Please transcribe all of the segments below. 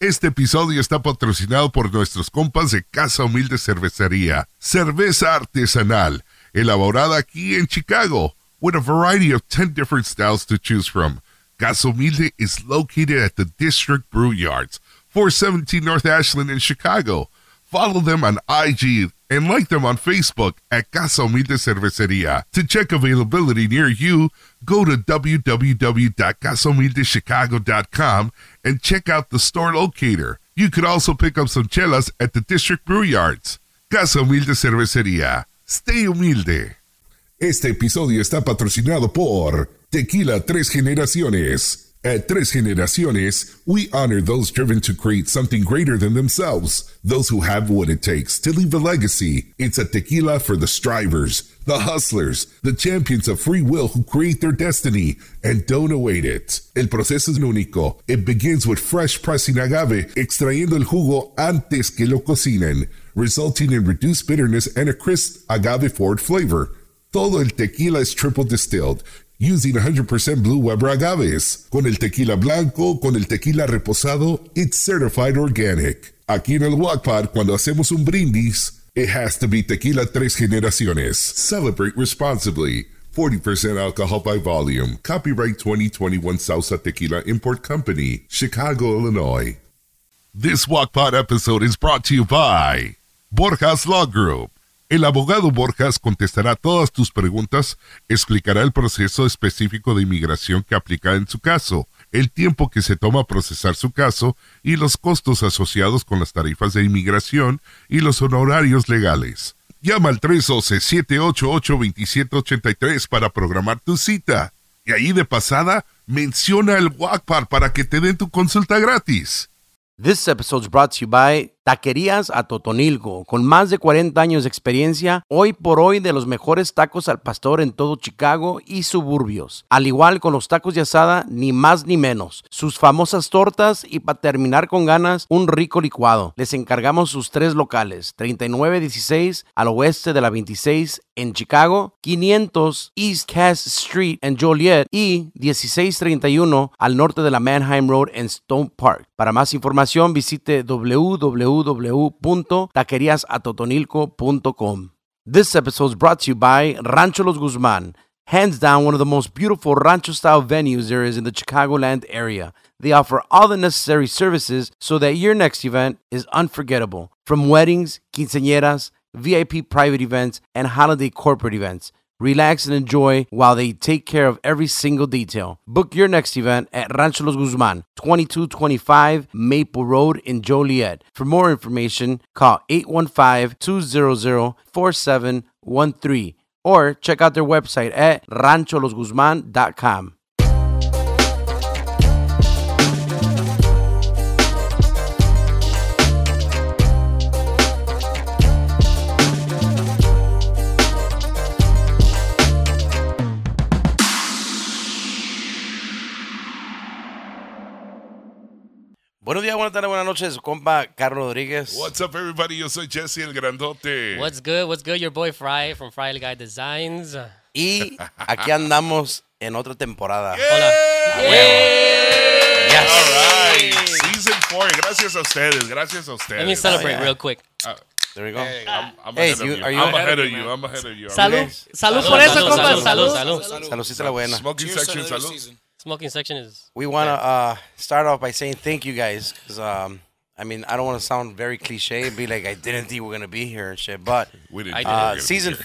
Este episodio está patrocinado por nuestros compas de Casa Humilde Cervecería. Cerveza artesanal, elaborada aquí en Chicago, with a variety of 10 different styles to choose from. Casa Humilde is located at the District Brew Yards, 417 North Ashland in Chicago. Follow them on IG and like them on Facebook at Casa Humilde Cervecería. To check availability near you, go to www.casahumildechicago.com and check out the store locator. You could also pick up some chelas at the District Brew Yards. Casa Humilde Cervecería. Stay humilde. Este episodio está patrocinado por Tequila Tres Generaciones. At Tres Generaciones, we honor those driven to create something greater than themselves, those who have what it takes to leave a legacy. It's a tequila for the strivers, the hustlers, the champions of free will who create their destiny and don't await it. El proceso es único. It begins with fresh pressing agave, extrayendo el jugo antes que lo cocinen, resulting in reduced bitterness and a crisp agave forward flavor. Todo el tequila is triple distilled using 100% blue Weber agaves. Con el tequila blanco, con el tequila reposado, it's certified organic. Aquí en el Wattpad, cuando hacemos un brindis, it has to be tequila tres generaciones. Celebrate responsibly. 40% alcohol by volume. Copyright 2021 Salsa Tequila Import Company, Chicago, Illinois. This Wattpad episode is brought to you by Borjas Law Group. El abogado Borjas contestará todas tus preguntas, explicará el proceso específico de inmigración que aplica en su caso, el tiempo que se toma procesar su caso y los costos asociados con las tarifas de inmigración y los honorarios legales. Llama al 312-788-2783 para programar tu cita. Y ahí de pasada, menciona el WACPAR para que te den tu consulta gratis. This episode is brought to you by Taquerías a Totonilco. Con más de 40 años de experiencia, hoy por hoy de los mejores tacos al pastor en todo Chicago y suburbios. Al igual con los tacos de asada, ni más ni menos. Sus famosas tortas y para terminar con ganas, un rico licuado. Les encargamos sus tres locales, 3916 al oeste de la 26 en Chicago, 500 East Cass Street en Joliet y 1631 al norte de la Manheim Road en Stone Park. Para más información visite www.taqueriasatotonilco.com. This episode is brought to you by Rancho Los Guzmán. Hands down, one of the most beautiful rancho style venues there is in the Chicagoland area. They offer all the necessary services so that your next event is unforgettable. From weddings, quinceañeras, VIP private events, and holiday corporate events. Relax and enjoy while they take care of every single detail. Book your next event at Rancho Los Guzman, 2225 Maple Road in Joliet. For more information, call 815 200 4713 or check out their website at rancholosguzman.com. Buenos días, buenas tardes, buenas noches, compa Carlos Rodríguez. What's up, everybody? Yo soy Jesse el Grandote. What's good? What's good? Your boy Fry from Fry the Guy Designs. Y aquí andamos en otra temporada. Yeah! Yes. All right. Season 4. Gracias a ustedes. Gracias a ustedes. Let me celebrate real quick. There we go. Hey, I'm, I'm Hey, ahead of you- you. are you I'm ahead ahead of of me, you. man? I'm ahead of you. Salud. already. Salud por eso, compa. salud, Salud, salud, salud. Saludcita la buena. Smoking Cheers to section, another salud. season. Smoking section is. We want to uh, start off by saying thank you guys. 'cause, um, I mean, I don't want to sound very cliche and be like, I didn't think we are going to be here and shit. But We didn't I think did. we were uh, gonna be season here.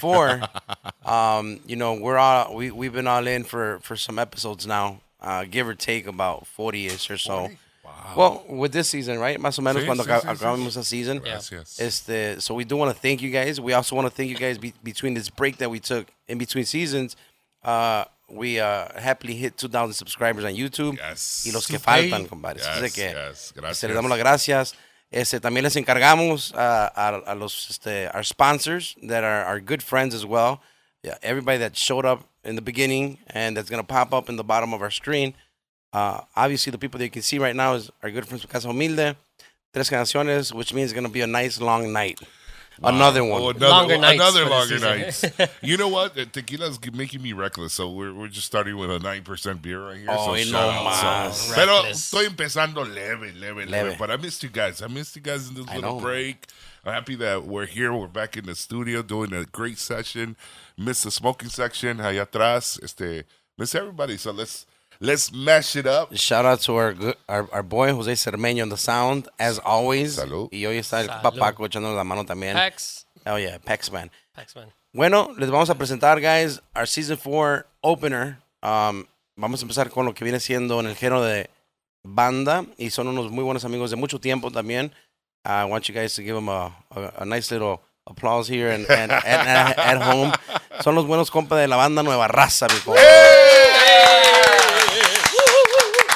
four, um, you know, we're all, we, we've been all in for, for some episodes now, uh, give or take about 40 ish or so. Wow. Well, with this season, right? Más o menos Sí, cuando sí, sí, sí, acabamos la season. Gracias. Este, so we do want to thank you guys. We also want to thank you guys be- between this break that we took in between seasons. Uh, we uh, happily hit 2,000 subscribers on YouTube. Yes. Y los que Super. faltan, compadres. Así Yes, que yes. se Gracias. les damos las gracias. Este, también les encargamos a, a, a los este, our sponsors that are our good friends as well. Yeah, everybody that showed up in the beginning and that's gonna pop up in the bottom of our screen. Uh, obviously, the people that you can see right now is our good friends from Casa Humilde, Tres Canciones, which means it's gonna be a nice long night. Another one. Oh, another, Longer nights another for the longer nights. season. you know what? The Tequila's g- making me reckless, so we're, we're just starting with a 9% beer right here. so Ay, shout Oh, no out. más. So- Pero Reckless. estoy empezando leve, leve, leve, Leve. But I missed you guys. I missed you guys in this I little know. break. I'm happy that we're here. We're back in the studio doing a great session. Missed the smoking section allá atrás. Este, miss everybody. So let's let's mash it up. Shout out to our good, our, our boy Jose Cermeño on the sound, as always. Salud. Y hoy está el Salud. papaco echándonos la mano también. Pax. Oh yeah, Pax Man. Pax, man. Bueno, les vamos a presentar, guys, our season 4 opener. Um, vamos a empezar con lo que viene siendo en el género de banda y son unos muy buenos amigos de mucho tiempo también. Uh, I want you guys to give them a, a, a nice little applause here and, and, and- and at home. Son los buenos compas de la banda Nueva Raza, mi compa.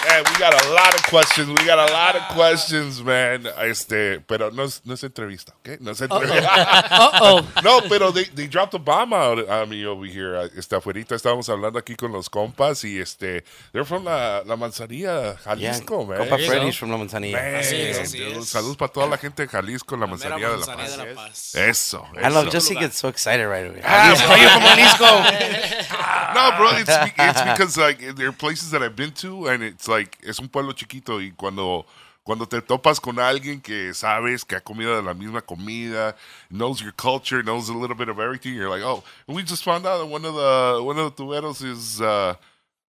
Man, we got a lot of questions. We got a lot of questions, man. Este, pero no es, no es entrevista, okay? No es entrevista. Uh-oh. no, pero they, they dropped a bomb out on me over here. Uh, Este, afuerita estábamos hablando aquí con los compas y este, they're from la, la manzanilla, Yeah, Jalisco, man. compa you Freddy's go. from La Manzanilla. Man, Así es, así dude, es. Saludos para toda la gente de Jalisco, la Mera manzanilla de la manzanilla paz. de la paz. Eso, I love eso. just he gets so excited right away. Ah, Are you Ah, from Jalisco? No, bro, it's, be- it's because like there are places that I've been to and it's like es un pueblo chiquito y cuando cuando te topas con alguien que sabes que ha comido de la misma comida, knows your culture, knows a little bit of everything, you're like, oh, and we just found out that one of the one of the tuberos is uh,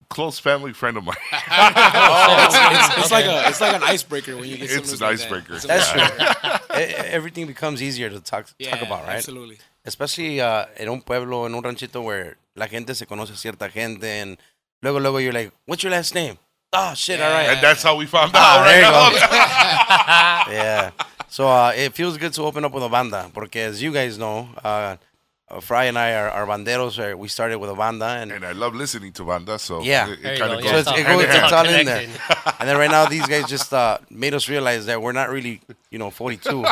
close family friend of mine. it's, it's like a it's like an icebreaker when you get It's someone who's an like that. icebreaker. It's an That's icebreaker. true. E- e- Everything becomes easier to talk, talk Yeah, about, right? Absolutely. especially uh, en un pueblo, en un ranchito where la gente se conoce a cierta gente, and luego luego you're like, what's your last name? Oh shit, all right, and that's how we found out, Ah, there right? you yeah. So uh, it feels good to open up with a banda, porque as you guys know, uh, uh, Fry and I are, are banderos. uh, We started with a banda, and And I love listening to banda, so Yeah. it, There you kind of goes go, yeah. so it's, all- it hand goes, in it's hand. it's all in there. connected. And then right now, these guys just uh, made us realize that we're not really, you know, 42.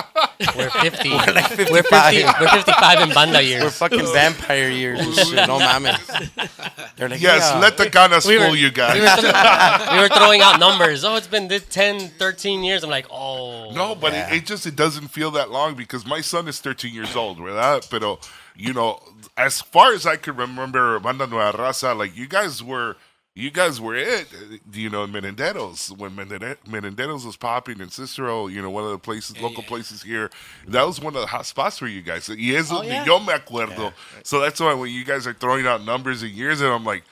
We're 50. We're like 50. 55. We're 55 in banda years. We're fucking vampire years and shit. No mames. They're like, Yes, yeah. let the canas We were- fool you guys. we, were throwing, we were throwing out numbers. Oh, it's been this 10, 13 years. I'm like, oh. No, but it, it just it doesn't feel that long because my son is 13 years old. Without, pero you know, as far as I can remember, Banda Nueva Raza, like you guys were, you guys were it. eh, You know, in Menenderos when Menende- Menenderos was popping in Cicero, you know, one of the places, local places here. That was one of the hot spots for you guys. Y es donde Oh, yeah. yo me acuerdo. So that's why when you guys are throwing out numbers and years, and I'm like,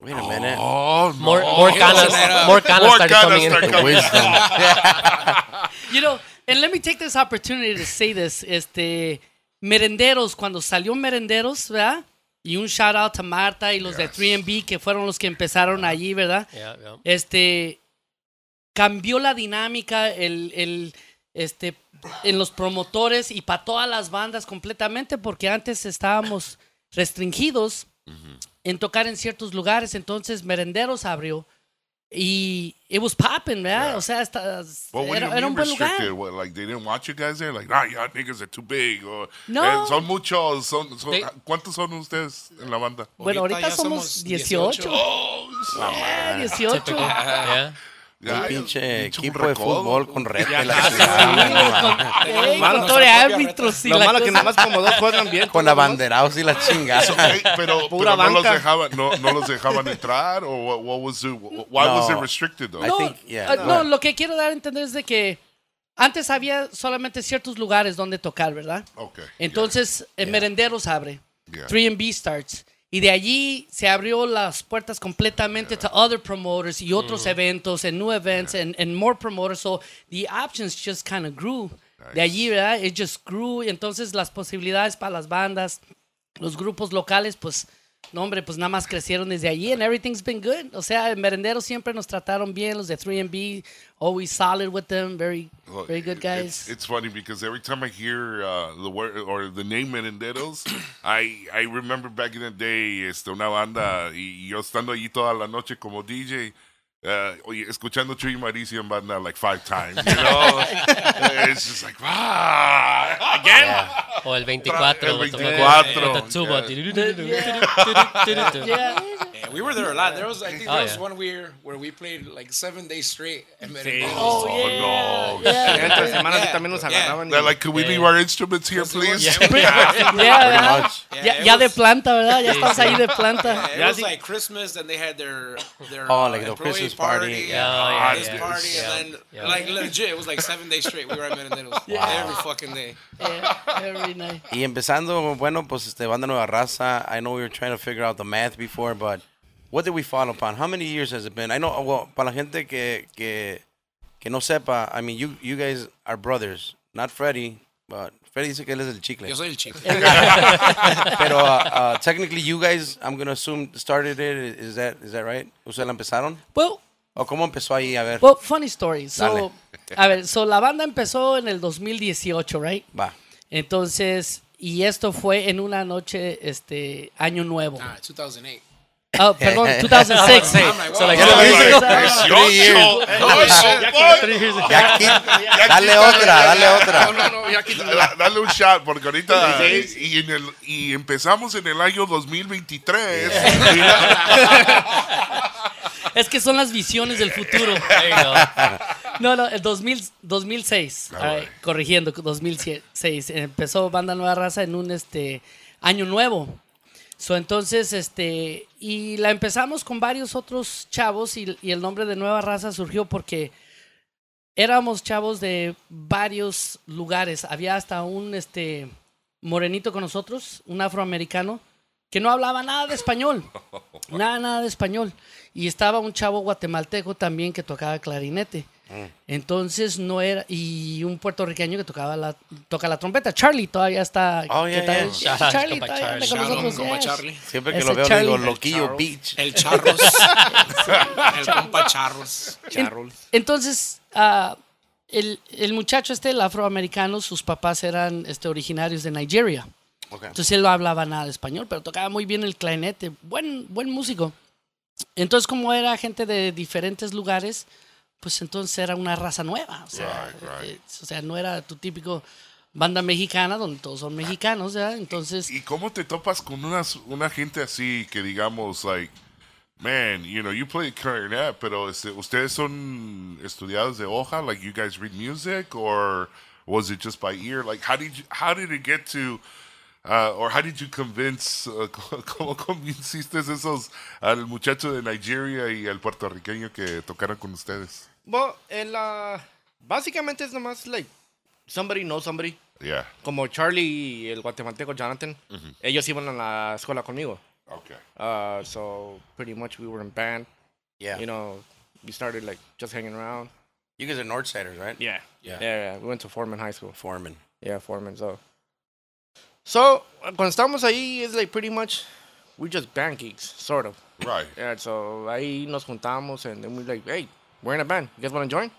Wait a minute. oh, no. More, more canas, more canas More started canas coming in. start coming in. Wisdom. You know, and let me take this opportunity to say this. Este, Merenderos, cuando salió Merenderos, ¿verdad? Y un shout out a Marta y los de 3B que fueron los que empezaron allí, ¿verdad? Yeah, yeah. Este, cambió la dinámica el, el, este, en los promotores y para todas las bandas completamente, porque antes estábamos restringidos en tocar en ciertos lugares, entonces Merenderos abrió. Y it was popping, ¿verdad? O sea, hasta, Well, what do you era, era mean un buen lugar. restricted? What, like they didn't want you guys there? Like, nah, y'all niggas are too big. Or No. Eh, son muchos. Son, son, They- ¿Cuántos son ustedes en la banda? Bueno, ahorita, ya somos somos 18. 18. Oh, Ah, 18. yeah. ya, pinche pinche un equipo de recodo. fútbol con red. Ey, malo con que todo de no sabía árbitros y Lo la malo que cosa. nada más como dos juegan bien. Con abanderados y la chingada. Hey, pero Pura pero no, los banca. dejaban, no, no los dejaban entrar? ¿O what, what was it? Why was it No. restricted, though? I No, think, yeah, ah, go no, ahead. lo que quiero dar a entender es de que antes había solamente ciertos lugares donde tocar, ¿verdad? Okay. Entonces, el Merenderos abre. Yeah. 3B starts. Y de allí se abrió las puertas completamente to other promoters y otros eventos, and new events, and, and more promoters. So the options just kind of grew. De allí, ¿verdad? It just grew. Y entonces las posibilidades para las bandas, los grupos locales, pues, no, hombre, pues nada más crecieron desde allí. And everything's been good. O sea, en Merendero siempre nos trataron bien. Los de 3B, always solid with them. Very, Look, very good it- It's, guys. it's funny because every time I hear uh, the word or the name Menenderos, I I remember back in the day, este, una banda y yo estando allí toda la noche como DJ. Uh, oye, escuchando Chuy Mauricio en banda like five times, you know? it's just like, ah, again? O el 24. El with the fucking- 24, with the tuba. yeah. Yeah. Yeah, we were there a lot. There was, I think, Oh, there was yeah. one year where we played like seven days straight. And then Sí. oh, Oh, no. Entre semanas Yeah. también nos Yeah. agarraban. y- They're like, can we leave our instruments here, Yes, we want- please? yeah, we- Yeah, ¿verdad? much. Yeah, ya, it ya de was- planta, ¿verdad? Ya estás ahí de planta. It Yeah, I was think- like Christmas, and they had their their Oh, uh, like the employee Christmas party, party, yeah. Oh, this yeah, yeah. party, Yeah. and then Yeah. like legit, it was like seven days straight. We were at Menendez every fucking day. Yeah, every night. Y empezando, bueno, pues este, Banda Nueva Raza, I know we were trying to figure out the math before, but what did we fall upon? How many years has it been? I know, well, para la gente que, que, que no sepa, I mean, you, you guys are brothers. Not Freddy, but Freddy dice que él es el chicle. Yo soy el chico. Pero uh, uh, technically, you guys, I'm going to assume, started it. Is that, is that right? ¿Ustedes la empezaron? Well, ¿O cómo empezó ahí? A ver, Pues, well, funny story. Dale. So, a ver, so la banda empezó en el 2018, right? va. Entonces, y esto fue en una noche, este, año nuevo. Nah, 2008. Oh, perdón, 2006. Hey, I'm like, so like, wow. what Like, do we- "18, Oh, ocho, boy." Ya aquí- Ya dale quítale- otra, dale No, otra. no, no, ya quítale Da- la- Dale un shot, porque ahorita. Sí, Y, en el- y empezamos en el año 2023. Es que son las visiones del futuro. There you go. No, no, el 2000, 2006. Ay, corrigiendo, 2006. Empezó Banda Nueva Raza en un este, año nuevo. So, entonces, este, y la empezamos con varios otros chavos y, y el nombre de Nueva Raza surgió porque éramos chavos de varios lugares. Había hasta un este, morenito con nosotros, un afroamericano, que no hablaba nada de español. Nada, nada de español. Y estaba un chavo guatemalteco también que tocaba clarinete. Mm. Entonces no era. Y un puertorriqueño que tocaba la, toca la trompeta. Charlie todavía está. Oh, ¿qué yeah, tal? yeah. Sí, Shout out, Charlie compa todavía anda con Shout out, nosotros. compa yes. Charlie. Siempre que Ese lo veo, Charlie. digo, Loquillo Beach. El Charros. el compa Charros. En- entonces, ah, el, el muchacho este, el afroamericano, sus papás eran este, originarios de Nigeria. Ok. Entonces él no hablaba nada de español, pero tocaba muy bien el clarinete. Buen, buen músico. Entonces, como era gente de diferentes lugares, pues entonces era una raza nueva. O sea, eh, o sea, no era tu típico banda mexicana donde todos son mexicanos, ¿verdad? Entonces, ¿Y cómo te topas con unas, una gente así que digamos, like, man, you know, you play clarinet, pero este, ustedes son estudiados de hoja, like you guys read music, or was it just by ear? Like, how did you, how did it get to, uh, or how did you convince, uh, cómo convenciste esos, al muchacho de Nigeria y al puertorriqueño que tocaron con ustedes? Well, el, ah, básicamente es nomás, like, somebody knows somebody. Yeah, Como Charlie y el guatemalteco Jonathan, ellos iban a la escuela conmigo. okay. Uh, so, pretty much we were in band. Yeah. You know, we started, like, just hanging around. You guys are Northsiders, right? Yeah. Yeah. Yeah, yeah. We went to Foreman High School. Foreman. Yeah, Foreman. So, so cuando estamos ahí, it's like pretty much we just band geeks, sort of. Right. Yeah, so ahí nos juntamos and then we like, hey, we're in a band. You guys want to join?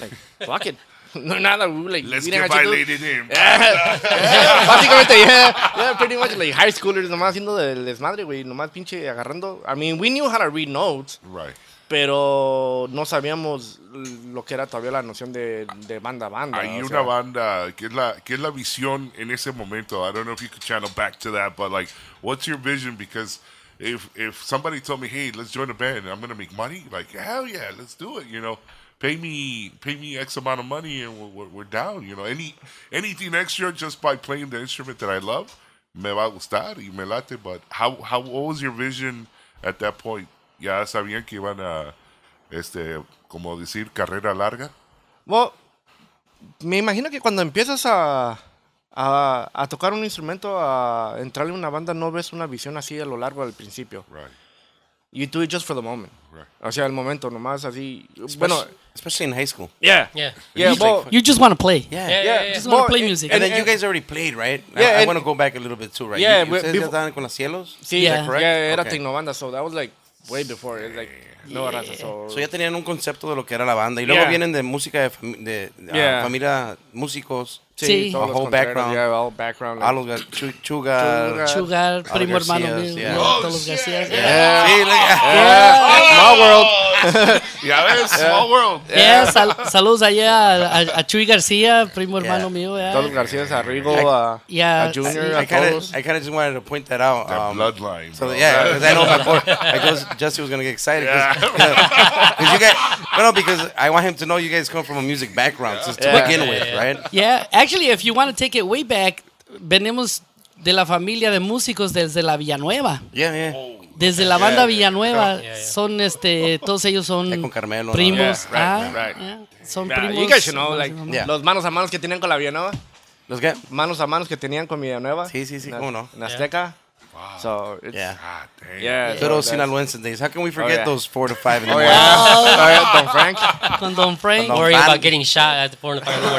Like, fuck it. No, nada, we like, Let's we get didn't actually do- violated in. Yeah, Básicamente, yeah, yeah, pretty much like high schoolers, nomás haciendo el desmadre, güey, nomás pinche agarrando. I mean, we knew how to read notes, Right. pero no sabíamos lo que era todavía la noción de, de banda a banda. Hay o una sea. banda que es, la, que es la visión en ese momento. I don't know if you could channel back to that, but like, what's your vision? Because if if somebody told me, hey, let's join a band, and I'm gonna make money, like hell yeah, let's do it. You know, pay me pay me X amount of money, and we're, we're, we're down. You know, any anything extra just by playing the instrument that I love, me va a gustar y me late. But how how what was your vision at that point? Ya sabían que iban a este como decir carrera larga. Well, me imagino que cuando empiezas a, a, a tocar un instrumento, a entrarle a una banda, no ves una visión así a lo largo del principio. Right. You do it just for the moment. Right. O sea, el momento nomás así. Pues, Bueno, Especially in high school. yeah. Yeah. Yeah, well, you just want to play. Yeah. Yeah, yeah, yeah. Just wanna well, play and- music. And, And, then you and- guys already played, right? I- Yeah, I, and- want to go back a little bit too, right? Yeah, you, you but said befo- estaban con las cielos. Sí, Yeah. correct? yeah, era Okay. Tecnobanda, so that was like way before. It's like, no raza, so. So ya tenían un concepto de lo que era la banda y luego Yeah. vienen de música de, fami- de, de, ah, Yeah. familia músicos. Sí. A todos los whole Contreras, background. yeah, all background, like- A los gar- chu- chugar. Chugar. Sugar, All primo hermano Garcias, mío, yeah. ¿no? Oh, todos los shit. Garcias. Yeah. Sí, look at- Small world. ya ves, small world. Yeah, sal- saludos allá a, a- a Chuy García, primo hermano mío. yeah. Todos los García, uh, a Rigo, a, Yeah, a Junior, I a kind todos. of, I kind of just wanted to point that out. That um, bloodline. So bro. yeah, because I know before I goes Jesse was gonna get excited because you guys, no, no, because I want him to know you guys come from a music background just to Yeah. begin with, right? Yeah, actually, if you want to take it way back, venimos de la familia de músicos desde la Villanueva. Yeah, yeah. Desde la banda Villanueva. Yeah, yeah. Son este, todos ellos Yeah, son con Carmelo, ¿no? primos. Yeah, ah, right, right. yeah, Son Yeah, primos. you guys should know, like, Yeah. los manos a manos que tenían con la Villanueva, Los que, manos a manos que tenían con Villanueva. Sí, sí, sí, na- cómo no. En Azteca. So, it's, yeah. Ah, damn. yeah, Good old so that's- Oh, Sinaloense days. How can we forget yeah. those four to five in the Oh, morning? yeah. Oh, yeah, Don Frank. Con Don Frank. Con Don- Worry Fan- about getting shot at the four in the five in the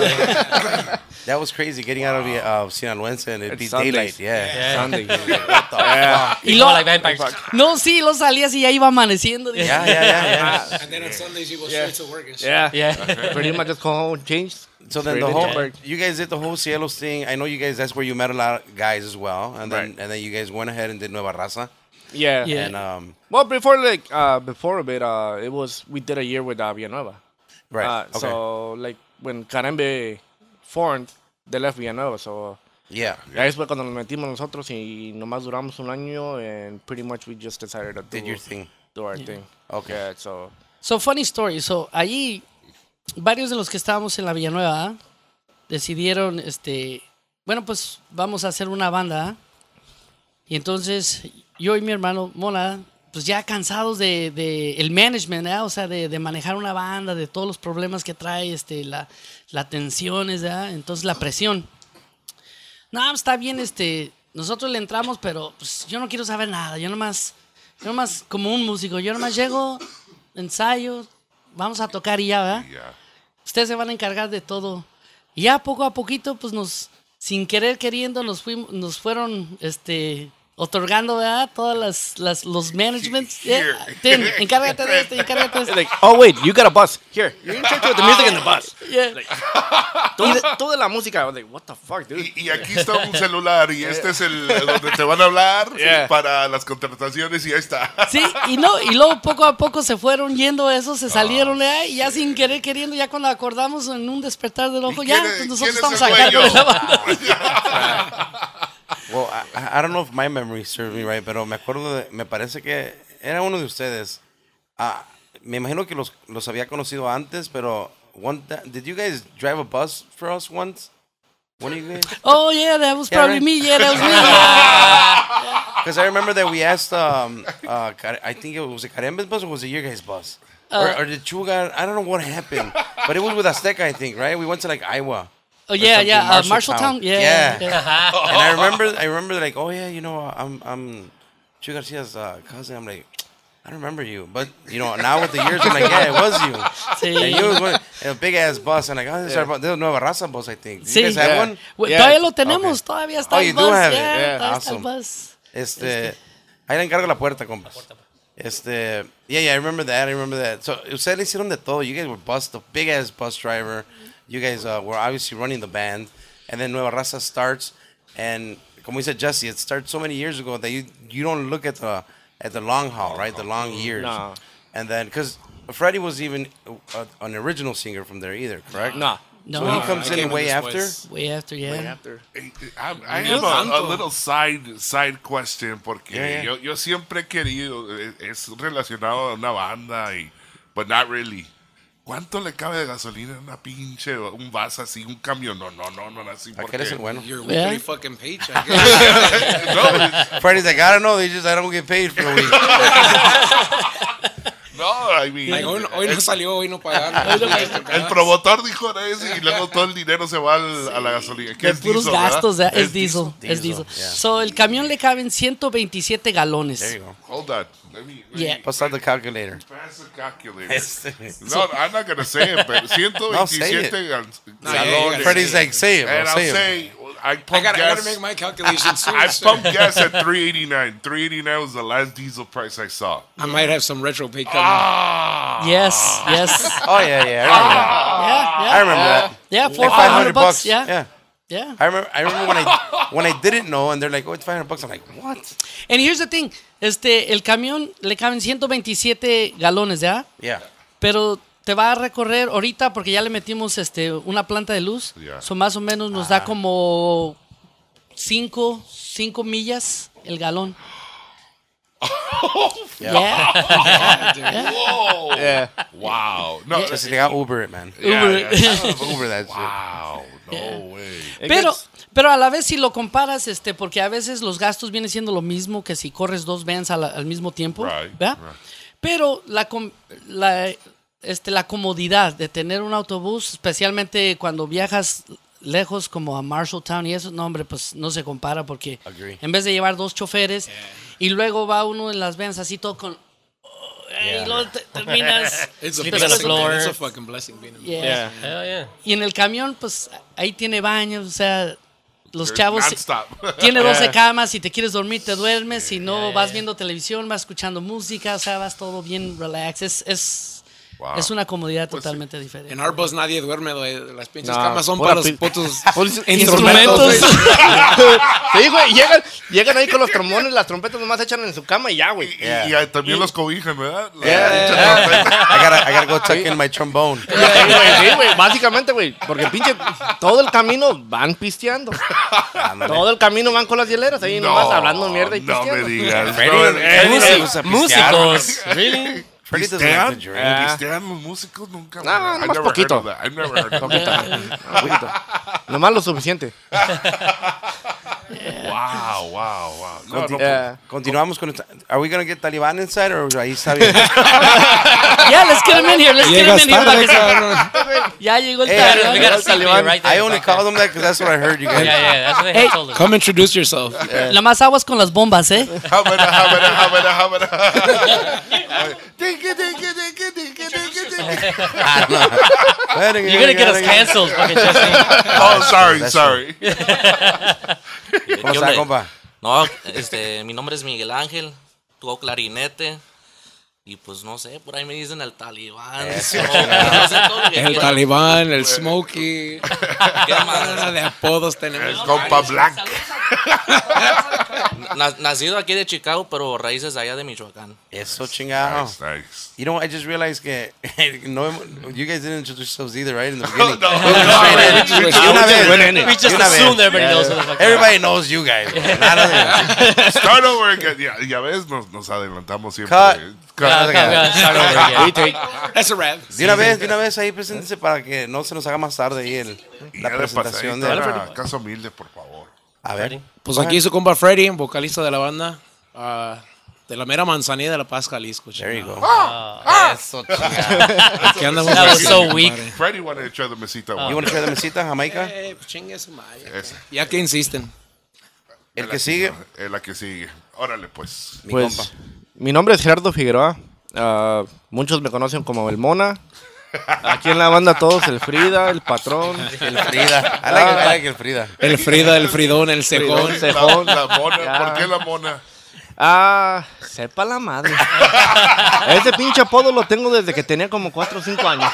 morning. That was crazy getting out of the uh, Sinaloense and it'd It's be Sundays. daylight. Yeah. Yeah. Sunday. What the fuck? Y People lo- are like vampires. no, sí, lo salías y ya iba amaneciendo. dije. Yeah, yeah, yeah, And then on Sundays you go Yeah. straight to work and shit. Yeah. Yeah. Pretty much just go home, change. yeah. So then the Straight whole into work. you guys did the whole Cielos thing. I know you guys that's where you met a lot of guys as well, and then Right. and then you guys went ahead and did Nueva Raza, Yeah. Yeah. and um, Well, before like uh, before a bit, uh, it was we did a year with uh, Villanueva. right, Uh, okay, So like when Carambe formed, they left Villanueva. So yeah. ahí fue cuando nos metimos nosotros y nomás duramos un año and pretty much we just decided to do, Did your thing. do our thing. Okay. Yeah, so So, funny story. So, allí, varios de los que estábamos en la Villanueva ¿ah? decidieron, este, bueno, pues vamos a hacer una banda. ¿ah? Y entonces, yo y mi hermano Mona, pues ya cansados de, de el management, ¿ah? o sea, de, de manejar una banda, de todos los problemas que trae, este, la, la tensión, ¿ah? entonces la presión. No, está bien, este, nosotros le entramos, pero pues, yo no quiero saber nada, yo nomás, yo nomás como un músico, yo nomás llego, ensayo, vamos a tocar y ya, ¿verdad? Yeah. Ustedes se van a encargar de todo. Y ya poco a poquito, pues nos, sin querer queriendo, nos, fuimos, nos fueron, este, otorgando, ¿verdad? Todas las, las los managements. Here. "Eh, ten, encárgate de esto, encárgate de esto. like, oh wait, you got a bus here. You can check with the music in the bus. Yeah. Todo, toda la música. I was like, what the fuck, dude. Y, y aquí está un celular y este es el donde te van a hablar Yeah. para las contrataciones y ahí está. Sí, y no, y luego poco a poco se fueron yendo esos, se salieron Ah, ¿eh? y ya sin querer queriendo, ya cuando acordamos en un despertar del ojo, ¿Y ya quién es- pues quién nosotros es estamos el acá dueño? de la banda. Well, I, I- I don't know if my memory serves me right, pero me acuerdo de, me parece que era uno de ustedes. Ah, me imagino que los, los había conocido antes, pero one ti- did you guys drive a bus for us once? One of you guys? Oh yeah, that was Yeah, probably right. me, yeah, that was me. Because I remember that we asked, um, uh, Car- I think it was a Carembes bus or was it your guys' bus? or, or the Chugar, I don't know what happened, but it was with Azteca, I think, right? We went to like Iowa. Oh yeah, something, yeah, uh, Marshalltown. Marshalltown, yeah. Yeah. yeah. and I remember, I remember like, oh yeah, you know, uh, I'm, I'm Chu Garcia's uh, cousin. I'm like, I don't remember you, but you know, now with the years, I'm like, yeah, it was you. And Sí. you was one, and a big ass bus, and like, oh, this is our bu- this is Nueva Raza bus, I think. Do you Sí. guys have Yeah. one? Well, Yeah. Todavía lo tenemos, Okay. todavía Oh, está el you do bus, have it. yeah, Yeah, todavía awesome. está el bus. Este, ahí le encargo la puerta, compas. Este, yeah, yeah, I remember that. I remember that. So ustedes le hicieron de todo. You guys were bus, the big ass bus driver. You guys uh, were obviously running the band, and then Nueva Raza starts. And como dice Jesse, it starts so many years ago that you you don't look at the at the long haul, right? The long years. No. And then because Freddie was even uh, an original singer from there either, correct? Nah. No, So he comes I in came in way after. después. way after, yeah. After. eh, I, I have ah, a, a little side side question porque Yeah, yeah. Yo, yo siempre he querido eh, es relacionado a una banda y but not really. ¿Cuánto le cabe de gasolina a una pinche un vas así un camión? No, no, no, no así Aquel es Ah, porque el bueno. Your Yeah. weekly fucking paycheck. Yeah. Freddie's like, I don't know. They just I don't get paid for a week. no, I mean, eh, like, hoy, no- hoy no salió, hoy no pagaron. el promotor dijo eso y luego todo el dinero se va al- a la gasolina. ¿Qué De es puros diesel, verdad? gastos, ¿verdad? es diesel, es Diesel, diesel. yeah. So, el camión le caben 127 galones. There you go. Hold on. Let me, let Yeah. me Bust out the calculator. pass the calculator. No, I'm not gonna say it, but No, say it. 127 gal- yeah, you gotta galones. say it. Freddie's like, say it, bro, and I'll say it. say I pumped I gotta, I gotta gas. make my calculations soon. I sir. pumped gas at 389. 389 was the last diesel price I saw. I might have some retro pay coming. Ah, Yes, yes. Oh yeah, yeah. I remember that. yeah, yeah. I remember that. Yeah, Like 400 500 bucks. bucks. Yeah. yeah. Yeah. I remember, I remember when I when I didn't know, and they're like, "Oh, it's 500 bucks." I'm like, "What?" And here's the thing. Este, el camión le caben 127 galones, ¿ya? Yeah. Pero te va a recorrer ahorita porque ya le metimos este, una planta de luz. Ya. So, más o menos nos da como 5 cinco millas el galón. Yeah. Yeah. Wow. No, Just they got Uber it, man. yeah, Uber. yeah. Uber that shit. Wow. No way. Pero, pero a la vez si lo comparas, este, porque a veces los gastos vienen siendo lo mismo que si corres dos vans al, al mismo tiempo, Right, ¿verdad? right. Pero la, com- la, este, la comodidad de tener un autobús, especialmente cuando viajas lejos como a Marshalltown y eso, no hombre, pues no se compara porque Agree. en vez de llevar dos choferes y luego va uno en las vans así todo con... Y luego te- terminas... It's a Sleep on blessing. the floor. man. It's a fucking blessing being in Yeah. Yeah. Hell yeah. Y en el camión, pues ahí tiene baños, o sea, los They're chavos... nonstop. Tiene 12 camas, si te quieres dormir, te duermes, si no, vas viendo televisión, vas escuchando música, o sea, vas todo bien relax. Es, es, Wow. es una comodidad totalmente diferente. En our bus nadie duerme, güey. Las pinches No, camas son pura para los pi- putos puros instrumentos. instrumentos. güey. Sí, güey, llegan, llegan ahí con los trombones, las trompetas nomás echan en su cama y ya, güey. Y, y también los cobijan, ¿verdad? La- I gotta, I gotta go tuck in my trombone. Sí, güey, sí, güey, básicamente, güey, porque pinche todo el camino van pisteando. Todo el camino van con las hieleras ahí nomás hablando mierda y No me pisteando. digas. Freddy- no, eh, Freddy le gusta Músicos, pistear. músicos, really? Freddy doesn't ¿Pistean? like to drink. ¿Pistean los músicos? Nunca. Ah. güey. I've No, nomás never poquito. heard of that. I've never heard of that. Un poquito. Nomás lo suficiente. Wow, wow, wow. No, no, Eh, Continuamos con. el- Are we gonna get Taliban inside or ahí está bien? Yeah, let's get him in here, let's get him Llegas in here. para tarde, que se- cabrón. Eh, Ya llegó el Hey, tarde. We got a sleep Taliban. right there. I only called them that because that's what I heard you Yeah, guys. yeah, that's what they Hey. had told us. Come introduce yourself. Nada más aguas con las bombas, ¿eh? Habana, habana, habana, habana. Dinky, dinky, dinky, dinky, dinky, dinky. You're gonna get us canceled, fucking Jesse. Oh, sorry, sorry. ¿Cómo ¿Qué está, onda? compa? No, este, mi nombre es Miguel Ángel, toco clarinete y pues no sé, por ahí me dicen el talibán. no sé todo lo que El quieran. talibán, el smoky. ¿Qué más? Nada de apodos El tenemos. compa Black. Na- Nacido aquí de Chicago, pero raíces de allá de Michoacán. Eso chingado. Nice, nice. You know, I just realized que no, hemos- you guys didn't introduce yourselves either, right? In the beginning. No, We Y una vez, We y just una assume vez. everybody knows who the fuck you are. Everybody knows you guys. güey. Nada de- Start over again. Ya, ya ves, nos, nos adelantamos siempre. Cut. Cut. Oh, God, start over again. That's a rap. De una vez, de una vez ahí preséntese para que no se nos haga más tarde ahí el, Y ya la de presentación pasadita, de... era Casa humilde, por favor. A ver. Pues aquí su compa Freddy, vocalista de la banda. ah, de la mera manzanilla de La Paz, Jalisco. There you chingado. go. Ah. Eso, chingada. Aquí andamos. That was so compadre. weak. Freddy wanted to try the mesita. Ah. You one. want to try the mesita, Jamaica? Eh, pues chingue su madre. Esa, Ya que insisten. El que sigue, es la que sigue. Órale, pues. mi compa. Pues, mi nombre es Gerardo Figueroa. Ah, muchos me conocen como el Mona. Aquí en la banda todos, el Frida, el Patrón, el Frida. I like, it, I like it, Frida. El Frida, el Fridón, el Segón. Fridón, La, Tejón. la mona. Ya. ¿Por qué la mona? Ah, sepa la madre. Ese pinche apodo lo tengo desde que tenía como 4 o 5 años.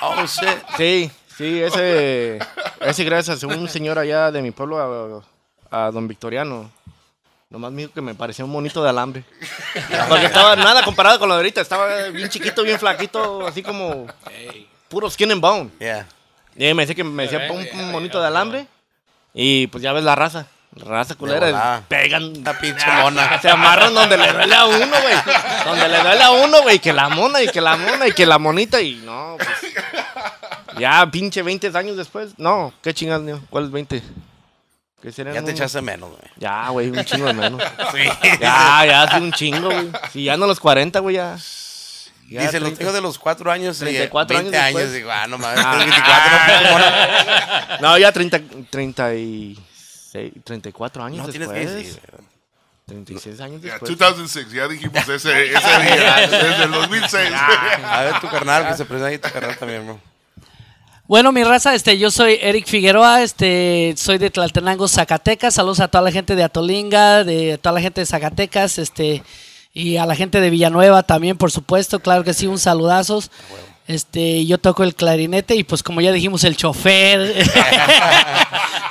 Oh, shit. Sí, sí, ese, ese gracias a un señor allá de mi pueblo, a, a don Victoriano. Nomás me dijo que me parecía un monito de alambre. Porque estaba nada comparado con lo de ahorita. Estaba bien chiquito, bien flaquito, así como puro skin and bone. Yeah. Y ahí me decía que me decía un, un monito de alambre. Y pues ya ves la raza. Raza culera. volada. Pegan La pinche mona. se amarran donde le duele a uno, güey. Donde le duele a uno, güey. Que la mona y que la mona y que la monita y no, pues. Ya, pinche 20 años después. No, qué chingas, niño. ¿Cuál es 20? ¿Qué serían Ya te unos- echaste menos, güey. Ya, güey, un chingo de menos. Ya, ya, sí, un chingo, güey. Si ya no los 40, güey, ya. Ya, Dice, los 30. tengo de los 4 años. y 34 años 20 años. después. Digo, ah, no mames. tengo 24, no, pinche mona. No, ya 30, 36, 34 años No tienes después. que decir. 36 años Ya, después. 2006, ya dijimos ese, ese día. desde el 2006. A ver tu carnal, que se presenta ahí tu carnal también, bro. Bueno, mi raza, este, yo soy Eric Figueroa, este, soy de Tlaltenango, Zacatecas. Saludos a toda la gente de Atolinga, de toda la gente de Zacatecas, este, y a la gente de Villanueva también, por supuesto, claro que sí, un saludazos. Este, yo toco el clarinete y pues como ya dijimos, el chofer,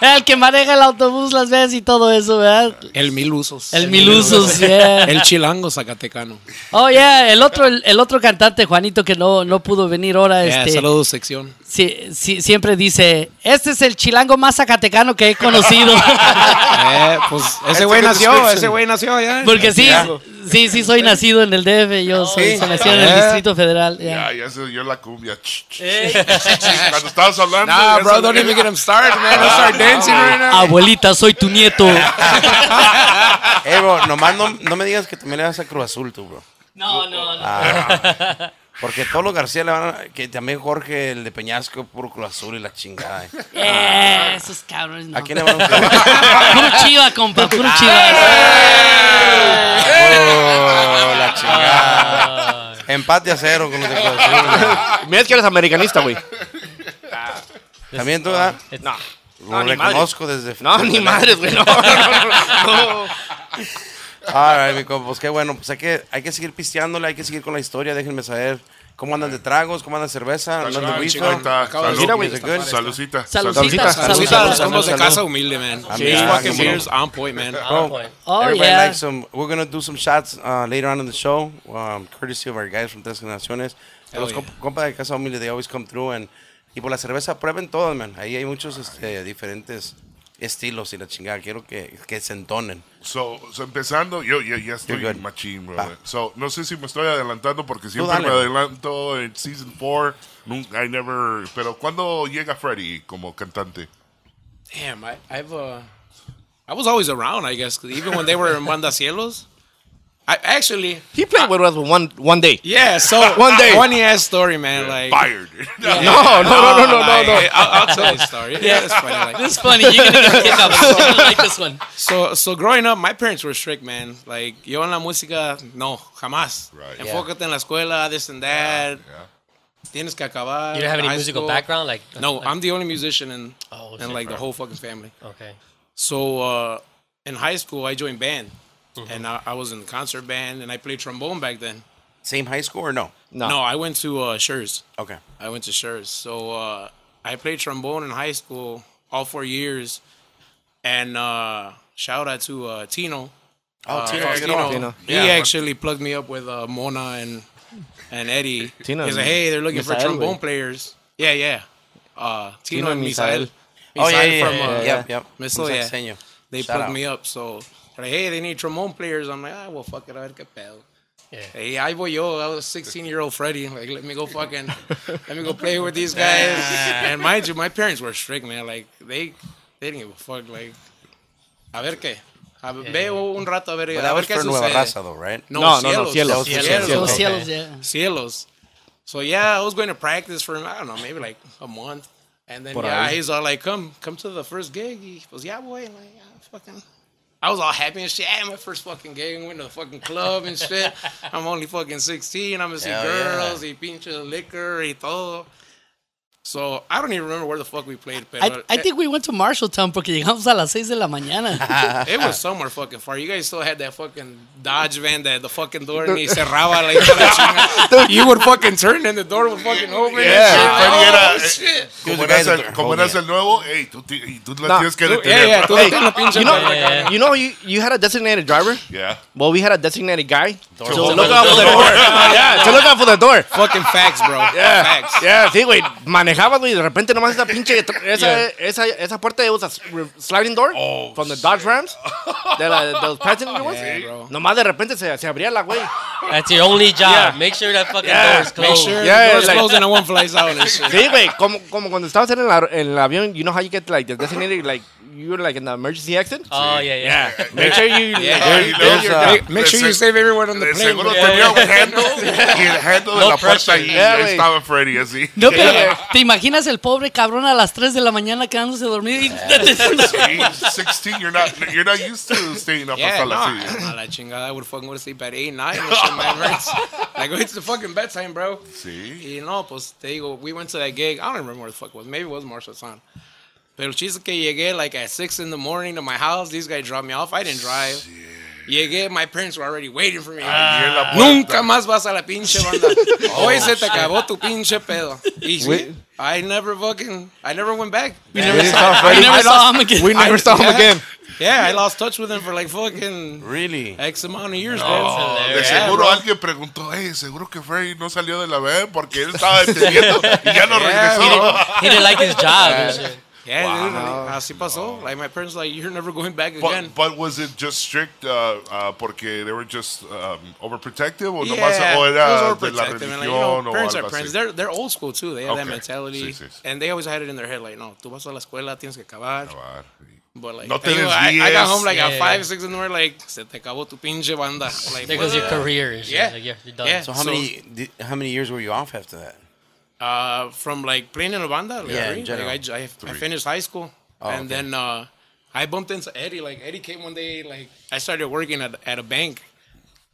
el que maneja el autobús las veces y todo eso, ¿verdad? El mil usos. El mil usos, yeah. El chilango zacatecano. Oh, yeah, el otro, el, el otro cantante, Juanito, que no, no pudo venir ahora, Yeah, este, saludos, sección. sí- sí- siempre dice, este es el chilango más zacatecano que he conocido. Eh, pues ese güey nació, ese güey nació ya. Porque sí, sí, sí, soy nacido en el DF, yo soy, soy nacido en el Yeah. Distrito Federal. yeah. Ya, ya se oyó la cumbia. Ch, ch, ch, ch. Cuando estabas hablando. Nah, ya Ah, bro, se- don't even get him started, man. Don't start dancing right now. Abuelita, soy tu nieto. Eh, bro, nomás no, no me digas que también le das a Cruz Azul, tú, bro. No, no, no. Ah, porque todos los García le van a, Que también Jorge, el de Peñasco, puro Cruz Azul y la chingada. eh. Eh, esos cabrones. No. ¿A Ah. quién le van a Puro chiva, compa, puro chiva. Oh, la chingada. Empate a cero con los de Cruz Azul. Mira, es que eres americanista, güey. También tú, ¿verdad? No. Lo ni madre. reconozco desde. No, ni madres, güey. No, no, no, no. All right, mi compa, pues qué bueno. Pues hay que, hay que seguir pisteándole, hay que seguir con la historia. Déjenme saber cómo andan de tragos, cómo andan de cerveza, andan de Ahí whisky. está, Ah, salud. Mira, güey, Is it está good? Salucita. Salucita, Saludos Ah, salucita. a los Salud, combos de salud. casa humilde, man. Cheers, yeah. fucking beers, on point, man. Bro, point. Oh, everybody yeah. likes some. We're gonna do some shots uh, later on in the show, um, courtesy of our guys from Tres Generaciones. Hell los yeah. comp- compas de Casa Humilde, they always come through. And, y por la cerveza, prueben todas, man. Ahí hay muchos este, diferentes estilos y la chingada. Quiero que, que se entonen. So, so, empezando, yo ya, ya estoy You're good. machín, bro. Va. So, no sé si me estoy adelantando porque siempre dale, me bro. adelanto en Season 4. Nunca, I never. Pero, ¿cuándo llega Freddy como cantante? Damn, I, I've uh, I was always around, I guess. 'cause Even when they were in Banda Cielos, I actually, He played with us one, one day. yeah. So One day. funny ass story, man. Like, Fired. No, no, no, no, no, no. like, no. I'll, I'll tell you the story. Yeah, it's funny. Like, This is funny. You're gonna get a kick out of it. You're gonna like this one. so, so growing up, my parents were strict, man. Like, yo en la música, no, jamás. Right. Yeah. Enfócate en la escuela, this and that. Yeah. Tienes que acabar. You don't have any high musical school. background, like No, like- I'm the only musician in, Oh, in shit, like the bro. whole fucking family. okay. So uh, in high school, I joined band, and I, I was in concert band, and I played trombone back then. Same high school or no? No. No, I went to uh, Schurz. Okay. I went to Schurz. So uh, I played trombone in high school all four years, and uh, shout out to uh, Tino. Oh, Tino, Uh, Tino. Tino. Tino. He Yeah. actually plugged me up with uh, Mona and and Eddie. Tino He's like, and hey, they're looking for Misael, trombone güey. players. Yeah, yeah. Uh, Tino, Tino and and Misael. Misael. Oh, yeah, Misael yeah, from, yeah, uh, yeah, yep, yep. Missile, Un yeah. saxeño. They Shout plugged out. me up, so they're like, hey, they need trombone players. I'm like, ah, well, fuck it, a ver qué pedo. Yeah. Hey, I voy yo. I was 16 year old Freddie. Like, let me go fucking, let me go play with these guys. and mind you, my parents were strict, man. Like, they, they didn't give a fuck. Like, a ver qué. A ver, veo un rato a ver, But a that ver was qué for Nueva sucede. Raza, though, right? No, No, no, cielos. no, cielos. Cielos, Los Okay. cielos, yeah. Cielos. So yeah, I was going to practice for I don't know, maybe like a month. And then Por yeah, ahí. he's all like, "Come, come to the first gig." He was yeah, boy. And like, I fucking, I was all happy and shit. Yeah, my first fucking gig. Went to the fucking club and shit. I'm only fucking 16. I'm gonna see Hell yeah. girls. He pinches liquor. He todo. So I don't even remember where the fuck we played. eh, But I, I think we went to Marshalltown porque llegamos a las 6 de la mañana. It was somewhere fucking far. You guys still had that fucking Dodge van that the fucking door ni cerraba la hija de la chingada. You would fucking turn and the door would fucking open. Yeah. And shit. Como the guy eras that- el, como oh, eras yeah. el nuevo, hey, tú, ti- y tú la No. tienes que Oh, shit. Yeah, detener. yeah. Tú Hey, no la pinche you know, madre. you know, you, you had a designated driver. Yeah. Well, we had a designated guy to open look the out for the door. yeah, to look out for the door. Fucking facts, bro. Yeah, Facts. yeah, sí, güey. Manejabas, güey, y de repente nomás esa pinche. Esa, esa, esa puerta de esa sliding door. Oh, from the Dodge Rams. De, la, de los passenger ones. Yeah, bro. Nomás de repente se, se abría la, güey. That's your only job. Yeah. Make sure that fucking Yeah. door is Make closed. sure Yeah, the door's like- closed and no one flies out and shit. Sí, güey, como, como cuando estabas en el, ar- en el avión, you know how you get like the designated, like you're like in the emergency exit. Oh yeah, yeah. Make sure you. Yeah. Y luego, there's, uh, Make, make sure you de save everyone on the De plane. seguro bro. tenía un handle y el handle de No la puerta pressure. ahí, Yeah, ahí güey. estaba Freddy así. No, pero ¿te imaginas el pobre cabrón a las 3 de la mañana quedándose dormido? Y... Sí, 16, you're not, you're not used to staying up Yeah, hasta no, las seis. I, la chingada, I would fucking go to sleep at 8, 9 and shit, man. right? Like, it's the fucking bedtime, bro. Sí. Y no, pues te digo, we went to that gig. I don't remember where the fuck it was. Maybe it was Marshall's Son. Pero el chiste que llegué like at 6 in the morning to my house. These guys dropped me off. I didn't drive. Llegué, my parents were already waiting for me. en la puerta. Oh, Nunca más vas a la pinche banda. Hoy se te acabó tu pinche pedo. Y sí, We- I never fucking, I never went back. We We never didn't saw, saw we Freddy. never I saw him again. We never saw him yeah. again. Yeah, I lost touch with him for like fucking Really? X amount of years, Oh, man. de Yeah, seguro bro. alguien preguntó, eh, seguro que Freddy no salió de la B porque él estaba deteniendo y ya no Yeah, regresó. He didn't like his job. and shit. Yeah, dude, like, así pasó. Like my parents, like you're never going back again. But, but was it just strict uh, uh, porque they were just um, overprotective o nomás Yeah, o oh, era those were de la protective, religión and, like, you know, o parents algo are parents. así? They're, they're old school too. They have that Okay. mentality, Sí, sí, sí. and they always had it in their head like, no, tú vas a la escuela, tienes que acabar. Ah, But like, No te you know, I, I got desvíes. home like Yeah. at five, six in the morning. Like, se te acabó tu pinche banda. Like, There goes your career. and shit. Yeah. Like, you're- you're done. Yeah. So how So- many di- how many years were you off after that? uh, from like playing in a banda. Like, Yeah, in three. general. Oh, Like, I, I, I finished high school, and then uh, I bumped into Eddie. Like Eddie came one day. Like I started working at, at a bank,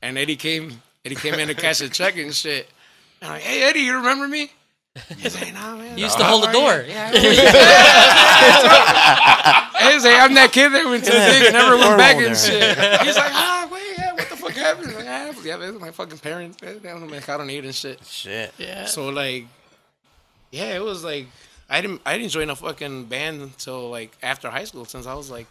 and Eddie came. Eddie came in to cash a check and shit. And I'm like, hey Eddie, you remember me? He's like, nah, man. You used to hold the door. He's like, I'm that kid that went to the thing and never went back older. and shit. He's like, ah, wait, yeah, what the fuck happened? I'm Like, ah, pues ya ves, my fucking parents, man, they don't make I don't eat and shit. Shit. Yeah. So like, yeah, it was like I didn't I didn't join a fucking band until like after high school since I was like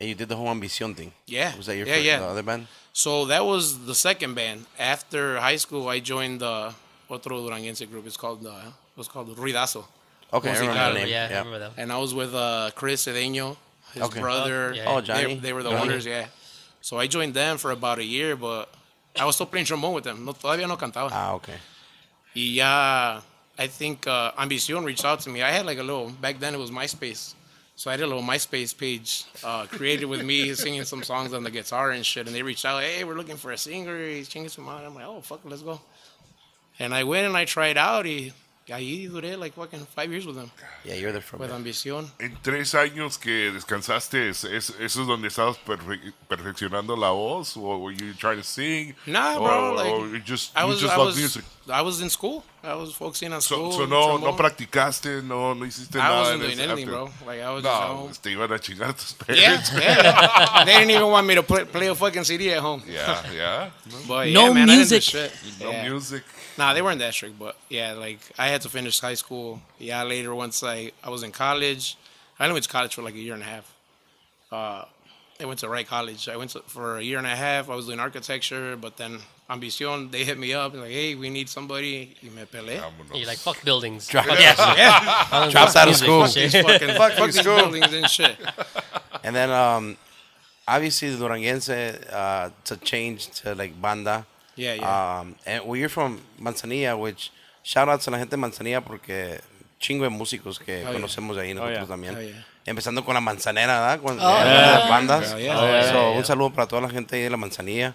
And you did the whole ambición thing. yeah Was that your yeah first, yeah. the other band? So that was the second band after high school. I joined the otro duranguense group. It's called uh, it was called Ruidazo, Okay, I Musical, remember the name. yeah, I Yeah. remember that. and I was with uh, Chris Cedeño, his Okay. brother. Oh, yeah. Oh, They- Johnny. They, were the Johnny. owners, yeah. So I joined them for about a year, but I was still playing trombone with them. No, todavía no cantaba. Ah, okay. Y ya, I think uh, Ambición reached out to me. I had like a little, back then it was MySpace. So I had a little MySpace page uh, created with me singing some songs on the guitar and shit. And they reached out, hey, we're looking for a singer. He's chinging some out. I'm like, oh, fuck, let's go. And I went and I tried out. Y ahí duré like fucking five years with them, Yeah, you're the from with there. Ambición. En tres años que descansaste, ¿es, es- eso es donde estabas perfe- perfeccionando la voz? ¿O were you trying to sing? Or- Nah, bro, or like, you just, I you was, just I, love was, music. I was in school. I was focusing on So, school. so no, no trombone. practicaste, no, no hiciste I nada. wasn't en doing ese anything, bro. after- Like, I was just at No, home. pues te iban a chingar tus Yeah, parents. yeah. they didn't even want me to play, play a fucking CD at home. Yeah, yeah. But No yeah, man, I didn't do music. shit. No Yeah. music. Nah, they weren't that strict, but yeah, like I had to finish high school. Yeah, later once I I was in college, I only went to college for like a year and a half. Uh, I went to Wright College. I went to, for a year and a half. I was doing architecture, but then Ambición they hit me up like, hey, we need somebody. Y me peleé. You're Vámonos. like, fuck buildings. Drop- fuck yeah. Yeah, Dropped out of school. fucking fuck, these buildings and shit. And then um, obviously the Duranguense uh, to change to like banda. Yeah, yeah. Um, and well, you're from Manzanilla, which shout outs a la gente de Manzanilla porque chingo de músicos que Oh, yeah. conocemos ahí nosotros yeah. también. Oh, yeah. Empezando con la manzanera, ¿verdad? Con Oh, eh, yeah. las bandas. Oh, Yeah, yeah. So, Yeah, yeah, yeah. Un saludo para toda la gente ahí de la manzanilla.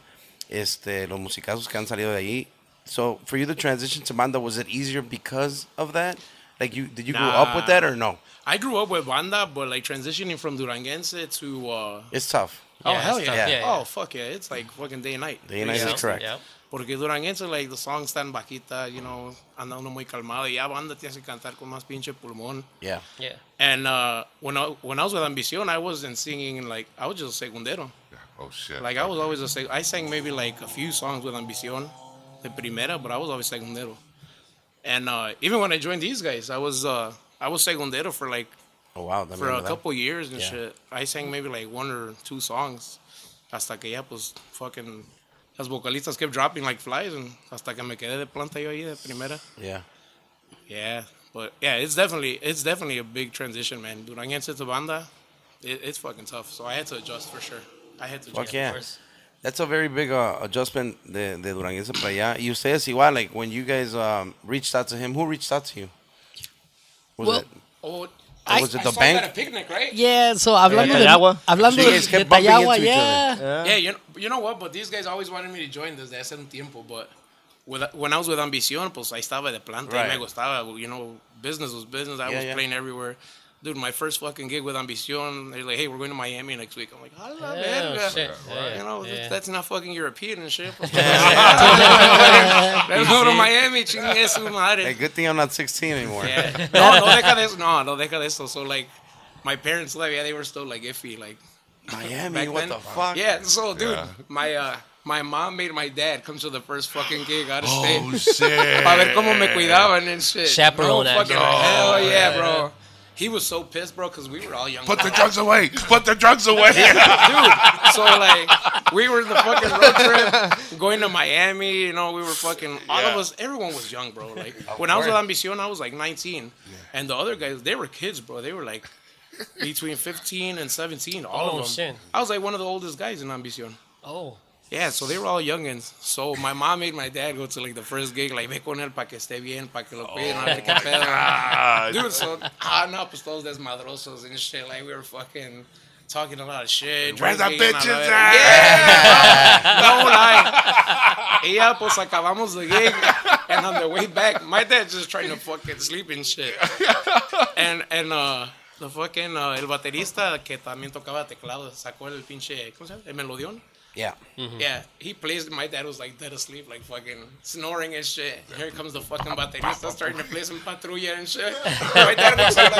Este, los musicazos que han salido de ahí. So, for you the transition to banda, was it easier because of that? Like, you did you grow up with Nah. that or no? I grew up with banda, but like transitioning from Duranguense to uh, It's tough. oh Yeah, hell it's yeah. tough. Yeah, yeah. oh fuck yeah, it's like fucking day and night. Day and night is Yeah. correct. Yeah. Porque Duranguense, like, the song está en vaquita, you know, anda uno muy calmado. Y ya banda tienes que cantar con más pinche pulmón. Yeah. Yeah. And uh, when, I, when I was with Ambición, I wasn't singing, like, I was just a secundero. Oh, shit. Like, I was always a sec- I sang maybe, like, a few songs with Ambición, the primera, but I was always secundero. And uh, even when I joined these guys, I was, uh, I was secundero for, like, Oh, wow. that for a remember that. couple years and Yeah. shit. I sang maybe, like, one or two songs. Hasta que ya, pues, fucking... Las vocalistas kept dropping like flies, and hasta que me quedé de planta yo ahí de primera. Yeah. Yeah, but yeah, it's definitely it's definitely a big transition, man. Duranguense to banda, it, it's fucking tough. So I had to adjust for sure. I had to. Fuck adjust. yeah. course. That's a very big uh, adjustment de, de Duranguense para allá. Y ustedes igual, like when you guys um, reached out to him, who reached out to you? Was Well, it? Oh, I- was it I the saw bank? that at picnic, right? Yeah. Yeah, so hablando de, Tayagua. hablando So you de, guys de kept bumping Tayagua, into each yeah. other. Yeah, you know, you know what? But these guys always wanted me to join this. They said un tiempo, but with, when I was with Ambición, pues I estaba de planta. y Right. Me gustaba. You know, business was business. I Yeah, was yeah. playing everywhere. Dude, my first fucking gig with Ambición, they're like, hey, we're going to Miami next week. I'm like, I love Yeah, it. shit. You know, yeah. that's not fucking European and shit. Let's go to Miami, chingue su Hey, madre. good thing I'm not 16 anymore. Yeah. No, no deja de eso. No, no deja de eso. So, like, my parents, like, yeah, they were still, like, iffy. Like, Miami, Back what then. the fuck? Yeah, so dude, my uh, my mom made my dad come to the first fucking gig out of state. Oh shit. Para ver cómo me cuidaban and shit. Chaperone no, action. fucking Oh, hell yeah, bro. He was so pissed, bro, because we were all young. Put the drugs away. Put the drugs away. dude. So like, we were in the fucking road trip, going to Miami. You know, we were fucking all Yeah. of us. Everyone was young, bro. Like when I was with Ambición, I was like 19, and the other guys, they were kids, bro. They were like between 15 and 17, all Oh, of them. shit. I was like one of the oldest guys in Ambición. Oh. Yeah, so they were all youngins. So my mom made my dad go to like the first gig, like ve con él para que esté bien, para que lo cuiden, a ver qué pedo. Oh, Dude, so ah no, pues todos desmadrosos and shit. Like we were fucking talking a lot of shit. Where's the drinking, and all bitches that. No lie. Yeah, pues acabamos the gig, and on the way back, my dad's just trying to fucking sleep and shit. And and uh, the fucking uh, el baterista que también tocaba teclado sacó el pinche ¿cómo se llama? El melodión. Yeah. Yeah, he plays. My dad was like dead asleep, like fucking snoring and shit. Here comes the fucking baterista starting to play some patrulla and shit. My dad was like,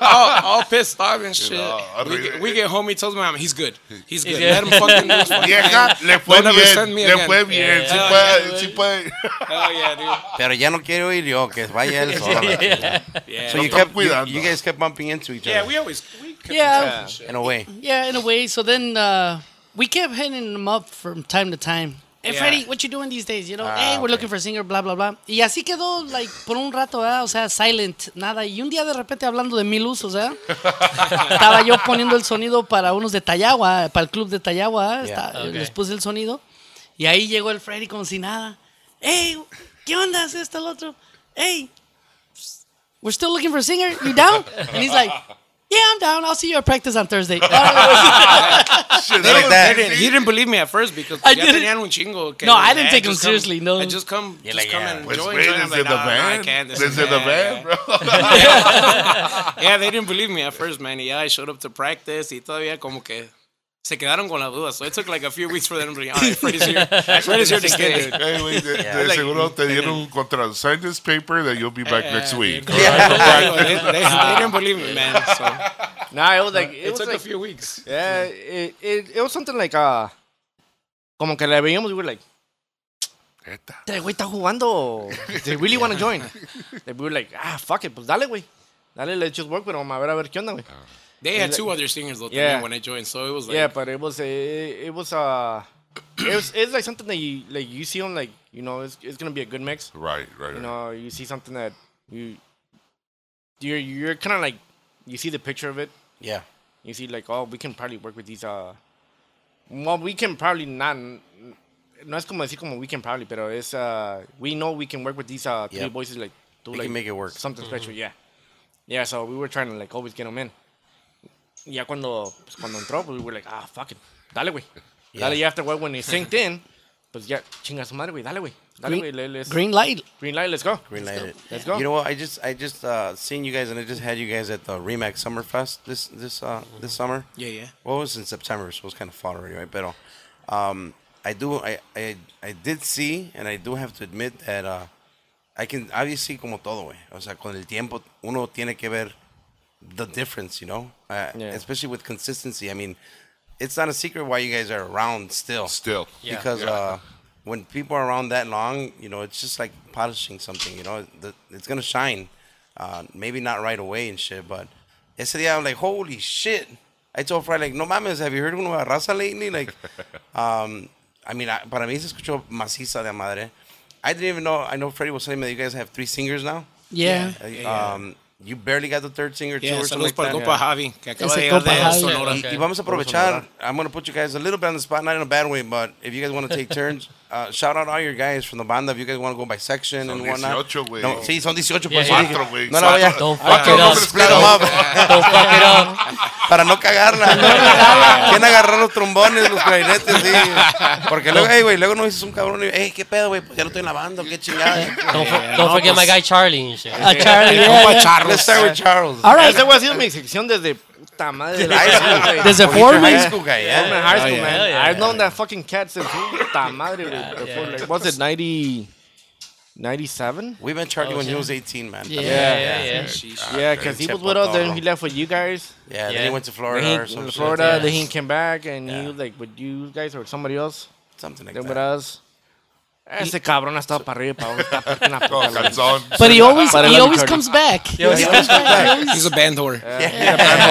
all, all pissed off and shit. No, we, really. get, we get home, he tells my mom, he's good. He's good. Let him fucking do his fucking Vieja, thing. le fue Don't ever bien. send me Le again. fue bien. Sí Yeah. fue, sí fue. Hell yeah, Pero ya no quiero ir yo, que vaya él solo. dude. Yeah. So you está kept, you, cuidando. you guys kept bumping into each yeah, other we always we kept in Yeah. touch and shit. in a way. Yeah, in a way. So then uh, we kept hitting them up from time to time. Hey, Yeah. Freddy, what you doing these days? You know, hey, we're looking for a singer, blah, blah, blah. Y así quedó, like, por un rato, ¿verdad? o sea, silent, nada. Y un día de repente hablando de mil usos, ¿eh? Estaba yo poniendo el sonido para unos de Tayagua, para el club de Tayagua, ¿eh? Está- Ok. les puse el sonido. Y ahí llegó el Freddy como si nada. Hey, ¿qué onda? Es Esto, el otro. Hey, we're still looking for a singer. You down? And he's like, yeah, I'm down. I'll see you at practice on Thursday. Shit, Like no, that. He didn't, he didn't believe me at first because I ya didn't- tenían un chingo. que No, like, I didn't "Hey, take him just come- seriously, no. hey, Just come, just like, come yeah. and Pues join. güey, join." I'm desde like, the "No, no, I van. can't, this is Desde the bad." van, bro. Yeah, they didn't believe me at first, man. Yeah, I showed up to practice y todavía como que se quedaron con la duda. So it took like a few weeks for them to be, all right, Freddy's here. Freddy's here to stay, dude. Hey, güey, de, de Like- seguro te dieron un contrato. Sign this paper that you'll be back next week. they, they- they didn't believe me, man. So Nah, it was like Uh, it, it was took like a few weeks. yeah, it, it it was something like uh, como que le veíamos we were like, Neta. este güey está jugando. They really want to join. Like, we were like, ah, fuck it, pues dale, güey. Dale, let's just work, pero vamos a ver a ver qué onda, güey. Ah, They had two other singers though Yeah. yeah. when I joined, so it was like yeah, but it was it, it was uh, it was it's like something that you like you see on like you know it's it's gonna be a good mix. Right, right. You right. know, you see something that you you're you're kind of like you see the picture of it. Yeah. You see like oh we can probably work with these uh, well we can probably not. No es como decir como we can probably, pero es uh, we know we can work with these uh three Yep. voices like do We like can make it work. something special, yeah. Yeah, so we were trying to like always get them in. Ya cuando pues, cuando entró, pues, we were like ah fuck it, dale güey, dale ya after a while when he synced in, pues ya chinga su madre güey, dale güey, dale güey, le- let's- Green light. Green light, let's go. Related. Let's go. You know what? I just I just uh, seen you guys and I just had you guys at the Remax Summerfest this this uh, Mm-hmm. this summer. Yeah, yeah. Well, it was in September, so it was kind of far already, right? But um, I do I, I I did see and I do have to admit that uh, I can obviously como todo, güey. O sea, con el tiempo uno tiene que ver the difference, you know, uh, Yeah. especially with consistency. I mean, it's not a secret why you guys are around still Still. because uh, when people are around that long, you know, it's just like polishing something. You know, the, it's gonna shine. Uh, maybe not right away and shit, but yesterday I'm like, holy shit! I told Fry like, no mames, have you heard una raza lately? Like, um, I mean, I, para mí se escuchó maciza de madre. I didn't even know. I know Freddie was telling me that you guys have three singers now. Yeah. Uh, yeah. Um, you barely got the third singer too, Yeah, or something saludos like para el that. compa Javi, que acaba Ese de llegar compa Javi. de Sonora. Y, y vamos a aprovechar. I'm going to put you guys a little bit on the spot, not in a bad way, but if you guys want to take turns, uh, shout out all your guys from the banda. If you guys want to go by section Son and whatnot. 18, güey. No, sí, son 18 por Yeah, eso yeah. dije, Cuatro, güey. No la voy a. Don't Ah, fuck it no, up. pero es Split 'em claro. up. Para no cagarla. ¿Quién agarró los trombones, los clarinetes? Sí. Porque luego, hey, güey, luego no dices un cabrón y, hey, qué pedo, güey, pues ya no estoy en la banda, qué chingada. Don't, for- don't forget my guy Charlie and shit. Uh, A Charlie. yeah, yeah. Let's start with Charles. All right. Ese güey ha sido mi sección desde puta madre de la High high school, school, güey. Desde Your Foreman. High school guy, yeah. From my high school, yeah. Oh, man. Hell yeah. I've known that fucking cat since puta madre, güey. Before, like, was it 90, 97? We met Charlie when he was 18, man. Yeah. Yeah. yeah, yeah. Yeah, because he Chepo was with us, then todo. he left with you guys. Yeah, then Yeah. he went to Then Florida he, or some in shit. Florida, Yeah. then he came back and he Yeah. was like with you guys or somebody else. Something like Then with that. us. Ese cabrón ha estado para arriba y para abajo. Está para una Todo puta la- calzón. But he always Para he el always Ricardo. comes back. He always he comes back. He's a band whore. Yeah, Uh, man,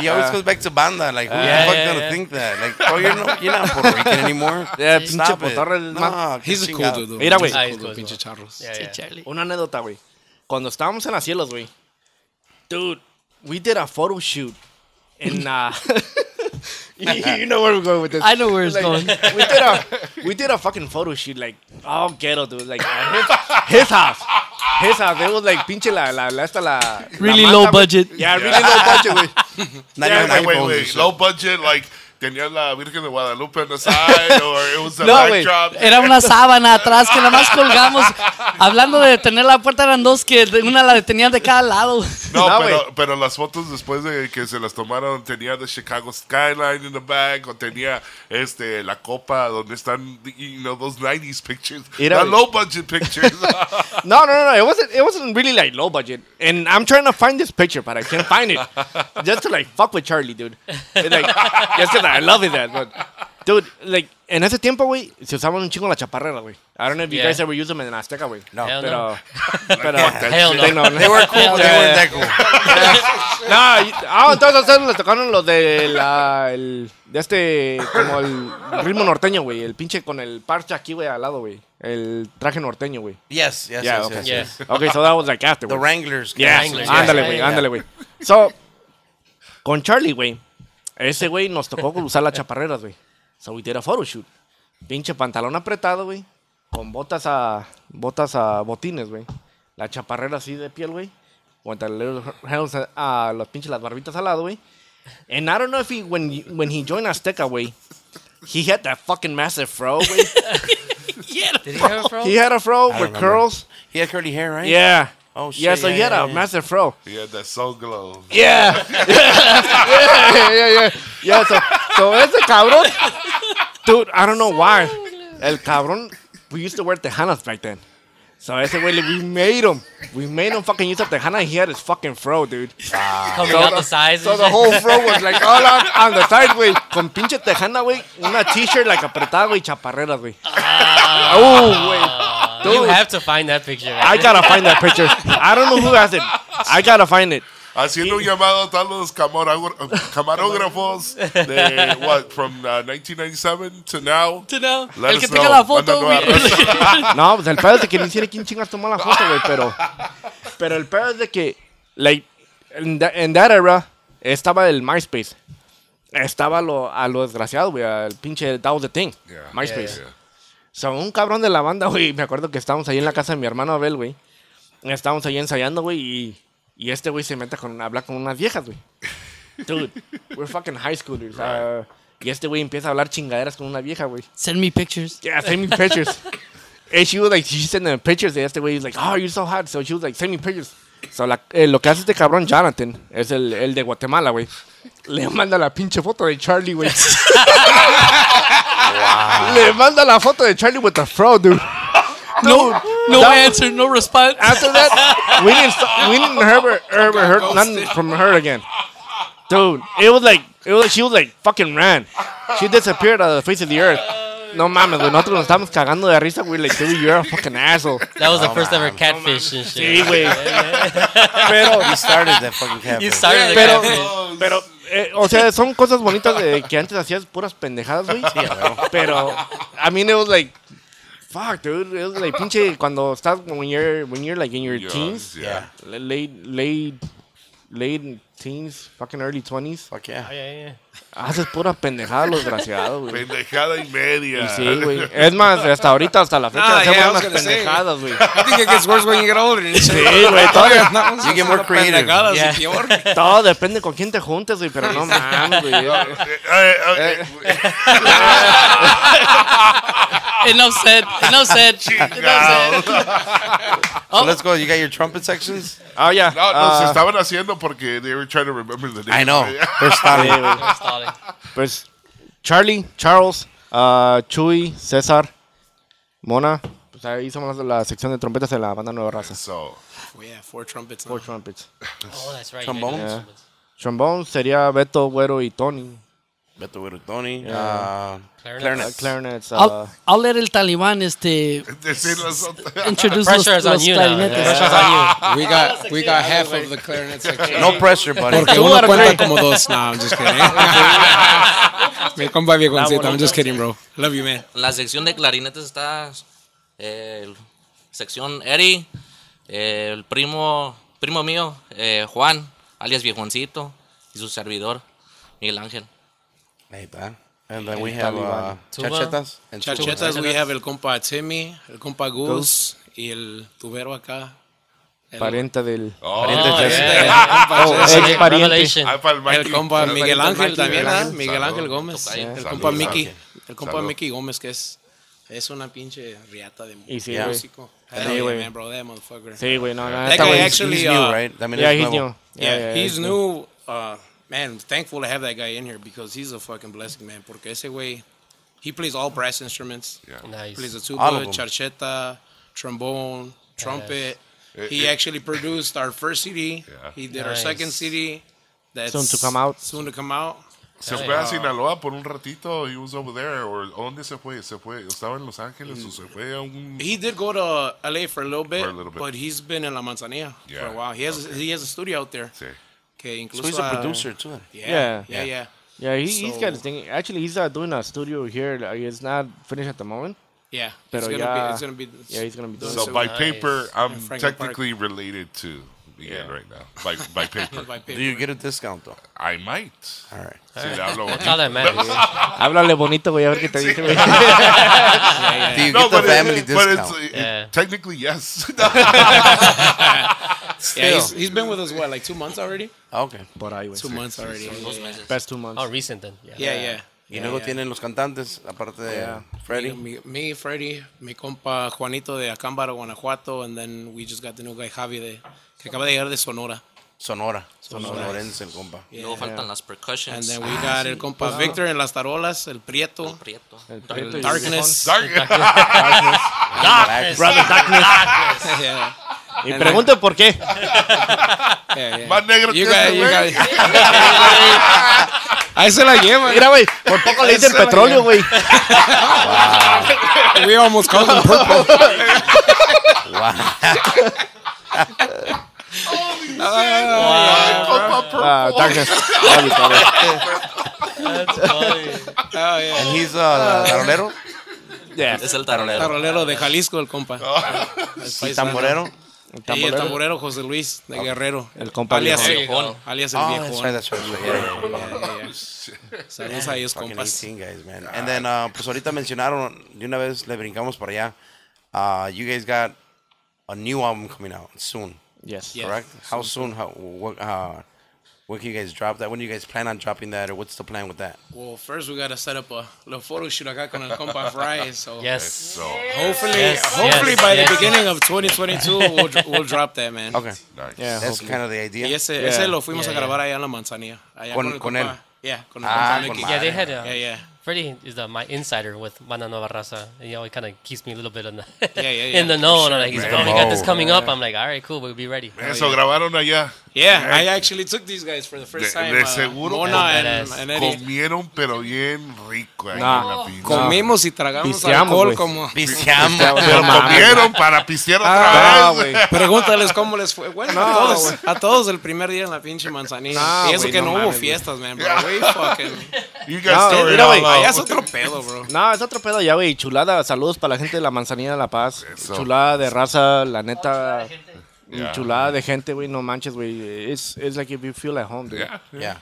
He always goes back to banda. Like, who the Yeah, fuck yeah, gonna yeah. think that? Like, oh, you're not, you're not Puerto Rican anymore. Yeah, pinche Stop it. potorro el ma- No, He's a qué cool chingado. dude, though. Mira, güey. He's a Ah, he's cool dude, cool, pinche charros. Yeah, yeah. Charlie. Una anécdota, güey. Cuando estábamos en las cielos, güey. Dude, we did a photo shoot in uh you know where we're going with this. I know where it's going. we did a we did a fucking photo shoot like all ghetto dude like at his, his house his house it was like pinche la la la esta la la Really mata, low güey. budget. yeah really low budget güey Not Yeah, even Wait, wait, iPhones and wait. shit. Low budget, like, tenía la Virgen de Guadalupe on the side, or it was a No, güey. backdrop. Era una sábana atrás que nada más colgamos. Hablando de detener la puerta, eran dos que de- una la detenían de cada lado. No, No, pero, güey. pero las fotos después de que se las tomaron tenía the Chicago skyline in the back o tenía este la copa donde están you know those 90s pictures, Era- the low budget pictures. no no no no it wasn't it wasn't really like low budget and I'm trying to find this picture but I can't find it just to like fuck with Charlie dude And, like just 'cause I love it that but dude like en ese tiempo güey se usaban un chingo la chaparrera güey I don't know if you Yeah. guys ever used them in Azteca güey No. Hell no. pero pero Hell no. They know. They were cool, but they Yeah. weren't that cool. No, y- ah, entonces a ustedes les tocaron los de la, el, de este, como el ritmo norteño, güey. El pinche con el parche aquí, güey, al lado, güey. El traje norteño, güey. Yes, yes, Yeah, yes, okay. yes, Yeah. yes. Ok, so that was like after, The güey. Wranglers. Yes, Wranglers, ándale, yeah. güey, Yeah. ándale, güey. So, con Charlie, güey, ese güey nos tocó usar las chaparreras, güey. So we did a photo shoot. Pinche pantalón apretado, güey. Con botas a, botas a botines, güey. La chaparrera así de piel, güey. Pantalones a las pinches las barbitas al lado, güey. And I don't know if he, when, when he joined Azteca, güey, he had that fucking massive fro, güey. Did he have it, bro? he had a fro with remember. curls. He had curly hair, right? Yeah. Oh, shit, Yeah, so yeah, he had yeah, a yeah. massive fro. yeah, that soul glow. Yeah. yeah, yeah, yeah. Yeah, so, so ese cabrón. Dude, I don't know why. El cabrón, we used to wear Tejanas back then. So ese güey, we made him. We made him fucking use a Tejana and he had his fucking fro, dude. Coming out the sides. So and the shit. whole fro was like all on, on the side, güey. Con pinche Tejana, güey. Una t-shirt like apretada, güey, chaparreras, güey. Oh, güey. you Dude, have to find that picture. Man. I gotta find that picture. I don't know who has it. I gotta find it. Haciendo un llamado a todos los camarógrafo- camarógrafos de what from uh, 1997 to now. You know? Let El us que tenga know. la foto, Mándanos güey. a raza. No, pues el pedo es de que no hiciera quién chingas tomó la foto, güey, pero. Pero el pedo es de que, like, en that, en that era, estaba el MySpace. Estaba lo, a lo desgraciado, güey, al pinche That Was the Thing. Yeah. MySpace. Yeah, yeah. So, un cabrón de la banda, güey, me acuerdo que estábamos ahí en la casa de mi hermano Abel, güey. Estábamos ahí ensayando, güey, y, y este güey se mete con, habla con unas viejas, güey. Dude, we're fucking high schoolers. uh, y este güey empieza a hablar chingaderas con una vieja, güey. Send me pictures. Yeah, send me pictures. and she was like, she sent them pictures. They asked the way he's like, oh, you're so hot. So she was like, send me pictures. So la, eh, lo que hace este cabrón Jonathan es el, el de Guatemala, güey. Le manda la pinche foto de Charlie, güey. Le manda la foto de Charlie with the fro, dude. No, no that- answer, no response. After that, we didn't st- we didn't ever ever heard nothing from her again. Dude, it was like it was she was like fucking ran. She disappeared out of the face of the earth. No mames, güey. Nosotros nos estábamos cagando de risa, güey. Like, dude, you're a fucking asshole. That was the first ever catfish and Sí, shit. güey. Pero, He started that fucking cafe. You started the Pero- catfish. pero, eh, o sea, son cosas bonitas de que antes hacías puras pendejadas, güey. Pero, I mean, it was like, fuck, dude. It was like, pinche, cuando estás, when you're, when you're like in your teens, Yeah. yeah. la- late, late, late teens, fucking early 20s. Fuck yeah. Haces pura pendejada, los desgraciados, güey. Pendejada y media. Y sí, güey. Es más, hasta ahorita, hasta la fecha, Ah, hacemos yeah, I was unas gonna say. pendejadas, güey. I think it gets worse when you get older. Sí, güey, todavía. You get more creative. Yeah. Oh, Todo depende con quién te juntes, güey, pero no mames, güey. Eh, eh, eh, eh, Enough said. Enough said. chingado. So let's go. You got your trumpet sections? Oh, yeah. No, no, ah, se estaban haciendo porque they were trying to remember the name. I know. They're sí, starting. güey. Stalling. Pues Charlie, Charles, ah, Chuy, César, Mona, pues ahí somos la sección de trompetas en la banda Nueva Raza. So, We have four trumpets. Four now. trumpets. Oh, that's right. Trombones? Yeah. Trombone sería Beto, Güero y Tony. Beto Güero Tony. Uh, Clarinets. Uh, clarinets. clarinets. uh, I'll, I'll let el talibán este, decir las otras. introduce los, Pressure is on los you now. clarinetes. Pressure's on you. We got we got half of the clarinet section. No pressure, buddy. Porque uno cuenta como dos. No, I'm just kidding. Mi compa viejoncito, I'm just kidding, bro. Love you, man. En la sección de clarinetes está eh, el- sección Eri, eh, el primo, primo mío, eh, Juan, alias Viejoncito, y su servidor, Miguel Ángel. Ahí está. And then we have uh, Tuba. chachetas. and Chachetas, we have el compa Timmy, el compa Gus y el tubero acá. Este, El, pariente del. Pariente Oh, Jesse. yeah. ex pariente. Revelation. Ah, pa'l Mikey. el compa Pa'l Miguel Ángel Mikey, también, Miguel ¿verdad? Ángel. Miguel Ángel Gómez. Tocayo. El oh, Salud, compa Salud. Mickey. El compa Salud. Mickey Gómez, que es, es una pinche riata de Y sí, de güey. músico. Hell Sí, yeah, güey. man, bro, that motherfucker. Sí, güey, no, no, That está guy güey. actually, He's uh, new, right? I mean, Yeah, it's he's nuevo. new. Yeah, he's he's new. Uh, man, thankful to have that guy in here because he's a fucking blessing, man. Porque ese güey, he plays all brass instruments. Yeah. Plays Nice. the All of tuba, them. charcheta, trombone, trumpet. He actually produced our first CD. Yeah. He did our second Nice. CD. That's Soon to come out. Soon to come out. Se fue a Sinaloa por un ratito. He was over there. Or, ¿Dónde se fue? ¿Se fue? ¿Estaba en Los Ángeles o se fue a un... He did go to LA for a little bit, For a little bit. but he's been in La Manzanilla for Yeah. a while. He has he has a studio out there. Sí. Okay, incluso, So he's a uh, producer, too. Yeah, Yeah. yeah, yeah. yeah. Yeah, he, he's got his So- thing. Actually, he's uh, doing a studio here. Like, it's not finished at the moment. Pero it's gonna ya- be. It's gonna be. Yeah, he's gonna be doing. So- So, it. by nice. paper, I'm Franklin Park. technically related to Miguel Yeah. right now. By, by paper. by paper. Do you get a discount, though? I might. All right. Si le hablo bonito. Tell that man. dude. Háblale bonito, güey, a ver qué te dice, güey. Do you No, get the but, it- family but discount? it's it- Yeah. technically yes. yeah, he's, he's been with us what, like two months already? Ah, okay. Por ahí, güey. Two months already. Yeah, Dos meses. Best two months. Oh, recent then. yeah. yeah. Y luego tienen los cantantes, aparte de Yeah. Freddy. Me, me, Freddy, mi compa Juanito de Acámbaro, Guanajuato, and then we just got the new guy Javi de que acaba de llegar de Sonora. Sonora. Sonora. Sonorense, el compa. Luego faltan las And percussions. Ah, then Ah, we got el compa Victor en las tarolas, el Prieto, Prieto. Prieto y- Darkness. Darkness. yeah. Y pregunta por qué. Yeah, yeah. Más negro You que got, este, you güey. got. Ahí se la lleva. Mira, güey, por poco le dicen petróleo, güey. We almost called him purple. Oh, Ah, Darkness. Ah, mi cabrón. Oh, yeah. And he's uh, tarolero Yeah. Es el tarolero. Tarolero de Jalisco, el compa. y tamborero. Y el tamborero José Luis de Guerrero. El compa alias viejo. el viejón. Alias el Oh, viejón. that's right, that's right. that's right. Yeah. Saludos a ellos, Fucking compas. 18 guys, man. And then, uh, pues ahorita mencionaron, de una vez le brincamos para allá. Uh, you guys got a new album coming out soon, Yes. Yeah. correct? How soon? How, what, uh, when can you guys drop that? When do you guys plan on dropping that? Or what's the plan with that? Well, first we gotta set up a little photo shoot acá con el compa Fry. So Yes. hopefully, Yes, hopefully yes, by yes. the beginning of 2022 we'll, dr- we'll drop that, man. Okay. Nice. Yeah. That's kind of the idea. Y ese, Yeah. ese lo fuimos Yeah, a grabar allá en la manzanilla. Allá Con- con, el con compa- él. Yeah, con el Ah, compa con Mickey. Yeah, they had. Uh, Yeah, yeah. Freddie is the, my insider with Mana Nova Raza. He always kind of keeps me a little bit in the, yeah, yeah. in the know. and I'm like, he's man. oh, we got this Oh. coming up. I'm like, all right, cool, we'll be ready. Eso grabaron allá. Yeah, I actually took these guys for the first De- time. de uh, seguro Mona que- and, and Eddie. Comieron, pero bien rico. ahí Nah. en la pinche. Comimos y tragamos Pisteamos, alcohol güey. como. Viciamos. Pero comieron para pistear Ah, otra vez. güey. Pregúntales cómo les fue. Bueno, a, No, todos, güey. a todos el primer día en la pinche manzanilla. No, y eso güey, que no no, hubo mames, güey. fiestas, man. Pero, güey, fucking. You No, guys no, mira, güey, Allá es otro pedo, bro. No, es otro pedo ya, güey. Chulada. Saludos para la gente de la Manzanilla de La Paz. Eso. Chulada de raza, la neta. Yeah. Chulada de gente, güey. No manches, güey. It's, it's like if you feel at home, dude. Yeah. Yeah.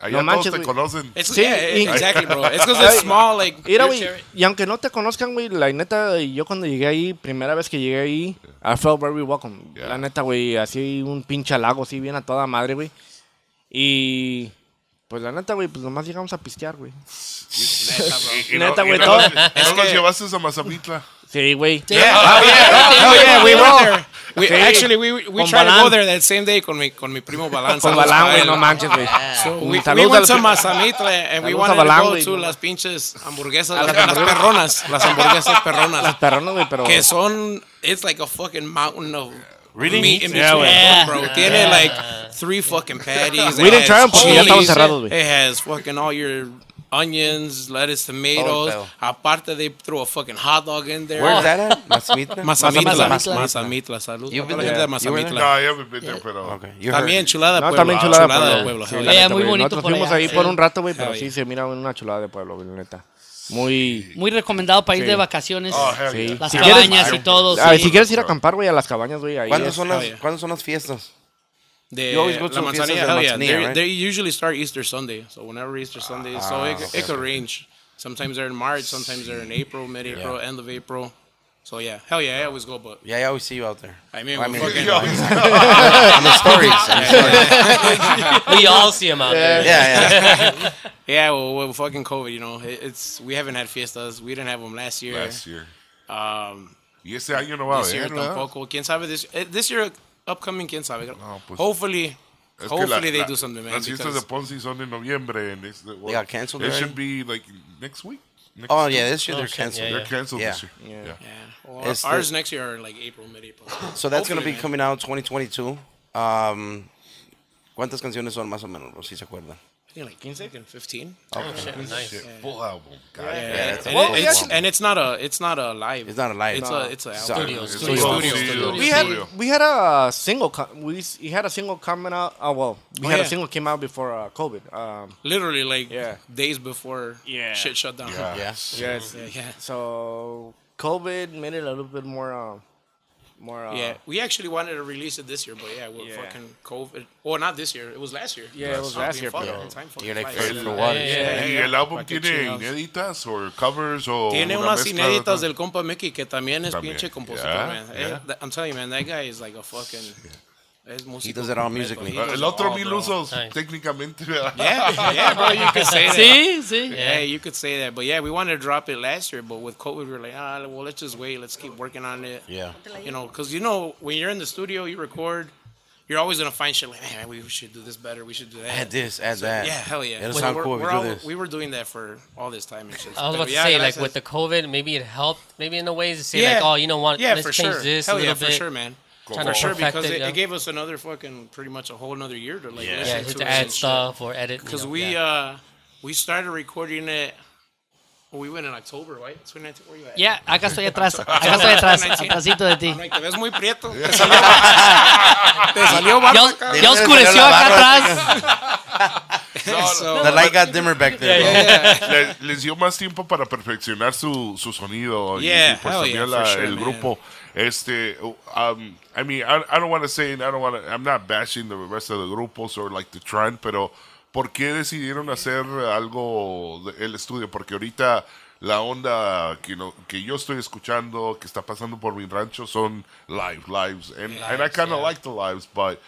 Allá No todos manches, te güey. conocen. It's, Sí, yeah, y- eh, exactly, bro. It's because it's small, like. your Mira, güey, cherry- y aunque no te conozcan, güey, la neta, yo cuando llegué ahí, primera vez que llegué ahí, I felt very welcome. Yeah. La neta, güey, así un pinche lago, así bien a toda madre, güey. Y pues la neta, güey, pues nomás llegamos a pistear, güey. Y- y no- Neta, y güey, no- todo. y no Es los que- Ah, llevaste a Mazamitla. Sí, Eh, güey. Yeah. Oye, Oh, we were. We, Sí. Actually, we, we, we Con tried to Balán. go there that same day con mi, con mi primo Balán. Con Saludos Balán, a güey, él. no manches, güey. So Un we, we saludo went al- to Mazamitla and we Saludos a wanted Balán, to go güey. to las pinches hamburguesas, las, las perronas, las hamburguesas perronas. Perrones, güey, pero. Que son, it's like a fucking mountain of Really? meat in between, Yeah, güey. bro. Tiene like three fucking patties. We It didn't try has 'em porque ya estaban chilies. cerrados, güey. It has fucking all your onions, lettuce, tomatoes. pedo. Aparte, they threw a fucking hot dog in there. Where's that at? Mazamitla? Mazamitla. Mazamitla. Mazamitla, salud. You've A toda la been gente there? de You were there? No, Mazamitla. ya me metí, pero. Okay. You heard. También chulada de No, pueblo. también chulada, de pero- pueblo. sí, hell la Eh, yeah. neta, muy güey. bonito Nosotros por fuimos allá, ahí sí. por un rato, güey, pero Hell sí yeah. se mira una chulada de pueblo, güey, la neta. Muy. Muy recomendado para ir Sí. de vacaciones. Oh, hell Sí. yeah. Las Si quieres- cabañas y todo. Ah, sí. si quieres ir a acampar, güey, a las cabañas, güey, ahí. ¿Cuándo es- son, las, Oh, yeah. ¿Cuándo son las fiestas? De You always go to la fiestas manzanilla, de hell yeah. Manzanilla, They- right? Ah, They usually start Easter Sunday, so whenever Easter Sunday, is, so it, it could range. Sometimes they're in March, sometimes they're in April, mid-April, end of April. So yeah, hell yeah, I always go, but Yeah, I always see you out there. I I mean, we mean, fucking- Yo, on the stories. on the stories. We all see him out there. Yeah, yeah. yeah, well, well, fucking COVID, you know, it, it's we haven't had fiestas, we didn't have them last year. Last year. Um, Y ese año Oh, no va a this year haber, ¿verdad? tampoco. Quién sabe this eh, this year upcoming? Quién sabe? pues- Hopefully, Es que la- hopefully they la- do something, man. Las fiestas because- de Ponzi son en noviembre. And it's, well, got canceled It already? should be like next week. Next Oh, week. yeah, this year Oh, they're shit, canceled. yeah, They're yeah. canceled this Yeah. year. Yeah. Yeah. Well, It's the- ours next year are like April, mid-April. So that's going to Hopefully, be coming out 2022. Um, ¿Cuántas canciones son más o menos, bro, si se acuerdan? I think like 15, 15. Oh, shit, nice. Shit, full album. God Yeah, damn. and, Well, it- we Eh, it's, actually- and it's not a it's not a live. It's not a live. It's a it's a So- album. Studios. It's all Studios. studio. We had Studio. we had a single co- we s- he had a single coming out. Oh well, we Oh, had a yeah. single came out before uh, COVID. Um, Literally like Yeah. days before Yeah. Uh-huh. shit shut down. Yeah. Yes. yes. yeah, yeah. So COVID made it a little bit more uh, more. Uh, Yeah. we actually wanted to release it this year, but yeah, we're Yeah. fucking COVID. Well, not this year. It was last year. Yeah, it was last year, Fucking pero- time fucking You're like, flies. for, for what? Yeah, Eh, ¿Y el álbum Para que tiene chingados. inéditas o covers o Tiene una unas mezcla inéditas de- del compa Mickey que también es También. pinche compositor, Yeah, man. Eh, yeah. th- I'm telling you, man, that guy is like a fucking. Es músico. He does it all completo. musically. He Ah, El does it otro all, mil Oh, bro. usos, Nice. técnicamente. ¿verdad? Yeah, yeah, bro, you could say that. Sí, sí. Yeah, you could say that. But yeah, we wanted to drop it last year, but with COVID, we were like, ah, well, let's just wait. Let's keep working on it. Yeah. You know, because you know, when you're in the studio, you record, you're always going to find shit like, man, we should do this better. We should do that. Add this, add that. Yeah, hell yeah. It'll So sound we're- cool if we're you do all- this. We were doing that for all this time and shit. I was But about to yeah, say, like gracias. with the COVID, maybe it helped, maybe in a way to say Yeah. like, oh, you know what, Yeah, let's for change sure. this Hell a yeah, little for bit. sure, man. Trying For to sure, perfect because it, it, yeah. it gave us another fucking pretty much a whole another year to like Yeah. listen yeah, to, to add stuff or edit. Because we uh we started recording it. well, we went in October, right? 2019. Where you at? Ya, acá estoy atrás. Acá estoy atrás. Atrásito de ti. Mike, te ves muy prieto. Te salió, te salió barba Ya, acá. ya oscureció acá atrás. So, The light got dimmer back there. bro. Le- les dio más tiempo para perfeccionar su, su sonido y- y, Yeah, pues hell también yeah, for la- sure, el man. grupo. Este, um, I mean, I, I don't want to say, and I don't want I'm not bashing the rest of the grupos or like the trend, pero ¿por qué decidieron hacer algo de- el estudio? Porque ahorita la onda que, no- que yo estoy escuchando, que está pasando por mi rancho, son live, lives. And, and I kind of like the lives, but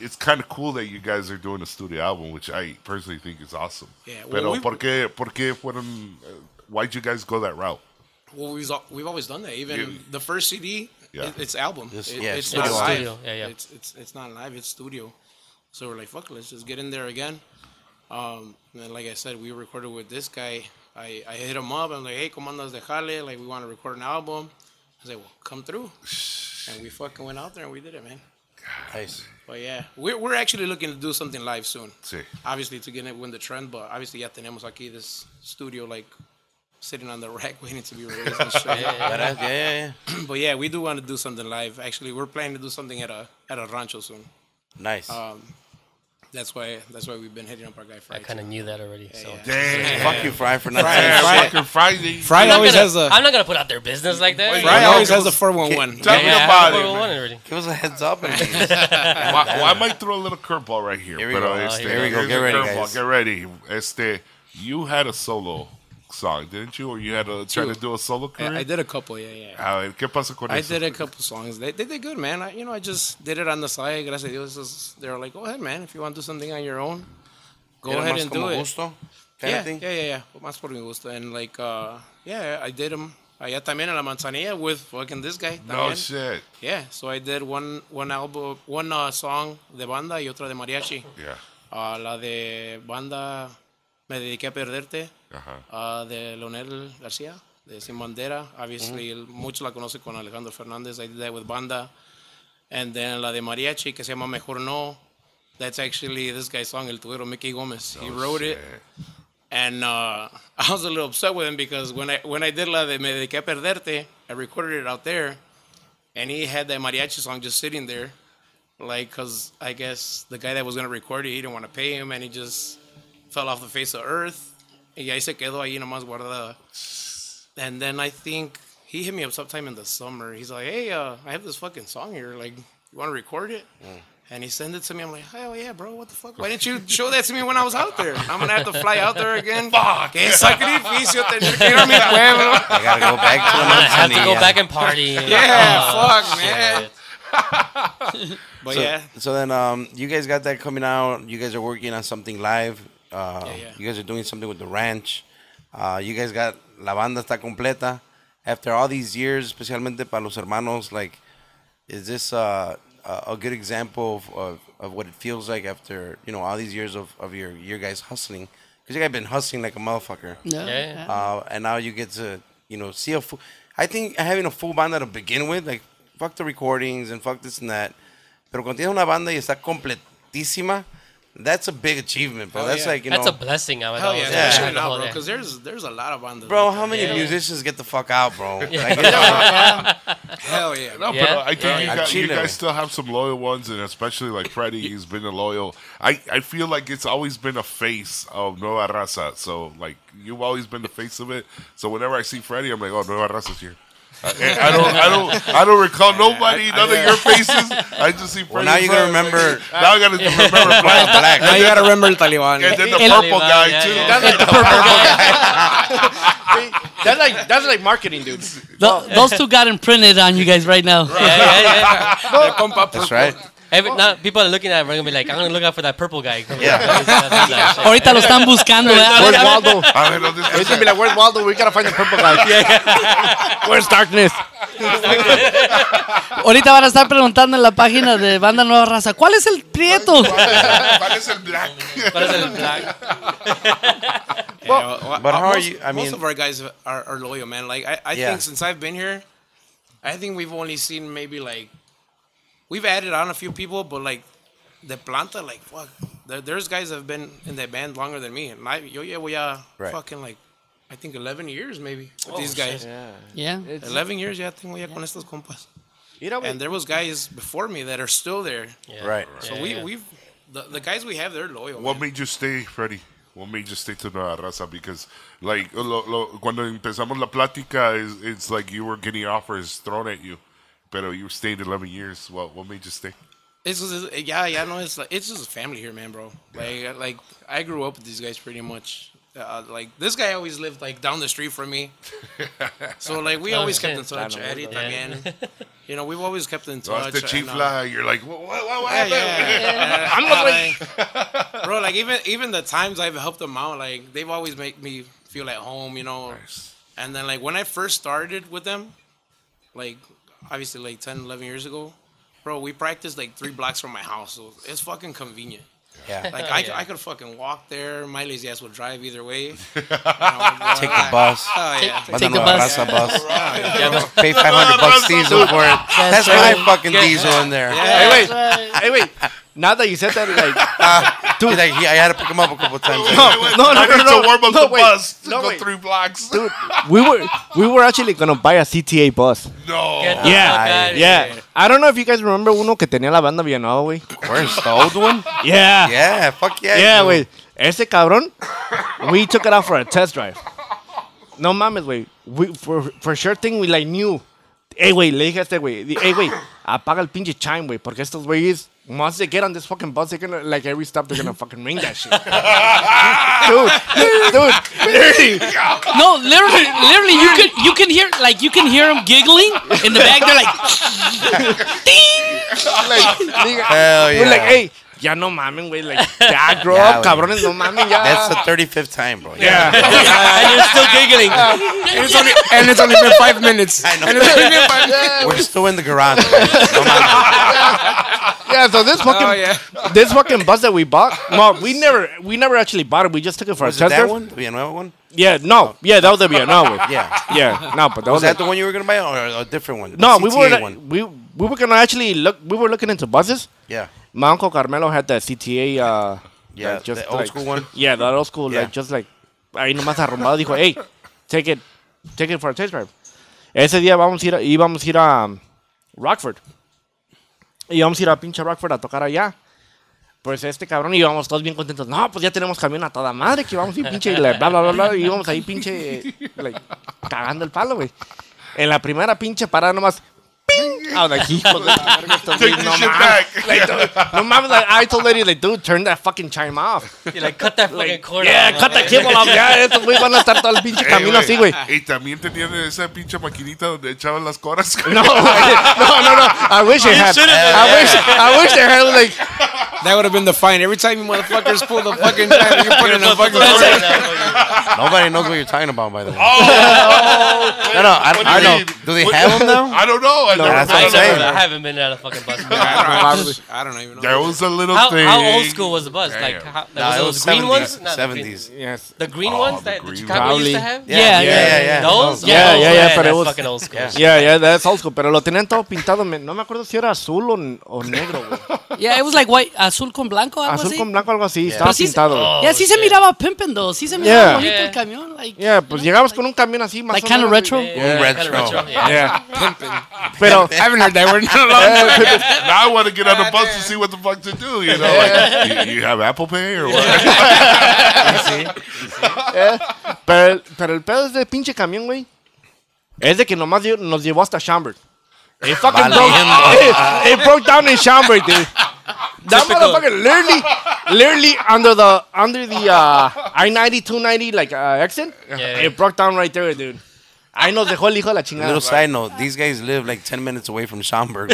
it's kind of cool that you guys are doing a studio album, which I personally think is awesome. Yeah, pero well, we- ¿por qué, por qué fueron, eh, why'd you guys go that route? well, we've, al- we've always done that. Even You- the first CD, Yeah. it, it's album. This- It- yeah, it's studio not album. live. Studio, yeah, yeah. It's, it's, it's not live, it's studio. So we're like, fuck, let's just get in there again. Um, and then, like I said, we recorded with this guy. I, I hit him up. I'm like, hey, come on, let's dejale. Like, we want to record an album. I said, well, come through. And we fucking went out there and we did it, man. Nice. But yeah, we're, we're actually looking to do something live soon. Sí. Obviously to get it win the trend, but obviously ya tenemos aquí this studio like sitting on the rack waiting to be released and shit. Badass, Yeah, yeah, yeah. But yeah, we do want to do something live. Actually, we're planning to do something at a at a rancho soon. Nice. Um, That's why that's why we've been hitting up our guy I Friday. kind of knew that already. So Damn. Fuck you, Fry, for not Fry, saying Fry. shit. Fucking Friday. Friday I'm, not always gonna, has a I'm not gonna put out their business like that. Right. Friday No, always has because- a four one one. Tell me Yeah, about I it. put one already. Give us a heads up. Well, I- well, I might throw a little curveball right here. Here we but, go. uh, Oh, este, here we go. here's Get a ready, curveball. guys. Get ready. Este, you had a solo song, didn't you? Or you had a, trying to do a solo career? I, I did a couple, yeah, yeah. A Ah, ver, ¿qué pasó con I eso? did a couple songs. They, they did good, man. I, you know, I just did it on the side. Gracias a Dios. It's- They were like, go ahead, man. If you want to do something on your own, go ahead and do it. Gusto, kind yeah, of thing. yeah, yeah, yeah. Mas por mi gusto. And like, uh, yeah, I did them. allá también en La Manzanilla with fucking this guy. No también. shit. Yeah, so I did one one album, one uh, song de banda y otra de mariachi. Yeah. Ah, la de banda me dediqué a perderte Ajá. ah, de Leonel García de Sin Bandera. Obviously, el- muchos la conocen con Alejandro Fernández. I did that with banda, and then la de mariachi que se llama Mejor No. That's actually this guy's song, El Tuero Mickey Gomez. he wrote it. And uh, I was a little upset with him because when I when I did la de Me Dediqué a Perderte, I recorded it out there, and he had that mariachi song just sitting there, like because I guess the guy that was gonna record it, he didn't want to pay him, and he just fell off the face of earth. Y ahí se quedó ahí nomás guardada. And then I think he hit me up sometime in the summer. He's like, "Hey, uh, I have this fucking song here. Like, you want to record it?" And he sent it to me. I'm like, "Hell yeah, bro! What the fuck? Why didn't you show that to me when I was out there? I'm gonna have to fly out there again. Fuck! Qué sacrificio tener que ir a mi pueblo. I gotta go back to the I have to go Manzanilla. back and party. Oh, Yeah, fuck, shit. man. But yeah, So then, um, you guys got that coming out. You guys are working on something live. Uh, yeah. You guys are doing something with the ranch. Uh, you guys got la banda está completa. After all these years, especialmente para los hermanos, like, is this uh, a a good example of, of, of what it feels like after you know all these years of, of your your guys hustling? Because you guys been hustling like a motherfucker. No. Yeah. Uh, and now you get to, you know, see a full. I think having a full banda to begin with, like, fuck the recordings and fuck this and that. Pero cuando tienes una banda y está completísima, that's a big achievement, bro. Hell that's yeah. like, you That's know. a blessing. I would hell yeah, always- Yeah. especially now, Hold bro, it. because there's there's a lot of bandas. Bro, out how many Yeah. musicians get the fuck out, bro? Like, there. Hell yeah. No, Yeah. but I think Uh, Yeah. you, Al guys, you chile. guys still have some loyal ones, and especially like Freddie, he's been a loyal. I, I feel like it's always been a face of Nueva Raza. So, like, you've always been the face of it. So, whenever I see Freddie, I'm like, oh, Nueva Raza's here. I, I don't, I don't, I don't recall nobody, none of your faces. I just see. Freddie now you gotta Fred, like, remember- now I gotta remember Black, Now you gotta remember el Taliban. and then the Italy, purple man. guy Yeah, too. yeah. That's like that's like marketing, dude. Tho- those two got imprinted on you guys right now. Yeah, yeah, yeah. that's right. Every, now people are looking at him. We're gonna be like, I'm gonna look out for that purple guy. Yeah. Ahorita lo están buscando. ¿eh? Where's Waldo? I don't know, this It's is- gonna be like, where's Waldo? We gotta find the purple guy. Where's darkness? Ahorita van a estar preguntando en la página de Banda Nueva Raza, ¿cuál es el prieto? Parece black. Yeah, well, But uh, how are most- you- I most mean- of our guys are, are loyal, man. Like I, I Yeah. think since I've been here, I think we've only seen maybe like we've added on a few people, but like the planta, like fuck, there, there's guys that have been in that band longer than me, and I, yo yeah, we are Right. fucking like I think 11 years maybe with these guys. Yeah. 11 years, yeah, tengo ya con estos compas. Mira, güey. And there was guys before me that are still there. Right. So we we've the, the guys we have, they're loyal. What man. made you stay, Freddy? What made you stay to Nueva Raza? Because, like, lo, lo, cuando empezamos la plática, it's, it's like you were getting offers thrown at you. Pero you stayed 11 years. What, what made you stay? It's just, it- yeah, yeah, no, it's like it's just a family here, man, bro. Like, like I grew up with these guys pretty much. Uh, like this guy always lived like down the street from me, so like we always kept in shit. touch. Eddie, también. you know, we've always kept in So touch. hasta and, uh, chifla, you're like, what, what, what, what yeah, happened? yeah. I'm not like Like, bro, like even even the times I've helped them out, like they've always made me feel at home, you know. And then like when I first started with them, like obviously like 10, 11 years ago, bro, we practiced like three blocks from my house, so it's fucking convenient. Yeah. Like I, I could fucking walk there. My lazy ass would drive either way. Take the The bus. Oh, yeah. Banda the Nueva bus. Raza bus. Pay 500 bucks diesel for it. That's my fucking diesel in there. Hey, wait. Hey, wait. Now that you said that, like, He's like, he, I had to pick him up a couple times. no, I no, need no, to warm up no, the wait, bus to no, go wait. three blocks. dude, we were we were actually gonna buy a CTA bus. no. Yeah, yeah. I don't know if you guys remember uno que tenía la banda Villanueva, güey. Where's the old one? Yeah. Yeah, fuck yeah. Yeah, dude. güey. Ese cabrón, we took it out for a test drive. No mames, güey. We- For, for sure thing, we like knew. Ey, güey, le dije a este, güey. di- Ey, güey, apaga el pinche chime, güey. Porque estos güeyes, once they get on this fucking bus, they're gonna, like, every stop, they're gonna fucking ring that shit. dude, dude. literally. No, literally, literally, you can you can hear like you can hear them giggling in the back. They're like, Like, diga- Hell yeah. We're like, hey, ya no mamen, güey. Like, ya, grow Ya, güey. up, cabrones, no mamen, ya. That's the 35th time, bro. Yeah. and you're still giggling. And it's only, and it's only been five minutes. I know. And it's only been five minutes. We're still in the garage. man. No mames. Yeah, so this fucking Oh, yeah. this fucking bus that we bought, no, we never we never actually bought it. We just took it for Was a it test that drive. one? The Villanueva one? Yeah, no, yeah, that was the Vietnam one. Yeah. yeah, no, but that Was was, that the the one you were gonna buy or a different one? The no. We CTA were one. we we were gonna actually look. We were looking into buses. Yeah. My uncle Carmelo had that CTA. Uh, Yeah, like, just the old like- school one. Yeah, that old school. Yeah. Like just like ahí nomás arrumbado dijo, hey, take it, take it for a test drive. Ese día vamos a ir, a- íbamos a ir a um, Rockford. Y vamos a ir a pinche Rockford a tocar allá. Pues este cabrón, y íbamos todos bien contentos. No, pues ya tenemos camión a toda madre, que íbamos a ir pinche, y la- bla, bla, bla, bla. Y íbamos ahí pinche, like, cagando el palo, güey. En la primera pinche parada nomás, ¡ping! Ahora aquí, Take this shit back. no mames, like, I told lady, like, dude, turn that fucking chime off. You're like, cut that fucking cord. Yeah, off, cut that man. cable off. Ya, estos güey van a estar todo el pinche Eh, camino así, güey. Y también tenían esa pinche maquinita donde echaban las coras. No, güey, no, no, no. I wish it had. I wish, I wish they had like. That would have been the fine. Every time you motherfuckers pull the fucking driver, you put in a fucking That's order. it, that fucking- Nobody knows what you're talking about, by the way. no, no, I, I do you know. mean? Do they have them now? I don't know. I never that's been what I'm I on a- saying. never, I haven't been at a fucking bus. before. Probably. I don't even know. There was a little How, thing. how old school was the bus? Like, Damn. how, like No, was it it was those green 70s, ones? Not the green- 70s. Yes. The green Oh, ones the that green the Chicago used to ones. have? Yeah, Yeah, yeah, yeah. yeah, yeah. Those? Yeah, Those, yeah, yeah, man, but it that's was- fucking old school. Yeah. Yeah, yeah, that's old school. Pero lo tenían todo pintado. me- No me acuerdo si era azul o, o negro, güey. Yeah, it was like white, azul con blanco, algo Azul así. con blanco, algo así. Estaba Pero sí Oh. se- pintado, güey. Yeah, sí se miraba pimpin though. Sí se miraba Yeah. bonito Yeah. el camión. Like, Yeah, pues llegamos con un camión así más like o kind of menos, retro. güey. Yeah, Red kinda straw. retro, yeah. Yeah. Pero, I haven't heard that word in a long time. Now I want to get on a bus to see what the fuck to do. You know, like, you, you have Apple Pay or what? eh, pero, el- pero el pedo es de pinche camión, güey. Es de que nomás dio- nos llevó hasta Chamber. It fucking broke, it, it broke down in Chamber, dude. That motherfucker literally, literally under the under the uh, I ninety two ninety like uh, exit, it broke down right there, dude. Ahí nos dejó el hijo de la A chingada. little side note: These guys live like 10 minutes away from Schaumburg.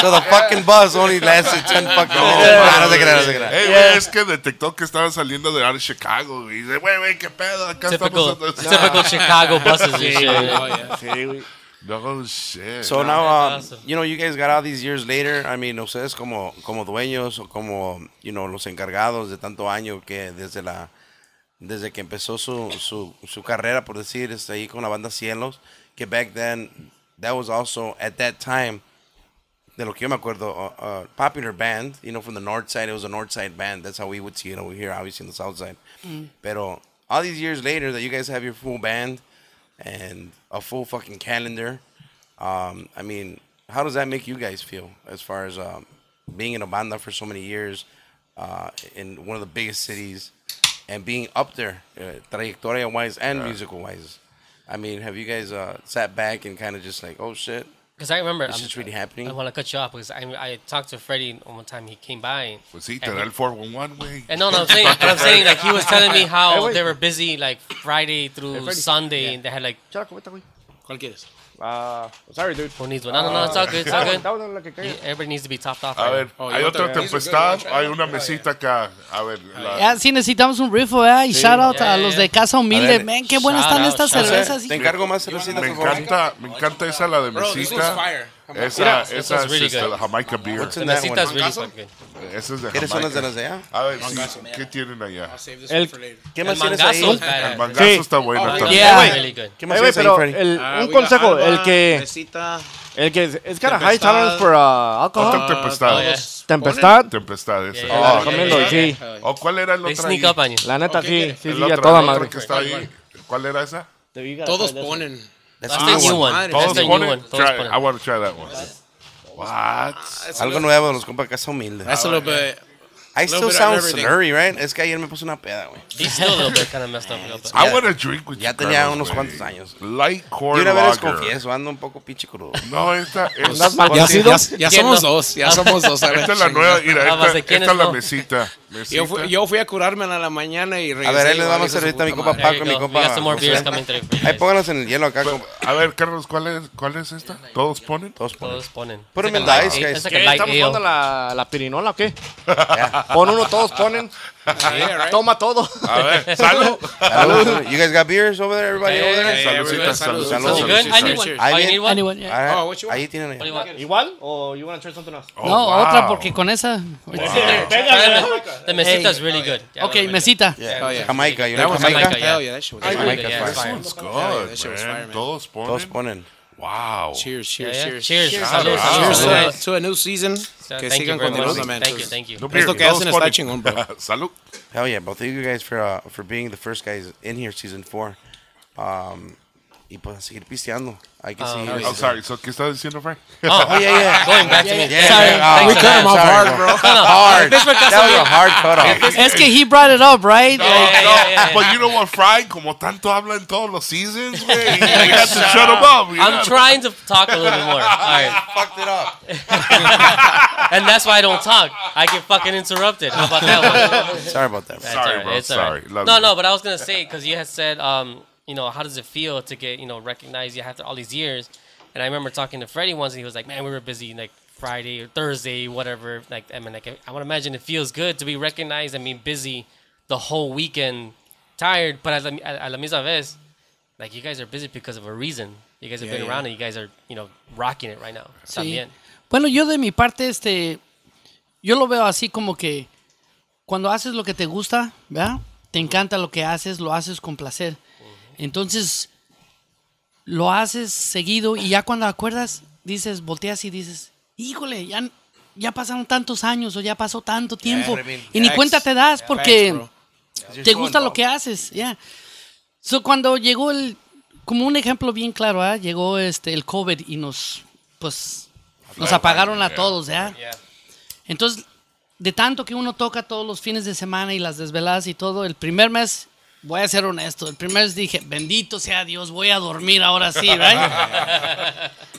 so the fucking bus only lasted 10 fucking minutes. Nah, no se crea, no se crea. Hey, güey, es que detectó que estaban saliendo de out of Chicago. Y dice, güey, güey, qué pedo. Acá Typical, estamos. haciendo- typical Chicago buses and shit. Oh, Sí, güey. No shit. So now, um, awesome. you know, you guys got out these years later. I mean, ustedes como, como dueños o como, you know, los encargados de tanto año que desde la, desde que empezó su, su, su carrera, por decir, este, ahí con la banda Cielos, que back then, that was also, at that time, de lo que yo me acuerdo, a, a popular band, you know, from the north side. It was a north side band. That's how we would see it over here, obviously, in the south side. Pero all these years later, that you guys have your full band and a full fucking calendar. Um, I mean, how does that make you guys feel as far as um, being in a banda for so many years uh, in one of the biggest cities and being up there, uh, trayectoria wise and musical wise? I mean, have you guys uh, sat back and kind of just like, oh shit, Because I remember, this I'm- is really happening? I want to cut you off because I, I talked to Freddie one time. He came by. Pues sí, te and da he- el 411, güey. And Eh, no, no, I'm saying, and I'm saying, like he was telling me how they were busy, like Friday through Sunday, and they had like Chala, cometa, güey. ¿Cuál quieres? Ah, sorry, dude. who needs one. No, no, no, it's all good, it's all good. That was la que You- caía. Everybody needs to be topped off. A right ver, Oh, hay yo otra también. tempestad, hay una Oh, mesita acá. A ver, Ah, la- Ya, Ah, sí necesitamos un rifle, ¿eh? Y shout out Yeah, a yeah, los yeah. de Casa Humilde. ver, Man, qué buenas shout están out, estas shout out. cervezas. Te encargo más cervecita, me por favor. encanta, me encanta esa la de Bro, this mesita. one's fire. Esa, This esa one's es really este, good. la Jamaica beer. What's The in that mesita is one? really fucking good. Esa es de ¿Quieres unas de las Jamaica. de allá? A ver, sí, ¿qué tienen allá? Save this El- one for later. ¿Qué El más tienes ahí? mangazo is El badass. mangazo Sí. está Oh, bueno también. Yeah, güey. really good. ¿Qué Eh, más güey, tienes ahí, pero Freddy? el- Ah, un we got consejo, Alba, el que, Mesita, el que, es cara Tempestad. high tolerance for Otra uh, ah, alcohol. tempestad. Oh, yeah. Tempestad. Tempestad, esa. Yeah, yeah, Oh, yeah, Recomiendo, yeah, sí. ¿O cuál era el They otro sneak ahí? up on you. La neta, sí, ¿qué sí, El sí, otro, a toda el otro madre. que está ahí. ¿Cuál era esa? Todos ponen. That's That's the the new new one. one. That's Todos the new ponen. one. Todos Try- I ponen. want to try that one. What? Algo nuevo de los compas Casa Humilde. Ah, That's Ah, a little bit. I Little still bit of sound everything. slurry, right? Es que ayer me puse una peda, güey. He's still a little bit kind of messed up. a little bit. I Ya- want to drink with Ya you. tenía Carlos, unos güey. cuantos años. Light corn Yo una vez les lager. confieso, ando un poco pinche crudo. No, esta es, Andas mal Ah, Ya, contigo. ya- ya ¿Quién somos no? dos, ya somos dos. a la esta es la chingada. nueva. Mira, Ah, pues, esta, ¿de quién esta es es la no? mesita. mesita. Yo fui, yo fui a curarme a la mañana y regresé. A ver, ahí les igual, vamos a hijo de hacer ahorita puta mi copa madre. There you Paco, mi go. compa We got some more José. beers coming through. Ahí pónganos en el hielo acá. Pero, a ver, Carlos, ¿cuál es, cuál es esta? ¿Todos ponen? Todos ponen. Todos ponen. Put 'em in It's like a dice, light- guys. it's like a ¿Qué? light ¿Estamos ale. jugando la, la pirinola o qué? Pon uno, todos ponen. Toma todo. A ver, salud. Salud. You guys got beers over there, everybody over there? Hey, Saludcita, everybody, salud. salud. Salud. You good? I need one. Cheers. Oh, you Ahí need viene. one? Anyone, yeah. Ah, Oh, what you want? Ahí tienen. What do ahí. you want? ¿Igual? ¿O you want to try something else? Oh, No, wow. otra porque con esa. The mesita is really good. Yeah, Ok, really good. mesita. Yeah. Oh, yeah. Jamaica, you That know was Jamaica? Jamaica, Jamaica. yeah. Hell yeah, that shit was Jamaica, Jamaica. yeah, Jamaica, it's fire. fire. It's good, Yeah, that shit was man. fire, man. Todos ponen. Todos ponen. Wow. Cheers, Yeah, cheers, yeah. cheers. Cheers. Salud. Cheers Salud. to- Salud. to a new season. Thank que you sigan very con much. nosotros, man. Thank you, thank you. No Es lo beer, que todos hacen está ponen. chingón, bro. Salud. Hell yeah, both of you guys for uh, for being the first guys in here season four. Um, y pues seguir pisteando. Hay que seguir. I'm sorry. So, ¿Qué estás diciendo, Frank? Oh yeah, yeah. Going back to me. Yeah, yeah. Oh, We cut man, him off sorry, hard, bro. Hard. That was a hard cutoff. Es que he brought it up, right? Like, yeah, yeah, yeah. But you know what, Frank? Como tanto habla en todos los seasons, güey. I got to shut him up. you know? I'm trying to talk a little bit more. All right. Fucked it up. And that's why I don't talk. I get fucking interrupted. How about that one? Sorry about that. bro. That's Sorry, all right, bro, it's all right. sorry. Love No, you. no, but I was gonna say because you had said, um, you know, how does it feel to get you know recognized you after all these years? And I remember talking to Freddie once, and he was like, "Man, we were busy like Friday or Thursday, whatever." Like, I mean, like I would imagine it feels good to be recognized. I mean, busy the whole weekend, tired, but at la, at- at la misma vez, like you guys are busy because of a reason. You guys have been around, and you guys are you know rocking it right now. Sí. También. Bueno, yo de mi parte, este, yo lo veo así como que cuando haces lo que te gusta, ¿verdad? Te encanta lo que haces, lo haces con placer. Entonces, lo haces seguido y ya cuando acuerdas, dices, volteas y dices, híjole, ya, ya pasaron tantos años o ya pasó tanto tiempo. Irving, y ni thanks. cuenta te das porque Thanks, bro. te gusta lo que haces, ya. So, cuando llegó el, como un ejemplo bien claro, ¿ah? llegó este el COVID y nos, pues, nos apagaron a todos, ¿ya? Entonces, de tanto que uno toca todos los fines de semana y las desveladas y todo, el primer mes, voy a ser honesto, el primer mes dije, bendito sea Dios, voy a dormir ahora sí, right?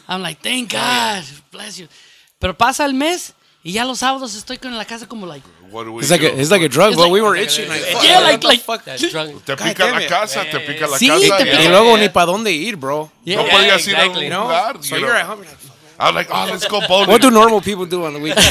I'm like, thank God, bless you. Pero pasa el mes y ya los sábados estoy con la casa como like, What do we It's like do? a, it's like a drug, It's bro. like- we were itching. Like, fuck, yeah, what like, the like, fuck? That drunk. Te God pica damn la it. casa, te pica la Eh. Sí, casa. te y Y pica. luego ni para dónde ir, bro. No Yeah, podías ir a exactly. un No. lugar. you So know? you're at home. you're like, fuck. I'm like, oh, let's go bowling. What do normal people do on the weekend?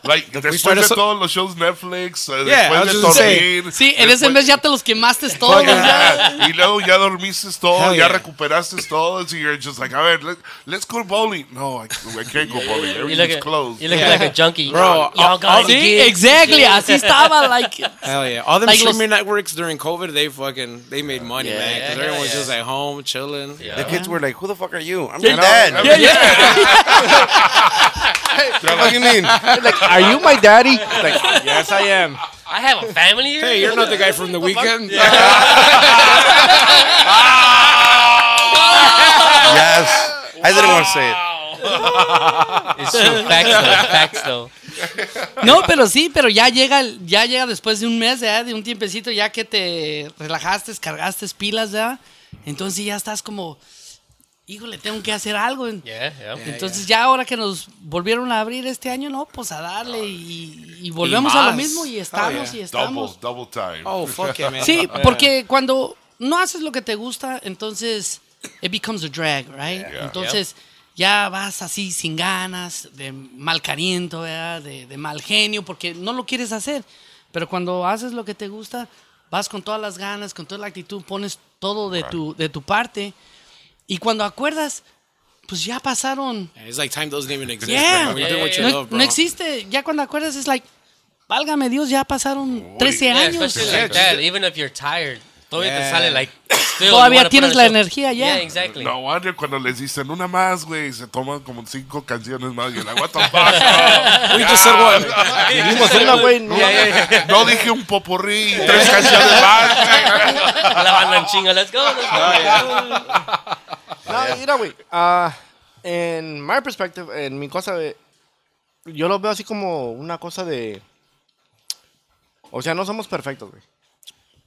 like, después de so- todos los shows Netflix, eh, Yeah, I después was de just saying. dormir. sí, en ese después- mes ya te los quemaste todos, ¿ya? Ah, y luego ya dormiste todo, Hell ya yeah. recuperaste todo, so you're just like, a ver, let, let's go bowling. No, I, I can't go bowling. You look, Everything's at, closed. you look Yeah. like a junkie, Bro, Y'all all- got all uh, Ah, Sí, the gigs. exactly, así estaba, like, Hell yeah! All them Like los- streaming networks during COVID, they fucking they made money, man. Because yeah, everyone's yeah. just at home chilling. Yeah. The kids were like, "Who the fuck are you?" I'm your dad. Yeah, What do you mean? Like, are you my daddy? Like, yes, I am. I have a family here. Hey, you're not the guy from the weekend. yes. I didn't want to say it. It's true. Facts though. Facts though. No, pero sí, pero ya llega, el- ya llega después de un mes, ¿verdad? de un tiempecito, ya que te relajaste, cargaste pilas, ¿verdad? entonces ya estás como, híjole, tengo que hacer algo. Yeah, yeah. Entonces ya ahora que nos volvieron a abrir este año, no, pues a darle y, y volvemos a lo más. mismo y estamos Oh, Double, yeah. y estamos. double time. Oh fuck yeah, man! Eh. Sí, porque cuando no haces lo que te gusta, entonces it becomes a drag, right? Entonces ya vas así sin ganas, de mal cariento, ¿verdad? de, de mal genio, porque no lo quieres hacer. Pero cuando haces lo que te gusta, vas con todas las ganas, con toda la actitud, pones todo de tu, de tu parte. Y cuando acuerdas, pues ya pasaron. It's like time doesn't even exist. Yeah. bro. When you're doing what you No, love, bro. no existe. Ya cuando acuerdas es like, válgame Dios, ya pasaron 13 Yeah, años. especially like that. Even if you're tired, todavía Yeah. te sale like. Still, Todavía you wanna put tienes on a la show. energía, yeah. Yeah, exactly. No wonder cuando les dicen una más, güey, se toman como cinco canciones más. You're like, what the fuck, bro? We just said what? Dijimos una, güey. no. No dije un popurrí, tres canciones más. güey. La banda en chinga, let's go. Let's go. No, mira, güey. ah, en my perspective, en mi cosa de. Yo lo veo así como una cosa de. O sea, no somos perfectos, güey.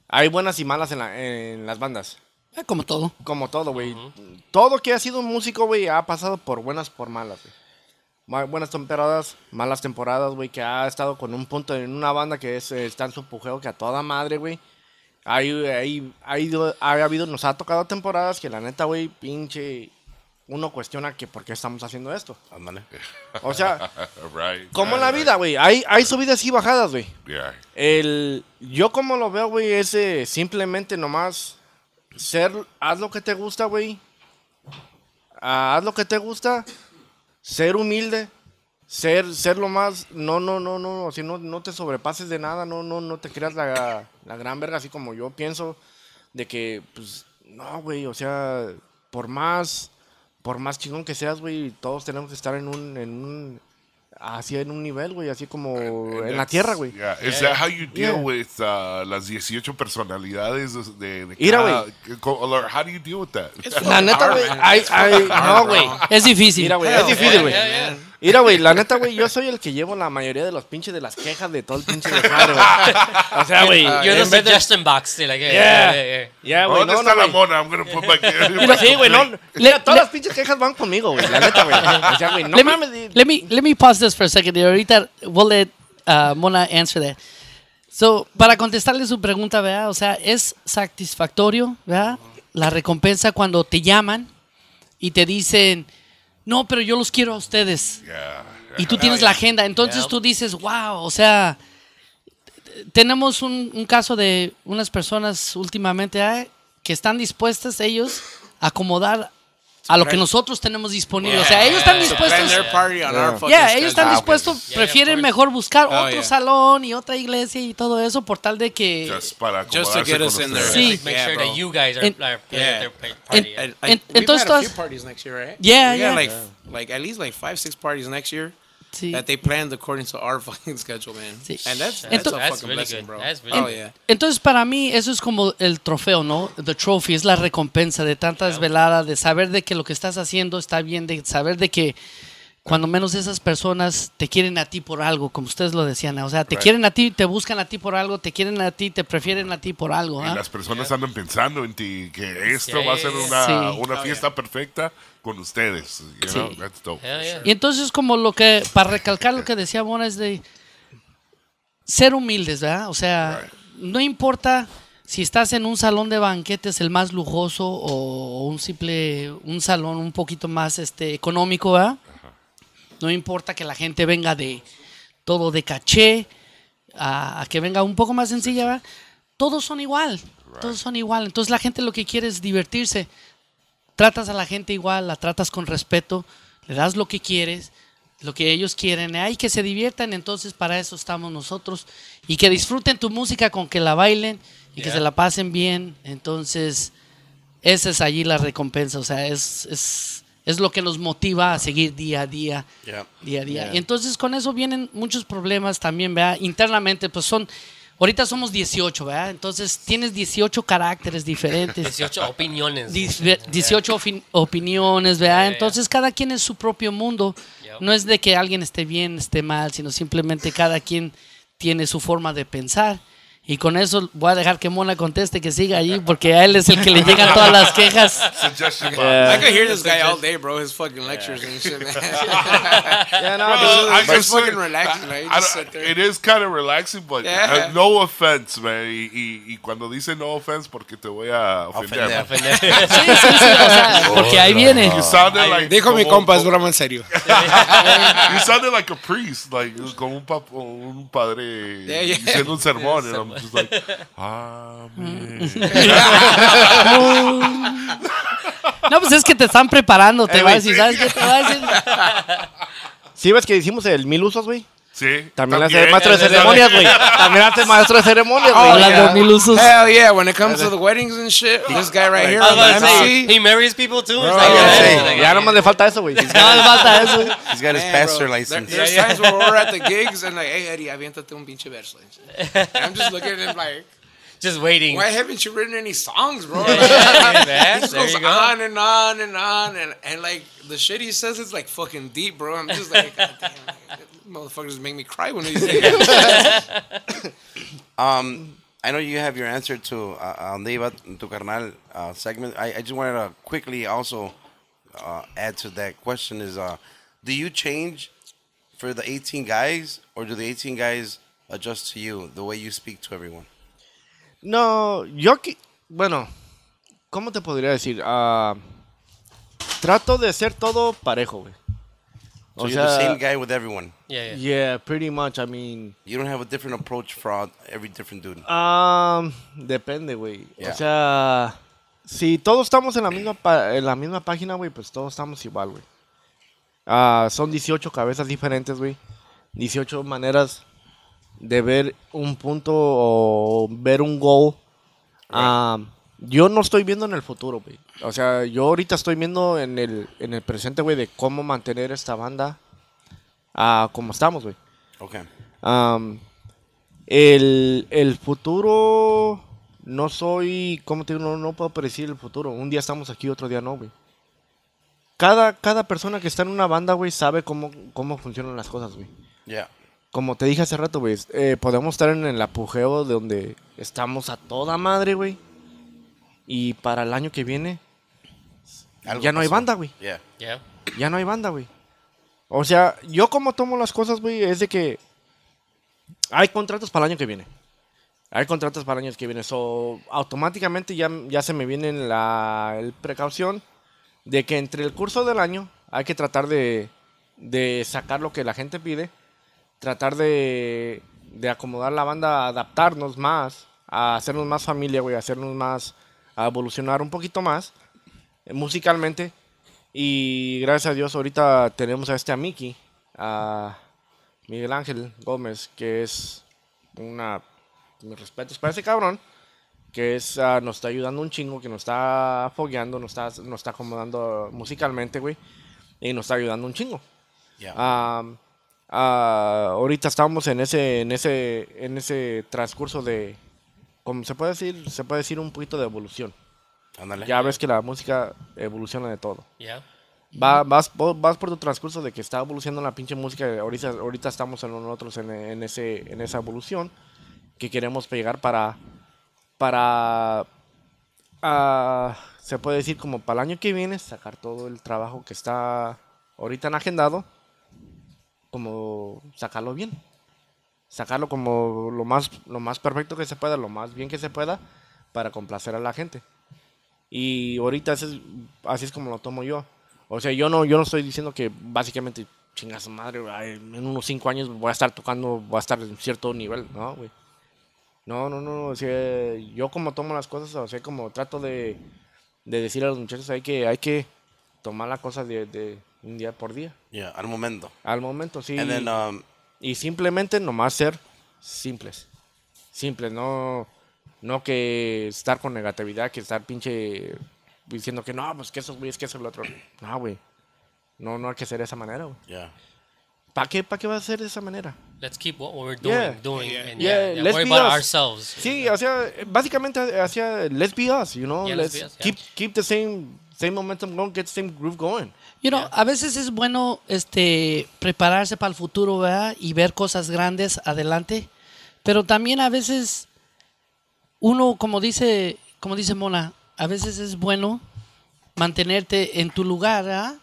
Hay buenas y malas en, la- en las bandas. Eh, como todo. Como todo, güey. Todo que ha sido un músico, güey, ha pasado por buenas, por malas, güey. Ma- Buenas temporadas, malas temporadas, güey, que ha estado con un punto en una banda que es, eh, está en su pujeo que a toda madre, güey. Ahí, ahí, ha ido- ha habido, nos ha tocado temporadas que la neta, güey, pinche, uno cuestiona que por qué estamos haciendo esto. Ándale. O sea, right. como en right, la vida, güey, hay, hay subidas y bajadas, güey. right. Yeah. El, yo como lo veo, güey, es eh, simplemente nomás ser, haz lo que te gusta, güey. Ah, haz lo que te gusta, ser humilde, ser, ser lo más, no, no, no, no, si no, no te sobrepases de nada, no, no, no te creas la, la gran verga, así como yo pienso, de que, pues, no, güey, o sea, por más, por más chingón que seas, güey, todos tenemos que estar en un, en un, así en un nivel, güey, así como And en la that's- tierra, güey. Yeah. Is that how you deal Yeah. with uh, las 18 personalidades de, de Mira, cada- güey. que- co- or How do you deal with that? La neta, güey. ay, ay, No, güey. Es difícil. Mira, güey. Es difícil, güey. Mira, güey, la neta, güey, yo soy el que llevo la mayoría de los pinches de las quejas de todo el pinche desmadre, güey. O sea, güey. You're the en vez de- suggestion box. They're like, yeah, yeah, Yeah. yeah, yeah. Ya, güey, ¿Dónde no, está no, la güey. mona? I'm gonna put my- Sí, güey, no. Mira, le- todas las pinches quejas van conmigo, güey. La neta, güey. O sea, güey, no let, mames. me, di- let me let me pause this for a second. here. Ahorita we'll let uh, Mona answer that. So, para contestarle su pregunta, ¿verdad? O sea, es satisfactorio, ¿verdad? La recompensa cuando te llaman y te dicen, no, pero yo los quiero a ustedes. Yeah. Y tú tienes la agenda. Entonces Yeah. tú dices, wow, o sea, t- tenemos un, un caso de unas personas últimamente ¿eh? que están dispuestas ellos a acomodar a lo que nosotros tenemos disponible. O sea, ellos están Plan dispuestos. their party on our fucking Ya, ellos schedule. están Ah, dispuestos, Yeah, prefieren of course. mejor buscar Oh, otro yeah. salón y otra iglesia y todo eso por tal de que... Just para Just to acomodarse get con us in ustedes. there. Sí. Like, make Yeah, sure bro. that you guys are, And- are playing Yeah. their play, party. And- I- I- we've entonces had a few todas- parties next year, right? Yeah, We yeah. Got like, like at least like five, six parties next year Sí. that they planned according to our fucking schedule, man. Sí. And that's Shit. that's a Ento- That's fucking really blessing, good. bro. That's really oh good. yeah. Entonces para mí eso es como el trofeo, ¿no? The trophy es la recompensa de tantas veladas, de saber de que lo que estás haciendo está bien, de saber de que cuando menos esas personas te quieren a ti por algo, como ustedes lo decían, o sea, te quieren a ti, te buscan a ti por algo, te quieren a ti, te prefieren a ti por algo. Y ¿ah? las personas andan pensando en ti, que esto Sí. va a ser una, Sí. Oh, una fiesta perfecta con ustedes. You know? Sí. That's dope. Hell yeah. Y entonces como lo que, para recalcar lo que decía Mona es de ser humildes, ¿verdad? O sea, no importa si estás en un salón de banquetes el más lujoso o un simple, un salón un poquito más este, económico, ¿verdad? No importa que la gente venga de todo de caché, a, a que venga un poco más sencilla, ¿verdad? Todos son igual, todos son igual. Entonces la gente lo que quiere es divertirse tratas a la gente igual, la tratas con respeto, le das lo que quieres, lo que ellos quieren, ay, que se diviertan, entonces para eso estamos nosotros y que disfruten tu música con que la bailen y que Yeah. se la pasen bien, entonces esa es allí la recompensa, o sea, es, es, es lo que nos motiva a seguir día a día, Yeah. día a día. Yeah. Y entonces con eso vienen muchos problemas también, ¿verdad? Internamente, pues son, ahorita somos 18, ¿verdad? Entonces tienes 18 caracteres diferentes. 18 opiniones. Dice- 18 ofin- opiniones, ¿verdad? Yeah, yeah. Entonces cada quien es su propio mundo. Yep. No es de que alguien esté bien, esté mal, sino simplemente cada quien tiene su forma de pensar. Y con eso voy a dejar que Mona conteste, que siga ahí, porque a él es el que le llegan todas las quejas. Suggestion box. I Yeah. could hear this guy all day, bro. His fucking lectures and shit, man. Yeah, no, Well, pues, I But just it's fucking said- relaxing, right? You I just don't- sit there. It is kind of relaxing, but Yeah. uh, no offense, man. Y, y- y cuando dice no offense, porque te voy a ofender. Ofender. Sí, sí, sí, o sea, porque ahí viene. You sounded like Dijo mi como- compa, es broma en serio. You sounded like a priest, like como un, pap- un padre Yeah, yeah. diciendo un sermón, and I'm just like, amen. No, pues es que te están preparando, te Eh, va a güey. decir, ¿sabes qué te va a decir? ¿Sí ves que hicimos el mil usos, güey? Sí, También, Oh, hace maestro de ceremonias, güey. También hace maestro de ceremonias, güey. Hola, yeah. Don Ilusos. Hell yeah, when it comes to the weddings and shit, this guy right here, I was about I'm to the say, MC. he marries people too. It's Oh, Ya, like, yeah, yeah, sí. like, ya nomás le falta eso, güey. No, les falta eso. He's got his Man, bro, pastor there- license. there's times where we're at the gigs and like, hey Eddie, aviéntate un pinche verso. and shit. And I'm just looking at him like, Just waiting. why haven't you written any songs, bro? Yeah, It man. just There goes you go. on and on and on and, and like the shit he says is like fucking deep, bro. I'm just like, God damn, motherfuckers make me cry when these days. Um, I know you have your answer to uh, on Deva tu carnal uh, segment. I, I just wanted to quickly also uh, add to that question is uh, do you change for the 18 guys or do the 18 guys adjust to you the way you speak to everyone? No, yo, qui- bueno, ¿cómo te podría decir? Ah, trato de ser todo parejo, güey. So O you're the sea- same guy with everyone. Yeah, yeah. Yeah, pretty much. I mean, You don't have a different approach for all, every different dude. um, depende, güey. Yeah. O sea, si todos estamos en la misma, pa- en la misma página, güey, pues todos estamos igual, güey. Ah, son 18 cabezas diferentes, güey. 18 maneras de ver un punto o ver un goal. Ah, yo no estoy viendo en el futuro, güey. O sea, yo ahorita estoy viendo en el, en el presente, güey, de cómo mantener esta banda ah, como estamos, güey. Okay. Am, el, el futuro. No soy. ¿Cómo te digo? No, no puedo predecir el futuro. Un día estamos aquí, otro día no, güey. Cada, cada persona que está en una banda, güey, sabe cómo, cómo funcionan las cosas, güey. Yeah. Como te dije hace rato, güey, es- eh, podemos estar en el apogeo de donde estamos a toda madre, güey. Y para el año que viene, Algo ya no hay pasó. banda, güey Yeah. Yeah. ya no hay banda, güey. O sea, yo como tomo las cosas, güey, es de que hay contratos para el año que viene. Hay contratos para el año que viene. So, automáticamente ya, ya se me viene la el precaución de que entre el curso del año hay que tratar de, de sacar lo que la gente pide, tratar de, de acomodar la banda, adaptarnos más, a hacernos más familia, güey, a hacernos más, a evolucionar un poquito más eh, musicalmente. Y gracias a Dios ahorita tenemos a este a Miki, a Miguel Ángel Gómez, que es una... Mis respetos para ese cabrón, que es, ah, nos está ayudando un chingo, que nos está fogueando, nos está, nos está acomodando musicalmente, güey. Y nos está ayudando un chingo. Yeah. Am, ah, ahorita estamos en ese, en ese, en ese transcurso de, como se puede decir, se puede decir un poquito de evolución. Ándale. Ya ves que la música evoluciona de todo. Yeah. Va- vas, po- vas por tu transcurso de que está evolucionando la pinche música. Ahorita, ahorita estamos en nosotros en, en ese, en esa evolución que queremos pegar para. Para. ah, se puede decir como para el año que viene, sacar todo el trabajo que está ahorita en agendado, como sacarlo bien. Sacarlo como lo más, lo más perfecto que se pueda, lo más bien que se pueda, para complacer a la gente. Y ahorita ese es- así es como lo tomo yo. O sea, yo no, yo no estoy diciendo que básicamente, chinga su madre, ay, en unos cinco años voy a estar tocando, voy a estar en cierto nivel, ¿no, güey? No, no, no, o sea, yo como tomo las cosas, o sea, como trato de, de decir a los muchachos, hay que, hay que tomar la cosa de, de un día por día. Yeah. Al momento. Al momento, sí. And then um, Y simplemente nomás ser simples. Simples, no, no que estar con negatividad, que estar pinche diciendo que no, pues que eso, güey, es que eso es lo otro. No, güey. No, no hay que ser de esa manera, güey. yeah. ¿Para qué, ¿Para qué va a ser de esa manera? Let's keep what we're doing, Yeah. doing, and Yeah, yeah, yeah, let's worry be about us. ourselves. Sí, o sea, básicamente hacia let's be us, you know, Yeah, let's, let's be us, keep, yeah. keep the same, same momentum going, get the same groove going. You know, a veces es bueno este, prepararse para el futuro, ¿verdad? Y ver cosas grandes adelante. Pero también a veces uno, como dice, como dice Mona, a veces es bueno mantenerte en tu lugar, ¿verdad?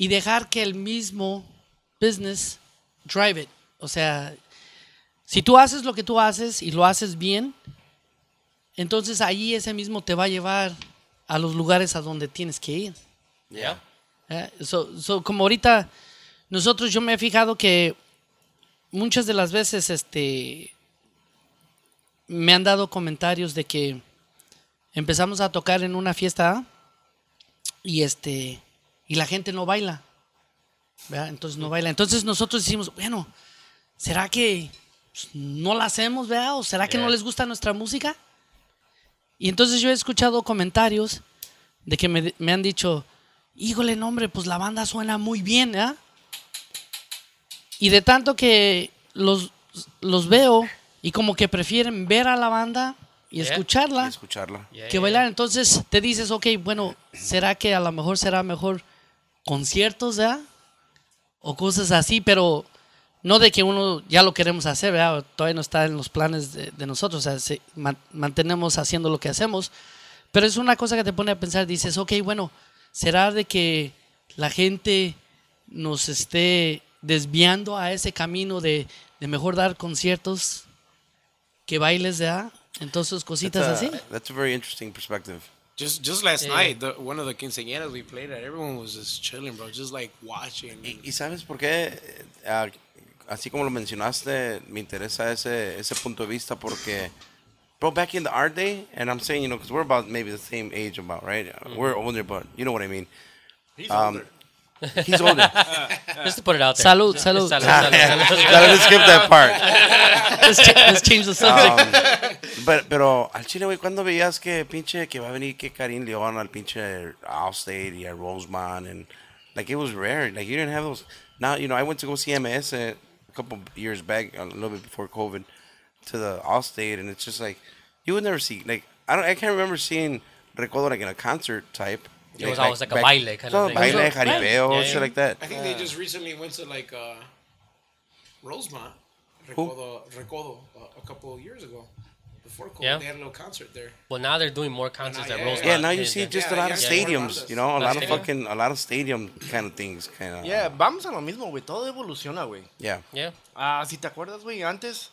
Y dejar que el mismo business drive it. O sea, si tú haces lo que tú haces y lo haces bien, entonces ahí ese mismo te va a llevar a los lugares a donde tienes que ir. Yeah. Eh, so- so, como ahorita nosotros yo me he fijado que muchas de las veces este me han dado comentarios de que empezamos a tocar en una fiesta y este y la gente no baila. ¿verdad? Entonces no baila. Entonces nosotros decimos, bueno, ¿será que pues, no la hacemos, vea? ¿O será que no Yeah. les gusta nuestra música? Y entonces yo he escuchado comentarios de que me, me han dicho, híjole, no, hombre, pues la banda suena muy bien, ¿ah? Y de tanto que los, los veo y como que prefieren ver a la banda y Yeah. Y escucharla escucharla. Yeah, que yeah, bailar. Entonces te dices, ok, bueno, ¿será que a lo mejor será mejor conciertos, ¿ah? O cosas así, pero No de que uno ya lo queremos hacer, ¿verdad? todavía no está en los planes de, de nosotros, o sea, se- man- mantenemos haciendo lo que hacemos, pero es una cosa que te pone a pensar, dices, ok, bueno, ¿será de que la gente nos esté desviando a ese camino de, de mejor dar conciertos que bailes, ¿verdad? Entonces, cositas That's así. a, that's a very interesting perspective. Just just last Yeah. night, the, one of the quinceañeras we played at, everyone was just chilling, bro. Just like watching. Y, y sabes por qué, Eh, ah, así como lo mencionaste, me interesa ese, ese punto de vista porque, bro, back in the art day, and I'm saying, you know, because we're about maybe the same age, about, right? We're older, but you know what I mean. He's older. He's older. Just to put it out there. Salud, Just- salud. Ah. salud, salud, Ah. salud. Gotta just skip that part. Let's, cha- let's change the subject. Pero, pero al chile, güey, ¿cuándo veías que pinche, que va a venir que Karim León al pinche Allstate y a Rosemont? And, like, it was rare. Like, you didn't have those. Now, you know, I went to go see MS a couple years back, a little bit before COVID, to the Allstate, and it's just like, you would never see, like, I don't, I can't remember seeing Recodo, like, in a concert type. It was always like a baile kind of so, thing. Baile, Right. jaripeo, Yeah, shit yeah. like that. I think they just recently went to like uh, Rosemont, Recodo, Recodo uh, a couple of years ago. Before COVID, Yeah. they had a little concert there. Well, now they're doing more concerts at yeah, Rosemont. Yeah, now you see Yeah. just Yeah, a lot of yeah, yeah. stadiums, you know, a lot of stadium. fucking, a lot of stadium kind of things, kind of. Yeah, vamos a lo mismo, güey. Todo evoluciona, güey. Yeah. Yeah. Ah, si te acuerdas, güey, antes.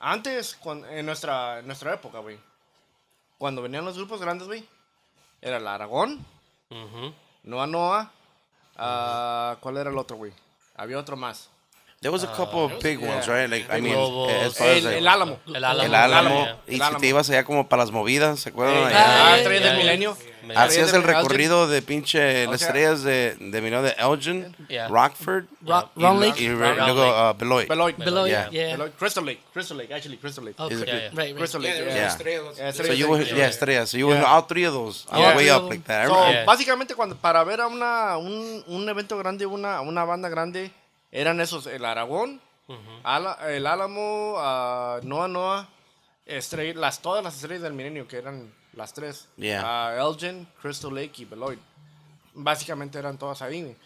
Antes, cuan- en, nuestra, en nuestra época, güey. Cuando venían los grupos grandes, güey. Era el Aragón, Mhm. Noa Noa. ah, ¿Cuál era el otro, güey? Había otro más. There was a couple of big ones, right? Like, I mean, eh, Globos. Pues, as far as El, like, el Álamo. El Álamo. el Álamo. Yeah. Y El si Álamo. te ibas allá como para las movidas, ¿se acuerdan? Allá. Ah, Ah, Estrellas yeah, del yeah. Milenio. Ah, Hacías el Estrellas del- recorrido de pinche O las sea- estrellas de, de, mi de Elgin, Yeah. Rockford, Ro- y- Round Lake? y re- Round luego Lake. uh, Beloit. Beloit. Below, Yeah. yeah. yeah. Beloit. Crystal Lake. Crystal Lake, actually, Crystal Lake. Oh, Okay. Is it- Yeah, yeah. Right, right. Crystal Yeah, Lake. there was Yeah, Yeah. Estrellas. Yeah, So Estrellas you del- were, yeah. yeah, estrellas. So you were Yeah. all three of those on Yeah. the way up like that. I So, remember. Yeah. Básicamente, cuando, para ver a una, un, un evento grande, una, una banda grande, eran esos: el Aragón, Ala- el Álamo, ah, Noa Noa, Estrella- las, todas las estrellas del milenio, que eran las tres: Yeah. Ah, Elgin, Crystal Lake y Beloit. Básicamente eran todas ahí, güey.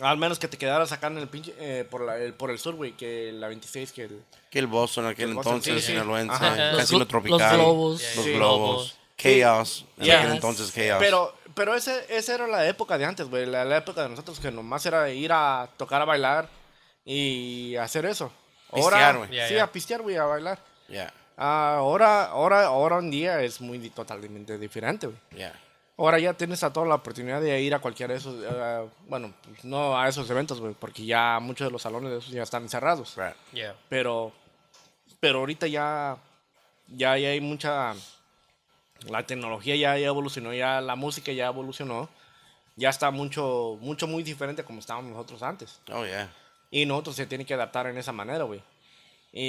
Al menos que te quedaras acá en el pinche, eh, por, la- el, por el sur, güey, que la 26, que el. Que el Boston aquel El Boston, entonces, sí, sí. sinaloense, Ajá. Los Casino glo- Tropical. los globos. Los Sí. globos. Chaos. En Yeah. aquel entonces, Chaos. Pero, pero ese, esa era la época de antes, güey. La, la época de nosotros que nomás era ir a tocar a bailar y hacer eso. Ahora, Pistear, güey. Ya, sí, ya. a pistear, güey, a bailar. yeah, Ah, ahora, ahora, ahora en día es muy di- totalmente diferente, güey. yeah. Ahora ya tienes a toda la oportunidad de ir a cualquiera de esos, ah, bueno, pues, no a esos eventos, güey, porque ya muchos de los salones de esos ya están cerrados. Right. Yeah. Pero, pero ahorita ya, ya, ya hay mucha, la tecnología ya, ya evolucionó, ya la música ya evolucionó, ya está mucho, mucho muy diferente a como estábamos nosotros antes. Oh, yeah. Y nosotros se tiene que adaptar en esa manera, güey. Y,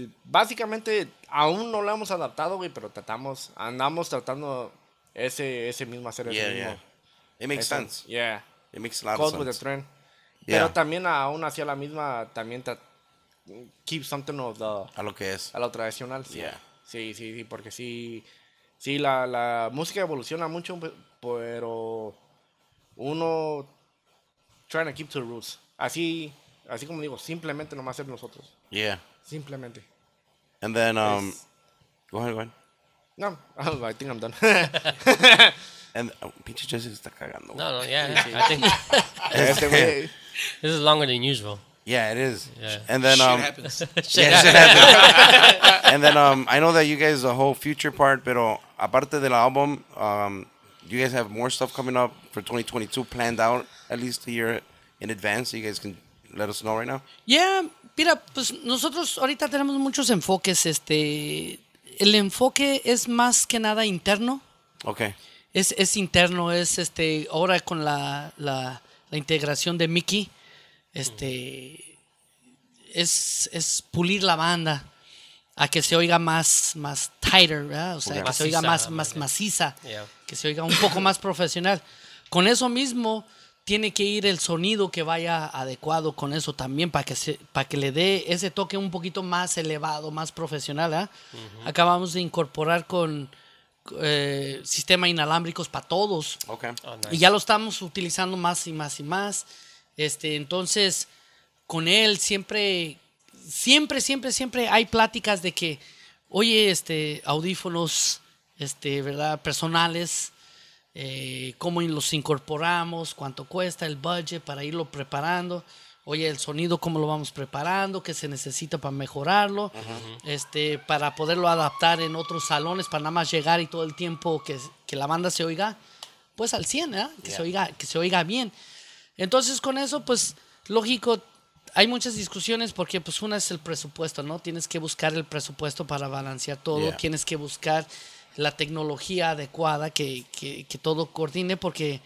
y básicamente aún no la hemos adaptado, güey, pero tratamos, andamos tratando ese, ese mismo hacer, ese Yeah, mismo. yeah. It makes ese- sense. Yeah. It makes a lot Caught with of the sense. Trend. Yeah. Pero también aún hacia la misma, también tra- keep something of the A lo que es. a lo tradicional. Sí, Yeah. sí, sí, sí, porque sí, sí, la, la música evoluciona mucho, pe- pero uno trying to keep to the roots. Así, así como digo, simplemente nomás ser nosotros. Yeah. Simplemente. And then, um, go ahead, go ahead. No, I think I'm done. And, oh, pinche Jesse se está cagando. güey. No, no, yeah. I think Este güey, this is longer than usual. Yeah, it is. Yeah. And then, um, Shit happens. yeah, shit happens. and then, um, I know that you guys the whole future part, pero aparte del album, um, you guys have more stuff coming up for 2022 planned out at least a year in advance. So you guys can let us know right now. Ya, mira, pues nosotros ahorita tenemos muchos enfoques. Este, el enfoque es más que nada interno. Okay. Es, es interno, es este, ahora con la, la- la integración de Mickey, este, es, es pulir la banda a que se oiga más, más tighter, ¿verdad? O sea, que se oiga Maciza, más más, más bien. maciza, Yeah. que se oiga un poco más profesional. Con eso mismo tiene que ir el sonido que vaya adecuado con eso también para que, se- para que le dé ese toque un poquito más elevado, más profesional, ¿verdad? Acabamos de incorporar con eh, sistema inalámbricos para todos. Okay. Oh, Y nice. ya lo estamos utilizando más y más y más. Este, entonces, con él siempre, siempre, siempre, siempre hay pláticas de que, oye, este, audífonos, este, ¿verdad? Personales, eh, cómo los incorporamos, cuánto cuesta el budget para irlo preparando. Oye, el sonido, cómo lo vamos preparando, qué se necesita para mejorarlo, este, para poderlo adaptar en otros salones, para nada más llegar y todo el tiempo que, que la banda se oiga, pues al 100, ¿verdad? Que, se oiga, que se oiga bien. Entonces con eso, pues lógico, hay muchas discusiones porque pues una es el presupuesto, ¿no? Tienes que buscar el presupuesto para balancear todo, Yeah. tienes que buscar la tecnología adecuada que, que- que todo coordine porque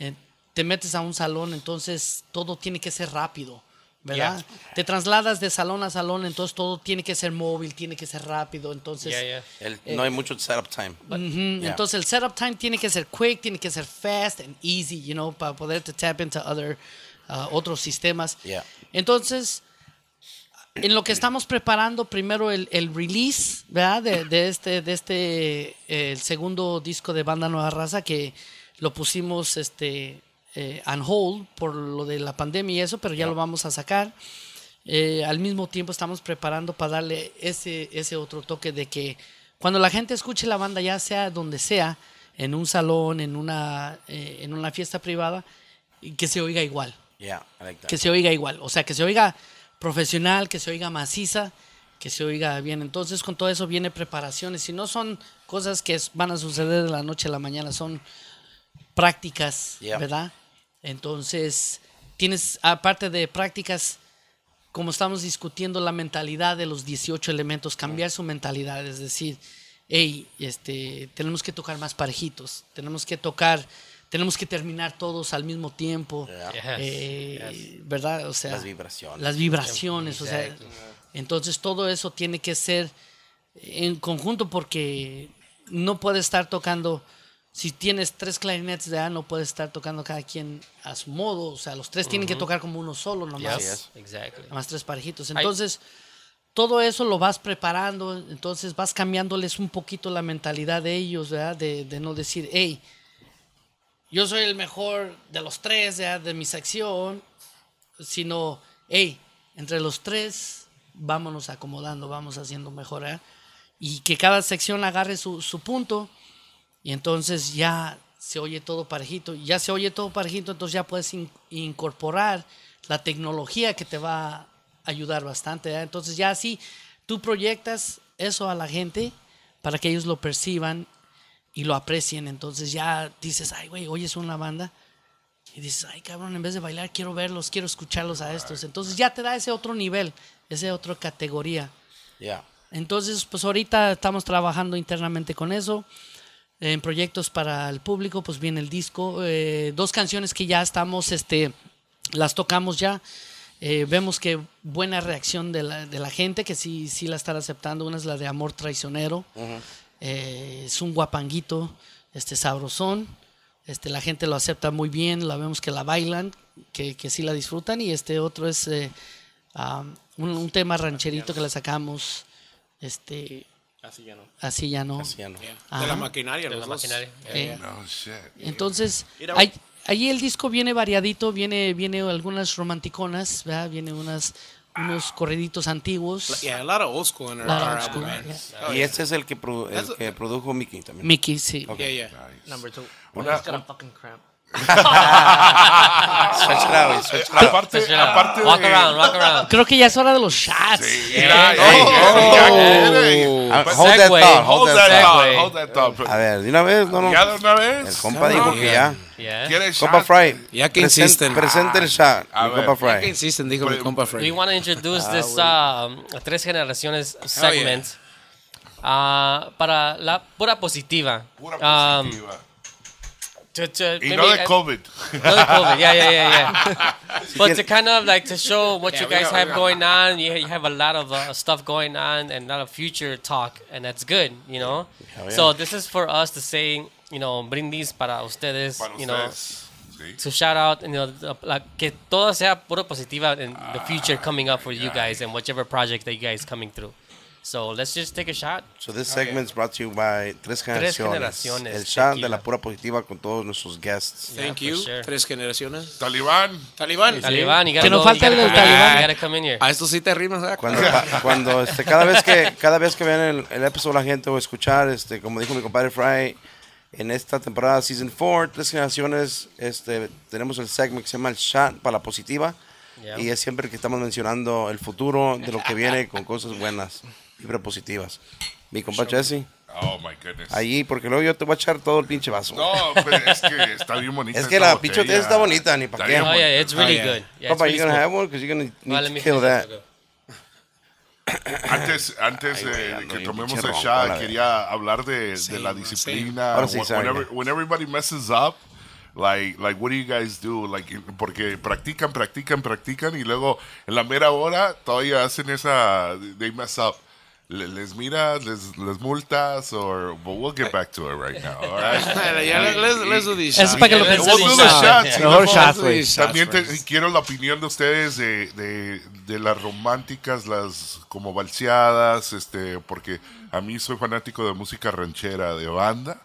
eh, te metes a un salón, entonces todo tiene que ser rápido. ¿Verdad? Te trasladas de salón a salón, entonces todo tiene que ser móvil, tiene que ser rápido, entonces Yeah, yeah. El- no Eh, hay mucho setup time. Ujú, Yeah. Entonces el setup time tiene que ser quick, tiene que ser fast and easy, you know, para poder to tap into other, uh, otros sistemas. Yeah. Entonces, en lo que estamos preparando primero el, el release, ¿verdad? De, de este, de este, eh, el segundo disco de Banda Nueva Raza que lo pusimos, este, eh, on hold por lo de la pandemia y eso, pero ya lo vamos a sacar. Eh, al mismo tiempo estamos preparando para darle ese, ese otro toque de que cuando la gente escuche la banda, ya sea donde sea, en un salón, en una, eh, en una fiesta privada, y que se oiga igual, Yeah, I like that. que se oiga igual, o sea, que se oiga profesional, que se oiga maciza, que se oiga bien. Entonces con todo eso viene preparaciones y no son cosas que es- van a suceder de la noche a la mañana, son prácticas, Yeah. ¿verdad? Entonces, tienes, aparte de prácticas, como estamos discutiendo la mentalidad de los 18 elementos, cambiar su mentalidad, es decir, hey, este, tenemos que tocar más parejitos, tenemos que tocar, tenemos que terminar todos al mismo tiempo, eh, ¿verdad? O sea, Las vibraciones. Las vibraciones, o sea, entonces todo eso tiene que ser en conjunto porque no puede estar tocando si tienes tres clarinetes de A no puede estar tocando cada quien a su modo, o sea, los tres tienen que tocar como uno solo nomás, Yes. Exactly. nomás tres parejitos. Ay. Entonces, todo eso lo vas preparando, entonces vas cambiándoles un poquito la mentalidad de ellos, ¿verdad? De, de no decir, hey, yo soy el mejor de los tres ¿verdad? de mi sección, sino, hey, entre los tres, vámonos acomodando, vamos haciendo mejor, ¿verdad? Y que cada sección agarre su, su punto y entonces ya se oye todo parejito. Y ya se oye todo parejito, entonces ya puedes in- incorporar la tecnología que te va a ayudar bastante, ¿verdad? Entonces ya así tú proyectas eso a la gente para que ellos lo perciban y lo aprecien. Entonces ya dices, ay, güey, hoy es una banda. Y dices, ay, cabrón, en vez de bailar, quiero verlos, quiero escucharlos a estos. Entonces ya te da ese otro nivel, esa otra categoría. Yeah. Entonces, pues ahorita estamos trabajando internamente con eso. En proyectos para el público, pues viene el disco. Eh, dos canciones que ya estamos, este, las tocamos ya. Eh, vemos que buena reacción de la, de la gente, que sí, sí la están aceptando. Una es la de Amor Traicionero. Eh, es un guapanguito, este, sabrosón. Este, la gente lo acepta muy bien, la vemos que la bailan, que, que sí la disfrutan. Y este otro es eh, ah, un, un tema rancherito que le sacamos. Este, Así ya no. así ya no. Sí, I know. Ajá. De la maquinaria, los dos. Maquinaria. Eh, Oh, shit. entonces, ahí- ahí el disco viene variadito, viene, viene algunas romanticonas, ¿verdad? Viene unas, unos corriditos antiguos. Yeah, a lot of old school in our, Lot of our old school, album, man. Oh, Y este es el que, produ- el That's- que produjo Mickey también. Mickey, sí. Yeah, yeah. Number two. Una- I just got a fucking cramp. Switch it out, switch it out. Aparte, aparte Walk de- around, walk around. Creo que ya es hora de los shots. Mira, Hey, oh, hey. ya quiere. Ah, Hold that Segway. thought, Hold hold that that thought. thought, Segway. hold that thought. A ver, de una vez, no, no. Ya de una vez. El compa dijo que ya. Yeah. ¿Quieres Compa shot? Fry. Ya que presen- insisten. Presente el shot. A mi ver. Compa ¿Qué Fry. insisten? Dijo mi compa Do you Freddy. want to introduce Ah, this um, tres generaciones segment uh, para la pura positiva? Pura Um, positiva. to, to Y maybe- no de uh, COVID. no de COVID. Yeah, yeah, yeah, yeah. but to kind of like to show what you we guys got- we have got- going on, you, you have a lot of uh, stuff going on and a lot of future talk, and that's good, you know. So this is for us to say, you know, brindis para ustedes, Para you know. ustedes. Sí. to shout out, you know, the- like, que todo Ah. sea puro positiva in the future coming up for you guys and whichever project that you guys coming through. So let's just take a shot. So this segment's brought to you by Tres Generaciones. Tres Generaciones El chat de Tequila. la pura positiva con todos nuestros guests. Thank for you. sure. Tres generaciones. Talibán. Talibán. Talibán, you gotta Que no go- falta you el gotta- del Talibán. You gotta come in here. A esto sí te rimas, ¿verdad? Cuando, pa- cuando este, cada vez que cada vez que ven el, el episodio la gente o escuchar, este, como dijo mi compadre Fry, en esta temporada Season 4, Tres Generaciones, este, tenemos el segment que se llama El Chat para la Positiva. Yeah. Y es siempre que estamos mencionando el futuro de lo que viene con cosas buenas y positivas. Mi compadre Jesse, Oh, my goodness. allí, porque luego yo te voy a echar todo el pinche vaso. No, pero es que está bien bonita. Es que esta la botella. pichotera está bonita, ni pa' Está qué. bien Oh bonita. yeah, it's really yeah. good. Yeah, it's Papa, really you gonna smooth. have one? Because you're gonna need Well, let to me kill finish this that. real quick. Antes, antes güey, de ando que bien tomemos pinche el ronco, la shot, quería hablar de, de la Sí, disciplina. Ahora sí, When- sorry. whenever- when everybody messes up, like, like, what do you guys do? Like, porque practican, practican, practican y luego en la mera hora todavía hacen esa, they mess up. Le- Les miras, les, les multas, or, but we'll get back to it right now, all right? Ya, let's- let's- let's do this. Eso es para que lo We'll pensemos. do the shots, y Mejor luego- shots, do güey. these shots También te- first. quiero la opinión de ustedes de, de- de las románticas, las como balseadas, este, porque a mí soy fanático de música ranchera, de banda,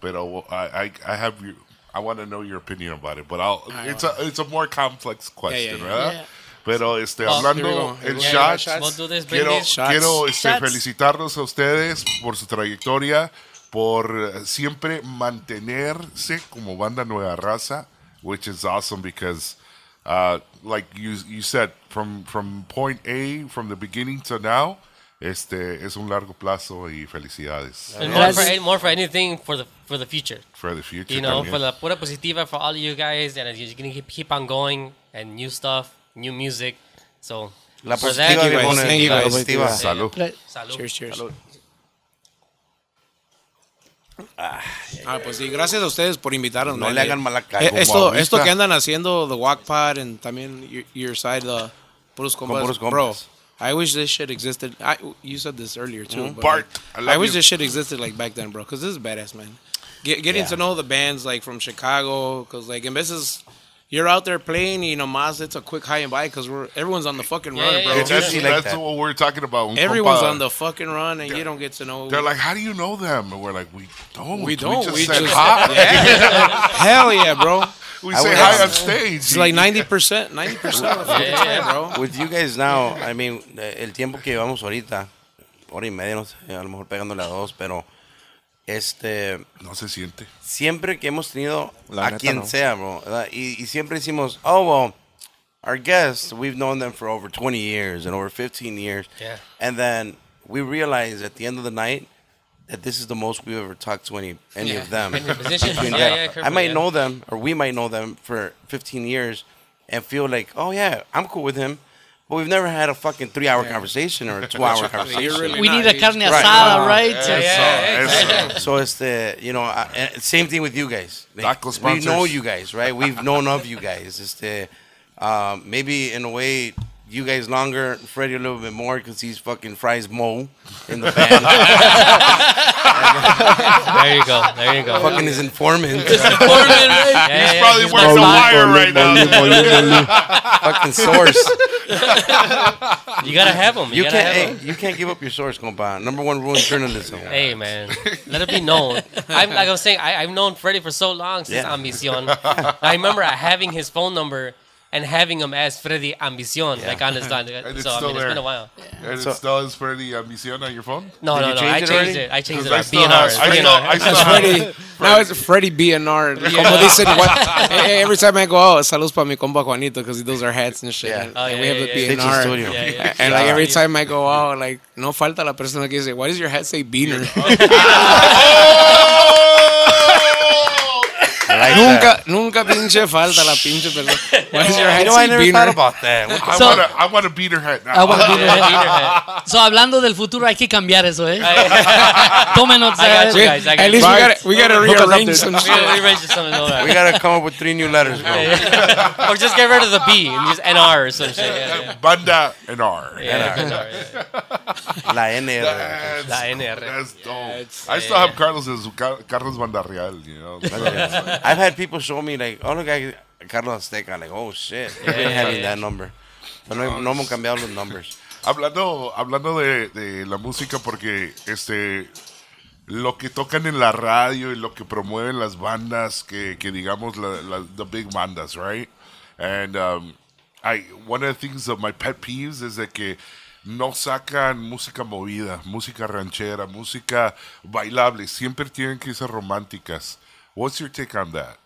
pero I, I, I have your- I want to know your opinion about it, but I'll, it's, a, it's a more complex question, Ah, yeah. ¿verdad? Yeah. Pero este, Oh, here we hablando go. el Yeah, yeah, shots, shots. We'll do this. Bring quiero, these. Shots. quiero este, Shots. felicitarlos a ustedes por su trayectoria, por eh, siempre mantenerse como banda nueva raza, which is awesome because, uh, like you, you said, from, from point A, from the beginning to now, este es un largo plazo y felicidades Eh, And more for, Gracias. any- more for anything for the for the future. for the future. You know, también. for the pura positiva for all of you guys, and you're gonna keep, keep on going and new stuff, new music. So La for that, positiva, you le guys. pone, Pues, Thank you la guys. positiva. Salud. salud. Cheers, cheers. Ah, pues sí, gracias a ustedes por invitarnos. No man. le hagan mala cara, Eh, como Esto, ahorita. esto que andan haciendo, The Walk Pod, and también your, your side, uh, Puros Compas. puros compas. Bro, I wish this shit existed. I, you said this earlier, too. but, Bart, I like, love I, wish you. this shit existed, like, back then, bro, because this is badass, man. Get, getting to know the bands, like, from Chicago, because, like, in veces, you're out there playing, you know, Maz, it's a quick high and by, because everyone's on the fucking Yeah, run, yeah, bro. yeah. That's, that's, Jesse like that. what we're talking about. un Everyone's compa- on the fucking run, and you don't get to know. They're like, how do you know them? And we're like, we don't. we don't. just We said just, hi. Yeah. Hell yeah, bro. We I say would- hi on stage. It's like ninety percent, ninety percent of the fucking time, bro. With you guys now, I mean, eh, el tiempo que llevamos ahorita, hora y media, no sé, a lo mejor pegándole a dos, pero este, no se siente. siempre que hemos tenido La a neta, quien no. sea, bro, ¿verdad? y, y siempre decimos, oh, well, our guests, we've known them for over 20 years and over 15 years. Yeah. And then we realize at the end of the night that this is the most we've ever talked to any, any of them. Any positions. between Yeah, them. yeah, Kirby, I might yeah. know them, or we might know them for 15 years, and feel like, oh yeah, I'm cool with him, but we've never had a fucking three-hour conversation or a two-hour You're conversation. really We not- need a carne Right. asada, right? So it's the you know I, and same thing with you guys. Taco we sponsors. know you guys, right? We've known of you guys. It's the um, maybe in a way you guys longer, Freddie a little bit more because he's fucking fries mo in the band, There you go. There you go. fucking his informant, Yeah, yeah, He's yeah, probably Eh, he's wearing the my- wire right now. fucking source. You gotta have him. You You, gotta can't have him. hey, you can't give up your source, compa. Number one rule in journalism. Hey man, let it be known. I'm like I was saying, I, I've known Freddie for so long since Yeah. Ambición. I remember having his phone number and having him as Freddie Ambición, like on his line. it's So I still mean, it's there. been a while. and it still is for the ambición on your phone? No, Did no, you no. change I it changed already? it. I changed it. I on still BNR. have- I still- I BNR. still have- Freddy. Now it's Freddy BNR. Como dicen, what, eh, eh, every time I go out, saludos para mi compa Juanito because he does our hats and shit. Yeah. And, Oh, yeah, we have yeah, the yeah. Stitches BNR. Studio. Yeah, yeah. And like every time I go out, like no falta la persona que dice, why does your hat say beaner? I like that. nunca, nunca pinche falta la pinche persona. Why does your You hat know, I say never beaner? thought about that. I So- want to I wanna beat her head now. I wanna beat her head. Yeah, So, hablando del futuro, hay que cambiar eso, ¿eh? BNR. Tomen nota. I got you ¿eh? guys. I At got least you. we gotta, we gotta Hook us up, rearrange dude. some We gotta shit. rearrange this something over. We gotta come up with three new letters, bro. or just get rid of the B and just NR or some shit. Yeah, Banda and R. yeah. yeah. La eh, NR. That's, La NR. that's dope. I still have Carlos as Car- Carlos Bandarreal, you know. I've had people show me like, oh look, I, Carlos Azteca. Like, oh shit, I've been having that number. But no, no hemos cambiado los numbers. Hablando, hablando de, de la música, porque este lo que tocan en la radio y lo que promueven las bandas, que, que digamos la, la- the big bandas, right? And um, I one of the things of my pet peeves is de que no sacan música movida, música ranchera, música bailable. Siempre tienen que ser románticas. What's your take on that?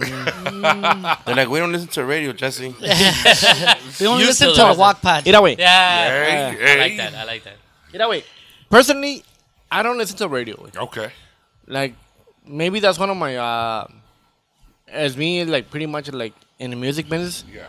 They're like, we don't listen to radio, Jesse. They only You listen still to a listen. walk pad. Mira, güey. Yeah, Hey, Ah, I like hey. that. I like that. Mira, güey. Personally, I don't listen to radio, güey. Okay. Like, maybe that's one of my, uh, as me, like, pretty much, like, in the music business, Yeah.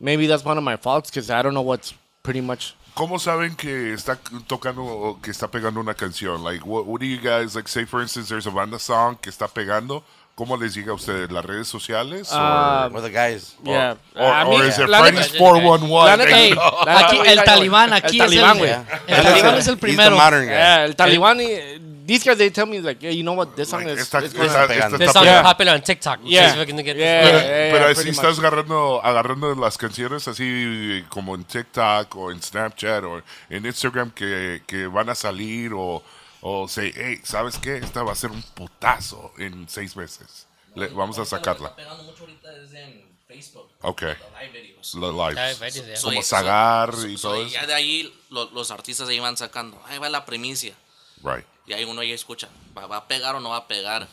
maybe that's one of my faults because I don't know what's pretty much. ¿Cómo saben que está tocando o que está pegando una canción? Like, what, what do you guys like? Say, for instance, there's a banda song que está pegando. ¿Cómo les llega a ustedes? ¿Las redes sociales? Ah, We're the guys. yeah. or, or, A mí, or is it la neta- Freddy's 411? la neta- Hey, No. La neta, aquí, güey, el ya, talibán güey. aquí El es talibán, el, güey. el talibán es el He's the primero. modern guy. Yeah, el Taliban. eh, These guys, they tell me like, yeah, you know what, this song Like, is. esta- is esta- good. esta- pegando. esta This song está- Yeah. is popular on TikTok. Yeah. See if we can get Yeah. this. Pero, yeah, pero yeah, así eh, pretty estás much. agarrando, agarrando las canciones así como en TikTok o en Snapchat o en Instagram que, que van a salir o, o say, hey, ¿sabes qué? Esta va a ser un putazo en seis meses. Le- Eh, vamos a sacarla. pegando mucho ahorita es en Facebook. Ok. Live videos. Los lives. Live videos, yeah. Como Soy- Sagar y So, todo y eso. ya de ahí lo- los artistas ahí van sacando. Ahí va la primicia. Right. Y ahí uno ya escucha, ¿va, va a pegar o no va a pegar?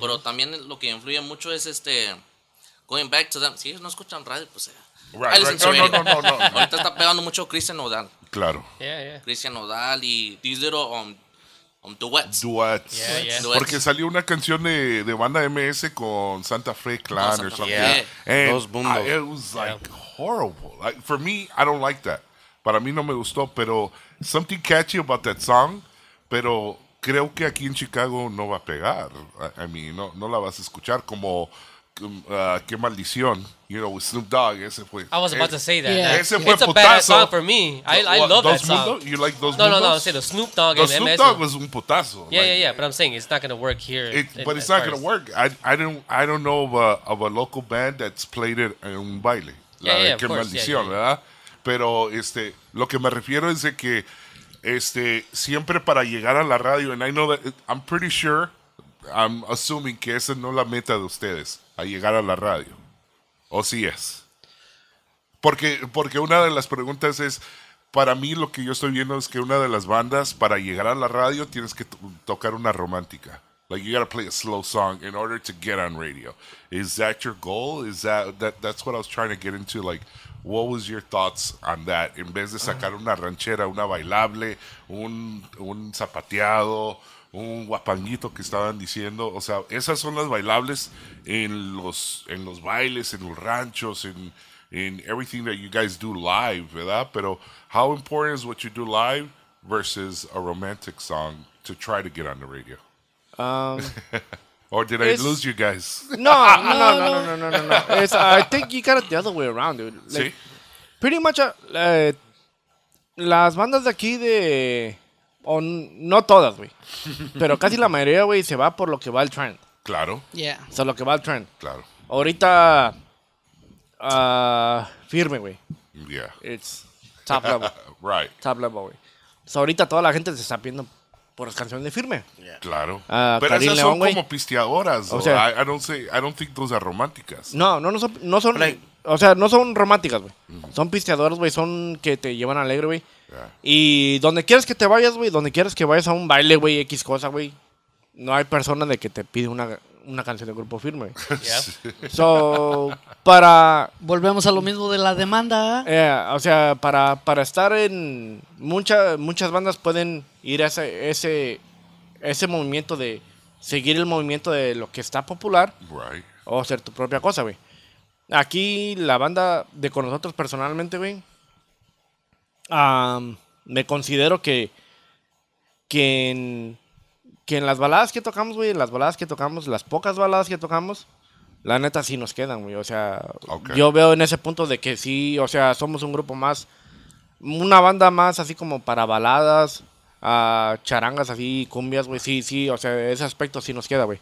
Pero también lo que influye mucho es este, going back to them. Si ellos no escuchan radio, pues... eh, Right, ahí les right. No, enseñan. no, no, no, no. Ahorita está pegando mucho Christian Nodal. Claro. Yeah, yeah. Christian Nodal y these little um, um, duets. Duets. Yeah, yeah. Duets. Porque salió una canción de, de banda MS con Santa Fe Clan Santa or Fe. something. Yeah. And Those bundles. I- it was like horrible. Like, for me, I don't like that. Para mí no me gustó, pero something catchy about that song, pero creo que aquí en Chicago no va a pegar. I, I mean, no, no la vas a escuchar como um, uh, qué maldición, you know, with Snoop Dogg, ese fue. I was about Eh, to say that. Yeah. Ese fue it's a putazo. badass song for me. I, I What, love that Dos song. Mundos? You like Dos No, no, no. Mundos? Say the Snoop Dogg The and Snoop MS. Dogg was un putazo. yeah, like, yeah, yeah. But I'm saying it's not gonna work here. It, in- but as it's not far gonna as- work. I, I don't I don't know of a, of a local band that's played it en un baile. La Yeah, de yeah, of qué course, yeah, maldición, yeah. ¿verdad? Pero este lo que me refiero es de que este siempre para llegar a la radio and I know that I'm pretty sure I'm assuming que esa no es la meta de ustedes a llegar a la radio. O sí es. Porque, porque una de las preguntas es, para mí lo que yo estoy viendo es que una de las bandas, para llegar a la radio, tienes que to- tocar una romántica. Like you gotta play a slow song in order to get on radio. Is that your goal? Is that, that that's what I was trying to get into? Like, what was your thoughts on that? En vez de sacar una ranchera, una bailable, un, un zapateado, un guapanguito que estaban diciendo. O sea, esas son las bailables en los, en los bailes, en los ranchos, en, in everything that you guys do live, ¿verdad? Pero how important is what you do live versus a romantic song to try to get on the radio? Um, Or did I It's- lose you guys? no, no, no, no, no, no, no, no. It's, I think you got it the other way around, dude. Like, Sí. pretty much, uh, eh, las bandas de aquí de, o n- no todas, güey, pero casi la mayoría, güey, se va por lo que va el trend. Claro, Yeah. O sea, lo que va el trend. claro. Ahorita, ah, firme, güey. Yeah. It's top level, Right. top level, güey. O sea, ahorita toda la gente se está viendo por las canciones de firme. Claro. Ah, Pero Karim esas León, son güey. como pisteadoras. O though. sea- I, I don't say, I don't think those are románticas. No, no, no son, no son Like- o sea, no son románticas, güey. Son pisteadoras, güey, son que te llevan alegre, güey. Yeah. Y donde quieres que te vayas, güey, donde quieres que vayas a un baile, güey, X cosa, güey. No hay persona de que te pide una, una canción de grupo firme. güey. Yeah. So, para, Volvemos a lo mismo de la demanda. ¿eh? eh, o sea, para, para estar en muchas muchas bandas pueden ir a ese, ese, ese movimiento de seguir el movimiento de lo que está popular Right. o hacer tu propia cosa, güey. Aquí la banda de con nosotros personalmente, güey. am, me considero que. Que en, que en las baladas que tocamos, güey, en las baladas que tocamos, las pocas baladas que tocamos, la neta sí nos quedan, güey. O sea, Ok. yo veo en ese punto de que sí, o sea, somos un grupo más. Una banda más así como para baladas, ah, charangas así, cumbias, güey. Sí, sí, o sea, ese aspecto sí nos queda, güey.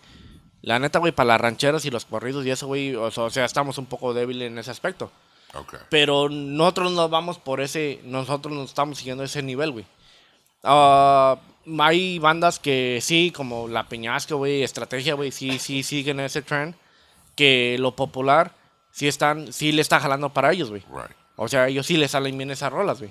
La neta, güey, para las rancheras y los corridos y eso, güey, o, sea- o sea, estamos un poco débiles en ese aspecto. Okay. Pero nosotros nos vamos por ese, nosotros nos estamos siguiendo ese nivel, güey. Ah, hay bandas que sí, como La Peñasca, güey, Estrategia, güey, sí, sí siguen ese trend. Que lo popular sí, están, sí le está jalando para ellos, güey. Right. O sea, ellos sí les salen bien esas rolas, güey.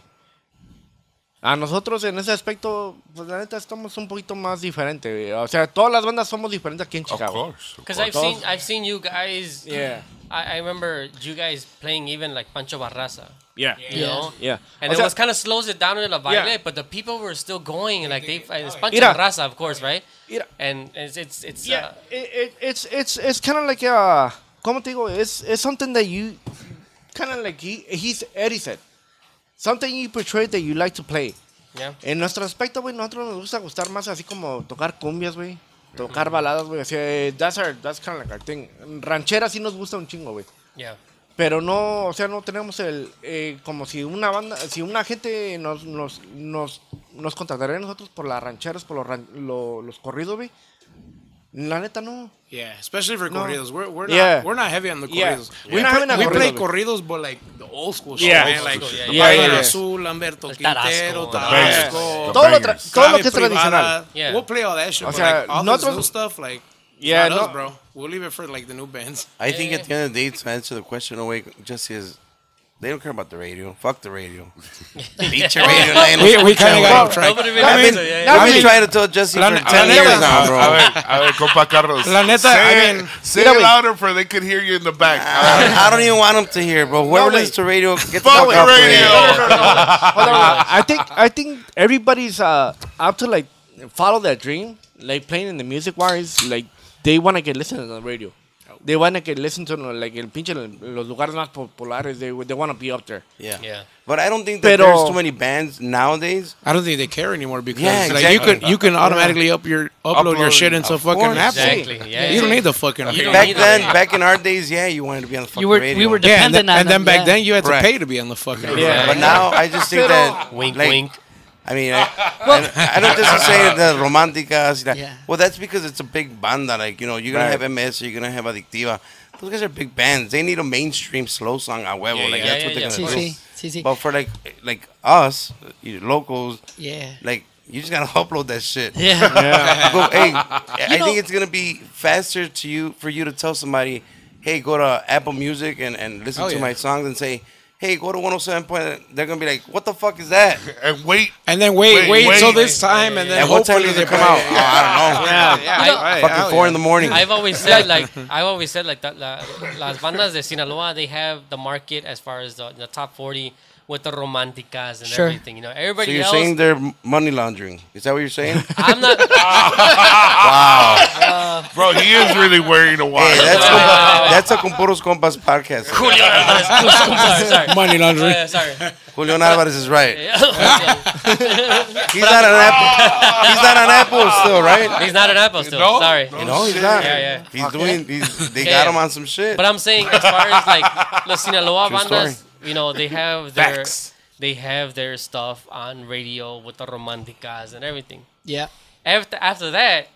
A nosotros en ese aspecto, pues la neta estamos un poquito más diferentes, güey. O sea, todas las bandas somos diferentes aquí en Of Chicago. course. of Because course. I've seen I've seen you guys. Yeah. I, I remember you guys playing even like Pancho Barraza. Yeah. You know. Yeah. And O it sea- was kind of slows it down a little Yeah. baile, but the people were still going and like they it's Pancho Mira. Barraza, of course, right? Mira. And it's it's it's Yeah, uh, it, it, it's it's it's kind of like uh, ¿cómo te digo? It's it's something that you kind of like he he's Eddie said, something you portray that you like to play. yeah. En nuestro aspecto, güey, nosotros nos gusta gustar más así como tocar cumbias, güey, tocar baladas, güey, así eh, that's our that's kind of like our thing. Ranchera sí nos gusta un chingo, güey. Yeah. Pero no, o sea, no tenemos el. eh, como si una banda, si una gente nos, nos, nos, nos contrataría a nosotros por las rancheras, por los, ran- lo- los corridos, güey. La neta, no. Yeah, especially for No. corridos. We're, we're Yeah. not we're not heavy on the Yeah. corridos. We're We, not play, heavy on we corridos, play but- corridos, but like the old school shit, Yeah. man. Old Like school, yeah, the yeah. Padre Yeah, yeah. Azul, Lamberto El Tarasco, Quintero, the bangers, Tarasco, the Todo lo, tra- bangers. todo lo Clave que es Privada. tradicional. Yeah. We'll play all that shit. O but sea, like, all this nosotros- new stuff, like, Yeah, yeah, not no- us, bro. We'll leave it for like the new bands. I think at the end of the day, to answer the question away, just is they don't care about the radio. Fuck the radio. Beat your radio. man. kind of got off track. Nobody I've really been, knows it, yeah, yeah. I've I mean- been trying to tell Jesse La for ne- 10 la years neta- now, A bro. ver, a ver, compa Carlos. La neta, say, I mean, say mira, it güey. Ah, louder for they can hear you in the back. A ver, I don't even want him to hear, bro. Whoever wait. listens to radio, get the Fuck fuck the off the radio. radio. Hold on, hold on. I think I think everybody's uh up to like follow their dream, like playing in the music wise, like they wanna get listened on the radio. They wanna get listened to like el pinche los lugares más populares. They they wanna be up there. Yeah. Yeah. But I don't think that Pero- there's too many bands nowadays. I don't think they care anymore because Yeah, like, you exactly. can you can automatically up your upload, your shit into fucking course. Apple. Exactly. Yeah. You don't need the fucking. don't radio. Back need then, them. back in our days, yeah, you wanted to be on the fucking You were- radio. we were Yeah, and, Dependent then, on and then them, back yeah. then you had to Right. pay to be on the fucking. radio. Yeah. But now I just think that Wink, like, wink. I mean, I, I, I don't just say the romanticas. That. Yeah. Well, that's because it's a big banda. Like you know, you're gonna Right. have MS, you're gonna have Adictiva. Those guys are big bands. They need a mainstream slow song a huevo. Yeah, like yeah, that's what yeah, they're Sí, gonna do. sí, sí, sí. But for like like us, you locals, Yeah. like you just gotta upload that shit. Yeah. Go, hey, I know- think it's gonna be faster to you for you to tell somebody, hey, go to Apple Music and, and listen Oh, to yeah. my songs and say, hey, go to 107. Point. They're gonna be like, what the fuck is that? and wait. And then wait, Wait, wait, wait. till this time, and then And what time hopefully does they it come play out? it. Oh, I don't know. Yeah, yeah. Fucking four in the morning. I've always said like I've always said like that la, las bandas de Sinaloa they have the market as far as the, the top 40 with the romanticas and Sure. everything you know so everybody you're else saying they're m- money laundering? Is that what you're saying? I'm not Bro, he is really wearing a hey, wire. that's com- that's a Compuros Compas podcast. Julio Alvarez sorry, sorry. Money laundering. Uh, sorry Julian Alvarez is right. he's He's not an apple. He's not an apple still, right? not an apple still No, sorry No, he's not. Oh, Yeah, yeah. He's doing. He's, they Yeah, got him yeah. on some shit. But I'm saying, as far as like los Sinaloa True bandas, story. you know, they have their Facts. they have their stuff on radio with the romanticas and everything. Yeah. After after that,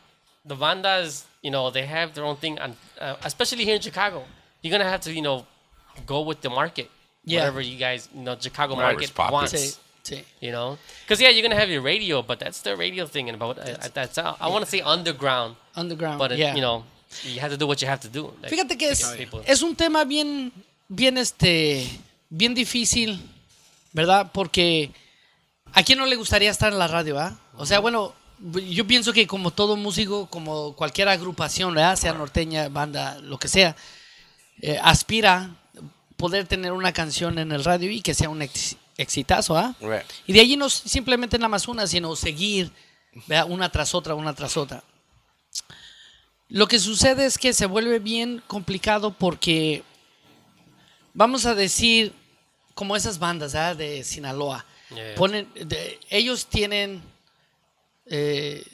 the bandas, you know, they have their own thing on, uh, especially here in Chicago. You're gonna have to, you know, go with the market, Yeah. whatever you guys, you know, Chicago Whatever's market popular. wants. Sí, sí. You know, because yeah, you're gonna have your radio, but that's the radio thing, and about uh, that's, that's I, I want to say underground, Underground. but yeah. you know, you have to do what you have to do. Like, Fíjate que es, people. es un tema bien, bien, este, bien difícil, ¿verdad? Porque ¿a quién no le gustaría estar en la radio, ah? O sea, bueno, yo pienso que como todo músico, como cualquier agrupación, ¿verdad? Sea norteña, banda, lo que sea, eh, aspira poder tener una canción en el radio y que sea un ex- exitazo, ¿ah? Right. Y de allí no s- simplemente nada más una, sino seguir ¿verdad? una tras otra, una tras otra. Lo que sucede es que se vuelve bien complicado porque vamos a decir, como esas bandas ¿verdad? de Sinaloa, Yeah. ponen, de- ellos tienen eh,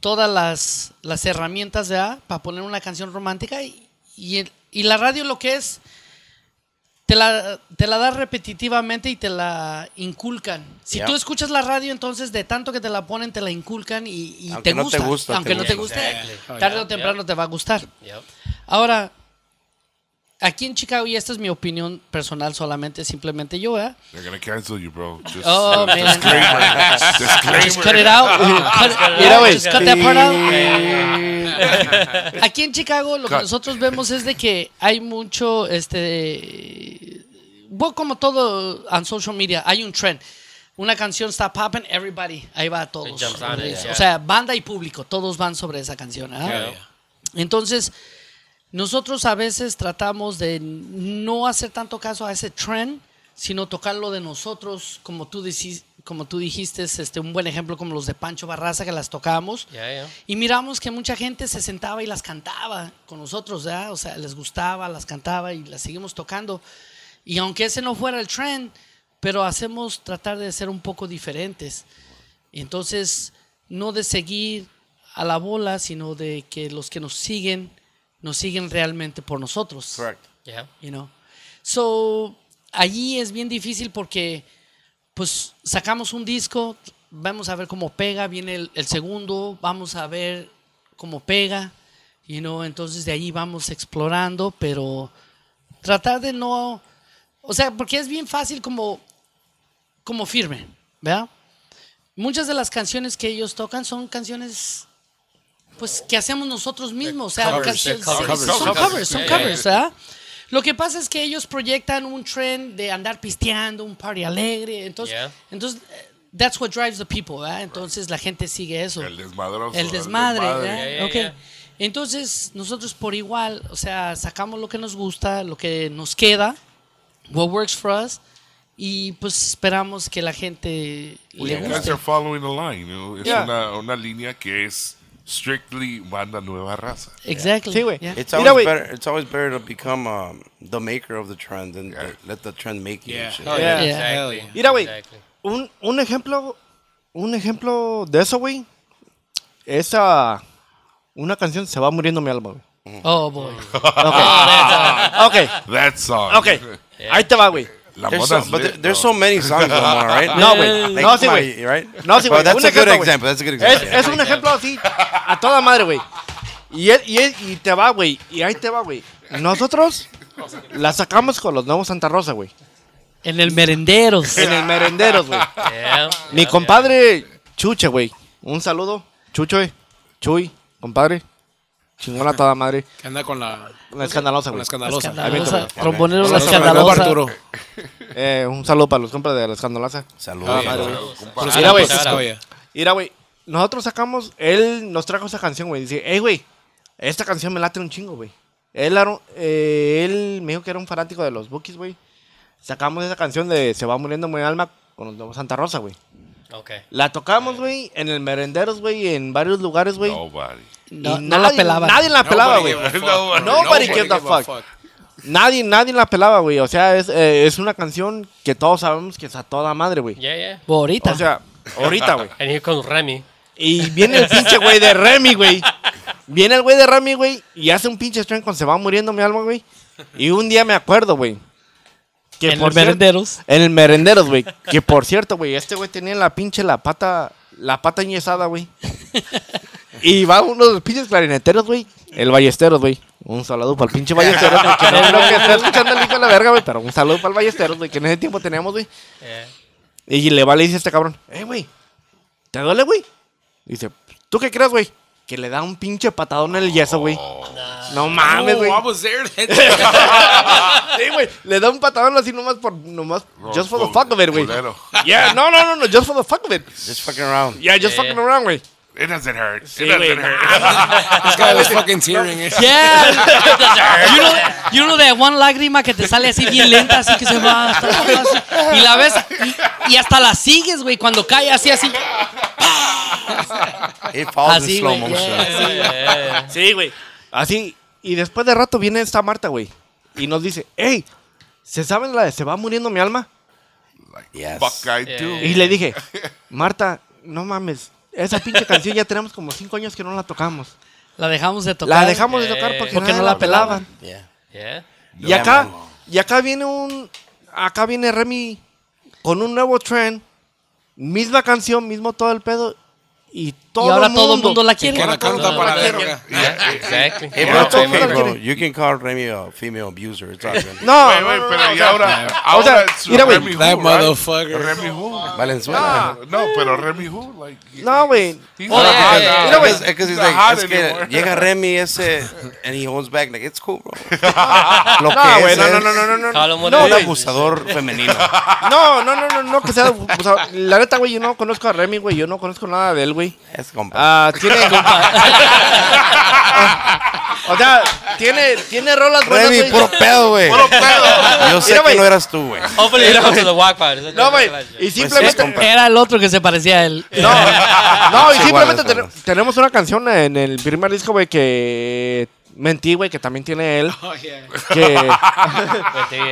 todas las, las herramientas para poner una canción romántica y, y el- y la radio lo que es, te la, te la da repetitivamente y te la inculcan. Si Yeah. tú escuchas la radio, entonces de tanto que te la ponen, te la inculcan y, y Aunque te, no te gusta. gusta, te Aunque no te gusta. guste, Exactly. tarde o temprano te va a gustar. Yep. Ahora, aquí en Chicago, y esta es mi opinión personal solamente, simplemente yo, ¿eh? They're gonna cancel you, bro. Just, Oh, man. disclaimer. Just cut it out. Cut- Mira, güey. Just cut that part out. Aquí en Chicago lo que Cut. nosotros vemos es de que hay mucho, este, vos como todo en social media, hay un trend. Una canción está popping, everybody, ahí va a todos. jumps on it, yeah. O sea, banda y público, todos van sobre esa canción. ¿ah? Entonces, nosotros a veces tratamos de no hacer tanto caso a ese trend, sino tocarlo de nosotros, como tú, decís- como tú dijiste, este, un buen ejemplo como los de Pancho Barraza que las tocamos. Yeah, yeah. Y miramos que mucha gente se sentaba y las cantaba con nosotros, ¿verdad? O sea, les gustaba, las cantaba y las seguimos tocando. Y aunque ese no fuera el trend, pero hacemos tratar de ser un poco diferentes. Y entonces, no de seguir a la bola, sino de que los que nos siguen, nos siguen realmente por nosotros. Correct. Yeah. You know? So, allí es bien difícil porque, pues, sacamos un disco, vamos a ver cómo pega, viene el, el segundo, vamos a ver cómo pega, you know? entonces de ahí vamos explorando, pero tratar de no, o sea, porque es bien fácil como, como firme, ¿verdad? Muchas de las canciones que ellos tocan son canciones pues que hacemos nosotros mismos, o sea, covers, canciones- they're covers. son Son covers, son yeah, yeah. covers, ¿verdad? Lo que pasa es que ellos proyectan un trend de andar pisteando, un party alegre, entonces, Yeah. entonces eh, that's what drives the people, ¿verdad? Entonces la gente sigue eso. El desmadroso. El desmadre, ¿verdad? Yeah, yeah, Ok. yeah. Entonces, nosotros por igual, o sea, sacamos lo que nos gusta, lo que nos queda, what works for us, y pues esperamos que la gente Well, you le guys guste. are following the line. you know. Es Yeah. una, una línea que es strictly banda nueva raza. Exactly. Sí, güey. yeah. It's Mira, always güey. better. It's always better to become um, the maker of the trend than to let the trend make you. and Yeah. shit. Hell Yeah. Yeah. Exactly. Mira, güey. Exactly. Un, un ejemplo, un ejemplo de eso, güey. Esa, una canción se va muriendo mi alma, güey. Oh, boy. Ok, That song. ok. Ahí te va, güey. La There's moda's so, but lit, there, there's though. so many songs on all right? No, güey. Like No, sí, my- güey. right? No, sí, But güey. that's un a good ejemplo, güey. example. That's a good Es, example. yeah. es un ejemplo así, a toda madre, güey. Y, es- y, es- y te va, güey. Y ahí te va, güey. Nosotros la sacamos con los nuevos Santa Rosa, güey. En el merendero. En el merenderos, güey. Yeah. Mi compadre Chuche, güey. Un saludo. Chucho, güey. Chuy, compadre. Chingona toda madre. Que anda con la, Una escandalosa, con güey. la escandalosa. Escandalosa, Ahí Trombonero la Saludos a mi compa escandalosa. Arturo. Eh, un saludo para los compas de la escandalosa. Saludos. Saludos Mira, a güey. Francisco Goya. Mira, güey. Nosotros sacamos, él nos trajo esa canción, güey. Dice, hey, güey, esta canción me late un chingo, güey. Él, era un- eh, él me dijo que era un fanático de los Bookies, güey. Sacamos esa canción de Se va muriendo mi alma con los nuevos Santa Rosa, güey. Okay. La tocamos, güey, en el Merenderos, güey, en varios lugares, güey. Nobody. No, Y no la nadie- pelaban. Nadie la pelaba, Nobody güey. gave a fuck. Nobody Nobody gave a gave a fuck. Nadie, nadie la pelaba, güey. O sea, es, eh, es una canción que todos sabemos que es a toda madre, güey. Yeah, yeah. Ahorita. O sea, ahorita, güey. And here comes Remy. Y viene el pinche güey de Remy, güey. Viene el güey de Remy, güey, y hace un pinche stream con Se va muriendo mi alma, güey. Y un día me acuerdo, güey. que en por los cier- merenderos. En el merenderos, güey. Que por cierto, güey, este güey tenía la pinche la pata, la pata enyesada, güey. Y va uno de los pinches clarineteros, güey. El ballesteros, güey. Un saludo para el pinche ballesteros, güey. Que no creo que esté escuchando el hijo de la verga, güey. Pero un saludo para el ballesteros, güey. Que en ese tiempo teníamos, güey. Yeah. Eh. Y le va, le dice a este cabrón, eh, güey, ¿te duele, güey? Dice, ¿tú qué crees, güey? Que le da un pinche patadón en el yeso, güey. No mames, Oh, güey. I was there. that- Sí, güey. Le da un patadón así nomás por, nomás, just for the Rojo, fuck of it, güey. culero. Yeah, no, no, no, no, just for the fuck of it. Just fucking around. Yeah, just Yeah. fucking around, güey. It doesn't hurt. It doesn't hurt. This guy was fucking tearing. eh. Yeah. you, know, you know that one lágrima que te sale así bien lenta, así que se va hasta abajo, así, y la ves y, y hasta la sigues, güey, cuando cae así, así. It falls in Así, slow güey, motion. yeah. Sí, güey. Así, y después de rato viene esta Marta, güey. Y nos dice, hey, ¿se saben la de se va muriendo mi alma? Yes. Fuck I do. Y le dije, Marta, no mames. Esa pinche canción ya tenemos como cinco años que no la tocamos. La dejamos de tocar. La dejamos de tocar porque, porque no nadie la pelaban. Yeah. Yeah. Y acá, y acá viene un. Acá viene Remy con un nuevo trend. Misma canción, mismo todo el pedo. Y todo Y ahora todo el mundo la Que quiere. la canta para la verga. Yeah, exactly. Hey, Yeah, bro, it's okay, okay, bro. bro. You can call Remy a female abuser. It's all good. No, Güey, no, güey, no, pero no, y o sea, ahora, o sea, ahora es mira, güey, Remy Who, That right? motherfucker. Remy Who. Valenzuela. No, pero Remy Who, like. No, güey. he's Oh, not yeah, hot now. yeah, yeah. eh, No, güey. eh, Es- es que sí, He's like, not hot es que anymore. llega Remy ese, and he holds back, like, it's cool, bro. Lo No, que güey, es, no, no, es no, no, no, no. Call him what No, it un is. abusador femenino. No, no, no, no, no, que sea. o sea, la neta, güey, yo no conozco a Remy, güey. Yo no conozco nada de él, güey. Es compa. Ah, tiene. o sea, tiene, tiene rolas buenas, Remy, güey. puro pedo, güey. Puro pedo. Yo sé Mira, que güey. no eras tú, güey. Hopefully, it comes to the walk part. No, güey. Y Pues sí, es simplemente. compa. Era el otro que se parecía a él. No, no, y Sí, simplemente guardas, ten- guardas. tenemos una canción en el primer disco, güey, que mentí, güey, que también tiene él. Que,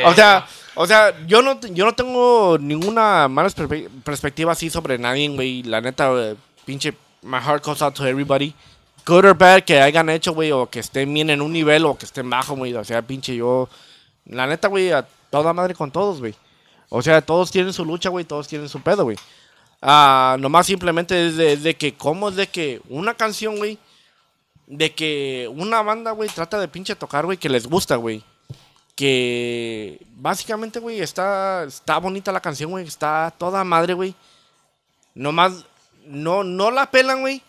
o sea, o sea, yo no, yo no tengo ninguna mala perspe- perspectiva así sobre nadie, güey. La neta, güey, pinche, my heart goes out to everybody. Good or bad que hayan hecho, güey, o que estén bien en un nivel o que estén bajo, güey. O sea, pinche, yo, la neta, güey, a toda madre con todos, güey. O sea, todos tienen su lucha, güey, todos tienen su pedo, güey. Ah, nomás simplemente es de, es de que, ¿cómo es de que una canción, güey? De que una banda, güey, trata de pinche tocar, güey, que les gusta, güey. Que básicamente, güey, está, está bonita la canción, güey. Está toda madre, güey. Nomás, no, no la pelan, güey.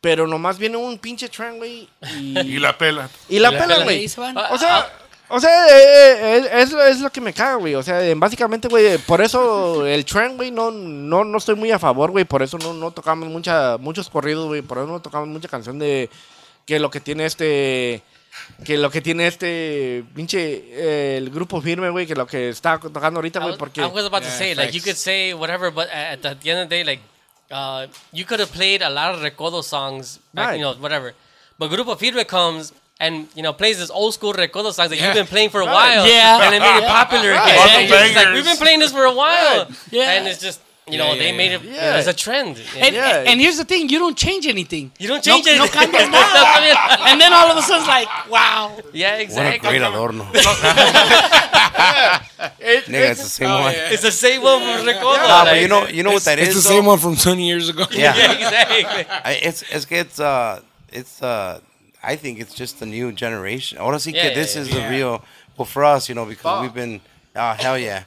Pero nomás viene un pinche tren, güey. Y Y, la pela. y la la pelan, pelan. güey. Y se van. O sea, o sea eh, eh, es, es- es lo que me caga, güey. O sea, eh, básicamente, güey, eh, por eso el trend, güey, no, no, no estoy muy a favor, güey. Por eso no, no tocamos mucha, muchos corridos, güey. Por eso no tocamos mucha canción de que lo que tiene este... Que lo que tiene este pinche eh, el grupo firme, güey, que lo que está tocando ahorita, I güey, was, porque... I was about to Yeah, say, like, you facts. could say whatever, but at the, at the end of the day, like, uh, you could have played a lot of Recodo songs, back, Right. you know, whatever. But Grupo Firme comes and, you know, plays this old school Recodo songs that Yeah. you've been playing for a while. Yeah. And it made it popular again. All the And you're just like, bangers. we've been playing this for a while. Yeah. And it's just, you know, yeah, they yeah. made it, you know, Yeah. it's a trend. you And, know? Yeah. and here's the thing, you don't change anything. You don't change no, it. No cambias nada. and then all of a sudden it's like, wow. yeah, What a exactly. great adorno. It- Nigga, it's the same Oh, one. yeah. It's the same one from Recodo. Nah, but like- you know, you know what that It's is. the though? same one from 20 years ago. Yeah. yeah, exactly. I- It's it's que it's uh it's uh I think it's just the new generation. Ahora sí Yeah, que this yeah, is the real well for us, you know, because we've been oh hell yeah.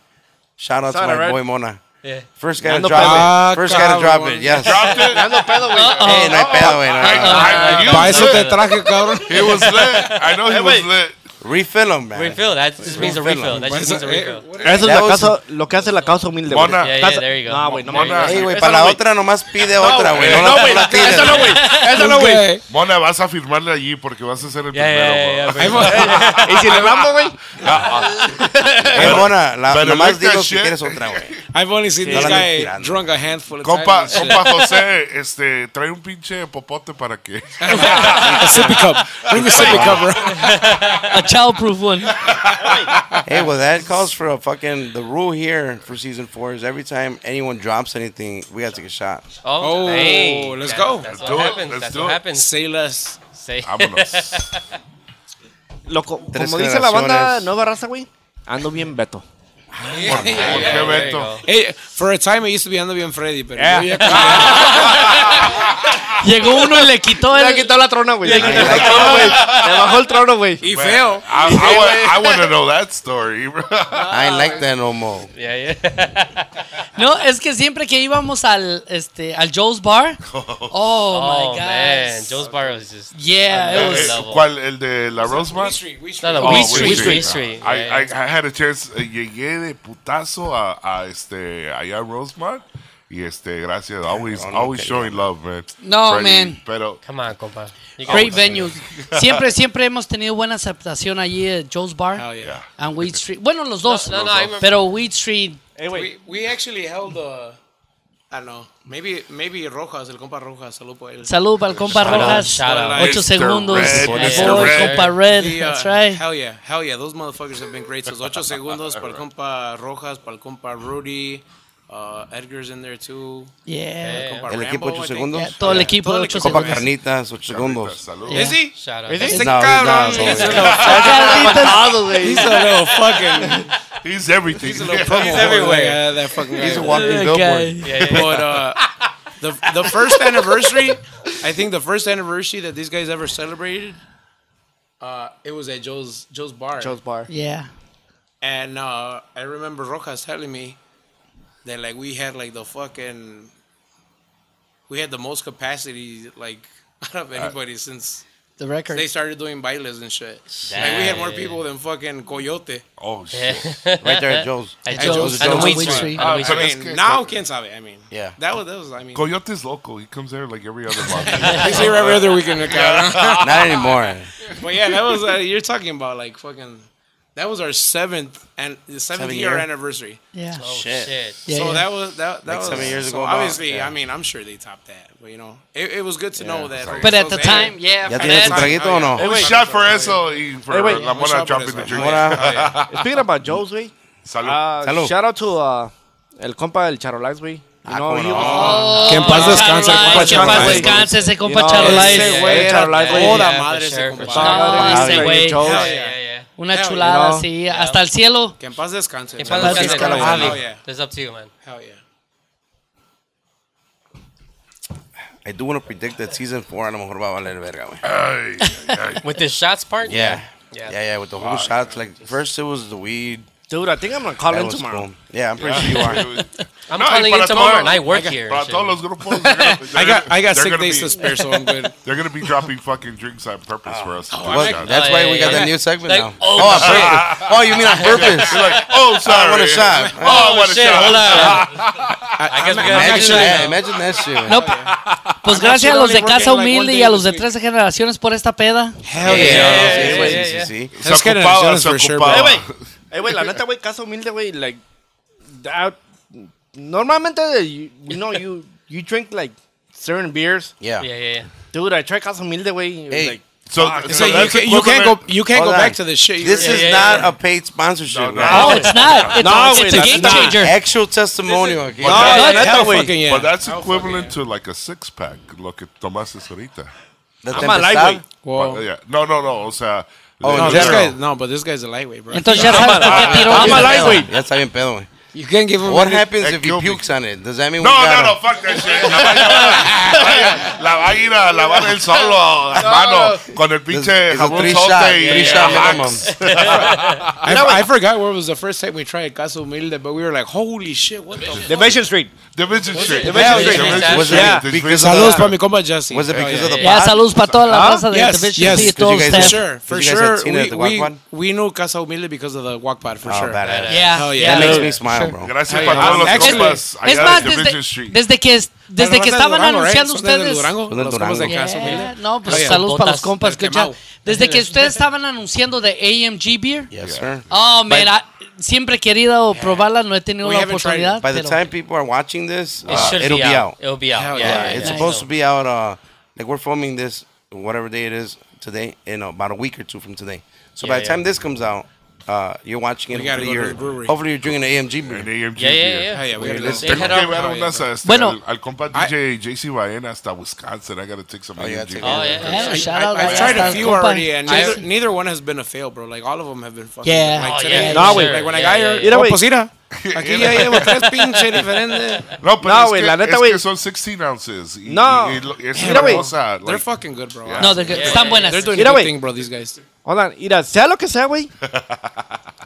Shout out to Shout my out, right? boy Mona. Yeah. Ah, First guy to Nando drop Pele. it. First guy to drop Cabrón. it. Yes. Dropped it. Hey, no hay pedo, güey, no hay pedo. I, I, Para he was Ah, eso te lit. traje, cabrón. He was lit. I know he was lit. Refill him, man. Refill. That just means a Refill. refill. That just means a refill. Eso es That la was- causa, lo que hace la causa humilde, güey. Mona. Yeah, yeah, Causa- there you go. No, güey, no There you mames. go. Hey, güey, Esa para no, la güey. otra nomás pide otra, güey. güey, No, no, la- güey, no la tires. Esa no, güey. Esa no, güey. Okay. Mona, vas a firmarle allí porque vas a ser el Yeah, primero. Ah, yeah, yeah, bro. yeah, very good. Y si le vamos, güey. Hey, Mona, la- Pero nomás like that dinos si shit. quieres otra, güey. I've only seen No this la andes guy tirando. drunk a handful of Compa, times. and shit. compa José, este, trae un pinche popote para que. a sippy cup. Bring a sippy cup, bro. A childproof one. Hey, well, that calls for a fucking. The rule here for season four is every time anyone drops anything, we got to take a shot. Oh, Oh, hey, let's that- go. That's do what it, happens. let's That's do what it. happens. Say less. Say. Vámonos. Lo co- Tres como dice la banda generaciones. Nueva Raza, güey, ando bien beto. ¿Por qué, Beto? Hey, for a time, I used to be Ando Bien Freddy, pero Yeah. yo ya cambié. Llegó uno y le quitó el. Le quitó la trona, güey. Le quitó la bajó el trono, güey. Y feo. I, I, want to know that story, bro. I ain't like that no more. Yeah, yeah. No, es que siempre que íbamos al este al Joe's Bar. Oh, Oh, my man, God. Joe's bar was just. Yeah, it Another was. level. Eh, ¿Cuál? ¿El de la Rosemont? No, no, Oh, Wheat Wheat Street. Wheat Street. Street. Street. I, yeah, I, yeah. I had a chance. eh, Llegué de putazo a, a este, allá a Rosemont. Y este, gracias. Always, always showing love, man. No, Freddy, man. Pero, Come on, compa. You can Great do it. venue. Siempre, siempre hemos tenido buena aceptación allí en Joe's Bar Hell yeah. and Weed Street. Bueno, los dos. No, no, no, I remember- pero Weed Street. We, we actually held uh, I don't know. Maybe maybe Rojas, el compa Rojas, salud por él. Salud para el compa out, Rojas. shout out. Ocho Mr. segundos. Red, Boy, Mr. Red. compa Red. He, uh, That's right. Hell yeah, hell yeah. Those motherfuckers have been great. So ocho segundos para el compa Rojas, para el compa Rudy. Uh, Edgar's in there too. Yeah. El compa El equipo Rambo, ocho I think. segundos. Yeah, todo el equipo Todo de el ocho equipo. Copa segundos. Carnitas, ocho segundos. saludos. Yeah. Is he? Shout No, out. Ese he's not, cabrón. hombre. He's a little fucking. He's everything. He's a little promo. everywhere. Yeah, that fucking guy. He's a walking billboard. Okay. Yeah, yeah, yeah. But uh, the the first anniversary, I think the first anniversary that these guys ever celebrated, uh, it was at Joe's Joe's bar. Joe's bar. Yeah. And uh, I remember Rojas telling me that like we had like the fucking we had the most capacity like out of anybody since The record. they started doing bailes and shit. Like we had more people than fucking Coyote. Oh, shit. Right there at Joe's. At Joe's. Joe's. At At the Wheat Wheat Street. Street. At the Ah, Wheat pero Street. es que- Now can't stop it. I mean, Yeah. that was that was. I mean, Coyote's loco. He comes there like every other month. I see her every other weekend. cabrón. Not anymore. But yeah, that was uh, you're talking about like fucking. That was our seventh and the seventh Seven year, year? anniversary. yeah. Oh, Shit. shit. yeah, so yeah. that was that that Like was seven years so ago, about- Obviously, yeah. I mean, I'm sure they topped that, but you know, it, it was good to know that. But at the time, yeah. ¿Ya for tienes un that- traguito o no? Hey, We wait. shot for eso y for Hey, wait. la We mona shot por dropping eso. the drink. Mona. Speaking about Joe's, güey. Ah, Salud. Uh, Salud. Shout out to uh, el compa del Charolais, güey. You Ah, know, cómo he no. was- Que en paz descanse, Charolais, compa que en paz Charolais. descanse ese you compa know, Charolais. ese Yeah, güey, yeah, Charolais, yeah. güey. Toda for madre sure, se for compa. sure. No, Ah, ese güey, güey. Joe's. Yeah, Yeah, yeah. Una Hell, chulada, you know. sí. Hasta el cielo. Que en paz descanse. If man. I look at Francisco Lavado. Hell yeah. it, it's up to you, man. Hell yeah. I do want to predict that season four a lo mejor va a valer verga, güey. Ay, ay, ay. With the shots part? Yeah. Yeah. Yeah, yeah, with the whole shots. Like, first it was the weed. Dude, I think I'm going to call That in was tomorrow. cool. Yeah, I'm pretty sure you are. I'm No, y calling para in tomorrow todo- and I work here. Para shit. todos los grupos. they're gonna- I got I got they're six gonna days be- to spare, so I'm good. They're going to be dropping fucking drinks on purpose for us. to do Well, shots. that's Oh, why yeah, we yeah, got that yeah. new segment Like, now. oh, on purpose. Oh, you mean on purpose? You're like, oh, sorry. want a shot. Oh, I want a shit, shot. hold on. I guess we gotta Imagine actually. that. Imagine that shit. No, pues gracias a los de only Casa working like one Humilde day y a this los de week. 13 generaciones por esta peda. Hell yeah. yeah, Sí, yeah, güey, yeah, sí, yeah. sí, sí. Se ocupaba, se ocupaba. Hey, güey. Hey, güey, la neta, güey, casa humilde, güey, like, that- normalmente, you, you know, you, you drink, like, certain beers. Yeah. Yeah, yeah, yeah. Dude, I tried casa humilde, güey. Hey. Like, So, So so you, that's can, you can't equivalent- go you can't Hold go on. back to the shit. you This were- is yeah, not yeah. a paid No, sponsorship. güey. no. No, it's not. It's, No, it's güey, a that's game not- changer. Actual testimonial. aquí. No, Ah, Hell la neta, güey. fucking yeah. But that's equivalent to like a six pack, lo que tomaste ahorita. La I'm a lightweight. tempestad. Whoa. But, yeah. No, no, no. O sea, Oh, No, in this general. guy, no, but this guy's a lightweight, bro. Entonces ya sabes por qué tiró. I'm Ya está a bien lightweight. pedo, Ya está bien pedo, güey. You can't give him. What any- happens That if he killed me. pukes on it? Does that mean we No, no, got no, him? fuck that shit. La va a llevar- La va a ir a lavar el solo, hermano, con el pinche It's a jabón three shot. sote y Three y shot minimum. Ajax. I, I forgot where was the first time we tried Casa Humilde, but we were like, holy shit, what the fuck? Division Street. Division Street. Division Division Street. Street. Was Yeah. it because of Saludos the- para mi compa Jesse. was it Hell because yeah. of the Ya, pot? saludos para toda la Ah, raza de yes, Division yes. C y Did todo you guys For Yeah. usted. sure, for Did you guys sure. have seen it at We, the Wack we, Pod? we knew Casa Humilde because of the Walk Pod, for Oh, sure. badass. Yeah, Hell yeah. That yeah. makes Sure. me smile, bro. Gracias Ay, para todos I'm los Um, actually- compas Es allá más, de Division desde, Street. desde que, desde que estaban anunciando ustedes. Son del Los compas de Durango. Casa Yeah, Humilde. No, pues Oye, saludos para botas los compas. del que ya- quemao. Desde que ustedes estaban anunciando de AMG Beer. Yes, sir. Oh, mira, siempre he querido probarla, no he tenido We la haven't tried it. oportunidad. By the pero- time people are watching this, It uh, should it'll be out. It'll be out. Hell Yeah, yeah. yeah, It's yeah. supposed to be out. Uh, like we're filming this whatever day it is today in about a week or two from today. So by Yeah, the yeah. time this comes out, uh, you're watching it. We gotta Hopefully go to you're, the brewery. hopefully you're drinking an AMG En beer. AMG Yeah, yeah, here. yeah. Hell yeah, we gotta They go. had Tengo our- que llevar Oh, yeah. unas este, Bueno. al, al compa DJ JC Baena hasta Wisconsin. I gotta take some Oh, you gotta AMG. take Oh, it. yeah. Yeah, I, eh, shout out have a- tried hasta a el few compa. already, and I- neither, neither one has been a fail, bro. Like all of them have been fucking. Yeah. Like, Oh, today, yeah, for No, güey. sure. Like when I Yeah, got yeah, here, yeah. Mira, oh, güey. pues mira, aquí ya llevo tres pinches diferentes. No, pero No, es güey, que- la neta, es güey. que son 16 ounces. Y, No. y- y lo- es Mira, güey. hermosa. They're like, fucking good, bro. No, de que- Yeah, están yeah, buenas. They're doing Mira, a güey. good thing, bro. These guys. Hold on, mira, sea lo que sea, güey.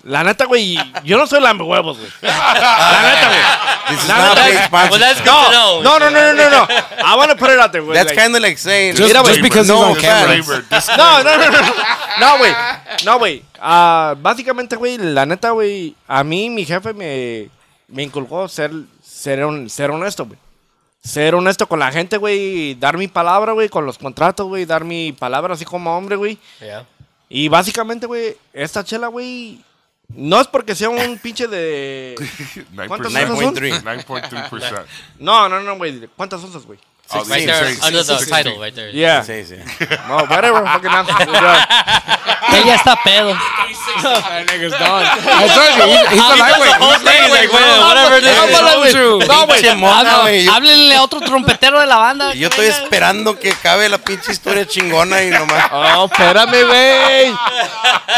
La neta, güey, yo no soy lambe huevos, güey. La neta, güey. This is Nah, not a that's- paid Well, sponsor. that's good to know. No, no, no, no, no, no. I want to put it out there, güey. That's like- kind of like saying Just- Mira, just güey, because no he's on offense. camera. flavor, this- No, no, no, no. No, güey. No, güey. Ah, básicamente, güey, la neta, güey, a mí mi jefe me, me inculcó ser, ser, hon- ser honesto, güey. Ser honesto con la gente, güey. Dar mi palabra, güey, con los contratos, güey. Dar mi palabra así como hombre, güey. Yeah. Y básicamente, güey, esta chela, güey, no es porque sea un pinche de... 9%. ¿Cuántas onzas son? 9.3. 9.3%. No, no, no, güey. ¿Cuántas onzas, güey? Oh, Right sí, there, sí, under sí, the sí, title, sí. right there. Yeah. Sí, sí. No, whatever. Fucking answer. Yeah. Que ya está pedo. That nigga's done. I told you, he's, he's a lightweight. whole He's thing, like, like, well, well, whatever it is, I'm a it's lightweight. No, güey. Habla- Háblenle a otro trompetero de la banda. Yo estoy esperando que acabe la pinche historia chingona y nomás. Oh, espérame, güey.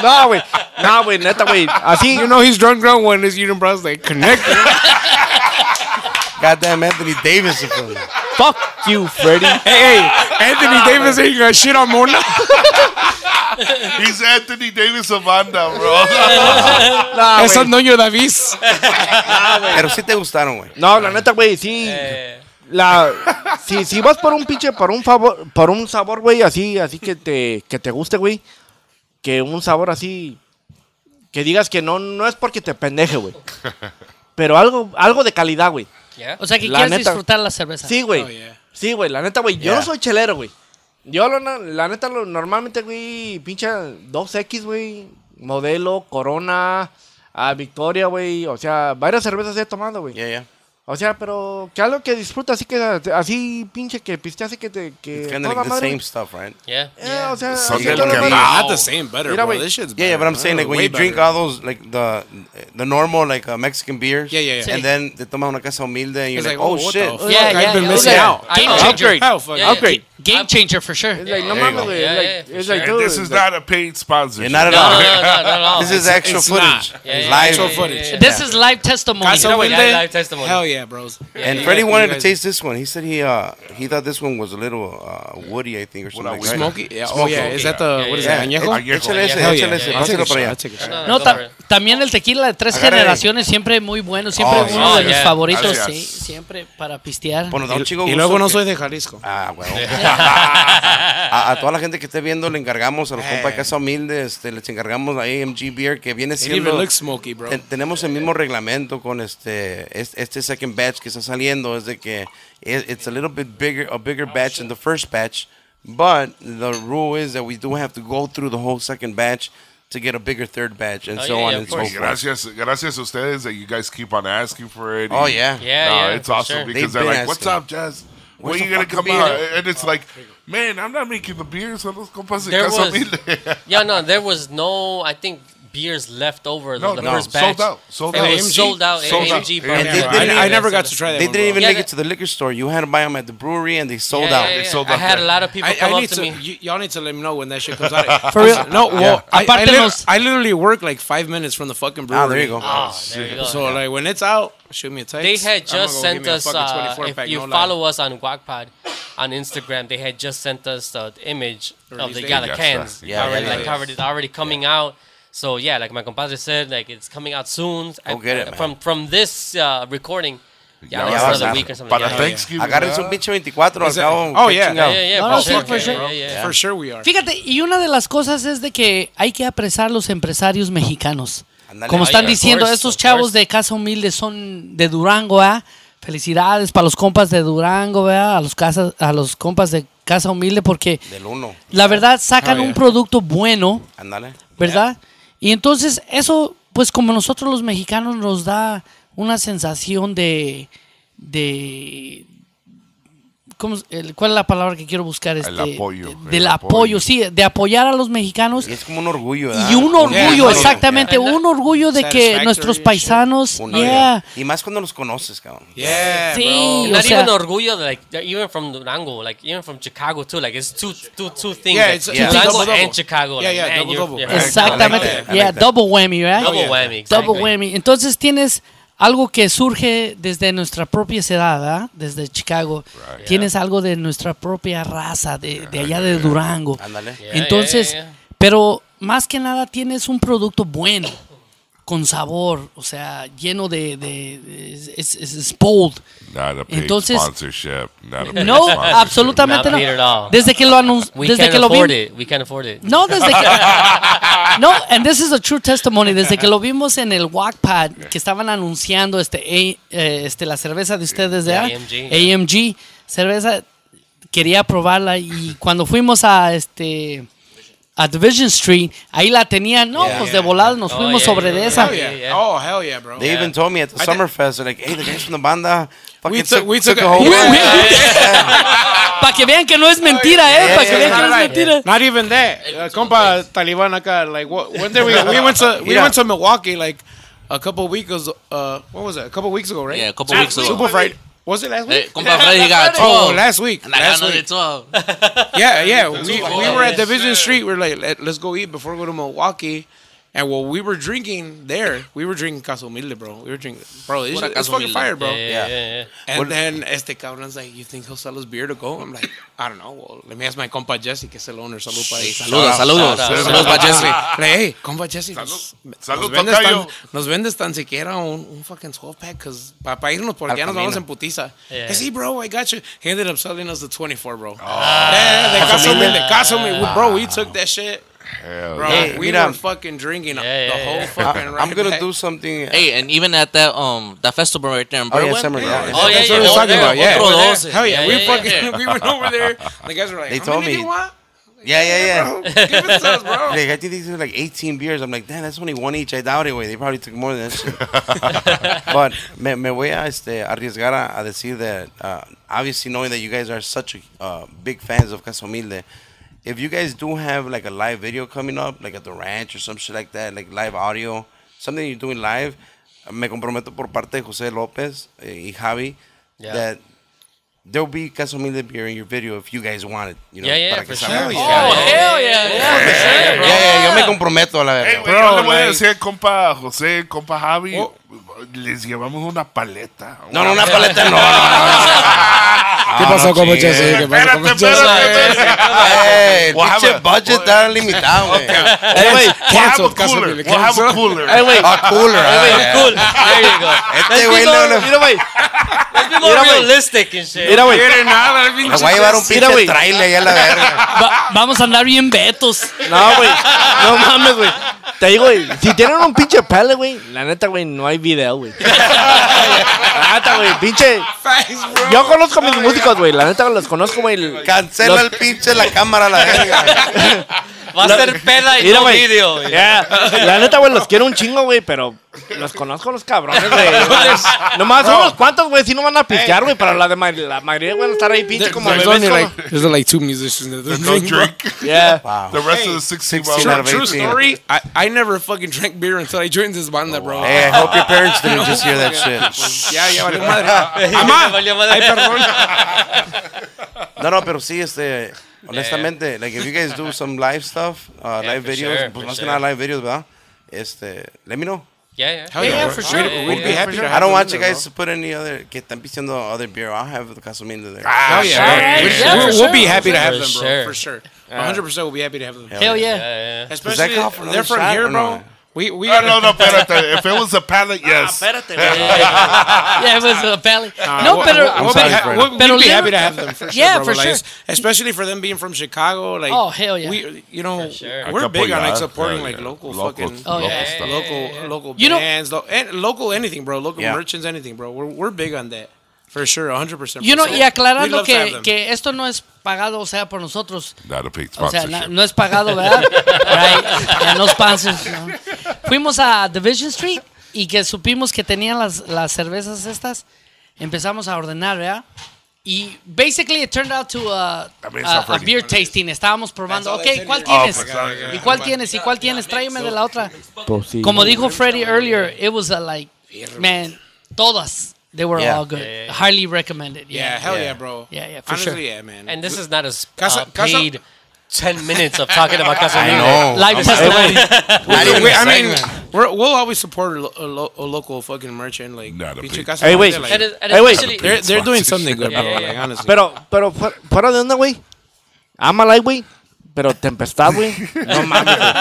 No, güey. No, güey, neta, güey. Así, You know he's drunk drunk when his unibrows like connect. Goddamn Anthony Davis. fool. Fuck you, Freddy. Hey, Anthony Davis ain't gonna shit on Mona. He's Anthony Davis of banda, bro. Es Antonio Davis. Pero sí te gustaron, güey. No, la neta, güey, sí. La, si, si vas por un pinche, por un favor, por un sabor, güey, así, así que te, que te guste, güey. Que un sabor así, que digas que no, no es porque te pendeje, güey. Pero algo, algo de calidad, güey. Yeah. O sea, que La quieres neta. disfrutar la cerveza. Sí, güey. Oh, yeah. Sí, güey, la neta, güey. Yo Yeah. no soy chelero, güey. Yo, lo na- la neta, lo- normalmente, güey, pincha 2X, güey. Modelo, Corona, ah, Victoria, güey. O sea, varias cervezas he tomado, güey. Yeah, yeah. O sea, pero que algo que disfruta, así que así pinche que piste, así que te. Que It's kind of toda like the madre. same stuff, right? Yeah. Eh, O sea, así Something toda like madre. that. Not the same, better, Mira, bro. güey. This shit's Yeah, yeah, but I'm saying like when Oh, way you drink better. all those like the the normal like uh, Mexican beers. Yeah, yeah, yeah. And then they toma una casa humilde and you're It's like, like, oh, oh, what shit. the Fuck, fuck? Yeah, I've yeah, been yeah, missing yeah. out. Game Oh, changer. okay. Oh, fuck. Yeah, yeah. Upgrade. Game changer for sure. It's like, no There you mames, go. güey. Yeah, like, yeah, for it's like, And this dude, is like- not a paid sponsorship. And not at No, all. no, no, not at all. This is actual it's footage. not. Yeah, yeah, live. Actual yeah, footage. yeah, This is live testimony. Casa yeah. Yeah, Humilde. live testimony. Hell yeah, bros. And you Freddie guys- wanted you to guys- taste this one. He said he uh he thought this one was a little uh, woody, I think, or something. Like, that. Smoky? Yeah. Oh, yeah. Is that the, what is Yeah. that, añejo? Añejo. Échale ese, Hell échale yeah. ese, I'll take pásalo a shot. para I'll allá. take a shot. No, go ta- for it. también el tequila de tres Agarra ahí. generaciones, siempre muy bueno, siempre Oh, sí. uno de Oh, mis yeah. favoritos, Gracias. sí, siempre para pistear. Bueno, da un chico Y gusto luego no que- soy de Jalisco. Ah, bueno. a, a toda la gente que esté viendo le encargamos a los compas de Casa Humilde, este, les encargamos la AMG Beer que viene Eh. It even siendo... looks smoky, bro. Ten- tenemos el mismo reglamento con este, es- este second batch que está saliendo es de que it- it's a little bit bigger a bigger batch than the first batch but the rule is that we do have to go through the whole second batch to get a bigger third batch and Oh, so yeah, on yeah, and of so course. forth. Hey, gracias, gracias a ustedes that you guys keep on asking for it. Oh yeah. Yeah, no, yeah, it's for awesome sure. because They've they're been like, "What's asking. up, Jazz? When Where's you the gonna come fucking out?" beer? And it's like, "Man, I'm not making the beers on those compas de There Casa was- Humilde." Yeah, no, there was no, I think, beers left over No, the no, first batch. sold out, sold It out. was sold out. Sold out. AMG Yeah, bourbon. they I, I never got to try that They one, didn't even bro. Yeah, make that- it to the liquor store. You had to buy them at the brewery and they sold Yeah, out. yeah, They yeah. sold I out had a there. lot of people I, come I up need to, to, me. y- y'all need to let me know when that shit comes out. For real. No, well, I, I, Aparte lit- los- I literally work like five minutes from the fucking brewery. Ah, there you go. oh, there you go. So like when it's out, shoot me a text. they had I'm just gonna sent go give me a us. fucking Uh, 24 if pack, you no lie. follow us on WagPod on Instagram, they had just sent us uh, the image of Release the date. yeah, the Yes, cans. sir. Yeah, already, yeah, like yeah. covered. It's already coming out. So yeah, like my compadre said, like it's coming out soon. I- Go get it, man. from from this uh, recording. Ya Yeah, vas like a another saber. week or something. Para yeah, Thanksgiving. Agarren su ¿verdad? pinche 24 al Is it- cabo. Oh, qué yeah. chingado. yeah, yeah, No, for no, sure. sí, for Yeah, sure. yeah, yeah. For sure we are. Fíjate, y una de las cosas es de que hay que apresar los empresarios mexicanos. Ándale. Como Ah, están yeah, of diciendo, course, estos of chavos course. de Casa Humilde son de Durango, ¿ah? Felicidades para los compas de Durango, ¿verdad? A los, casas, a los compas de Casa Humilde, porque Del uno. la Ah, verdad sacan Oh, yeah. un producto bueno, Ándale. ¿verdad? Y entonces eso, pues como nosotros los mexicanos nos da una sensación de... de ¿cómo es? El- ¿Cuál es la palabra que quiero buscar? Este, apoyo, de- el del apoyo. apoyo. sí, de apoyar a los mexicanos. Y es como un orgullo. ¿verdad? Y un orgullo, yeah. exactamente, un orgullo de que Satisfactory nuestros and shit. paisanos, Un- yeah, Y más cuando los conoces, cabrón. Yeah, Sí. bro. o Eh, Not sea- even orgullo, like they're even from Durango, like even from Chicago too. Like it's two, two, two things. Yeah, like, it's- yeah. Durango double, double. and Chicago. Yeah, like, yeah, man, double, you're- double. you're- exactamente, that, I like yeah, that. double whammy, right? Double whammy. Double exactly. whammy. Entonces tienes algo que surge desde nuestra propia ciudad, ¿ah? desde Chicago. Tienes algo de nuestra propia raza, de, de allá de Durango. Ándale. Yeah, Entonces, yeah, yeah, yeah. pero más que nada tienes un producto bueno, con sabor, o sea, lleno de... de- de- es, es- es bold. Not a paid Entonces- sponsorship. Not a paid No, sponsorship. absolutamente Not paid at no. all. Desde que lo anun- We desde can't que lo afford vi, it. We can't afford it. No, desde que. No, and this is a true testimony. Desde que lo vimos en el Wattpad, que estaban anunciando este, eh, eh, este, la cerveza de ustedes de AMG. AMG, cerveza, quería probarla y cuando fuimos a este. A Division Street, ahí la tenían, no, pues de volada nos Oh, fuimos yeah, sobre yeah, de Hell esa. yeah. Yeah. Oh, hell yeah, bro. They even told me at the Summerfest, they're like, hey, the guys from the banda fucking We took, took, we took, a whole we- band." we- Para que vean que no es mentira, ¿eh? yeah, Para que yeah, vean que yeah, no es yeah. mentira. Not even that. Uh, compa Taliban acá, like what, when did we we went to we Yeah. went to Milwaukee like a couple weeks uh what was it? A couple weeks ago, right? Yeah, a couple weeks ago. Super Friday. Was it last Hey, week? compa Freddy got Oh, 12. last week. And I got Last another week. 12. Yeah, yeah. We, we were at Yes, Division Street. We're like, Let, us go eat before we go to Milwaukee. And what we were drinking there, we were drinking Casa Humilde, bro. We were drinking, bro, this Pura shit is Casa fucking Humilde. fire, bro. Yeah, yeah, yeah, And then este cabron's like, you think he'll sell his beer to go? I'm like, I don't know. Well, let me ask my compa Jesse, que es el owner. Salud, para Saludos, saludos. shout out. Saludos para Jesse. Like, hey, compa Jesse, Salud. nos, Salud, nos, vendes tocayo. tan, nos vendes tan siquiera un, un fucking 12 pack, cause para irnos porque Al ya nos vamos camino. en putiza. Yeah. Hey, sí, bro, I got you. He ended up selling us the 24, bro. Ah. Eh, de caso humilde, caso humilde. Bro, we took that shit. Hell Bro, yeah. Hey, we mira. were fucking drinking Yeah, the yeah, whole yeah. fucking I- ride I'm gonna back. do something. Hey, and even at that um that festival right there in Oh, yeah, Berwyn, Summer, yeah, yeah. Oh, yeah, That's yeah. what I was over talking there, about. Yeah, Otro over there. doce. hell yeah, Yeah, we yeah, fucking yeah. we went over there. The guys were like, They "How told many me. do you want? Yeah, yeah, yeah. Bro, give it to us, bro." Like, I think these are like 18 beers. I'm like, damn, that's only one each. I doubt it, güey. They probably took more than that shit. but me, me voy a este, arriesgar a, a decir that, uh, obviously, knowing that you guys are such uh, big fans of Casa Humilde, if you guys do have like a live video coming up, like at the ranch or some shit like that, like live audio, something you're doing live, me comprometo por parte de José López eh, y Javi Yeah. that there'll be Casa Humilde beer in your video if you guys want it. You know, Yeah, yeah, para que for salga. sure. Yeah, Oh, hell yeah. Yeah, yeah, yeah, Eh, yo me comprometo a la verga. Hey, güey, yo le voy a decir, compa José, compa Javi, les llevamos una paleta. Oh. No, no, una paleta no. no, no, no. Ah, ¿Qué pasó, compa Jesse? ¿Qué pasó, Espérate, compa Jesse? espérate, espérate. Ey, We'll have pinche a- budget está limitado, güey. Hey, We'll güey. have a Cancel, cancel, cooler. cancel. We'll have a cooler. Hey, güey. A cooler. ah, Cool. There you go. Este güey no, no. Mira, güey. Let's be more Mira, güey. realistic and shit. Mira, güey. Le voy a llevar un Mira, pinche güey. trailer allá a la verga. Va- vamos a andar bien betos. No, güey. No mames, güey. Te digo, güey. Si tienen un pinche pele, güey. La neta, güey, no hay video, güey. La neta, güey. Pinche. Yo conozco a mis músicos, güey. La neta, los conozco, güey. Cancela el pinche la cámara a la verga. Va a ser peda y Mira, no güey. video, Eh, güey. Ya, La neta, güey, los quiero un chingo, güey, pero los conozco los cabrones, güey. Nomás unos cuantos, güey, si no van a pistear, güey, pero la, de ma- la mayoría, güey, van a estar ahí pinche como there's bebés. only como- like there's only like two musicians that don't No drink. bro. drink. Yeah. The rest of the 16 16 hours. out of True 18. story. I, I never fucking drank beer until I joined this banda, bro. Hey, I hope your parents didn't just hear that shit. Ya, ya valió madre. Mamá. Ay, perdón. No, no, pero sí, este, honestamente, like if you guys do some live stuff, uh, live for videos, sure, pues for más que sure. nada live videos, ¿verdad? Este, let me know. Yeah, yeah. Hell yeah, for we'd- sure. We'd, we'd be happy to I have don't them want in you there, guys to put any other, que están pisteando other beer. I'll have the Casomilde there. bro. Hell yeah. Alright, We'd- yeah, we'll for we'll be sure. happy to have For them, sure. bro. For sure. 100% we'll be happy to have them. Hell Oh, yeah. Yeah, yeah. Does that Especially count for another they're from shot or here, no? bro. We we No, no, no, espérate. If it was a pallet, Ah, yes. Yeah, it was a belly. No, we'll- pero. we'll pero- be ha- we'll- we'd pero be happy lyric- to have them for sure. Yeah, bro, for like, sure. Especially for them being from Chicago, like Oh, hell yeah. we, you know, sure. we're big on like Apoyar, supporting yeah, like yeah. local, Local- fucking Oh, yeah. stuff. local local You know- bands, lo- and local anything, bro. Local Yeah. merchants, anything, bro. We're we're big on that for sure, 100. percent You know, y aclarando que, que esto no es pagado, o sea, por nosotros. Not a paid O sea, sponsorship. na- no es pagado, ¿verdad? Right. Ya no es sponsors, ¿no? Fuimos a Division Street y que supimos que tenían las, las cervezas estas. Empezamos a ordenar, ¿verdad? Y basically it turned out to a, I mean, it's a- not a pretty. beer tasting. Estábamos probando, That's all ok, they ¿cuál said. tienes? pues, ah, yeah. ¿Y cuál tienes? ¿Y cuál tienes? Tráeme de la otra. Como dijo Freddy earlier, it was a like, man, todas, they were Yeah. all good. Highly recommended. yeah, Yeah, hell yeah, bro. Yeah, yeah, for Honestly, sure. yeah, man. And this is not a s- Casa- uh, Casa- paid 10 minutes of talking about Casa I Humilde. know. Live testimony. Not even We- a I mean, segment. we're, we'll always support a, lo- a, lo- a local fucking merchant, like Not a pinche big- casa Hey, grande, wait. like, And, it- and Hey, wait. especially, they're they're doing something good, Yeah, bro. yeah, Like yeah. honestly, Pero, pero, fuera, fuera de onda, güey. Ámala, güey. Pero tempestad, güey. No mames, güey.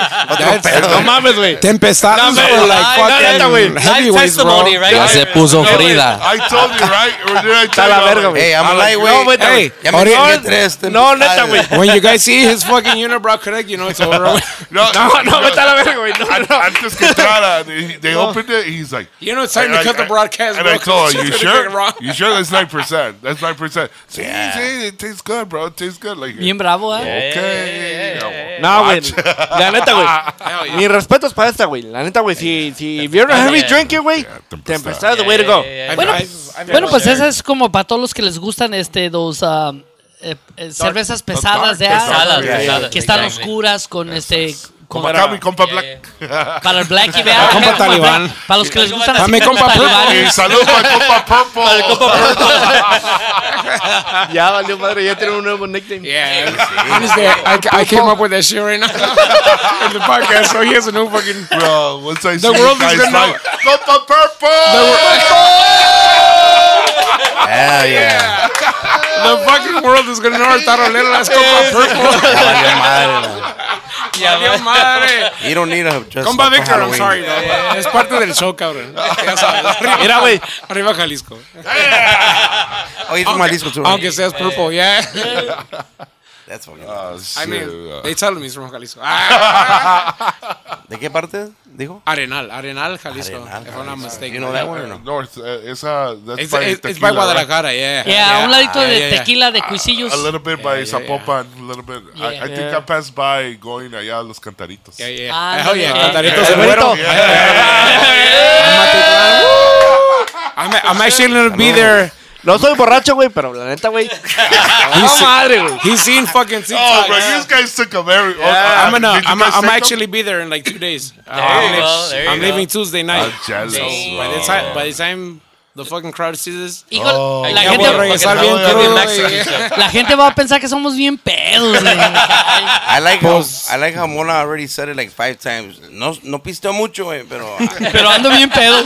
No mames, güey. Tempestados pero- were like Ay, no, neta, güey. fucking Live heavyweights, bro. testimony, right? Ya se puso No, wait, Frida. I told you, right? Or did I Está tell la you verga, already? güey. Hey, I'm alive, No, güey. güey. Hey, Ya me ahorita- chingué tres No, neta, tempestades. güey. When you guys see his fucking unibrow connect, you know it's over. güey. No, No, no, vete a la verga, güey. No, An- no. Antes que entrara, they, they opened it. He's like, You know it's time to cut the broadcast, And bro. I told her, you Something went sure? wrong." You sure? That's nine percent. That's nine percent. See, Yeah. see, it tastes good, bro. It tastes good. Like, Bien bravo, ¿eh? okay. No, güey. La neta, güey. Mis respetos para esta, güey. La neta, güey. Si, si, if you're a heavy Yeah. drinker, güey, tempestad. tempestad is the way to go. Yeah, yeah, I've- Bueno, I've- I've Bueno, pues never- esa es como para todos los que les gustan este dos um, eh, eh, cervezas dark, pesadas, de pesadas, ácido, Pesadas, yeah, yeah. pesadas, que están exactly. oscuras con este Compa Cami, compa Yeah, Black. Para el Blacky, vea. compa Para el talibán. Black- Para los que les gustan Para mi compa Eh, saludos para el compa Purple. Ya valió madre, ya tiene un nuevo nickname. Yeah. Honestly, I, I came up with that shit right now in the podcast, so he has a new fucking. Bro, once I see world is guys gonna know. like, Compa Purple. Hell yeah. The fucking world is gonna know Arturo Lela's Compa Purple. Valió madre, man. Valió madre. You don't need a dress Compa up for Vicar, I'm Halloween. sorry, no, Es parte del show, cabrón. Ya sabes. Mira, güey. Arriba Jalisco. Oh, he's from Jalisco too. right? Aunque seas purple, yeah. That's fucking. I mean, Ah, Shit. they tell me he's from Jalisco. Ah, ¿De qué parte dijo? Arenal, Arenal, Jalisco. Arenal, if I'm not Jalisco. mistaken. You know that one or no? North, uh, esa, that's It's, by it's, it's Tequila, by right? Guadalajara, yeah. Yeah, un ladito Yeah, de yeah, yeah. tequila de cuisillos. A little bit by Zapopan, a little bit. I, Yeah. I think I passed by going allá a los cantaritos. Yeah, yeah. Ah, Hell yeah. yeah. Cantarito Yeah. se Güerito. fueron. I'm, I'm actually gonna be there. No soy borracho, güey, pero la neta, güey. Oh, No madre, güey. He's seen fucking TikTok. Uh, Oh, bro, you guys took a very. oh, I'm gonna. Did you I'm, guys I'm take them? actually be there in like two days. Uh, There you I'm, go, there you I'm go. leaving Tuesday night. I'm jealous, So by the time, by the time the fucking crowd sees this, Híjole, la, ya voy a gente, regresar bien Ya voy a crudo, Mexico. güey. la gente va a pensar que somos bien pedos. güey. I like how I like how Mona already said it like five times. No, no pisteo mucho, eh, pero uh, Pero ando bien pedo.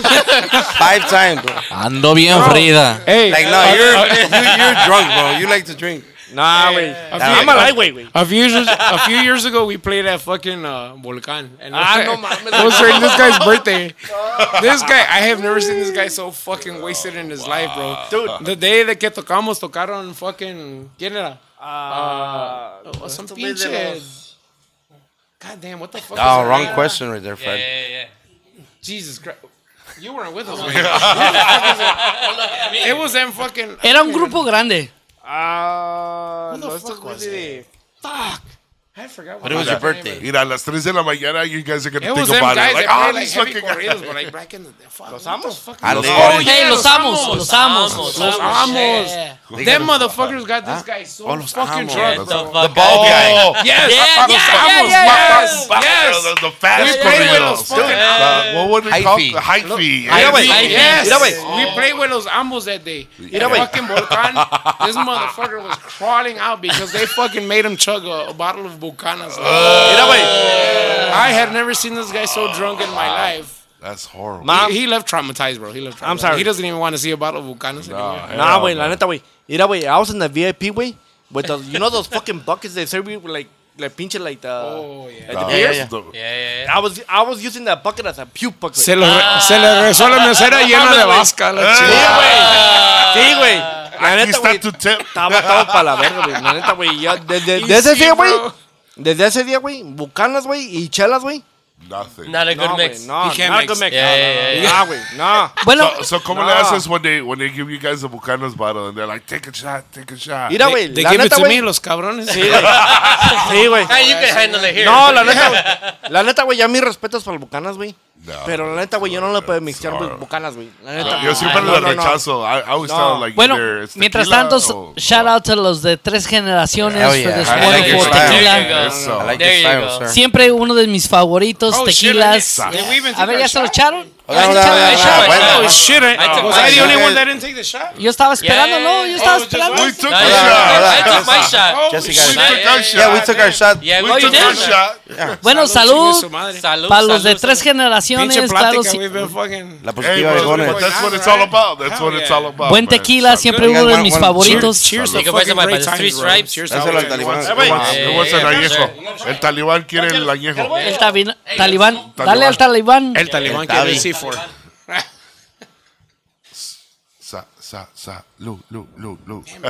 five times, bro. Ando bien Frida. Hey, Like no, you're you, you're drunk, bro. You like to drink. Nah, Ah, güey. Nah, I'm a lightweight, güey. A few years, a few years ago, we played at fucking uh, Volcan, and Ah, no mames. it was during this guy's birthday. This guy, I have never seen this guy so fucking wasted in his life, bro. Dude, the day that que tocamos, tocaron fucking quién era? Ah, Oh, some estos güeyes de pinche. los- God damn, what the fuck? is Oh, that? wrong question right there, Fred. Jesus Christ. You weren't with us, man. Who the fuck is it? it was them fucking. Era un grupo grande. Ah, Who the no, estos fuck was güeyes de- Fuck. I forgot. But it was your birthday. Mira, a las 3 de la mañana, you guys are going It to was think them about guys it. Like, that oh, played like these heavy fucking corridos, but like back in the fuck. Los amos. Ale- Hey, Ah, los amos, los amos. Los amos. Them motherfuckers got this guy so Oh, los fucking amos. drunk. Los bro. The ball guy. Yes, Yeah, los yeah, yeah, amos. yeah, Yes, Fuck, yes. The, the fast We played with los corridos. fucking Uh, what would it High call? fee. High fee. Mira, güey. Yes, Mira, güey. we played with los ambos that day. Mira, güey. fucking Volcan, this motherfucker was crawling out because they fucking made him chug a, a bottle of Bucanas. Mira, güey. I had never seen this guy so drunk in my life. That's horrible. Ma- He, he left traumatized, bro. He left traumatized. I'm sorry. He doesn't even want to see a bottle of Bucanas anymore. Nah, Hell, güey, la man. neta, güey. Mira, güey, I was in the VIP, güey. With the, you know those fucking buckets they serve you, with, like, like pinche, like the. Oh, yeah. Nah, Yeah, that's yeah, the- Yeah, yeah. I was I was using that bucket as a puke bucket. Se le, se le regresó la mesera llena de vasca. La Sí, chingada. güey. Sí, güey. La Aquí neta, está güey. tu tip. Estaba, estaba para la verga, güey. La neta, güey. ya Desde, desde ese sí, día, güey. bro. Desde ese día, güey. Bucanas, güey. Y chelas, güey. Nothing. Not a No, good güey. mix. No, You can't not a good mix. mix. Yeah, yeah, yeah, Nah, güey. Nah. Bueno, So, so ¿cómo le No. haces when they, when they give you guys the Bucanas bottle and they're like, take a shot, take a shot? Mira, güey. They, they la give it neta, to me, güey. los cabrones. Sí, güey. Sí, güey. Hey, you can handle it here. No, la neta, güey. La neta, güey. Ya mis respetos para el Bucanas, güey. No, Pero la neta, güey. Yo no le puedo mixear sorry. Bucanas, güey. La Yo- neta. Yo siempre no, lo no, no. rechazo. I, I always No. tell like bueno, either it's mientras tequila tanto, o- shout out a los de tres generaciones Hell for yeah. this I like wonderful your style. tequila. There you go. Eso. I like your There you style, go. sir. Siempre uno de mis favoritos, Oh, shit, tequilas. Eh, I didn't- did we even A take ver, our ¿ya se lo shot? echaron? ¿Ya se no, lo echaron no, el no, shot? no, bueno. Oh, shit. I, took was my I the shot. only one that didn't take the shot? Yo estaba esperando, ¿no? Yo estaba Oh, just esperando. We took No, a you Hola, shot. hola. I took my shot. Jessica, We eh. took yeah, our yeah, we shot. took our shot. Yeah, We we took our did. shot. Bueno, Chingue salud. su madre. Salud, Para los de salud, tres salud. generaciones, Pinche para los- plática, we've been fucking. La Hey, positiva bro, Begones. but that's what it's all about. That's Hell what it's yeah. all about. Buen man. tequila, siempre Oigan, uno de one- mis one- favoritos. Cheers to Take a bite fucking of my- great the times, street bro. stripes. Cheers Dáselo al to talibán. It wants- Yeah, it wants yeah, an yeah, añejo. El talibán quiere el añejo. El tabi- talibán. Dale al talibán. El talibán El quiere tabi. decir for. Sa, sa, sa, lu, lu, lu, lu.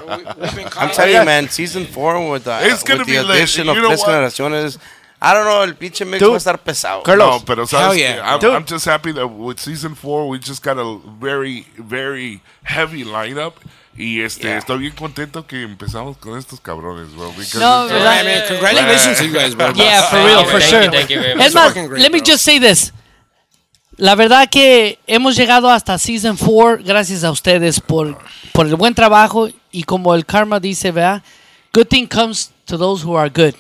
I'm telling you, man, season four with, uh, It's gonna with be the lit. addition of You know tres what? generaciones. I don't know, el pinche mix Dude. va a estar pesado. No, Carlos. pero Hell sabes yeah. que I'm, Dude. I'm just happy that with season four we just got a very, very heavy lineup. Y este, estoy bien contento que empezamos con estos cabrones, bro. because No, it's- ¿verdad? man, congratulations to you guys, bro. Yeah, for real, for Thank sure. you, thank you very much. Es más, fucking great, let me bro. just say this. La verdad que hemos llegado hasta season 4 gracias a ustedes por, por el buen trabajo y como el karma dice, ¿verdad? Good thing comes to those who are good.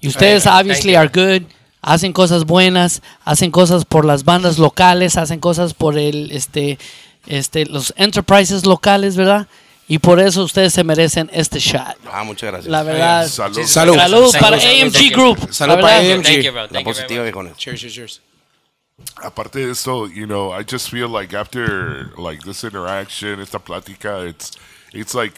Y ustedes obviously you. are good. hacen cosas buenas, hacen cosas por las bandas locales, hacen cosas por el este este los enterprises locales, ¿verdad? Y por eso ustedes se merecen este shot. Ah, muchas gracias. La verdad. Salud. Salud, Salud. para Salud. AMG Thank you. Group. Salud la para verdad. AMG. Thank you, bro. La Thank you very positiva, much. viejones. Cheers, cheers, cheers. aparte de esto, you know, I just feel like after like this interaction, esta plática, it's it's like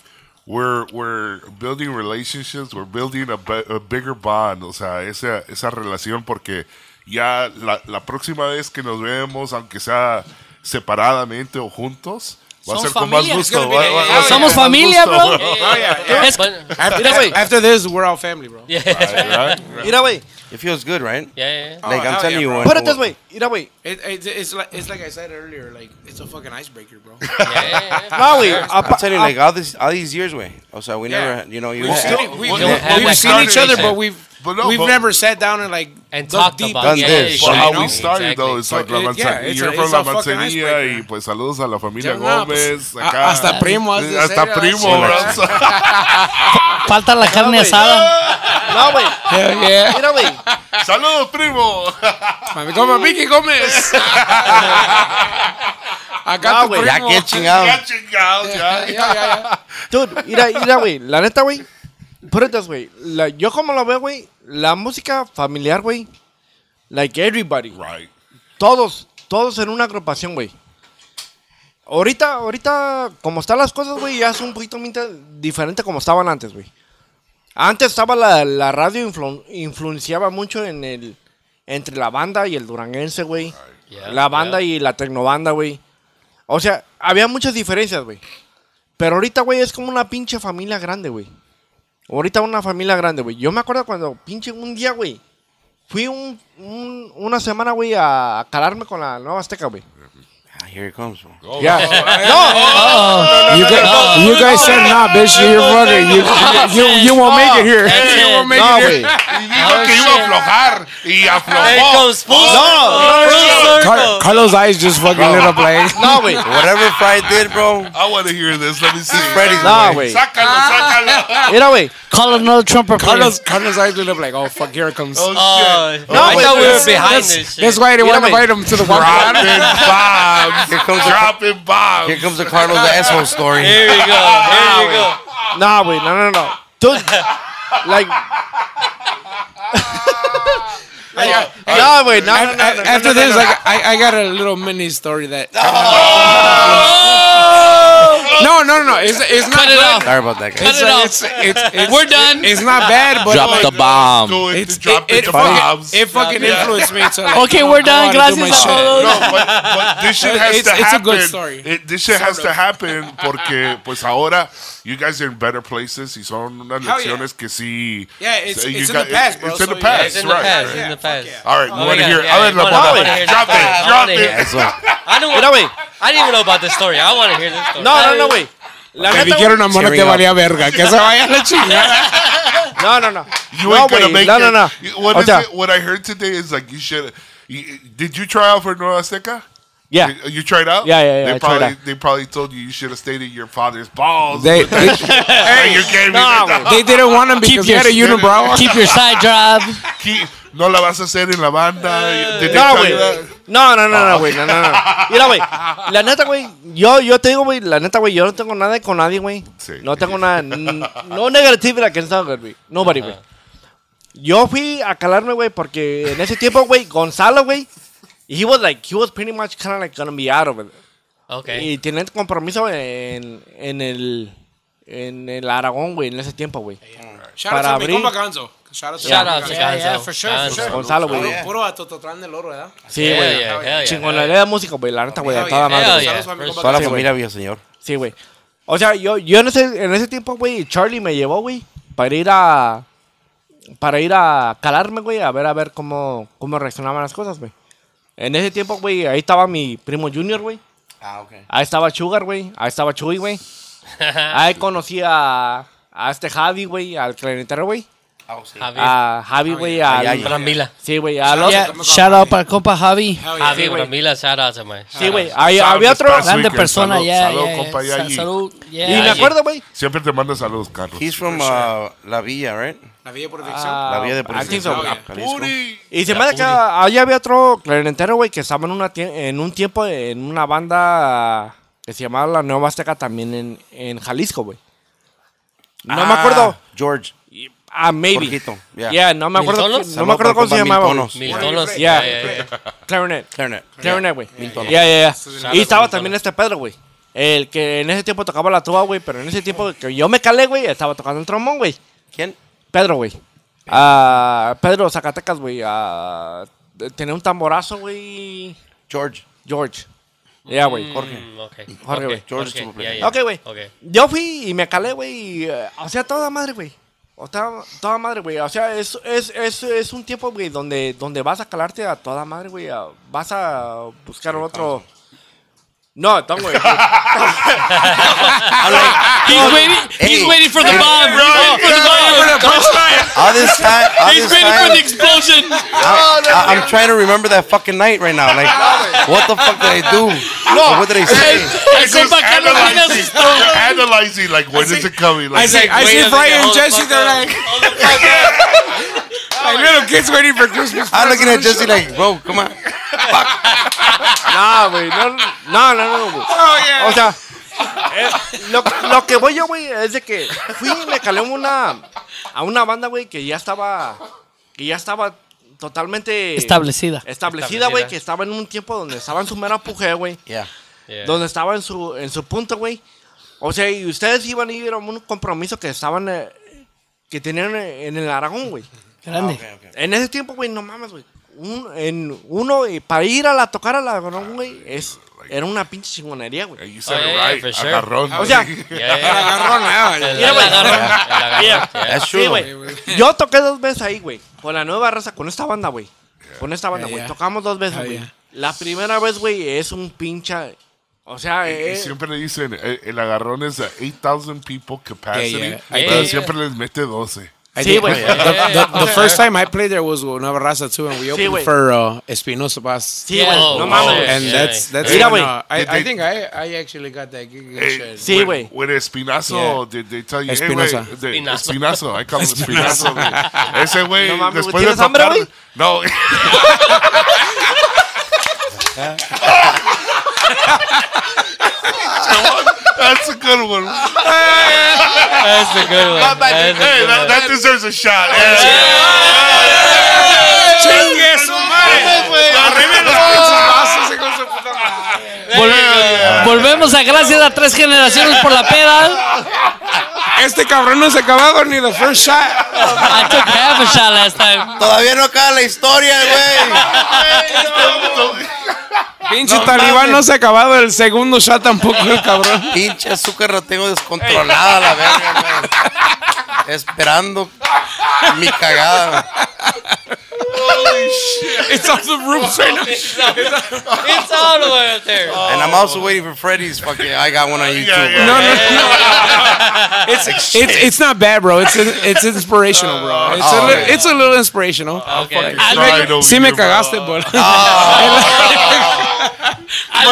we're we're building relationships, we're building a, be- a bigger bond, o sea, esa esa relación porque ya la, la próxima vez que nos vemos, aunque sea separadamente o juntos, va a Somos ser con más familia. gusto. be- va- va- yeah, va a yeah, ser Somos con más familia, gusto, bro. bro. Yeah, but- After, after this, we're all family, bro. yeah, yeah, Right? Mira, güey. It feels good, right? yeah. Like hell I'm telling yeah, you, bro. when- Put it this way. Mira, güey. It, it, it's like it's like I said earlier, like it's a fucking icebreaker, bro. yeah, yeah, yeah. No, güey. I'm apa- telling you, like all these all these years, way. O sea, we Yeah. never, you know, you We've had- seen, we've, Well, we've- yeah. we've Yeah. seen each other, Yeah. but we've But no, we've but- never sat down and like And dug talked deep. about Done yeah, this. yeah, But yeah, how I know. we started though, it's like la But it- yeah, manzanilla. it's You're a- from it's a la fucking manzanilla icebreaker. y pues saludos a la familia Yeah, no, Gómez. pues, a- acá. hasta primo, has de Hasta ser, primo, bro. ¿verdad? So- Falta la carne asada. No, güey. Mira, güey. Saludos, primo. Mami, come, Vicky Gómez. Acá No, tu güey, ya primo. que chingado. Ya chingados, ya. Ya, ya, ya. Dude, mira, mira, güey. La neta, güey. Put it this way. La- yo como lo veo, güey. La música familiar, güey. Like everybody. Right. Todos. Todos en una agrupación, güey. Ahorita, ahorita, como están las cosas, güey, ya es un poquito minta- diferente como estaban antes, güey. Antes estaba la, la radio, influ- influenciaba mucho en el, entre la banda y el duranguense, güey. Yeah, la banda y la tecnobanda, güey. O sea, había muchas diferencias, güey. Pero ahorita, güey, es como una pinche familia grande, güey. Ahorita una familia grande, güey. Yo me acuerdo cuando pinche un día, güey. Fui un, un- una semana, güey, a, a calarme con la nueva Azteca, güey. Ah, Here it comes. bro. Ya. No, You, guys, you guys said nah, bitch. You're fucking. You, you, you won't make it here. no, güey. Y dijo que iba a aflojar. Y There aflojó. goes full No, Car- Carlos' eyes just fucking lit up like. no, güey. Whatever Fry did, bro. I want to hear this. Ah, Let me see. Freddy's No, way. güey. Sácalo, sácalo. Mira, güey. Call another Trumper. Carlos, Carlos' eyes lit up like, oh fuck, here it comes. Oh, shit. circle. No, I wait, thought we were that's- behind this shit. That's why they want Mírame. to invite him to the walk. Dropping bombs. Here comes the, Dropping bombs. here comes the Carlos the asshole story. Here we go. Here we go. No, güey, no, no, no. Dude, like. no, güey, no, no, no, no. After this, like, I, I got a little mini story that. Oh! No, no, no, no. It's, it's not Cut it good. off. Sorry about that, guy. Cut It's, it it's, off. it's, it's, We're done. it's not bad, but Oh, like, the bomb. do it, it's, it, dropping it the fucking, bombs. it fucking influenced me to. Like, oh, Okay, we're I done. wanna do my Gracias a shit. todos. No, but, but this shit has It's- to it's a happen. good story. It- this shit has to happen porque, pues ahora, you guys are in better places y son unas Hell yeah. lecciones que sí. Yeah, it's- you it's in the got- past, bro, It's in the so yeah, past, It's in the right. past. right. In the past. All right, you Oh, want to yeah, hear? yeah, A ver, you wanna- la I wanna hear drop this. it, I drop wanna it. hear this. I don't. Mira, güey. I didn't even know about this story. I want to hear this story. No, no, no, güey. La Me neta, dijeron güey. a mono que Tearing up. valía verga. Que se vaya a la chingada. No, no, no. You no, ain't gonna güey, make no, it. no, no. You- What O is sea, it? What I heard today is like you should. You, did you try out for Nueva Azteca? Yeah. You, you tried out? Yeah, yeah, yeah, They I tried probably out. they probably told you you should have stayed at your father's balls. They, But they, hey, you gave me no, the- they didn't want him because he had a unibrow. Keep your side job. Aquí no la vas a hacer en la banda. Did they No, tell güey. you that? No, no, no, Ah. no, güey. No, no, no. Mira, güey. La neta, güey. Yo, yo te digo, güey. La neta, güey. Yo no tengo nada con nadie, güey. Sí. No tengo nada. No negative against nobody, güey. Nobody, güey. Yo fui a calarme, güey, porque en ese tiempo, güey, Gonzalo, güey, he was like, he was pretty much kind of like gonna be out of it. Okay. Y tiene compromiso en, en el en el Aragón, güey, en ese tiempo, güey. Shout out Para to mi abrir. compa Gonzo. Shout out to Shout mi out to compa Gonzo. Yeah, Gonzo. yeah, for sure, for Gonzo. sure. Gonzalo, güey. Puro- Puro Atototrán del Oro, ¿verdad? Sí, güey. Yeah, yeah, Chingonería yeah. de música, güey. La neta, güey. La Hell neta, yeah. madre, Hell güey. yeah. Saludos a mi First- compa Toda la Sí, güey. familia, señor. Sí, güey. O sea, yo, yo en, ese, en ese tiempo, güey, Charlie me llevó, güey, para ir a. Para ir a calarme, güey, a ver, a ver cómo, cómo reaccionaban las cosas, güey. En ese tiempo, güey, ahí estaba mi primo Junior, güey. Ah, okay. Ahí estaba Sugar, güey. Ahí estaba Chuy, güey. Ahí conocí a, a este Javi, güey, al clarinetero, güey. Ah, Ah, A Ah, Javi, güey. al- Ay, ay, ay. Brambila. Sí, güey. a los- Yeah, shout out para compa Javi. Ah, Javi, güey. Brambila, shout out to my. Sí, güey. Ah, hay- Había otro. Saludos, Grande Weekend, persona, salud, ya. salud, yeah, compa, ya, yeah. Sa- y- Salud, Y me yeah. acuerdo, güey. Siempre te manda saludos, Carlos. He's from uh, La Villa, right? La Villa Ah. Protección. La Villa de I think so. Purificación. yeah. Jalisco. Y se me hace que allá había otro clarinetero, güey, que estaba en, una tie- en un tiempo en una banda que se llamaba La Nueva Azteca también en, en Jalisco, güey. No me Ah, acuerdo. George. Y- Ah, maybe. Jorgito, yeah. Yeah, no me acuerdo. ¿Miltonos? No me acuerdo cómo se Saludos llamaba. para güey. Miltonos. Mil dólares. Yeah. Yeah, yeah, yeah. Clarinet. Clarinet. Clarinet, güey. Miltonos. Ya, ya, ya. Miltonos, Y estaba Miltonos. también este Pedro, güey. El que en ese tiempo tocaba la tuba, güey, pero en ese tiempo que yo me calé, güey, estaba tocando el trombón, güey. ¿Quién? Pedro, güey. Ah, Pedro Zacatecas, güey. Ah, tenía un tamborazo, güey. George. George. Ya, güey. Mm, okay. Jorge, güey. George okay, Super yeah, Play. yeah. Ok, güey. Okay. Yo fui y me calé, güey. y, eh, o sea, toda madre, güey. O sea, toda madre, güey. O sea, es, es, es, es un tiempo, güey, donde, donde vas a calarte a toda madre, güey. a- Vas a buscar otro. No, no, güey. He's waiting. He's Hey. waiting for the bomb. He's waiting for the bomb. All this time, all He's this waiting for the time, explosion. I, am trying to remember that fucking night right now. Like, what the fuck did I do? Or what did I say? El compa Carlos Vargas is You're analyzing, like, when is it coming? Pues Like, I see, I see Brian and Jesse. They're like, like little kids waiting for Christmas. I'm looking at Jesse like, bro, come on. No, güey. No, no, no, no, güey. O sea, eh, lo, lo que voy yo, güey, es de que fui y me calé una, a una banda, güey, que ya estaba. Que ya estaba totalmente. Establecida. Establecida, güey, Establecida. que estaba en un tiempo donde estaba en su mera puje, güey. Yeah. Yeah. Donde estaba en su, en su punto, güey. O sea, y ustedes iban a ir a un compromiso que estaban. eh, que tenían eh, en el Aragón, güey. Grande. En ese tiempo, güey, no mames, güey. Un- en uno, eh, para ir a la tocar a la Aragón, güey, es, era una pinche chingonería, güey. you said Oh, yeah, it yeah, right. for sure. Oh, Agarrón. O sea, Yeah, yeah, yeah. Agarrón, ah, El- vale. Mira, el güey. agarrón, el agarrón, yeah. Mira. That's Sí, true. güey. Yo toqué dos veces ahí, güey. Con la nueva raza, con esta banda, güey. Con esta banda, Yeah, güey. yeah. Tocamos dos veces, Ah, güey. yeah. La primera vez, güey, es un pincha. O sea, Y eh, siempre le dicen, eh, el agarrón es a 8,000 people capacity, Yeah, Eh, yeah. pero Yeah, yeah. siempre les mete 12. I Sí, did- güey. The, the- the first time I played there was with Nueva Raza too, and we opened güey. for uh, Espinosa Paz. sí, güey. Oh, no wow. mames. Yeah. And that's that's Mira, when, güey. uh, I, Did I they- think I, I actually got that gig. and Hey, shit. Eh, Sí, güey. With Espinazo, did they tell you, hey, güey, Espinosa. de- Espinazo. Espinazo, I call him Espinazo, güey. Ese güey, No mames, después de güey, ¿tienes hambre, tocar- güey? No. That's a good one. That's a good one. Hey, That's a good that, one. that deserves a shot. eh. Yeah. Volve- Volvemos a gracias a tres generaciones por la peda. Este cabrón no se acabado ni the first shot. I took half a shot last time. Todavía no acaba la historia, güey. Pinche No talibán mames. no se ha acabado el segundo shot tampoco, el cabrón. Pinche azúcar la tengo descontrolada, la verga, güey. Esperando mi cagada. güey. It's on the roof right now. It's all the way up there. And I'm also waiting for Freddy's fucking, I got one on YouTube. yeah, bro. No, no, no. It's, it's, it's not bad, bro. It's, it's inspirational, bro. It's, a, li- it's a little inspirational. Okay. I cried over Sí me here, bro. cagaste, but, but I-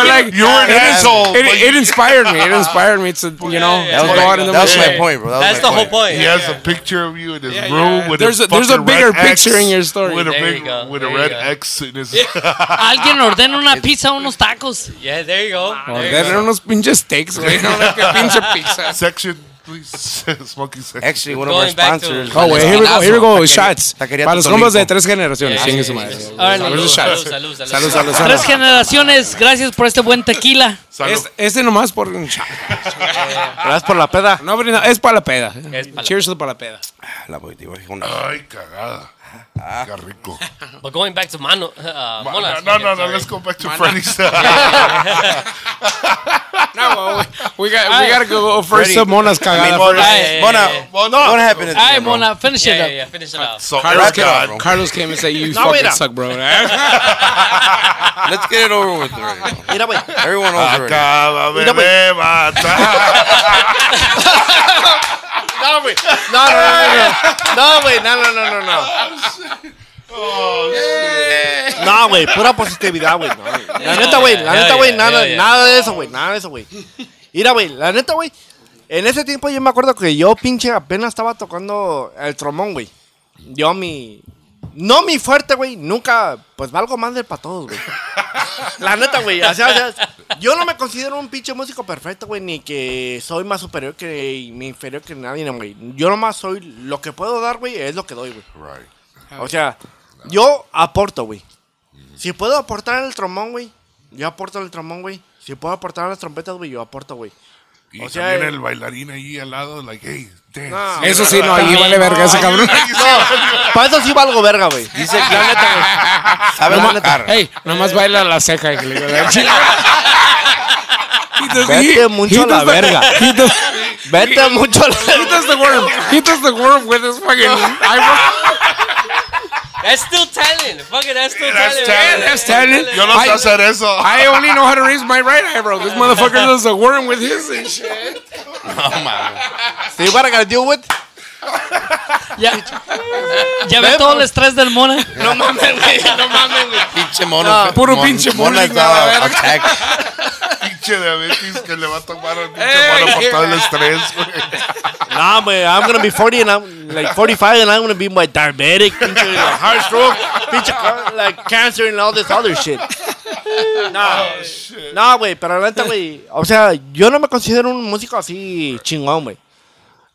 like You were an it, asshole. it, but it inspired me. It inspired me to you know That to was, go out my, in the that was middle. my point, bro. That was That's my the whole point. He has a picture of you in his room with There's a- a there's a fucking bigger red X picture in your story. with a There big you go, with a there you red go. X in his. Alguien ordena una pizza, unos tacos. Yeah, there you go. There you Eran go. unos pinches steaks, güey. No, like a pinche pizza. section, please. Smoking section. Actually, one Going of our back to- sponsors. Oh, güey, here we go, here we go, shots. taquería Para los Totonico. combos de tres generaciones, Yeah, chingue yeah, su yeah. madre. Órale. Salud, salud, salud, salud. Salud, Pues Tres salud. generaciones, gracias por este buen tequila. Salud. Es- Este nomás por un shot. Gracias por la peda. No, pero no, es para la peda. Es pa' la Cheers para la peda. La voy, digo, una- Ay, cagada. Ah. Qué rico. But going back to Mano, uh, Ma- Molas, no, okay, no, no, sorry. let's go back to Freddy's. No, we, got, we gotta go first. Freddy. some monas cagadas. Mona, Hey, Mona, what happened? at the Ay, end, bro? Mona, finish Yeah, it yeah, up. yeah, finish it off. so, Carlos, Wrap it came, up, bro. Carlos came and said, You fucking mira. suck, bro. Let's get it over with. already, bro. Mira, güey. Everyone knows already. Acábame Mira, güey. de matar. No, no, güey. No, no, no, no, no. No, güey, no, no, no, no, no. No, güey, pura positividad, güey. No, güey. la neta, güey, la yeah, neta, güey, yeah, nada, yeah, yeah. nada de eso, güey, nada de eso, güey. Mira, güey, la neta, güey. En ese tiempo yo me acuerdo que yo, pinche, apenas estaba tocando el tromón, güey. Yo mi... No mi fuerte, güey. Nunca, pues valgo más del para todos, güey. La neta, güey. O sea, o sea, yo no me considero un pinche músico perfecto, güey, ni que soy más superior que y me inferior que nadie, no, güey. Yo nomás soy lo que puedo dar, güey, es lo que doy, güey. Right. O sea, yo aporto, güey. Si puedo aportar el trombón, güey, yo aporto el trombón, güey. Si puedo aportar las trompetas, güey, yo aporto, güey. Y O sea, también el- el bailarín ahí al lado, like, hey, dance. No. eh, Eso sí, no, ahí vale verga ese cabrón. Para eso sí valgo verga, güey. Dice, la neta, güey. Sabe Nomás- tocar. Ey, nomás baila la ceja. que le digo, la Vete mucho a la verga. He does, Vete mucho a la he does the worm. He does the worm with his fucking eyebrow. That's still talent. Fuck it, that's still That's talent. talent. That's talent. Yo no I- sé hacer eso. I only know how to raise my right eyebrow. This motherfucker does the worm with his and shit. Sí, para que deal with. Ya, ya ve todo el estrés del mona. No mames, güey. No mames, güey. Pinche mono. puro pinche mono. bullying, a la verga. attack. pinche diabetes que le va a tomar al pinche Eh, Ey, mono por ey, todo el estrés, güey. Nah, güey. I'm gonna be 40 and I'm like 45 and I'm gonna be my diabetic, pinche like, heart stroke, pinche ca- like cancer and all this other shit. Nah, nah, güey. Pero la neta, güey. O sea, yo no me considero un músico así chingón, güey.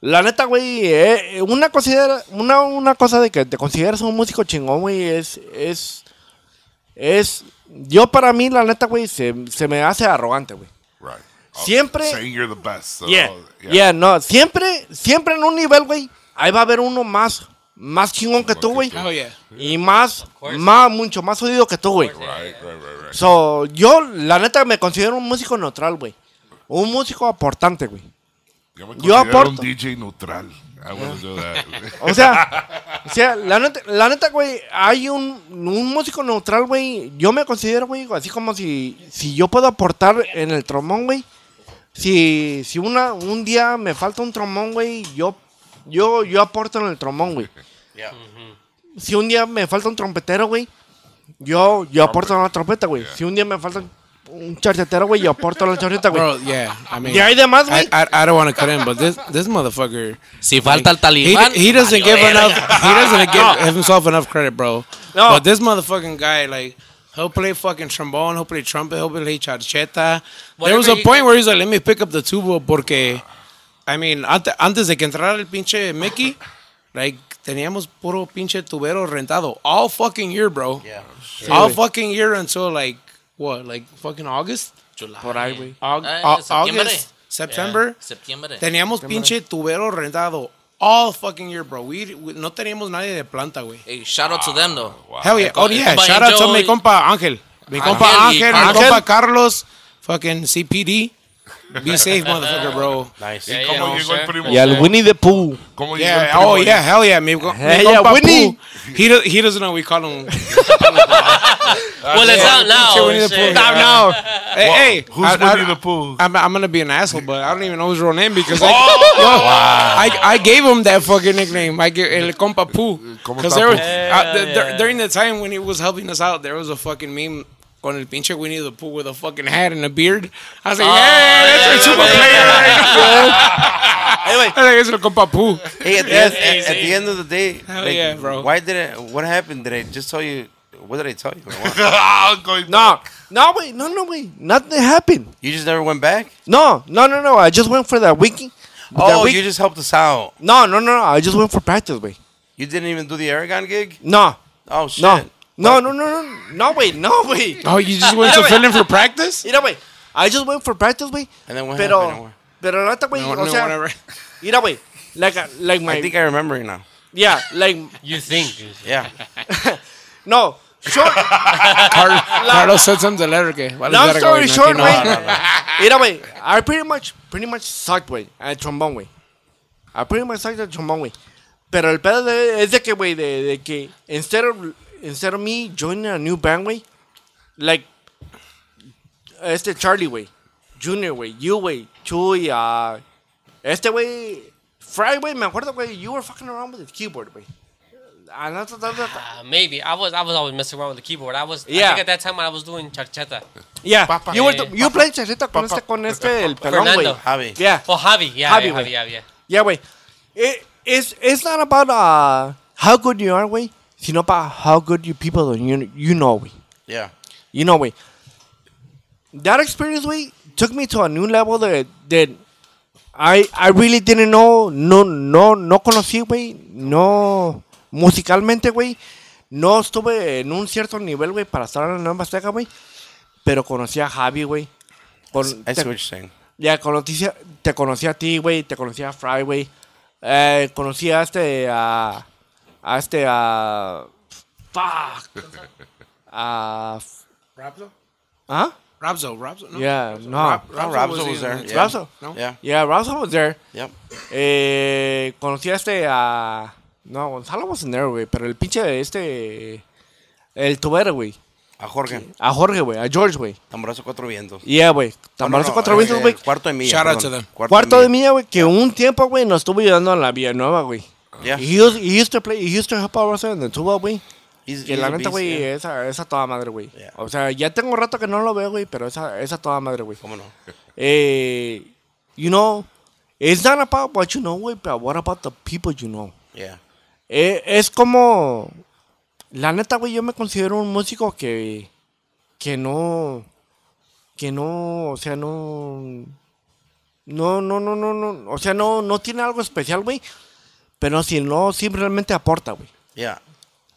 La neta, güey, eh, una, considera, una, una cosa de que te consideras un músico chingón, güey, es, es, es, yo para mí, la neta, güey, se, se me hace arrogante, güey. Right. Siempre- Oh, Saying you're the best. so, Yeah. yeah. yeah, no, siempre, siempre en un nivel, güey, ahí va a haber uno más, más chingón que tú, güey, Oh yeah. y más, más, mucho más jodido que tú, güey. Right, right, right, right. So, yo, la neta, me considero un músico neutral, güey, un músico aportante, güey. Yo me Yo considero un aporto. DJ neutral. I wouldn't do that. O sea, o sea, la neta, la neta, güey, hay un, un músico neutral, güey. Yo me considero, güey, así como si, si yo puedo aportar en el trombón, güey. Si, si una, un día me falta un trombón, güey, yo, yo, yo aporto en el trombón, güey. Si un día me falta un trompetero, güey, yo, yo aporto en la trompeta, güey. Si un día me falta un charchetero, güey, yo aporto en la charcheta, güey. Bro, yeah. I mean, De ahí demás, I, güey. I, I don't want to cut in, but this this motherfucker. Si falta el He, talibán. he doesn't valió give verga. enough. He doesn't give himself enough credit, bro. No. But this motherfucking guy, like, he'll play fucking trombone, he'll play trumpet, he'll play charcheta. there Whatever was a he point where he's like, "Let me pick up the tubo," porque, I mean, antes, antes de que entrara el pinche Mickey, like, teníamos puro pinche tubero rentado all fucking year, bro. Yeah. All fucking year until like what, like fucking August, Chulada. Aug- Ah, au- septiembre. August, Yeah, September. Septiembre. Teníamos pinche tubero rentado all fucking year, bro. We, we- no teníamos nadie de planta, güey. Hey, shout out to them, though. Hell yeah. Oh, El yeah. compa Shout out to Angel mi y- compa Ángel. Mi compa y- Ángel, mi Ángel. compa Carlos. Fucking CPD. Be safe, motherfucker, bro. Nice. Yeah, yeah, ¿Cómo no, llegó el sir. primo? Y al Winnie the Pooh. ¿Cómo llegó el Yeah. primo? Oh, yeah. Hell yeah. Mi, co- mi Hey, yeah, compa Winnie. Pooh. He, do- he doesn't know we call him. Well, it's out Pinche Winnie now. the Pooh. Oh, shit. No, no. Hey, hey. Who's I- I- Winnie the Pooh? I'm, I'm gonna be an asshole, but I don't even know his real name because like, yo, I, I gave him that fucking nickname. I gave El Compa Poo Como because there was tapo. uh, th- dur- during the time when he was helping us out, there was a fucking meme con el pinche Winnie the Pooh with a fucking hat and a beard. I was like, yeah, Ah, that's our super player. I Anyway, was like, it's El Compa Pooh. Hey, at the, end, at, at the end of the day, Hell yeah, bro. why did it? What happened? Did I just tell you? What did I tell you? or what? I'm going no, no, wait, no, no, wait. Nothing happened. you just never went back. No, no, no, no. I just went for that wiki. Oh, you just helped us out. no, no, no, no. I just went for practice, wait. You didn't even do the Aragon gig. No, Oh shit. no, no, no, no, no, no, wait, no, wait. Oh, you just went to fill in for practice? Mira, wait. I just went for practice, wait. And then what happened? Pero, pero neta, wait. No, o no, sea, whatever. mira, wait. Like, uh, like my, I think I remember you now. yeah, like, You think? Yeah. no. Short, Car- Carlos said something to Lerke. Vale, long verga, story güey, no short, entiendo. wait. Mira, wait. I pretty much, pretty much sucked, wait, at trombone, wait. I pretty much sucked at trombone, wait. Pero el pedo de, es de que, güey, de, de que instead of, instead of me joining a new band, güey, like, este Charlie, uh, güey, Junior, güey, you, güey, Chuy, ah, este, güey, Friday, güey, me acuerdo, güey, you were fucking around with the keyboard, güey. Ah, no, no, no, no. Uh, maybe I was I was always messing around with the keyboard. I was I Yeah. think at that time I was doing charcheta. Yeah, you were, Eh, you played chaceta con este, con este, el pelón, güey. Fernando. Javi. Yeah, Oh, Javi, yeah, Javi, yeah, güey. Javi, yeah, yeah. yeah, güey. It, it's, it's not about uh, how good you are, güey, sino about how good you people you, you know, güey. Yeah. You know, güey. That experience, güey, took me to a new level that, that I, I really didn't know, no, no, no conocí, güey, no, musicalmente, güey, no estuve en un cierto nivel, güey, para estar en la nueva Azteca, güey, pero conocí a Javi, güey. Con- I see te- what you're saying. Ya conocí, a- te conocí a ti, güey, te conocí a Fry, güey, eh, conocí a este, a, a este, a, fuck, a, Rapzo? ¿ah? Rapzo, Rapzo. No. Yeah, no. No, Rapzo Oh, was in- there, yeah. Rapzo. No? Yeah. Yeah, Rapzo was there. Yep. Eh, conocí a este a. No, Gonzalo wasn't there, güey. Pero el pinche de este. El tubero, güey. A Jorge. A Jorge, güey. A George, güey. Tamborazo Cuatro Vientos. Yeah, güey. Tamborazo Tambarazo cuatro veces, güey. Eh, Cuarto de milla. Shout out perdón. to them. Cuarto de milla, güey. Que un tiempo, güey, nos estuvo ayudando en la Vía Nueva, güey. Yeah. He, used, he used to play, he used to help us out in the tuba, güey. He's- Que he's la a neta, beast, güey, eh. yeah. esa, esa toda madre, güey. Yeah. O sea, ya tengo rato que no lo veo, güey, pero esa, esa toda madre, güey. ¿Cómo no? Eh, you know, it's not about what you know, güey, but what about the people you know. Yeah. Eh, es como. La neta, güey, yo me considero un músico que. Que no. Que no. O sea, no. No, no, no, no, no. O sea, no, no tiene algo especial, güey. Pero si no, simplemente aporta, güey. Yeah.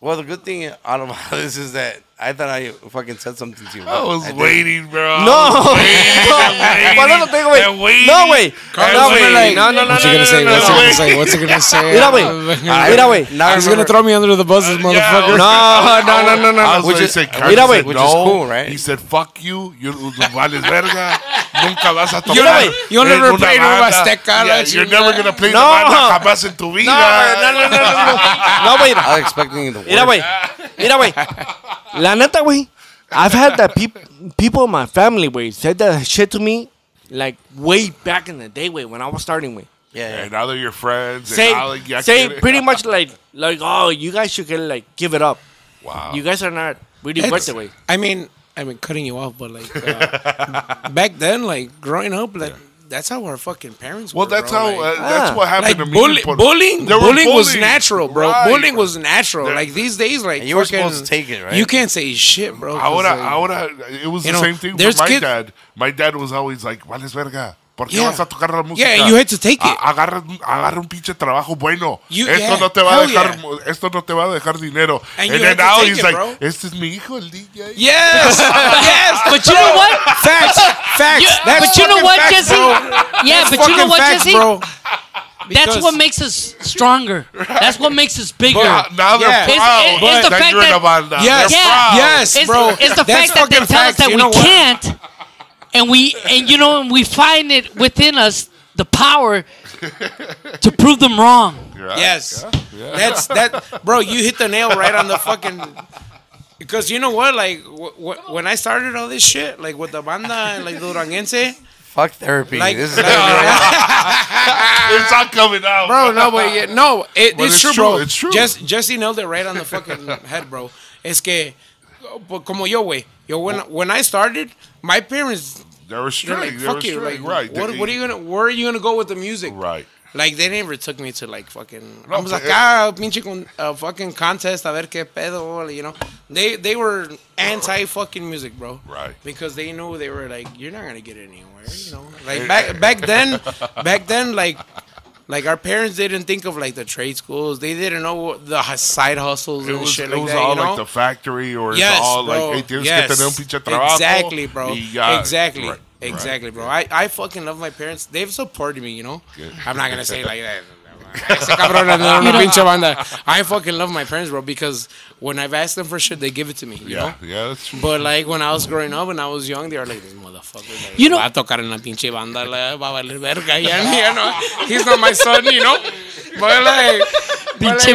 Well, the good thing out of all this is that I thought I fucking said something to you. I was didn't. waiting, bro. No, waiting, ¿Cuál otro te digo, güey? I'm waiting. No, güey. I'm No, waiting. güey. No, no, no, What's he no, gonna no, say? no, What's he no. gonna say? What's he gonna say? Ah, Mira, güey. Ah, Mira, güey. Now I He's gonna remember- throw me under the bus, this motherfucker. No, no, no, no, I no. was Which gonna is- say, which Carlos is- said which is no. cool, right? He said, fuck you. You vales verga. Nunca vas a tocar. You're never- you'll en never una play Nueva banda. Azteca, Yeah, la you're chingada. never going to play No. la banda jamás en tu vida. No, güey, no, no, no, no, no. No, güey. I was expecting the Mira, worst. güey. Mira, güey. La neta, güey. I've had that peop people in my family, güey, said that shit to me like way back in the day, güey, when I was starting, güey. Yeah, And yeah. now they're your friends. and Say, now, like, ya say quiere- pretty much like, like, oh, you guys should get, like, give it up. Wow. You guys are not really It's- worth it, güey. I mean, I mean, cutting you off, but like uh, back then, like growing up, like that's how our fucking parents. well, were, that's bro, how. like- uh, that's ah. what happened like to me. bully, Por- bullying, They were bullying was bullying. natural, bro. Right. Bullying was natural. They're- like these days, like And you were fucking- supposed to take it, right? You can't say shit, bro. 'cause, Ahora, like, ahora, it was the You know, same thing there's for my kid- dad. My dad was always like, "Vales verga, ¿por qué Yeah. vas a tocar la música? Ah, Yeah, you had to take it. A- agarra, agarra un pinche trabajo bueno. You- esto yeah, no te va a hell dejar, yeah. mo- esto no te va a dejar dinero. And And, you then had to now take he's it, like, bro. este es mi hijo, el DJ. yes, yes, But you know what? facts, facts. You- that's but you know fucking what, facts, Jesse? bro. Yeah, but you know Fucking what, facts, Jesse? bro. That's Because- what makes us stronger. That's what makes us bigger. Now, now they're Yeah. It's- proud it's the that fact you're in that- a banda. Yes. They're Yeah. proud. Yes, it's, bro. It's the That's fact that they fucking tell facts. us that You we know what? can't, and we and you know and we find it within us the power to prove them wrong. Yeah. Yes. That's that, bro. You hit the nail right on the fucking. Because you know what, like wh- wh- when I started all this shit, like with the banda and like Duranguense, Fuck therapy. like, this is like- It's not coming out. bro, no, but yeah, no, it, But it's, it's true, true, bro. it's true. Jess, Jesse nailed it right on the fucking head, bro. Es que, but como yo, way, yo when when I started, my parents They were they're straight. like, they were fuck you, straight. like, right. What, They- what are you gonna, where are you gonna go with the music? Right. Like they never took me to like fucking. No, eh. I was like, but- ah, pinche con, uh, fucking contest, a ver qué pedo, you know. They they were anti fucking music, bro. Right. Because they knew they were like, you're not gonna get anywhere, you know. Eh. Like back back then, back then, like like our parents didn't think of like the trade schools. They didn't know what the hu- side hustles It and was, shit it like was that. all you know? like the factory or Yes, it's all bro. like, hey, tienes yes. que tener un pinche trabajo. Exactly, bro. y ya. exactly. Right, right. exactly, bro. I, I fucking love my parents. They've supported me, you know? I'm not going to say like that. Ese cabrón le dieron You una know- pinche banda. I fucking love my parents, bro, because when I've asked them for shit, they give it to me. You Yeah, know? yeah, that's true. But like when I was growing up, when I was young, they were like, this motherfucker, like, You know- va a tocar en la pinche banda, la, va a valer verga, ya, ya no, he's not my son, you know. But like, but Pinche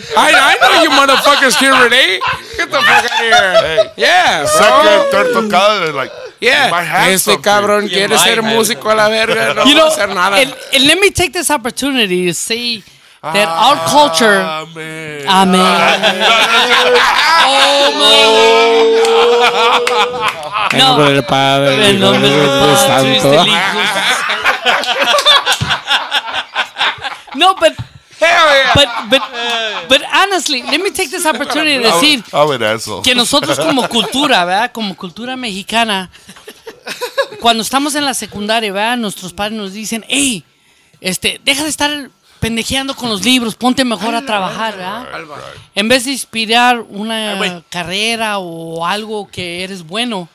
Yeah. I, I know you motherfuckers can eh. relate. Get the fuck out of here. Hey, Yeah, second, bro. third tocada, like, you might Yeah, have este something. cabrón quiere might ser have músico a la verga, no you va a know, hacer nada. and, and let me take this opportunity to say that our culture. Ah, man. Amen. En No. nombre del Padre, del En Hijo, nombre del del Espíritu Padre, Santo. del Hijo. No, but but but but honestly, let me take this opportunity to decir I'm an asshole. que nosotros como cultura, ¿verdad? Como cultura mexicana, cuando estamos en la secundaria, ¿verdad? Nuestros padres nos dicen, hey, este, deja de estar pendejeando con los libros, ponte mejor a trabajar, ¿verdad? En vez de inspirar una carrera o algo que eres bueno,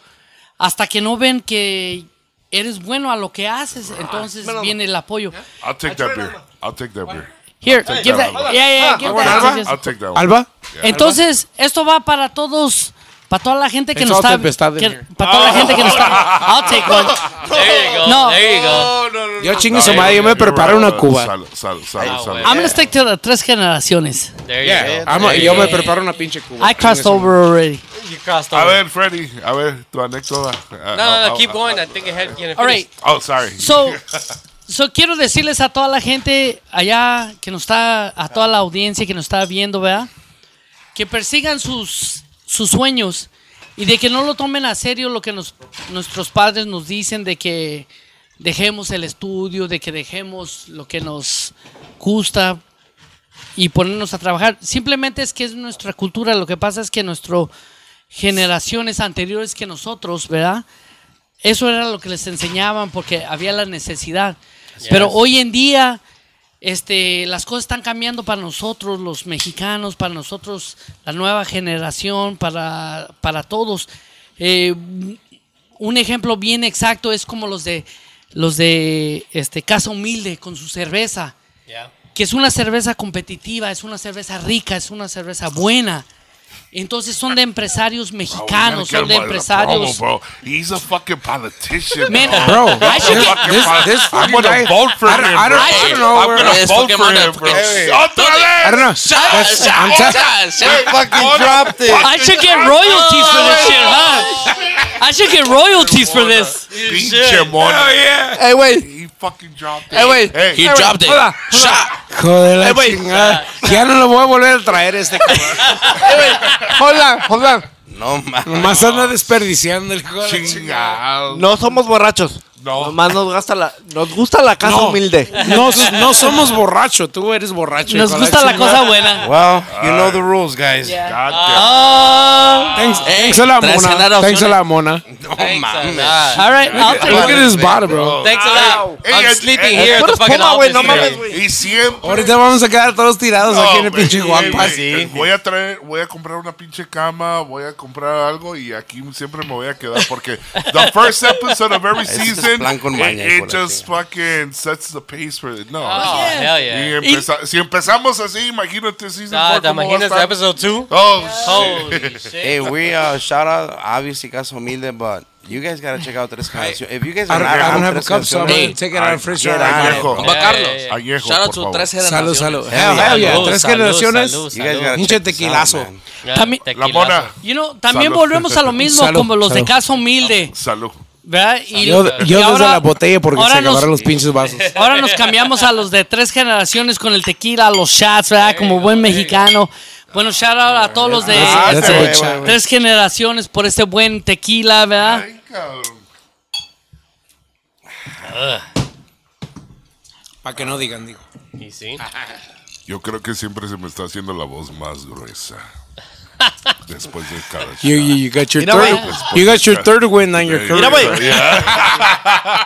hasta que no ven que eres bueno a lo que haces, entonces viene el apoyo. I'll take that beer. I'll take that beer. Here, take give that that. one. Yeah, yeah, give that. Alba? Yes, yes. I'll take that one. Alba, Entonces, esto va para todos, para toda la gente que It's nos all está tempestad in que- here. para toda la gente que nos está I'll take one. There you go. No. There you go. yo chingue su madre, yo me preparo una cuba. Salud, salud, salud, Ah, salud. I'm gonna stick to the tres generaciones. There you Yeah, go. I'm a- yo me preparo una pinche cuba. I crossed over already. You crossed A over. ver, Freddy, a ver, tu anécdota. Ah, No, ah, no, no, ah, keep ah, going. I think it had you know, All right. Oh, sorry. So, so quiero decirles a toda la gente allá que nos está a toda la audiencia que nos está viendo, ¿verdad? Que persigan sus sus sueños y de que no lo tomen a serio lo que nos, nuestros padres nos dicen de que dejemos el estudio, de que dejemos lo que nos gusta y ponernos a trabajar. Simplemente es que es nuestra cultura. Lo que pasa es que nuestras generaciones anteriores que nosotros, ¿verdad? Eso era lo que les enseñaban porque había la necesidad. Pero hoy en día, este, las cosas están cambiando para nosotros, los mexicanos, para nosotros, la nueva generación, para, para todos. Eh, un ejemplo bien exacto es como los de los de este Casa Humilde con su cerveza Yeah. que es una cerveza competitiva, es una cerveza rica, es una cerveza buena. Entonces son de empresarios mexicanos, Gotta get him out of son de the empresarios. promo, bro. He's a fucking politician. Man, Bro, I should get- Fucking poli- I'm fucking gonna guy- vote for I don't- I him. don't- bro. I don't know I'm where- gonna Eres vote for Pokémon, him, bro. Pokémon. Otra vez. I don't know. That's- I'm Shot, telling- shot, shot. Fucking dropped it. I should get royalties for this shit, huh? I should get royalties for this. Pinche mono. Hey, güey. He fucking dropped it. Hey, güey. Hey, He dropped it. Hola, Shot. hijo de la Eh, güey. chingada. Ya no lo voy a volver a traer este cabrón. Hola, hola. No mames. Nomás anda desperdiciando el hijo de la chingada. chingado. No somos borrachos. No. Nomás nos, gasta la, nos gusta la casa No. humilde. No, no somos borracho, tú eres borracho. Nos hijo de gusta la chingada. cosa buena. Well, you know the rules, guys. God Thanks, Hey, thanks a la tres mona. generaciones. Thanks a la mona. No uh, mames. All right, I'll Look take at his body, bro. Thanks a lot. Hey, I'm hey, sleeping hey, here at the puras fucking poma, güey, office. no mames, today. güey. damn. Y siempre. Ahorita vamos a quedar todos tirados Pues aquí en No, el pinche güey, guampa. güey, Voy a traer, voy a comprar una pinche cama, voy a comprar algo y aquí siempre me voy a quedar porque the first episode of every es season plan con maña, it, hijo it de la just fucking sets the pace for it. No. Oh, hell Y yeah. empeza- si empezamos así, imagínate season Ah, four, the ¿cómo va a Mahinas estar? episode two. Oh, Holy shit. Hey, we uh, shout out obviously Casa Humilde, but you guys gotta check out Tres Canciones. If you guys I are don't, not I don't have on a Tres cup, so I'm Canciones, gonna take it out of the fridge. get right on it, now. bro. Compa Carlos. yeah, yeah. Añejo, Shout out por to favor. tres Salud, generaciones. salud. Hell, hell yeah. Salud, Tres salud, generaciones. salud, You guys salud. gotta Pinche check this tequilazo. out, man. Yeah, También- La tequilazo. mona. You know, también Salud. volvemos a lo mismo Salud, como los de salud. casa humilde, Salud. ¿verdad? Y- Yo, y yo desde ahora- la botella porque se ahora nos- acabaron los pinches vasos. Ahora nos cambiamos a los de tres generaciones con el tequila, los shots, ¿verdad? Como buen mexicano. Bueno, shout out a todos los de Ah, That's- that's a este, good shot. tres generaciones por este buen tequila, ¿verdad? Ay, cabrón. Para que no digan, digo. You see? Yo creo que siempre se me está haciendo la voz más gruesa. Después de cada You, you, you got your Mira, third. güey. You got your third win on your Mira, career. güey.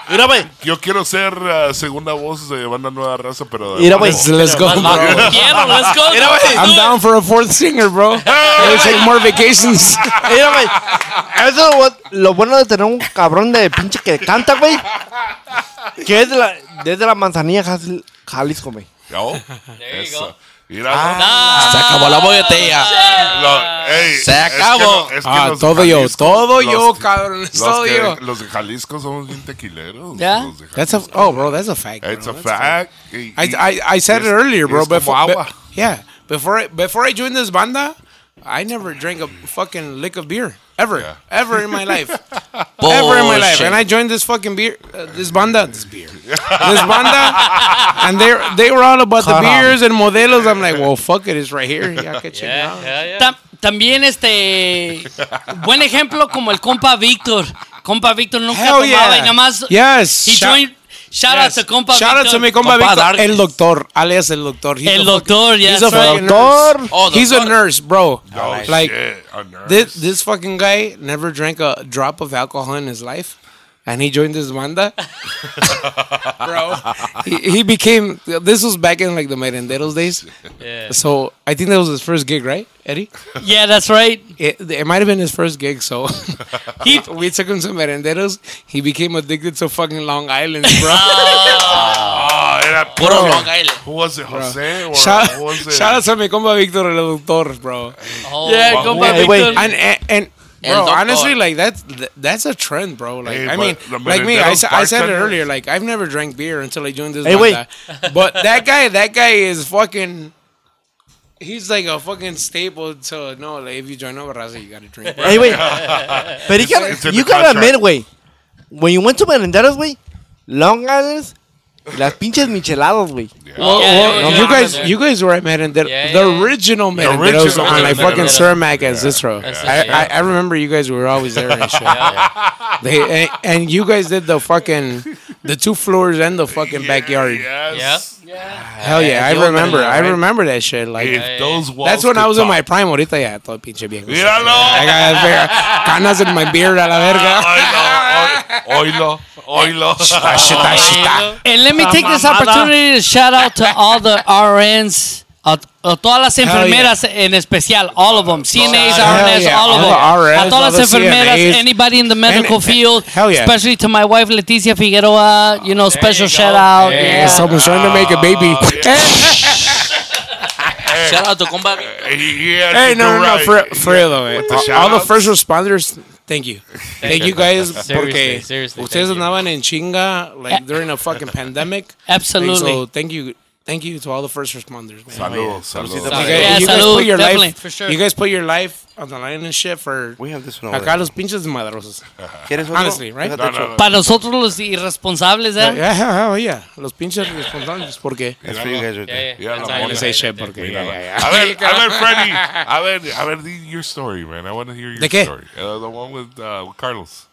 Mira, güey. Yo quiero ser uh, segunda voz de banda nueva raza, pero. Mira, güey. pues, Let's, let's go, bro. Quiero, let's go. Mira, güey. I'm down for a fourth singer, bro. I'll take more vacations. Mira, güey. Eso es lo bu- lo bueno de tener un cabrón de pinche que canta, güey. Que es de la, desde la manzanilla Jalisco, güey. Oh, There you eso. go. Mira, Se acabó la botella. Ah. no, ey, Se es que acabó. no- es que Ah, los de todo yo, Jalisco- todo los- yo, cabrón, los todo que- yo. Los de Jalisco somos bien tequileros. Yeah? los de That's a Jalisco. oh, bro, that's a fact. It's bro. a That's fact. Y- I, y- I, I said it es- earlier, bro. es como Before, agua. yeah, before I, before I joined this banda, I never drank a fucking lick of beer ever, ever in my life, ever Oh, in my life. And I joined this fucking beer, uh, this banda, this beer, this banda, and they they were all about the beers and modelos. I'm like, well, fuck it, it's right here. Yeah, I can check it Yeah, out. yeah, yeah. Tam- también este buen ejemplo como el compa Víctor. Compa Víctor nunca Hell tomaba yeah. y nada más Yes. he Shout- joined shout yes. out to compa Shout out Víctor. to mi compa, Compa Víctor, Darkness. el doctor, alias el doctor. He's El a fucking- doctor, yeah, He's a that's right. fucking Doctor. nurse. Oh, He's a doctor. nurse, bro. Oh, like shit, a nurse. This this fucking guy never drank a drop of alcohol in his life, and he joined this banda. Bro, he, he became. This was back in like the merenderos days. Yeah. So I think that was his first gig, right, Eddie? Yeah, that's right. It, it might have been his first gig. So He we took him to merenderos. He became addicted to fucking Long Island, bro. Oh, era Puro puro- Long Island. Who was it, Jose? Or shout, who was it? shout out to mi compa Victor el doctor, bro. Oh, yeah, wow. compa Hey, wait. Víctor. and and, and El bro, doctor. honestly, like that's th- that's a trend, bro. Like Hey, I but mean, the like me, I, Merenderos sa- I said it bartenders- earlier. Like I've never drank beer until I joined this. Hey, wait. banda. but that guy, that guy is fucking. He's like a fucking staple to no. Like if you join Nova Raza, you gotta drink. bro. Hey, wait. But you it's in gotta, the you gotta contract. admit, wait. When you went to Merenderos, güey, Long Islands, las pinches micheladas, güey. Well, Yeah, well, yeah, yeah, you yeah. guys, Yeah. you guys were at Merendero, Yeah, the yeah. original Merenderos original on like Merenderos. fucking Cermak and Cicero. it, I, I, I remember you guys were always there and shit. They, and, and you guys did the fucking the two floors and the fucking backyard. Yes. Hell yeah, I yo, remember. yeah, I right? remember that shit. Like If those walls that's when I could was in my talk. prime. Ahorita ya todo pinche viejo. I Míralo. got a ver- canas in my beard a la Ah, verga. Oilo, oilo, oilo. Shita, shita. And let me take this opportunity to shout out to all the RNs, a, a uh, todas las enfermeras en especial, all of them, CNAs, Hell RNs, yeah, all of all the them. a RNs, todas all las the enfermeras, CNAs. anybody in the medical And- field, hell yeah. especially to my wife Leticia Figueroa, you know, special shout out. Yeah, someone's eh, trying to make a baby. Shout out to compa. Hey, Eh, no, no, no, for, for real though, eh. the All the shout-outs? first responders, thank you. Thank you guys, porque Seriously, seriously, thank ustedes you. andaban en chinga, like, during a fucking pandemic. Absolutely. So thank you, thank you to all the first responders, man. Saludos, saludos. You Salud. guys, Yeah, you guys salud, put your definitely, life, for sure. you guys put your life on the line and shit for We have this one over acá there. los pinches madrosos. ¿Quieres otro? Honestly, right? Déjate No, no, otro. Para nosotros los irresponsables, ¿eh? Yeah, hell, hell yeah, los pinches responsables, porque. That's for you guys right there. Yeah, yeah. no, That's I all wanna you say got shit right porque- there. Yeah, yeah, yeah. A ver, a ver, Freddy. A ver, a ver, di your story, man. I want to hear your ¿De qué? story. Uh, the one with, uh, with Carlos.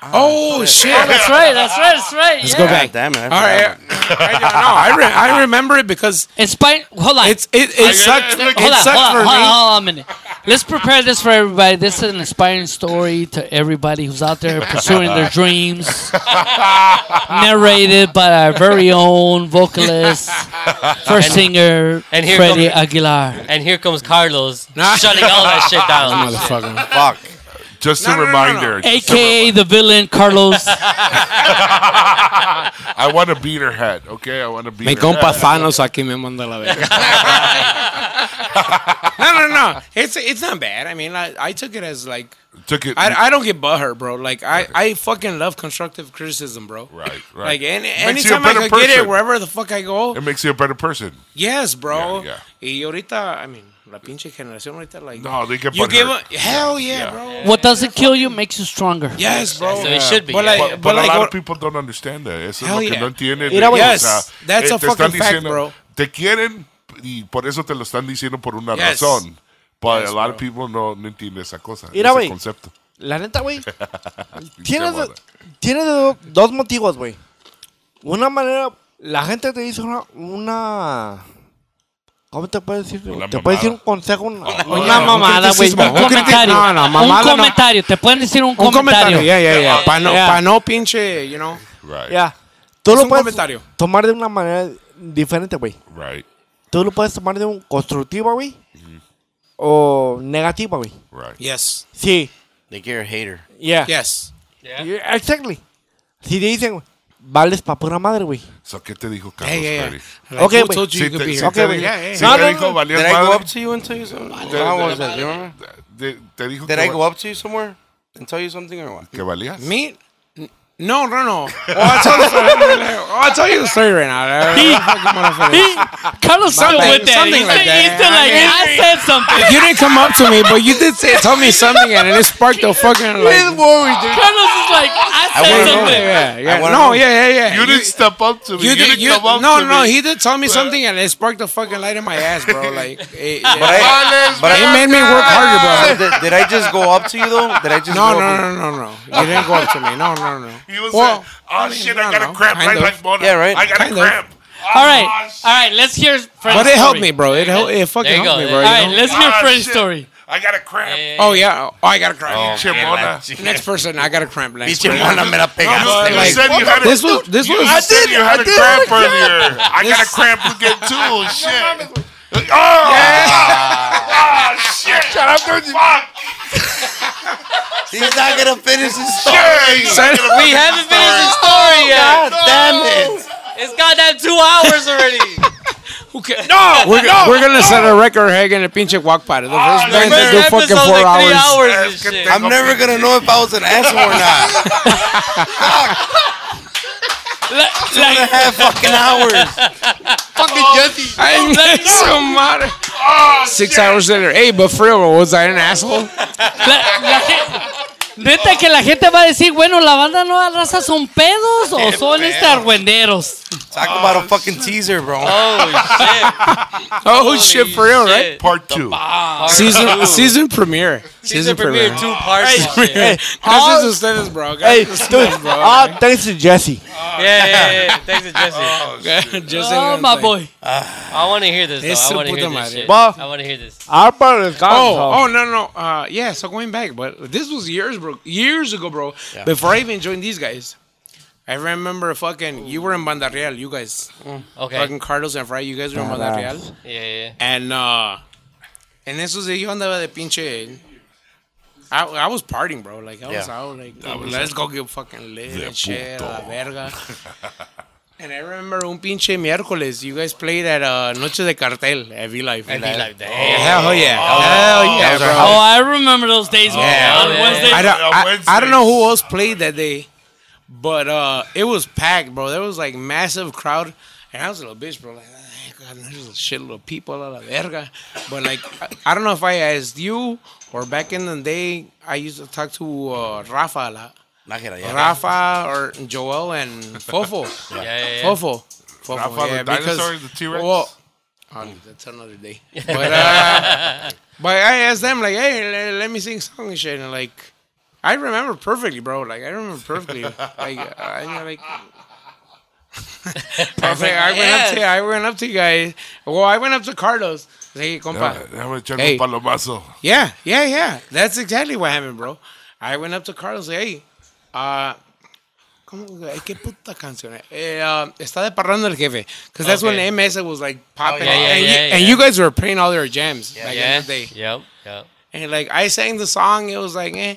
Oh shit! That's right, that's right, that's right. Let's yeah. go God back. damn it. I All right, forgot. I, don't know. I, re- I remember it because It's by, hold on. it's it, it sucked. look, It hold on, sucked hold for on, hold on, me. hold on a minute. Let's prepare this for everybody. This is an inspiring story to everybody who's out there pursuing their dreams. Narrated by our very own vocalist, first singer, and here Freddie comes- Aguilar. And here comes Carlos shutting all that shit down. Motherfucker. Fuck. Just No, a no, no, no, no. reminder. just a AKA the villain, Carlos. I want to beat her head, okay? I want to beat Mi her compa head. Thanos aquí me manda la verga. no, no, no. It's it's not bad. I mean, I, I took it as like Took it. I, I don't get butthurt, bro. Like I, I fucking love constructive criticism, bro. Right, right. Like eh. any, It makes you a anytime I better could get it, person. wherever the fuck I go, it makes you a better person. yes, bro. Yeah, Y ahorita, I mean, la pinche generación ahorita, like No, they get you butthurt. give a hell yeah, bro. what doesn't kill you makes you stronger. Yes, bro. So it should be, But yeah. like, But, Eh, but, but a like, lot what- of people don't understand that. Eso es Hell lo que yeah. no entienden. Mira, güey. o sea, Yes, that's eh, a te están fucking fact, diciendo, bro. Te quieren y por eso te lo están diciendo por una Yes. razón. But Yes, a lot bro. of people no, no entienden esa cosa, Mira, ese güey. concepto. La neta, güey. Pinche tienes boda. tienes do- dos motivos, güey. Una manera, la gente te dice una. una- ¿Cómo te puedes decir? Una te puede decir un mamada. Oh, consejo, una, una Una mamada, güey. criticismo, Un un criti- comentario. no, no, mamada no. un comentario. Te pueden decir un, un comentario. comentario. Yeah, yeah, yeah. Pa no, Yeah. pa no pinche, you know. Right, Ya. Tú Es lo un puedes comentario. tomar de una manera diferente, güey. right, Tú lo puedes tomar de un constructivo, güey. O negativa, güey. right. Yes. Sí. Like you're a hater. Yeah. Yes. Yeah, Exactly. Si te dicen, vales para pura madre, güey. So, ¿Qué te dijo Carlos yeah, yeah. Ferry? Like, Okay, who wait. told you Si you could te, be si here? Okay, te wait. di- Yeah, si yeah. te No, no, dijo no. valió Did I go madre, up to you and tell you something? te- How was that? You remember? te, te dijo Did que, I va- go up to you somewhere and tell you something or what? que valías. Me? N- No, no, no. Oh, I'll tell the story. Oh, I'll tell you the story right now. Carlos started Something- with that. something He's like like, that. he's still I like, mean- I said something. you didn't come up to me, but you did say, tell me something, and it sparked a fucking like. Carlos is like, I wanna said know. something. Yeah, yeah. wanna No, know. yeah, yeah, yeah. You didn't step up to me. You, You did, didn't you, come up no, to no, me. he did tell me something and it sparked a fucking light in my ass, bro. Like, eh, it, But it, I, but it I, made me work harder, did, did I just go up to you though? Did I just bro. No, go up no, no, no, no. You didn't go up to me. No, no, no. He was Well, like, oh shit, I no, got no, a cramp kind right of. like Mona. Yeah, right. I got a Kind of. cramp. All Oh right, all right. Let's hear Fred's But it helped me, story. bro. It, hel- it fucking There you helped go. me, bro. All you right, know? let's hear Ah, Fred's shit. story. I got a cramp. Oh, yeah. Oh, I got a cramp. Pinche Mona. Next person, I got a cramp. Next Pinche person. mona me la pegaste, You güey. said you had a- This was, this You was. I said you had a cramp earlier. I got a cramp again too. Shit. Oh, Ah, shit. Shut up, dude. Fuck. He's not gonna finish his story. Shit. We haven't finished the Oh, story yet. God damn it. It's goddamn two hours already. No, we're, we're gonna set a record, Hagen, a pinche walk party. The first the band that do Episode's fucking four like three hours. hours. and Es que shit. I'm tengo never que- gonna know if I was an asshole or not. Two and a half fucking hours. I'm so mad. Oh, Six shit. hours later. Hey, but for real, was I an asshole? La, la gen- Neta que la gente va a decir, bueno, la banda nueva raza son pedos o son este argüenderos. Talk about a fucking teaser, bro. Oh shit, for real, right? Part two. Season season premiere. Season premiere premiere. two parts. and shit. Hey, Gracias a all, ustedes, bro. hey, Gracias a dude, ustedes, bro. all ah, thanks to Jesse. Yeah, yeah, yeah, yeah. Thanks to Jesse. Oh, Just Oh, saying, my like- boy. I want to hear this. Eso Though. I want to puta hear madre. this. Shit. Bah. I want to hear this. Our part is gone. Oh, oh no no uh yeah so going back but this was years bro years ago bro before I even joined these guys I remember fucking you were in Banda Real you guys Okay. fucking Carlos and Fry you guys were in Banda Real Yeah, yeah. And uh and eso sí, yo andaba de pinche. I, I was partying, bro. Like I was out, like let's go get fucking lit and shit, a la verga. and I remember un pinche miércoles, you guys played at uh, Noche de Cartel at V Live. yeah. Be like, damn. Hell yeah, hell yeah, bro. Oh, I remember those days. Yeah. On Wednesday. I don't, on I, I don't Wednesdays. know who else played that day, but uh, it was packed, bro. There was like massive crowd, and I was a little bitch, bro. Like, "Ay, God, there's a shitload of people, a la verga. But like, I, I don't know if I asked you or back in the day, I used to talk to uh, Rafa a lot. Nájera, ya. Rafa or Joel and Fofo. yeah, yeah, yeah. Fofo. Fofo, Rafa, the dinosaur, the T-Rex? Well, oh, that's another day. But, uh, but I asked them, like, hey, le- let, me sing song and shit. And, like, I remember perfectly, bro. Like, I remember perfectly. like, I, I like, I, was like, I went up to I went up to you guys. Well, I went up to Carlos. I was like, Hey, compa, Déjame echar Hey. Oh, un palomazo. yeah, yeah, yeah. That's exactly what happened, bro. I went up to Carlos, hey, uh, ¿cómo, ay, ¿qué puta canción? es? Eh, uh, está de parrando el jefe. Because that's Okay. Oh, when MS was like yeah, popping. yeah, and, you, yeah, and yeah. you guys were playing all their jams back Yeah. in the day. Yep. Yep. And like, I sang the song, it was like, eh,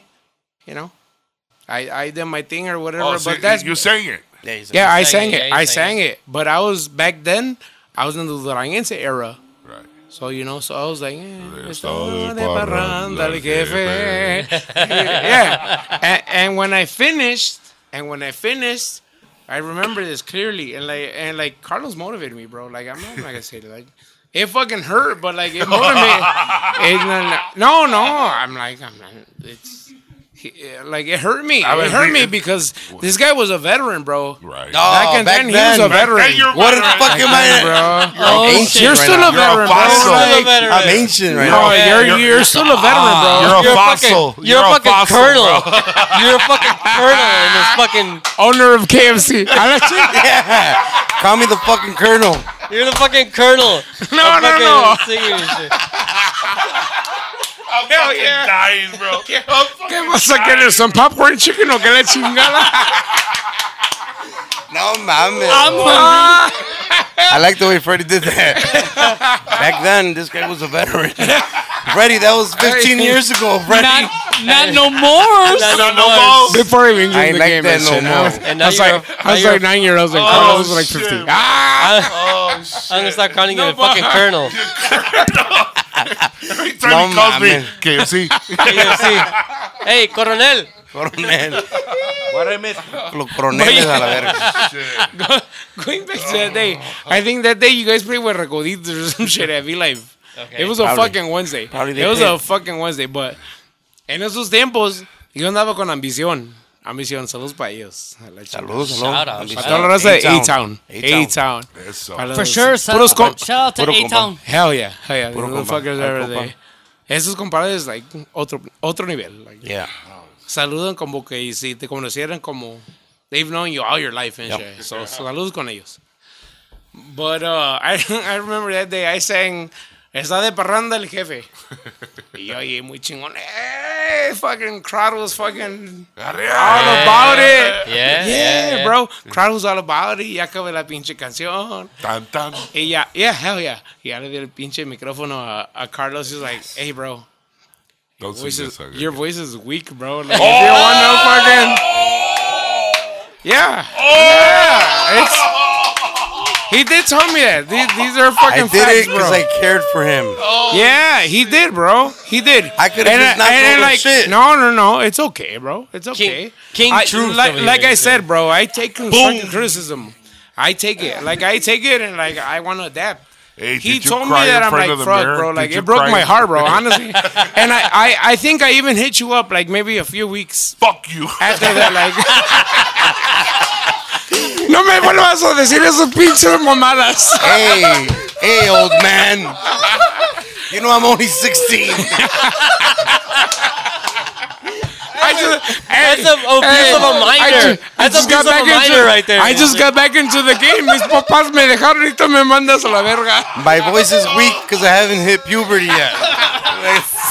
you know, I, I did my thing or whatever. Oh, but so that's, you sang it. Yeah, he's a- yeah, I sang sang it, it. yeah, you I sang sang it. But I was back then, I was in the Duranguense era. Right. So, you know, so I was like, eh, estado estaba de de parranda parranda el el jefe. yeah. And, and when I finished, and when I finished, I remember this clearly. And like, and like, Carlos motivated me, bro. Like, I'm not gonna say like, it fucking hurt, but like, it motivated. it, no, no, no, I'm like, I'm not, it's. he- Like it hurt me. I It mean, hurt we- me because this guy was a veteran, bro. Right. Oh, Back in back then, then. he was a veteran. Hey, you're What the right. fuck am I? bro. I'm ancient You're right still now. a veteran, bro. fossil. Like, Still a veteran. Ah. I'm ancient right no, now. you're, you're, still a veteran, bro. You're a You're a fossil. fucking, you're a fucking fossil, colonel. bro. You're a fucking colonel in this fucking. owner of KFC. I like you. Yeah. Call me the fucking colonel. You're the fucking colonel. No, no, fucking no. Singing and shit. I'm fucking dying, bro. I'm fucking ¿Qué vas a querer? ¿Some popcorn chicken o qué la chingada? No mames. I like the way Freddie did that. Back then, this guy was a veteran. Freddie, that was 15 years ago, Freddie. Not, Not no more. no, no balls. Before I even I in the like game, that and no shit, more. I was- And I now was you're Oh, a- like, I was now like nine years old, like, I was like shit. fifteen. Ah, Oh, shit. I'm gonna start calling you a fucking colonel. Every time he calls me, mames. KFC. KFC. Hey, coronel. Coronel. Los coroneles a la verga. going back to that day, I think that day you guys played with Recoditos or some shit at V Live. It was a Probably. fucking Wednesday. Probably they it was played. a fucking Wednesday, but en esos tiempos yo andaba con ambición. Ambición, saludos para ellos. A la chingada. Saludos, Shout out, saludos. shout A toda la raza de A-Town. A-Town. A-Town. Eso. Para For los sure, son. Puros com- shout out to puro A Town. Hell yeah, hell yeah. Puro Puro compa. motherfuckers Al are compa. de- Esos compadres, like, otro, otro nivel. Like, Yeah. Saludan como que si te conocieran como... They've known you all your life and Yep. shit. So, saludos con ellos. But uh, I, I remember that day I sang... Está de parranda el jefe. Y yo, oye, muy chingón. Hey, fucking crowd was fucking all Arriba. about it. Yeah, Yeah, yeah, yeah. bro. Crowd was all about it. Ya acabé la pinche canción. Tan, tan. Y ya, yeah, hell yeah. Y ya le di el pinche micrófono a, a Carlos. He's like, hey, bro, Don't voice sing is, this song. your voice is weak, bro. Like, Oh! if you wanna fucking. Yeah. Oh! Yeah. It's, he did tell me that. These, these I are fucking did it facts, bro. because I cared for him. yeah, he did, bro. He did. I could've just not told him shit. No, no, no. It's okay, bro. It's okay. King I, Truth Like, over here, like I yeah. said, bro, I take constructive criticism. I take it. Like I take it, and like I want to adapt. Hey, he did you told me cry that in I'm front like, of the fuck, mirror? bro. Did Like, you it broke cry? my heart, bro. Honestly, and I, I, I think I even hit you up like maybe a few weeks Fuck you. after that. Like, no me vuelvas a decir esos pinches mamadas. hey, hey, old man. You know I'm only 16. I just, That's a oh, piece of a minor. That's a piece of a minor into, right there. I just got back into the game. Mis papás me dejaron ahorita me mandas a la verga. My voice is weak because I haven't hit puberty yet.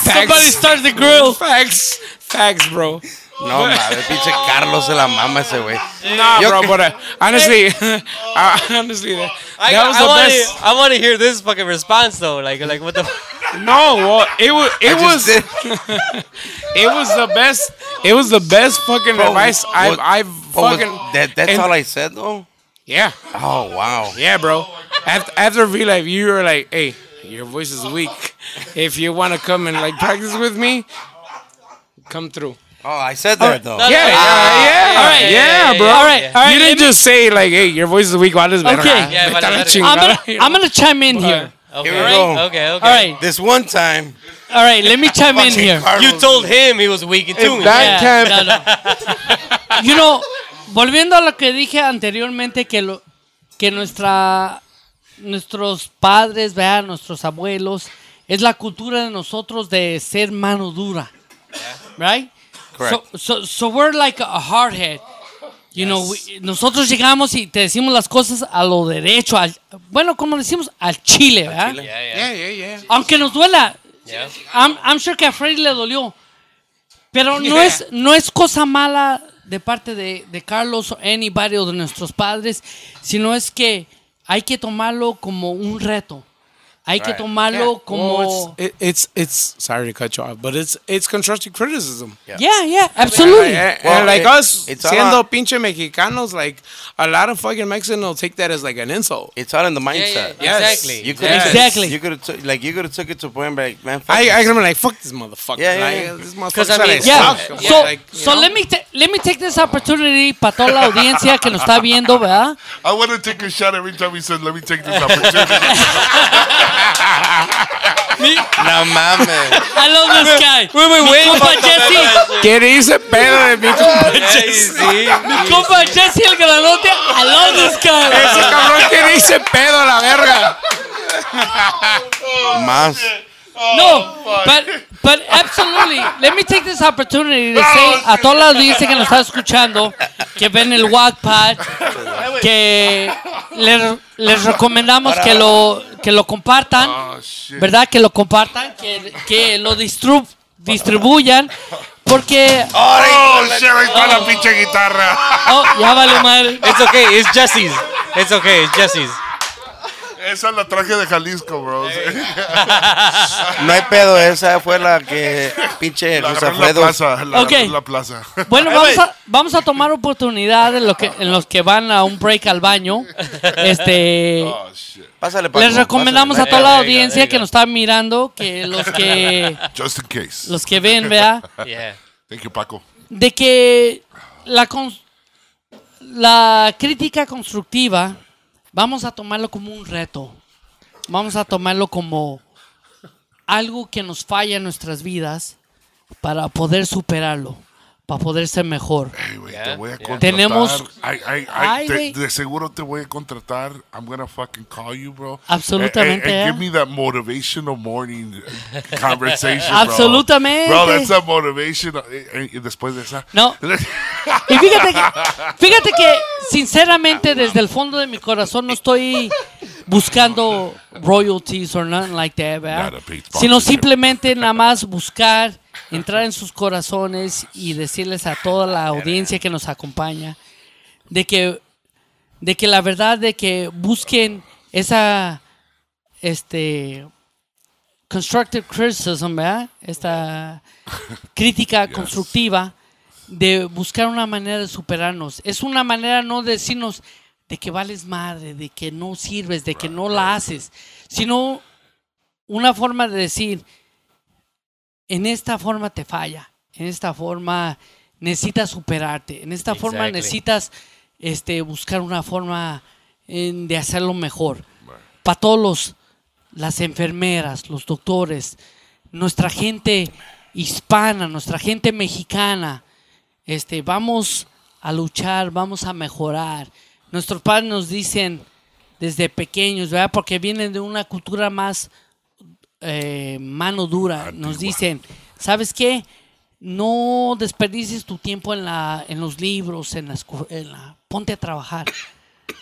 Somebody start the grill. Facts, facts, bro. No, mames, pinche Carlos se la mama ese güey. Nah, Yo bro, que- but uh, honestly, uh, honestly, that, I, that was I the wanna, best. I want to hear this fucking response though. Like, like what the? No, well, it was it I just was did- it was the best. It was the best fucking Bro, advice I've what- I've Oh, was- fucking. that, that's and- all I said, though? Yeah, Oh, wow. yeah, bro. After after V Live, you were like, hey, your voice is weak. If you want to come and like practice with me, come through. Oh, I said that, though. Yeah, yeah, yeah, all right, yeah, yeah, yeah, bro. yeah, All yeah. all right, You let didn't me- just say like, "Hey, your voice is weak." What is Ah, Okay. Yeah, vale, vale. I'm gonna, I'm gonna chime in here. Okay, Here we go. okay, okay. All right, This one time, all right. Let me chime in fucking here. Carlos- You told him he was weak and too. Yeah, no, no. You know, volviendo a lo que dije anteriormente, que, lo, que nuestra, nuestros padres, ¿verdad? nuestros abuelos, es la cultura de nosotros de ser mano dura. Right? Correct. So, so, so we're like a hardhead. You know, we- nosotros llegamos y te decimos las cosas a lo derecho, al, bueno, como decimos, al chile, ¿verdad? Yeah, yeah. Yeah, yeah, yeah. Aunque nos duela, Yeah. I'm, I'm sure que a Freddy le dolió. Pero no es, no es cosa mala de parte de, de Carlos o anybody o de nuestros padres, sino es que hay que tomarlo como un reto. Hay que tomarlo Yeah. como... Well, it's, it, it's it's sorry to cut you off, but it's it's constructive criticism. yeah. yeah, absolutely. And, and Well, Eh, like it- us, it's all siendo on- pinche mexicanos, like a lot of fucking Mexicans will take that as like an insult. It's all in the Yeah, mindset. yeah, Yes. Exactly. You could Yes. Exactly. You could have took like you could have took it to a point like man. fuck I, it. I can be like, fuck this motherfucker. Yeah, yeah, like, yeah. This 'Cause I motherfucker. mean- Yeah. Fuck, sucks. So, Like, you so know? let, me ta- let me take this opportunity para toda la audiencia que nos está viendo, ¿verdad? I want to take a shot every time he said, let me take this opportunity. no mames. I love this guy. Mi compa Jesse, ¿Qué dice pedo de mi compa Jesse? mi compa Jesse el granote. I love this guy. Ese cabrón que dice pedo a la verga. Más. No, Oh, but but absolutely. Let me take this opportunity to say a toda la audiencia que nos está escuchando, que ven el Wattpad, que le- les recomendamos que lo que lo compartan, oh, shit. verdad, que lo compartan, que, que lo distru- distribuyan, porque Oh, shit, ahí está la pinche guitarra. oh, ya vale madre. It's okay. It's Jesse's. It's okay. It's Jesse's. esa la traje de Jalisco, bro. No hay pedo, esa fue la que pinche La José agarré en la Alfredo. plaza. La agarré Ok. en la plaza. Bueno, vamos a, vamos a tomar oportunidad en, lo que, en los que van a un break al baño. Este, Oh, shit. Pásale, Paco, les recomendamos a pásale. toda la Venga, audiencia venga. que nos está mirando, que los que, Just in case. los que ven, vea, Yeah. Thank you, Paco. de que la, cons- la crítica constructiva vamos a tomarlo como un reto. Vamos a tomarlo como algo que nos falla en nuestras vidas para poder superarlo, para poder ser mejor. Ay, güey, te voy a contratar. Tenemos- Ay, ay, ay, Ay, te- güey. de seguro te voy a contratar. I'm gonna fucking call you, bro. Absolutamente, And, eh. give me that motivational morning conversation, bro. Absolutamente. Bro, that's a motivation. eh, Y después de esa. No. Y fíjate que, fíjate que, sinceramente, desde el fondo de mi corazón no estoy buscando royalties or nothing like that, ¿verdad? Not a big sponsor. Sino simplemente nada más buscar, entrar en sus corazones y decirles a toda la audiencia que nos acompaña de que, de que la verdad de que busquen esa, este, constructive criticism, ¿verdad? Esta crítica constructiva de buscar una manera de superarnos. Es una manera no de decirnos de que vales madre, de que no sirves, de que no la haces, sino una forma de decir, en esta forma te falla, en esta forma necesitas superarte, en esta forma Exactly. necesitas este, buscar una forma en- de hacerlo mejor. Para todos los las enfermeras, los doctores, nuestra gente hispana, nuestra gente mexicana. Este, vamos a luchar, vamos a mejorar. Nuestros padres nos dicen desde pequeños, ¿verdad? Porque vienen de una cultura más eh, mano dura. Nos dicen, ¿sabes qué? No desperdicies tu tiempo en, la, en los libros, en la, escu- en la... Ponte a trabajar.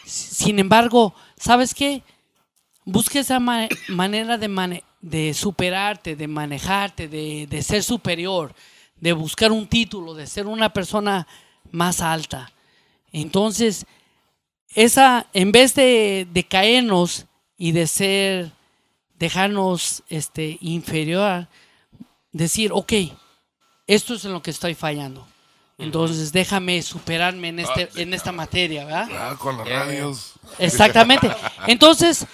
Sin embargo, ¿sabes qué? busca esa ma- manera de, mane- de superarte, de manejarte, de, de ser superior, de buscar un título, de ser una persona más alta. Entonces, esa, en vez de, de caernos y de ser, dejarnos este, inferior, decir, ok, esto es en lo que estoy fallando. Entonces, déjame superarme en, este, en esta materia, ¿verdad? Ah, con los radios. Exactamente. Entonces,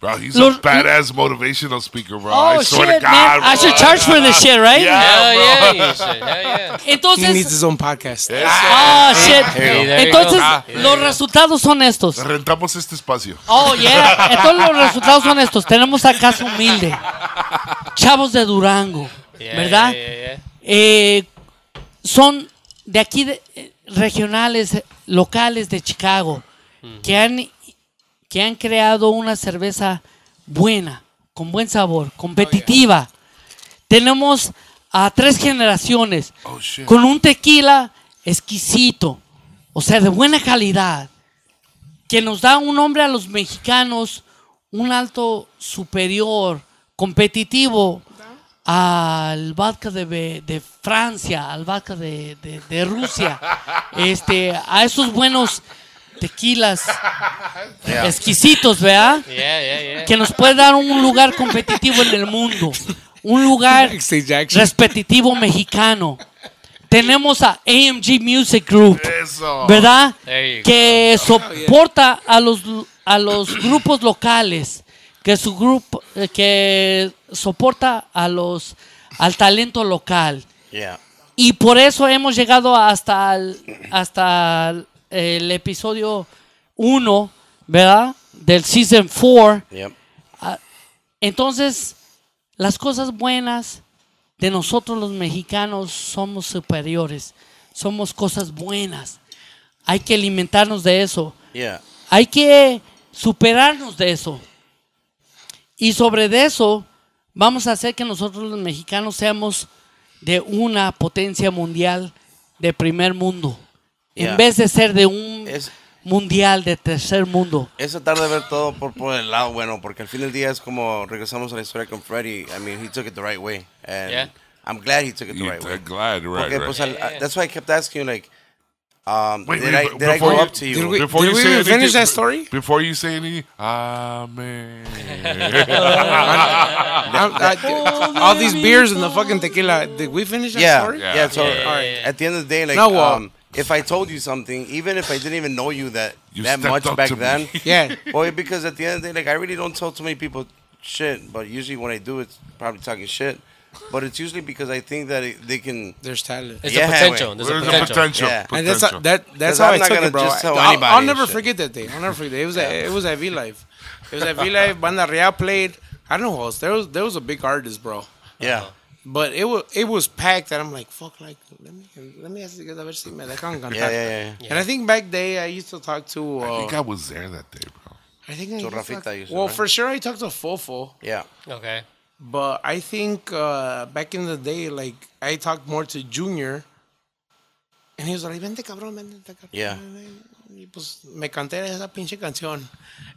Bro, he's Los- a badass motivational speaker, bro. I Oh swear shit, to God, man! bro. I should charge for this shit, right? Yeah, Hell bro. Oh, yeah, you should. Hell yeah. He needs Uh, Entonces, his own podcast. oh shit. Hey, there you go. Entonces, Ah, there los resultados son estos. Rentamos este espacio. Oh yeah. Entonces los resultados son estos. Tenemos a Casa Humilde, Chavos de Durango, Yeah, ¿verdad? yeah, yeah, yeah. Eh, son de aquí de- eh, regionales, eh, locales de Chicago, que han que han creado una cerveza buena, con buen sabor, competitiva. Tenemos a tres generaciones con un tequila exquisito, o sea, de buena calidad, que nos da un nombre a los mexicanos, un alto superior, competitivo al vodka de, Be- de Francia, al vodka de, de- de Rusia, este, a esos buenos tequilas exquisitos, ¿verdad? Yeah, yeah, yeah. que nos puede dar un lugar competitivo en el mundo, un lugar Backstage action. respetitivo mexicano. Tenemos a AMG Music Group, Eso. ¿verdad? Oh. There you go. Que soporta a los a los grupos locales, que su grupo eh, que soporta a los al talento local. Yeah. Y por eso hemos llegado hasta el, hasta el, el episodio 1, ¿verdad? Del season 4. Yep. Entonces, las cosas buenas de nosotros los mexicanos somos superiores, somos cosas buenas. Hay que alimentarnos de eso, Yeah. hay que superarnos de eso. Y sobre de eso, vamos a hacer que nosotros los mexicanos seamos de una potencia mundial de primer mundo, Yeah. en vez de ser de un Es- mundial de tercer mundo. Eso tarde de ver todo por, por el lado bueno, porque al fin del día es como regresamos a la historia con Freddy. I mean, he took it the right way. And Yeah. I'm glad he took it the You- right way. glad, right, Porque, right. pues, al- that's why I kept asking you, like, Um, Wait, did wait, I, but did I before go you- up to you? did we- Before did you we say finish anything- that story? Before you say any, amen. I'm- I- all these beers and the fucking tequila. Did we finish that yeah, story? yeah. So at the end of the day, like, No, well- um, if I told you something, even if I didn't even know you that You that stepped much up back to me. then, Yeah. Well, because at the end of the day, like, I really don't tell too many people shit, but usually when I do, it's probably talking shit. But it's usually because I think that it, they can. There's talent. There's a potential. There's a There's a potential. potential. Yeah. And that's how, that 'Cause that's how I'm I not took gonna it, bro. just tell I'll, anybody I'll and never shit. forget that day. I'll never forget. That. It was at, it was at V Live. It was at V Live. Banda Real played. I don't know who else. There was there was a big artist, bro. Yeah. But it was it was packed, and I'm like, fuck, like let me let me ask you guys a ver si me dejan cantar. Yeah, yeah, And I think back day I used to talk to. Uh, I think I was there that day, bro. Oh. I think I So used to Rafita talk- used to, Well, right? for sure, I talked to Fofo. Yeah. Okay. But I think uh, back in the day, like I talked more to Junior, and he was like, "Vente cabrón, vente cabrón." Yeah. Y pues me canté esa pinche canción,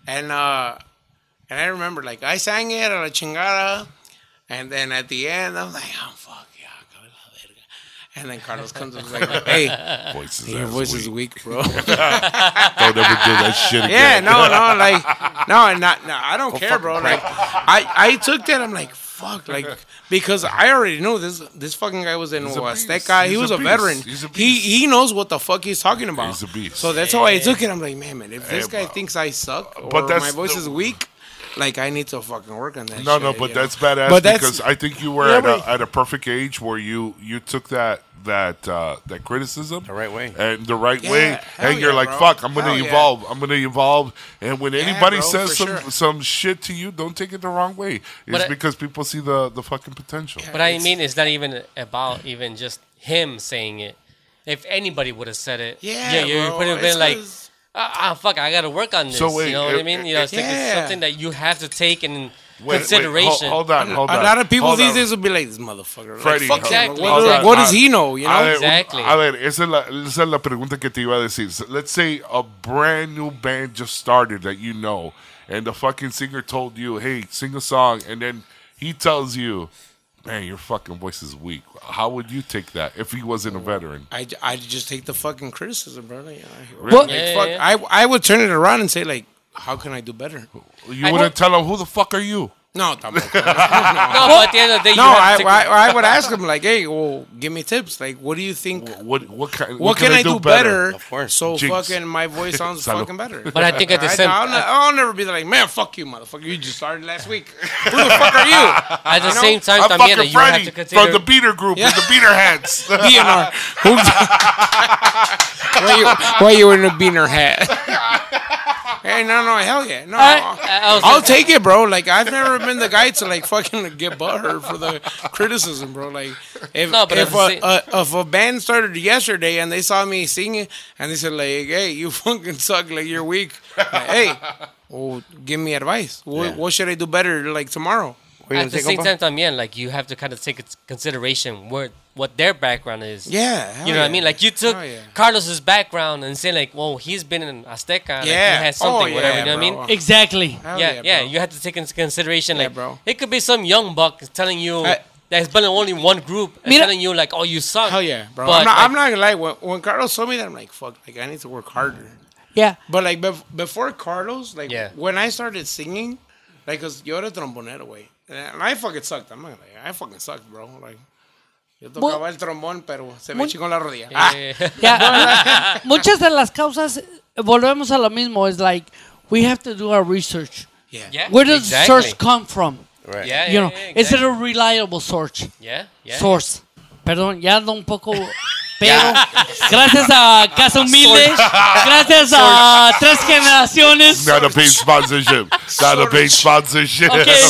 and uh, and I remember like I sang it a la chingada, and then at the end I'm like, "Oh fuck yeah, cabrón, la verga," and then Carlos comes and is like, "Hey, Voices. your ass voice weak. is weak, bro." Don't ever do that shit Yeah, again. no, no, like, no, and not, no, I don't care, bro. Like, I, I took that. I'm like, fuck, like, because I already knew this. This fucking guy was in He's a beast. Azteca. He He's was a a, beast. veteran. He's a He beast. he knows what the fuck he's talking about. He's a beast. So that's how I took it. I'm like, man, man, if this Hey, guy bro. thinks I suck or But that's my voice the- is weak, like, I need to fucking work on that. No, shit, no, but you know? that's badass But that's- because I think you were Yeah, at, but- a, at a perfect age where you you took that that uh, that criticism the right way. and the right Yeah, way, hell and you're yeah, like, bro. fuck, I'm gonna Hell yeah. evolve, I'm gonna evolve, and when anybody bro, says for some sure. some shit to you, don't take it the wrong way. It's But I- because people see the the fucking potential. But I mean, it's not even about even just him saying it. If anybody would have said it, Yeah, you bro, would have it's been like, 'cause- ah, ah, fuck, I gotta work on this. So wait, you know what it- I mean? You it- know, it's, like, it's Yeah. something that you have to take in Wait, wait, hol- consideration. hold on, hold on. A lot of people hold these on. days will be like, this motherfucker. Like, Freddy, fuck him. Exactly. What, Exactly. what does he know? You A know? ver, Exactly. A ver, esa es, la, esa es la pregunta que te iba a decir. So, let's say a brand new band just started that you know, and the fucking singer told you, hey, sing a song, and then he tells you, man, your fucking voice is weak. How would you take that if he wasn't a veteran? I, I just take the fucking criticism, bro. Like, I- Well, Like, Yeah, fuck, yeah. I I would turn it around and say like, how can I do better? You wouldn't tell him, who the fuck are you? No, tampoco. no, but at the end of the day, no. you have I, to take I I would ask him like, hey, well, give me tips. Like, what do you think? What, What what kind? What, can, I, do, better? Of course. So Jinx. fucking my voice sounds Salud. fucking better. But I think at the I, same- I'll, ne- I'll never be like, man, fuck you, motherfucker. You just started last week. Who the fuck are you? At the know, same time, I'm también, fucking you have Freddy to from consider. the Beater Group with the Beater Hats. BNR. Who- why, you, why you in a beaner hat? hey, no, no, hell yeah, no. I- I was I'll take it, bro. Like I've never been the guy to like fucking get butthurt for the criticism, bro. Like if No, but if at the same- a, a, if a band started yesterday and they saw me singing and they said like, "Hey, you fucking suck. Like you're weak." Like, hey, well, give me advice. What, what should I do better? Like tomorrow. What you at gonna the say, same compa? time, también, like you have to kind of take into consideration where what their background is. Yeah, hell You know what I yeah. mean? Like you took Hell yeah. Carlos's background and say like, "Well, he's been in Azteca. Like, Yeah. he had Oh, something, whatever." yeah, You know what I bro. mean? Exactly. Hell yeah, yeah. bro. You have to take into consideration, Yeah, like, bro. it could be some young buck telling you I- there's been only one group and Mira- telling you like, "Oh, you suck." Hell yeah, bro. But, I'm, not, like, I'm not gonna lie. When, when Carlos told me that, I'm like, fuck, like I need to work harder. Yeah. But like bef- before Carlos, like Yeah. when I started singing, like cause yo era trombonero, way, and I fucking sucked. I'm not gonna lie, I fucking sucked, bro. Like yo tocaba el trombón, pero se me Well- chingó la rodilla. Ah, eh, Yeah, mu- muchas de las causas volvemos a lo mismo. It's like we have to do our research. yeah. yeah, Where does exactly. the source come from? Right. Yeah, yeah, you know, yeah, is it exactly. a reliable source? yeah, yeah. Source. Perdón, ya ando un poco. Pero gracias a Casa Humilde, gracias a Tres Generaciones. Not a paid sponsorship. Not a paid sponsorship. Okay,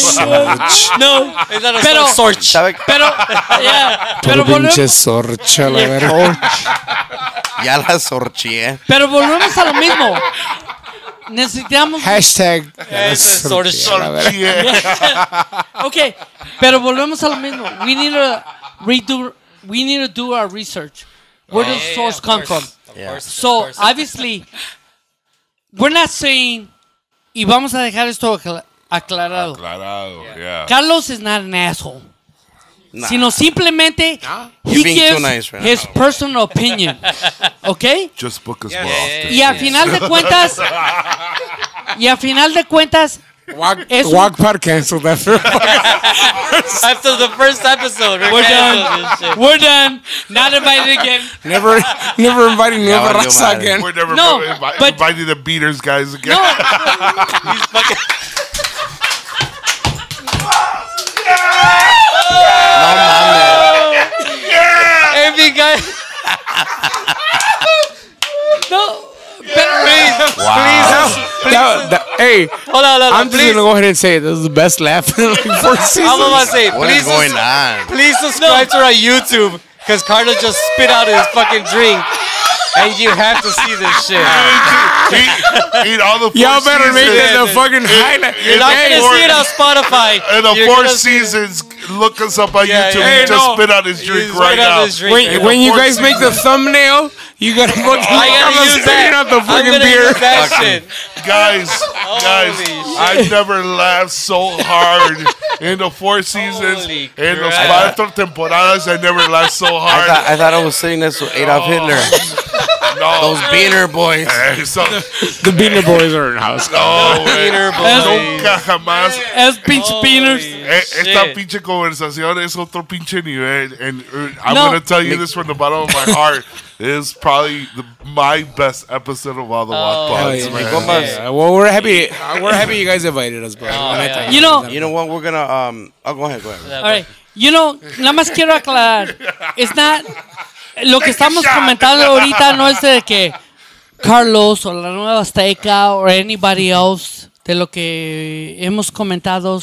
no, Is that a Pero- source? ¿Sabe? pero, yeah, pero, volvemos, sorcha, la Oh, verga. Ya la eh. sorchié. pero volvemos a lo mismo. Necesitamos Hashtag. It's a sort of Yeah. Okay, pero volvemos a lo mismo. We need to redo. We need to do our research. Where does Yeah, yeah, source Eh, of come course, from? of course, of So course. obviously, we're not saying. Y vamos a dejar esto acla- aclarado. Claro, yeah. Carlos is not an asshole. Nah. sino simplemente You're he being gives too nice right his personal opinion. ¿Ok? Just book us more often. Y al final de cuentas, y al final de cuentas, es un- Walk Park canceled after. After the first episode, we're, We're canceling done. this shit. eh, We're done. Not invited again. never, never inviting Ya nueva valió raza madre. again. We're never No, gonna invi- but- inviting the beaters guys again. No. Every guy. No. That- that- hey, Hold on, hold on. I'm just please. gonna go ahead and say it. This is the best laugh in like four I'm seasons. about to say, What is please, going sus- on? please subscribe to our YouTube because Carlos just spit out his fucking drink. And you have to see this shit. eat, eat all the four Y'all better make seasons. it the fucking highlight. You're You're not Hey, gonna Or- see it on Spotify. In the You're four gonna see seasons, look us up on Yeah, YouTube. yeah. He Hey, just no. spit out his drink He's right right out now. his drink. Wait, In the when you four guys make the thumbnail, you gotta fucking I gotta I'm use that. spitting out the I'm fucking gonna beer. use that shit. guys, guys, I've never laughed so hard in the four seasons, Holy in los crap. cuatro temporadas. I never laughed so I thought, hard. I thought I was sitting next to Adolf Hitler. Those beaner boys. Eh, so- The Beaner Boys are in house. no, güey. Peter Boy. nunca jamás. Es pinche Holy beaners. Oh, Eh, Esta shit. pinche conversación es otro pinche nivel. And uh, I'm No. going to tell you this from the bottom of my heart. It is probably the, my best episode of all the Wattpods, Oh, Oh, yeah. man. Yeah, well, we're happy. uh, We're happy you guys invited us, bro. Oh, yeah. You know, You know what? We're gonna um. Oh, go ahead. Go ahead. all right. You know, nada más quiero aclarar. Es not- lo que estamos comentando ahorita no es de que Carlos o la nueva Azteca o anybody else de lo que hemos comentado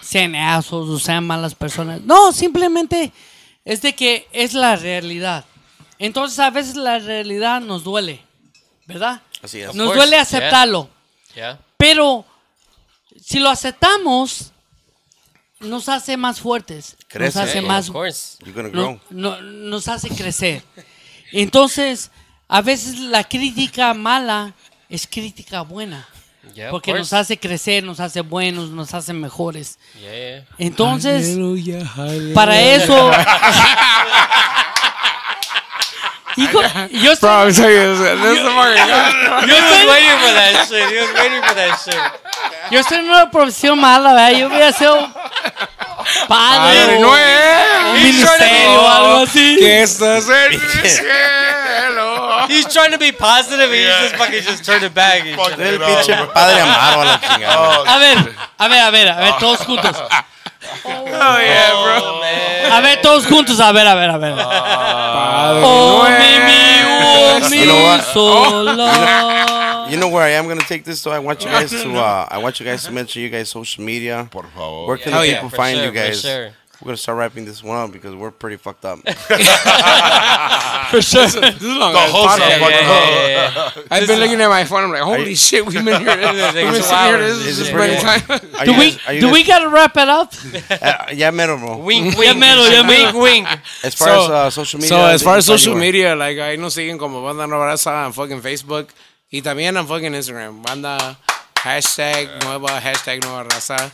sean asos o sean malas personas. No, simplemente es de que es la realidad. Entonces a veces la realidad nos duele, ¿verdad? Así es. Nos course, duele yeah. aceptarlo. Yeah. Pero si lo aceptamos, nos hace más fuertes. Nos Crece, hace yeah, más. Eh, Of course. You're gonna grow. no- no- nos hace crecer. Entonces, a veces la crítica mala es crítica buena. Yeah, of Porque course. nos hace crecer, nos hace buenos, nos hace mejores. Yeah, yeah. Entonces, para eso. Hijo, yo Bro, estoy, I'm telling you, this, this is the fucking. He was waiting for that shit. He was waiting for that shit. yo estoy en una profesión mala, ¿verdad? Yo hubiera sido padre. Ay, o- no, eh. un ministerio o algo así. ¿Qué estás haciendo? He's trying to be positive and he just fucking just turned it back. He's Fuck just- El it up, pinche güey. padre amaro a la chingada. Oh, A ver, a ver, a ver, a ver, todos juntos. Oh, man. A ver, todos juntos, a ver, a ver, a ver. Oh, mi, mi, oh, You know what? mi, solo. Oh. You know where I am gonna take this, so I want you guys to. Uh, I want you guys to mention you guys' social media. Por favor. Where can the Yeah, Oh, yeah, people for find sure, you for guys? sure. We're gonna start wrapping this one up because we're pretty fucked up. The whole Yeah, fucking- yeah, yeah, yeah, yeah. I've been looking at my phone. I'm like, holy shit, we've been here. We've It's been sitting wild. here this It's this pretty many times. Are Do you we, guys- are you do we guys- gotta wrap it up? uh, yeah, mero, bro. Wink, wink. wink, wink. As far So- as uh, social media. So as they far can as find social you where? media, like ahí nos siguen como Banda Nueva Raza en fucking Facebook y también en fucking Instagram. Banda hashtag nueva hashtag nueva raza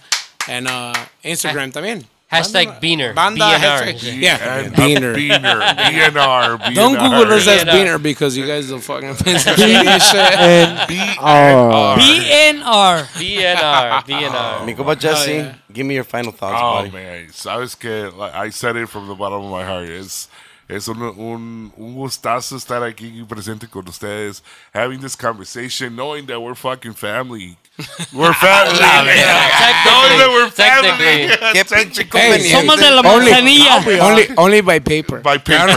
and uh, Instagram también. Hashtag Beaner. Banda BNR. hashtag yeah. And a Beaner. BNR. BNR. Don't Google us as Yeah. Beaner because you guys don't fucking shit. oh, uh, BNR. E BNR. BNR. BNR. Mi compa Jesse, give me your final thoughts, Oh, buddy. man. Sabes que, like, I said it from the bottom of my heart. Es, es un, un, un gustazo estar aquí y presente con ustedes, having this conversation, knowing that we're fucking family. We're family. knowing that we're Technically. family. Qué pinche Hey, Somos de la Only- manzanilla. Only, only by paper. By paper.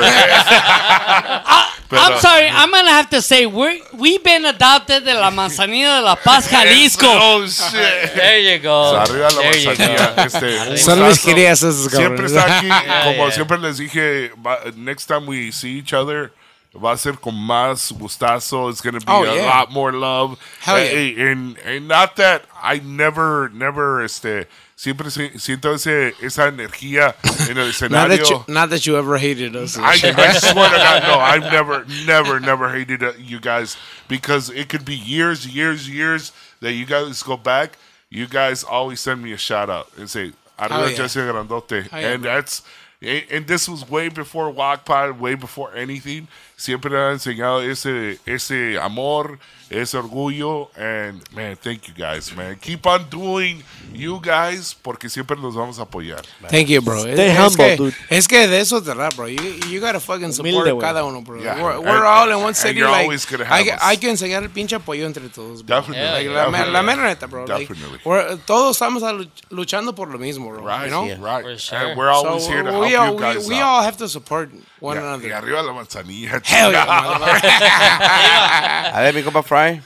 Ah, I'm sorry, I'm gonna have to say, we're, we've been adopted de la manzanilla de La Paz, Jalisco. Oh, shit. There you go. Arriba la There you manzanilla. go. Este, un Son mis gustazo. queridas esas Siempre cabrones. está aquí. como yeah. siempre les dije, va- next time we see each other, va a ser con más gustazo. It's going to be Oh, a yeah. lot more love. Hell Eh, eh, and, and not that I never, never, este, siempre si- siento ese, esa energía en el Not that, you, escenario. not that you ever hated us. I, I swear to God, no, I've never, never, never hated uh, you guys because it could be years, years, years that you guys go back. You guys always send me a shout out and say, "Arriba Oh, yeah. Jesse Grandote," yeah, and that's And and this was way before Wattpad, way before anything. Siempre han enseñado ese, ese amor, ese orgullo. And man, thank you guys, man. Keep on doing you guys, porque siempre los vamos a apoyar. Thank you, bro. Stay es, humble, es que, dude. Es que de eso te da, bro. You, you gotta fucking support Humilde, güey. cada uno, bro. Yeah. We're, we're And- all in one and city. you're like, always gonna have hay, que- us. hay que enseñar el pinche apoyo entre todos, bro. Definitely, Like, la, me- la definitely. mera neta, bro. Like, Definitely. we're- todos estamos a luch- luchando por lo mismo, bro. Right, you know? yeah. right. For sure. And we're always here to we help all, you guys we, we out. all have to support one Yeah, another. y arriba la manzanilla. Hell yeah, chingada. A ver, mi compa Fry.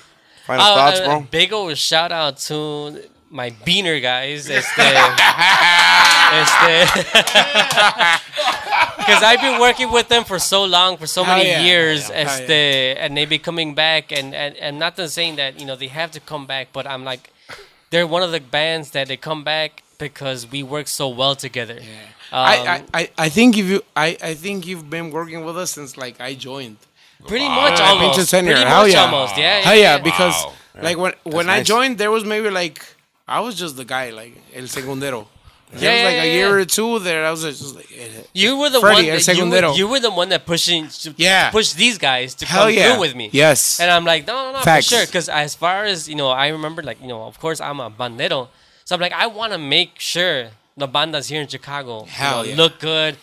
Final Uh, thoughts, uh, bro. Big old shout out to my beaner guys. Este, este, because I've been working with them for so long, for so Hell many yeah. years. Hell yeah. este, and they be coming back, and and and not to saying that you know they have to come back, but I'm like, they're one of the bands that they come back because we work so well together. I, Um, I, I, I think if you I, I think you've been working with us since like I joined. Um, Pretty much I've been almost. to tenure. Pretty Hell much yeah. almost. Yeah, yeah, Hell yeah, yeah. because Wow. like when That's when I nice. joined there was maybe like I was just the guy like el secundero. There Yeah, was like yeah, a yeah, year yeah. or two there. I was just like eh, You were the Freddy, one. el That you, were, secundero. you were the one that pushing. To Yeah. Push these guys to Hell come yeah. through with me. Yes. And I'm like, no, no, no, Facts. for sure. Because as far as you know, I remember, like, you know, of course, I'm a bandero, so I'm like, I want to make sure the bandas here in Chicago you Hell know, yeah. look good,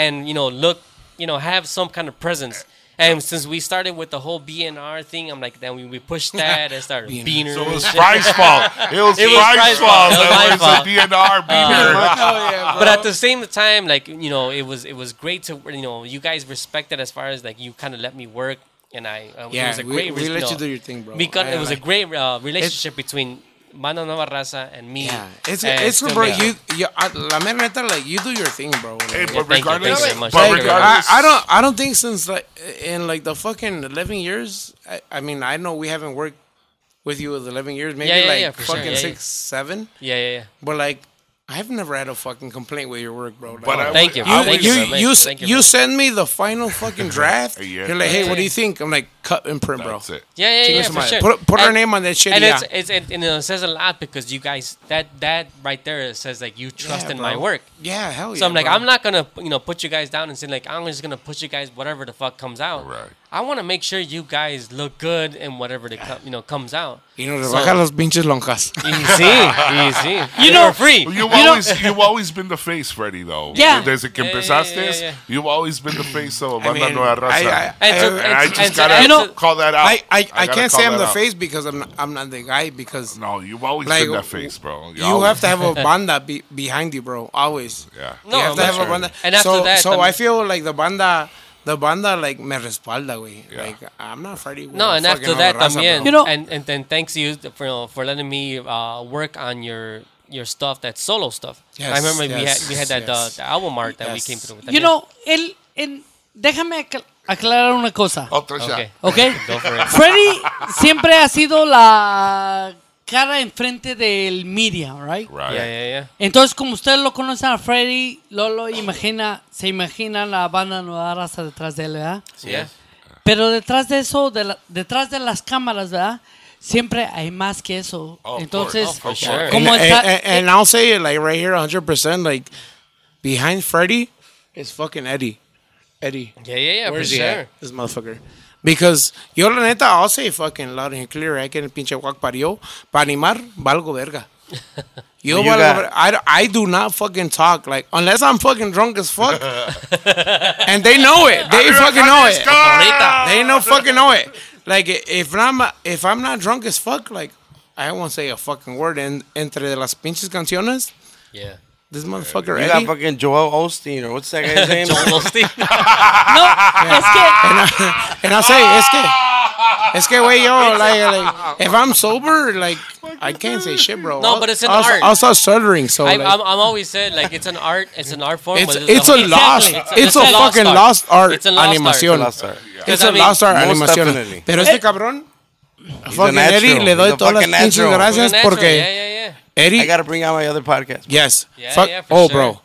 and you know, look, you know, have some kind of presence. And since we started with the whole BNR thing, I'm like, then we, we pushed that and started BNR. beaner. So it was and shit. Fry's fault. It was Fry's fault It was that my it was a fault. BNR beaner. Hell yeah, bro. but Um, at the same time, like you know, it was it was great to you know you guys respected as far as like you kind of let me work and I uh, Yeah, it was a we- great we res- let know, you do your thing, bro. because I- it was like- a great uh, relationship between Mano Nueva Raza and me. Yeah, it's and it's still bro. make- You, you I, la mera neta, like you do your thing, bro. Like, Hey, but Yeah, thank you, regardless- thank you very much, Like, thank you. I, I don't I don't think since like in like the fucking eleven years. I, I mean, I know we haven't worked with you with eleven years, maybe Yeah, yeah, like yeah, for sure, yeah, fucking yeah. six, seven. Yeah, yeah, yeah. But like, I've never had a fucking complaint with your work, bro. Like, But I Thank would- you, I would- thank you, you, man, you, thank you, you man. send me the final fucking draft. Yeah. You're like, hey, That's what do it. you think? I'm like, cut and print, bro. Yeah, yeah, Chingue yeah, su for madre. sure. Put, put our And- name on that shit. And yeah. it's, it's it, and it says a lot because you guys that that right there says like you trust Yeah, in my bro. work. Yeah, hell So I'm yeah, like bro. I'm not gonna you know put you guys down and say like I'm just gonna put you guys whatever the fuck comes out. Right. I want to make sure you guys look good in whatever the co- you know comes out. Y nos So- rebaja los pinches lonjas. Y sí, y sí. You know- know, For free. You've You know- always you've always been the face, Freddy. Though. Yeah. Desde que Yeah, yeah, empezaste, yeah, yeah. you've always been the face of I Banda mean, Nueva Raza. I- I- and, I- I and just to- gotta and to- call that out. I, I, I gotta can't call say I'm that the out. face because I'm not, I'm not the guy because no, you've always been that face, bro. You You, always- have to have a banda be, behind you, bro. Always. Yeah. You No, have to I'm have sure. a banda. And after so, that, so I'm- I feel like the banda, the banda like me respalda, güey. Like I'm not Freddy. No, and after that, también. You You know, and, and then thanks you for, you know, for letting me uh, work on your your stuff, that solo stuff. I Yes, remember we had yes, we had that uh, yes. the album art that we Yes. came through with. You know, él, en- déjame acla- aclarar una cosa. Otro shot. Okay. Oh, Ok. Go for it. Freddy siempre ha sido la cara enfrente del media, right? Yeah, yeah, yeah. Entonces, como ustedes lo conocen a Freddy, Lolo imagina, se imagina la banda nueva raza detrás de él, ¿verdad? Sí es. Pero detrás de eso, de la- detrás de las cámaras, ¿verdad? Siempre hay más que Oh, eso. Entonces, And, como está- and- and- and I'll say it like right here, 100. percent Like behind Freddy is fucking Eddie. Eddie. Yeah, yeah, yeah, Where's for he sure. at? This motherfucker. Because yo la neta, I'll say it fucking loud and clear, I can pinche guac parió. Para animar, valgo verga. Yo Well, you valgo got- verga. I, I do not fucking talk like unless I'm fucking drunk as fuck, and they know it. They Arriba, fucking know Carlos it. Carr! They know fucking know it. Like i- if I'm if I'm not drunk as fuck, like I won't say a fucking word. And entre las pinches canciones, Yeah. this motherfucker. You Eddie, got fucking Joel Osteen, or what's that guy's name? Joel Osteen. And, I, and I'll say, es que, es que, güey, Ah. yo, like, like, if I'm sober, like, I can't say shit, bro. No, I'll- but it's an I'll, art. I'll start stuttering, so, I, like, I'm, I'm always said like it's an art. It's an art form. It's- but it's a lost- it's a fucking lost art It's a lost art. animación. Lost art. It's a lost art most animación. definitely. Pero Eh. este cabrón, fucking natural. Eddie, le He's doy a todas las fucking pinches natural. gracias He's a natural. porque, Yeah, Eddie, I gotta bring out my other podcast. yes, Yeah, fuck, yeah, for oh, sure. bro,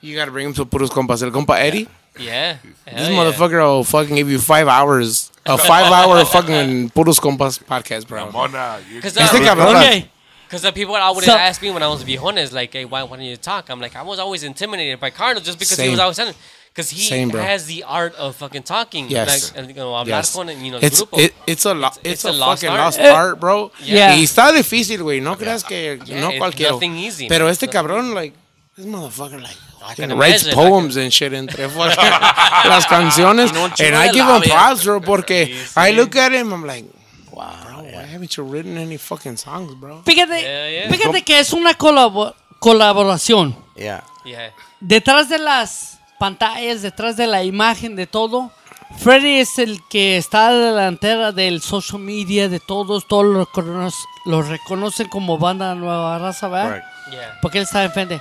you gotta bring him to puros compas. El compa Eddie, Yeah. Hell this yeah. motherfucker will fucking give you five hours, a five hour fucking puros compas podcast, bro. Mona, you- Este cabrón. uh, Because the people always So- ask me when I was Vijones, like, hey, why, why don't you talk? I'm like, I was always intimidated by Carlos just because he Same. was always telling Because he Same, bro. has the art of fucking talking. Yes. Like, and, you know, hablar Yes. con, you know, el It's, grupo. it, it's a, lo, it's, it's a, a lost fucking art. lost Eh. art, bro. Yeah. Y está difícil, güey. No creas que no it's cualquiera. nothing easy, Pero man. este cabrón, like, this motherfucker, like, fucking can writes imagine, I poems and shit entre fucking las canciones. No, un and chingo I de give him labia. props, bro, porque I look at him, I'm like, wow, bro, why haven't you written any fucking songs, bro? Fíjate, yeah. fíjate que es una colabo- colaboración. Yeah. Yeah. Detrás de las pantallas, detrás de la imagen, de todo, Freddy es el que está a la delantera del social media, de todos, todos lo, recono- lo reconocen como banda nueva raza, ¿verdad? Correct. Yeah. Porque él está enfrente.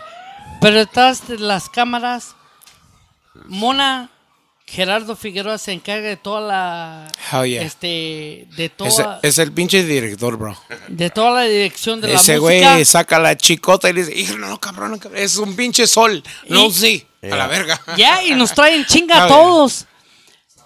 Pero detrás de las cámaras, Mona Gerardo Figueroa se encarga de toda la. Hell yeah. Este, de, Es, toda, es el pinche director, bro. de toda la dirección de Ese la música. güey saca la chicota y le dice, hijo, no, cabrón, no, cabrón, es un pinche sol. No, Y- sí, a la verga. Ya, y nos traen chinga a Está bien. todos.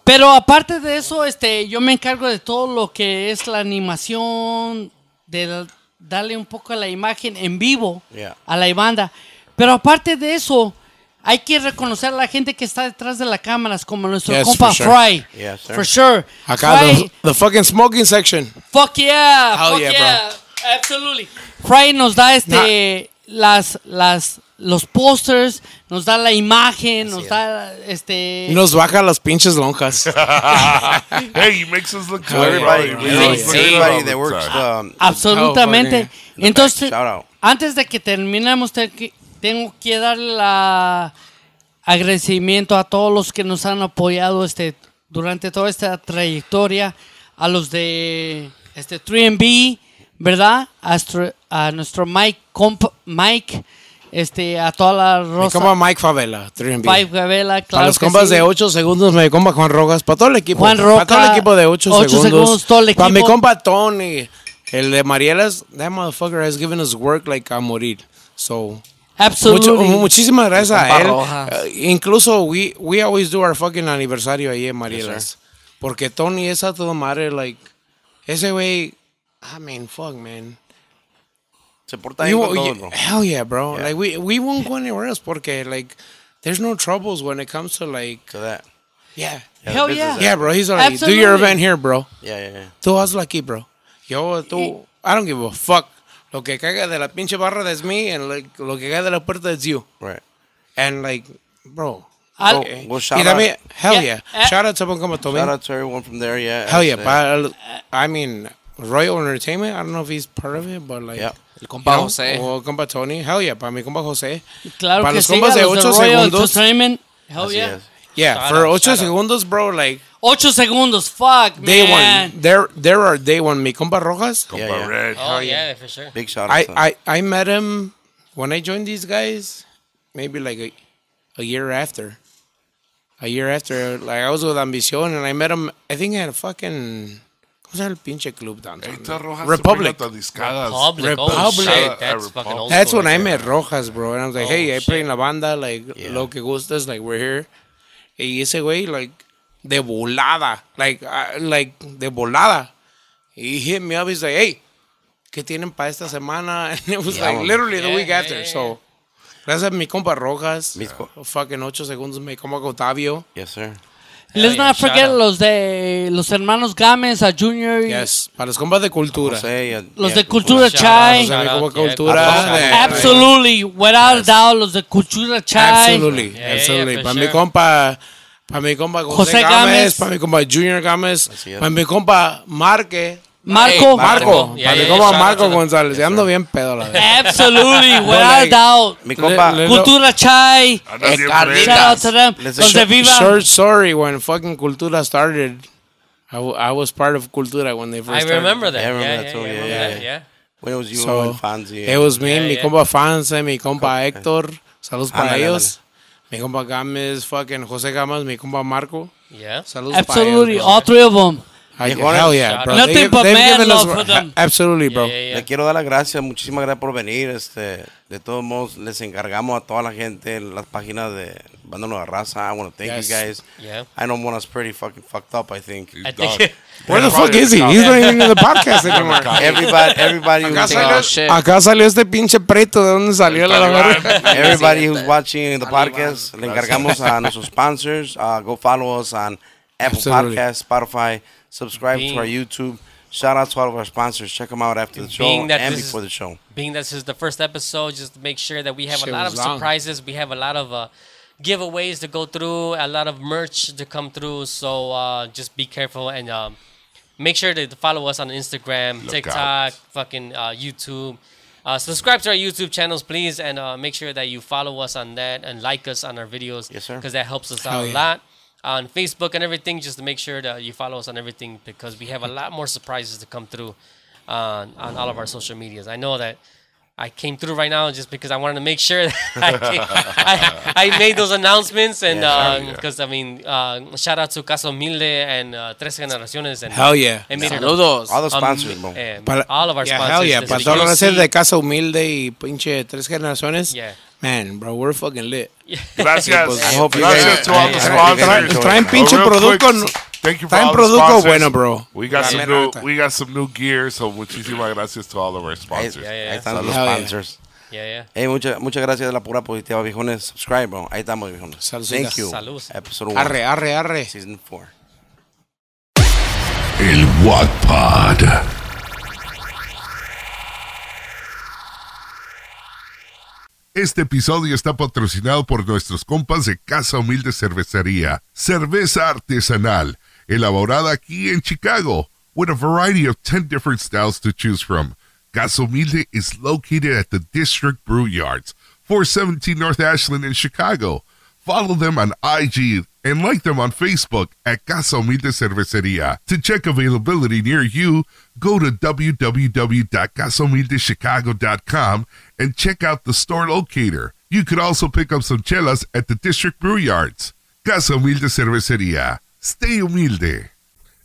Pero aparte de eso, este, yo me encargo de todo lo que es la animación, de la- darle un poco a la imagen en vivo Yeah. a la banda. Pero aparte de eso, hay que reconocer a la gente que está detrás de las cámaras, como nuestro Yes, compa for sure. Fry. Yes, sir. for sure. Acá, Fry, the, the fucking smoking section. Fuck yeah, Hell fuck yeah, yeah, bro. absolutely. Fry nos da este las las los posters, nos da la imagen, nos da este Nos baja las pinches lonjas. hey, he makes us look good. Everybody, bro. He you makes know, us look good everybody all the that works time. um, absolutamente. the Entonces, back. Shout out. antes de que terminemos te- que- tengo que darle la agradecimiento a todos los que nos han apoyado este durante toda esta trayectoria, a los de este 3MB, ¿verdad? Astro- a nuestro Mike comp- Mike este a toda la Mi rosa compa Mike Favela, 3B. Five Gabela, Para claro los que compas sí. de 8 segundos, mi compa Juan Rojas, para todo el equipo. Juan Para todo el Roca, equipo de 8 ocho segundos. segundos, todo el Para mi equipo. compa Tony, el de Marielas, that motherfucker has given us work like a morir. So, Absolutely. mucho- muchísimas gracias a compa él. Rojas. Eh, incluso, we, we always do our fucking aniversario ahí en Marielas. porque Tony es a todo madre, like, ese güey, I mean, fuck, man. Se porta bien You- con you- todos, bro. Hell yeah, bro. Like we we won't go anywhere else porque like there's no troubles when it comes to like To that. yeah. Yeah, Hell the business yeah. that- Yeah, bro, he's already do your Absolutely. event here, bro. Yeah, yeah, yeah. Tú hazlo aquí, bro. Yo tú I don't give a fuck. Lo que caiga de la pinche barra es me and like lo que caiga de la puerta es you. Right. And like bro. Al- bro, Well, shout y también, out- hell yeah. Yeah, eh. Shout out to Boncoma Shout Tomé. out to everyone from there. Yeah. Hell yeah. It's, uh, pa- I mean, Royal Entertainment, I don't know if he's part of it, but like. Yeah. El compa You know, José. O compa Tony. Hell yeah, para mi compa José. Claro para que los sí, compas a de los 8 Royal segundos. Entertainment. Hell así Oh, yeah. es. Yeah, Shout for out, 8 shout out. segundos, bro, like, Ocho segundos, fuck, day man. one. There, there are day one. Mi compa Rojas, Compa Yeah, yeah. Red. Oh, yeah, for sure. Big shout out. I, to him. I, I met him when I joined these guys, maybe like a, a year after. A year after, like, I was with Ambición, and I met him, I think at a fucking, ¿cómo se llama el pinche club Ahí downtown? está Rojas. Republic. Te pega discadas. Public. Oh, Republic. shit. That's Republic. fucking old That's school when I right met Rojas, bro. And I was like, Oh, hey, I play shit. in la banda, like, lo que gustas, like, we're here. Y ese güey, like, de volada, like, I- like, de volada. He hit me up, he's like, hey, ¿qué tienen para esta semana? And it was like, literally the Yeah, week yeah, after. yeah, So, gracias a mi compa Rojas. Mis co- fucking ocho segundos, mi compa Octavio. yes, sir. Let's Hell yeah, not shout forget out. los de los hermanos Gámez, a Junior, y Yes, para los compas de cultura. Jose, yeah, los yeah, de Cultura Shout out, Chai. O sea, mi Shout compa out, yeah. cultura. de- Absolutely, without a doubt, los de Cultura Chai. Absolutely, Yeah, yeah, absolutely. for para mi sure. compa, para mi compa José, José Gámez, Gámez. para mi compa Junior Gámez, es. para mi compa Marque, Marco. Marco, Yeah, yeah, para mi compa yeah, shout out Marco to Eh, González. Ya ando bien pedo la vez. Absolutely, without a like- doubt. Mi compa, Le- le- Cultura Chai. Andas bien Carlitos. Shout red. out to them. Let's- Los de Viva. Short story when fucking Cultura started. I, w- I was part of Cultura when they first I started. remember that. I Yeah, remember yeah, that yeah, too, I yeah, remember yeah, that, yeah. yeah. when it was you So, and Fonzie. It was me, Yeah, mi yeah. compa Fancy, mi compa Héctor. Saludos para Ándale, ellos. Mi compa Gámez, fucking José Gámez, mi compa Marco. Yeah. Saludos Absolutely, para ellos. bro. all three of them. I, Mejores. hell yeah, bro. Nothing They- but they've mad given love us- for them. Absolutely, bro. Yeah, yeah, Le yeah. quiero dar las gracias, muchísimas gracias por venir. Este, de todos modos, les encargamos a toda la gente las páginas de Banda Nueva Raza. I want to thank Yes. you guys. Yeah. I know Mona's pretty fucking fucked up, I think. I think- gone. Where the fuck is he? He's not even in the podcast anymore. Everybody, everybody Acá who's, Oh, salió, acá salió este pinche preto. ¿De dónde salió la verga? everybody who's watching the podcast, le encargamos a nuestros sponsors. Uh, go follow us on Apple Absolutely. Podcasts, Spotify. Subscribe to our Bing. YouTube. Shout out to all of our sponsors. Check them out after the show Being that and this is- before the show. Being that this is the first episode, just make sure that we have Shit a lot was of long. surprises. We have a lot of uh, giveaways to go through, a lot of merch to come through. So uh, just be careful and um, make sure to follow us on Instagram, Look TikTok, out. fucking uh, YouTube. Uh, subscribe to our YouTube channels, please, and uh, make sure that you follow us on that and like us on our videos. Yes, sir. Because that helps us Hell out a yeah. lot on Facebook and everything. Just to make sure that you follow us on everything because we have a lot more surprises to come through on on all of our social medias. I know that I came through right now just because I wanted to make sure that I, I, I made those announcements and because I mean uh, shout out to Caso Milde and uh, Tres Generaciones and Hell yeah. and made it Saludos. All the um, sponsors, bro. eh, Para- all of our yeah, sponsors. Hell yeah. this Para week. todos los You hacer see- de casa humilde y pinche tres generaciones. Yeah. Man, bro, we're fucking lit. Gracias. I hope you Gracias guys- to all I- the I hope you guys sponsors. enjoy Traen it. pinche Real quick, producto. Thank you for Traen all the producto sponsors. bueno, bro. We got La some mera new neta. we got some new gear, so muchísimas gracias to all of our sponsors. Ahí- yeah, Ahí yeah. están los Hell yeah. sponsors. Yeah, yeah. Hey, mucha- muchas gracias de la pura positiva, viejones. Subscribe, bro. Ahí estamos, viejones. Saludcita. Thank you. Salud. Episode 1, Arre, arre, arre. season 4. El Wattpad. Este episodio está patrocinado por nuestros compas de Casa Humilde Cervecería, cerveza artesanal, elaborada aquí en Chicago, with a variety of 10 different styles to choose from. Casa Humilde is located at the District Brew Yards, 417 North Ashland in Chicago. Follow them on IG and like them on Facebook at Casa Humilde Cerveceria. To check availability near you, go to www.casahumildechicago.com and check out the store locator. You could also pick up some chelas at the District Brew Yards. Casa Humilde Cerveceria. Stay humilde.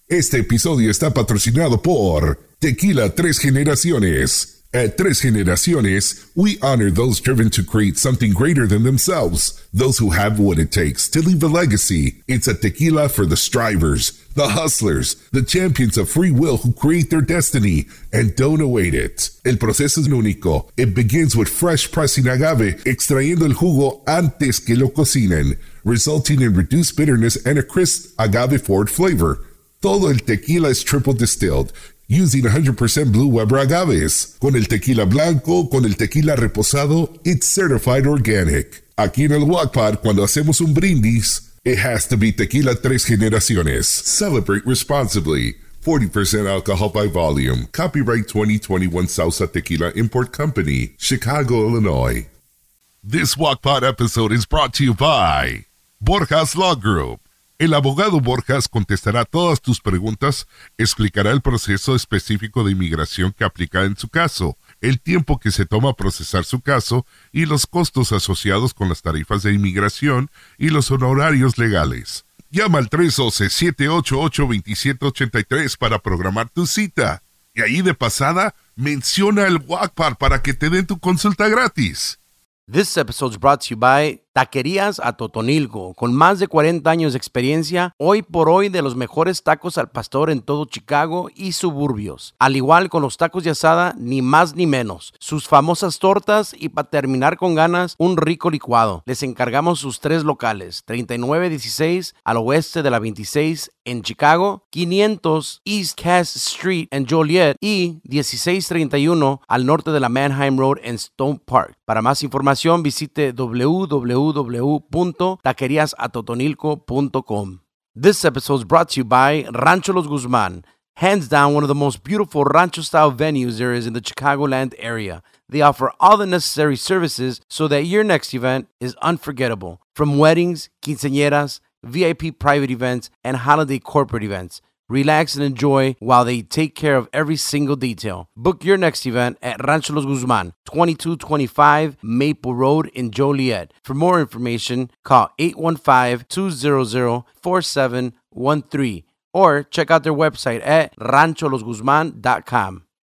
Este episodio está patrocinado por Tequila Tres Generaciones. At Tres Generaciones, we honor those driven to create something greater than themselves, those who have what it takes to leave a legacy. It's a tequila for the strivers, the hustlers, the champions of free will who create their destiny and don't await it. El proceso es único. It begins with fresh pressing agave, extrayendo el jugo antes que lo cocinen, resulting in reduced bitterness and a crisp agave forward flavor. Todo el tequila es triple distilled using 100% blue Weber agaves. Con el tequila blanco, con el tequila reposado, it's certified organic. Aquí en el Wattpad, cuando hacemos un brindis, it has to be tequila tres generaciones. Celebrate responsibly. 40% alcohol by volume. Copyright 2021 Salsa Tequila Import Company, Chicago, Illinois. This Wattpad episode is brought to you by Borjas Law Group. El abogado Borjas contestará todas tus preguntas, explicará el proceso específico de inmigración que aplica en su caso, el tiempo que se toma procesar su caso y los costos asociados con las tarifas de inmigración y los honorarios legales. Llama al 312-788-2783 para programar tu cita. Y ahí de pasada, menciona el WACPAR para que te den tu consulta gratis. This episode's brought to you by Taquerías Atotonilco. Con más de 40 años de experiencia, hoy por hoy de los mejores tacos al pastor en todo Chicago y suburbios. Al igual con los tacos de asada, ni más ni menos. Sus famosas tortas y para terminar con ganas, un rico licuado. Les encargamos sus tres locales, 3916 al oeste de la 26 en Chicago, 500 East Cass Street en Joliet y 1631 al norte de la Manheim Road en Stone Park. Para más información visite www.taqueriasatotonilco.com. This episode is brought to you by Rancho Los Guzman, hands down one of the most beautiful rancho style venues there is in the Chicagoland area. They offer all the necessary services so that your next event is unforgettable. From weddings, quinceañeras, VIP private events, and holiday corporate events. Relax and enjoy while they take care of every single detail. Book your next event at Rancho Los Guzman, 2225 Maple Road in Joliet. For more information, call 815-200-4713 or check out their website at rancholosguzman.com.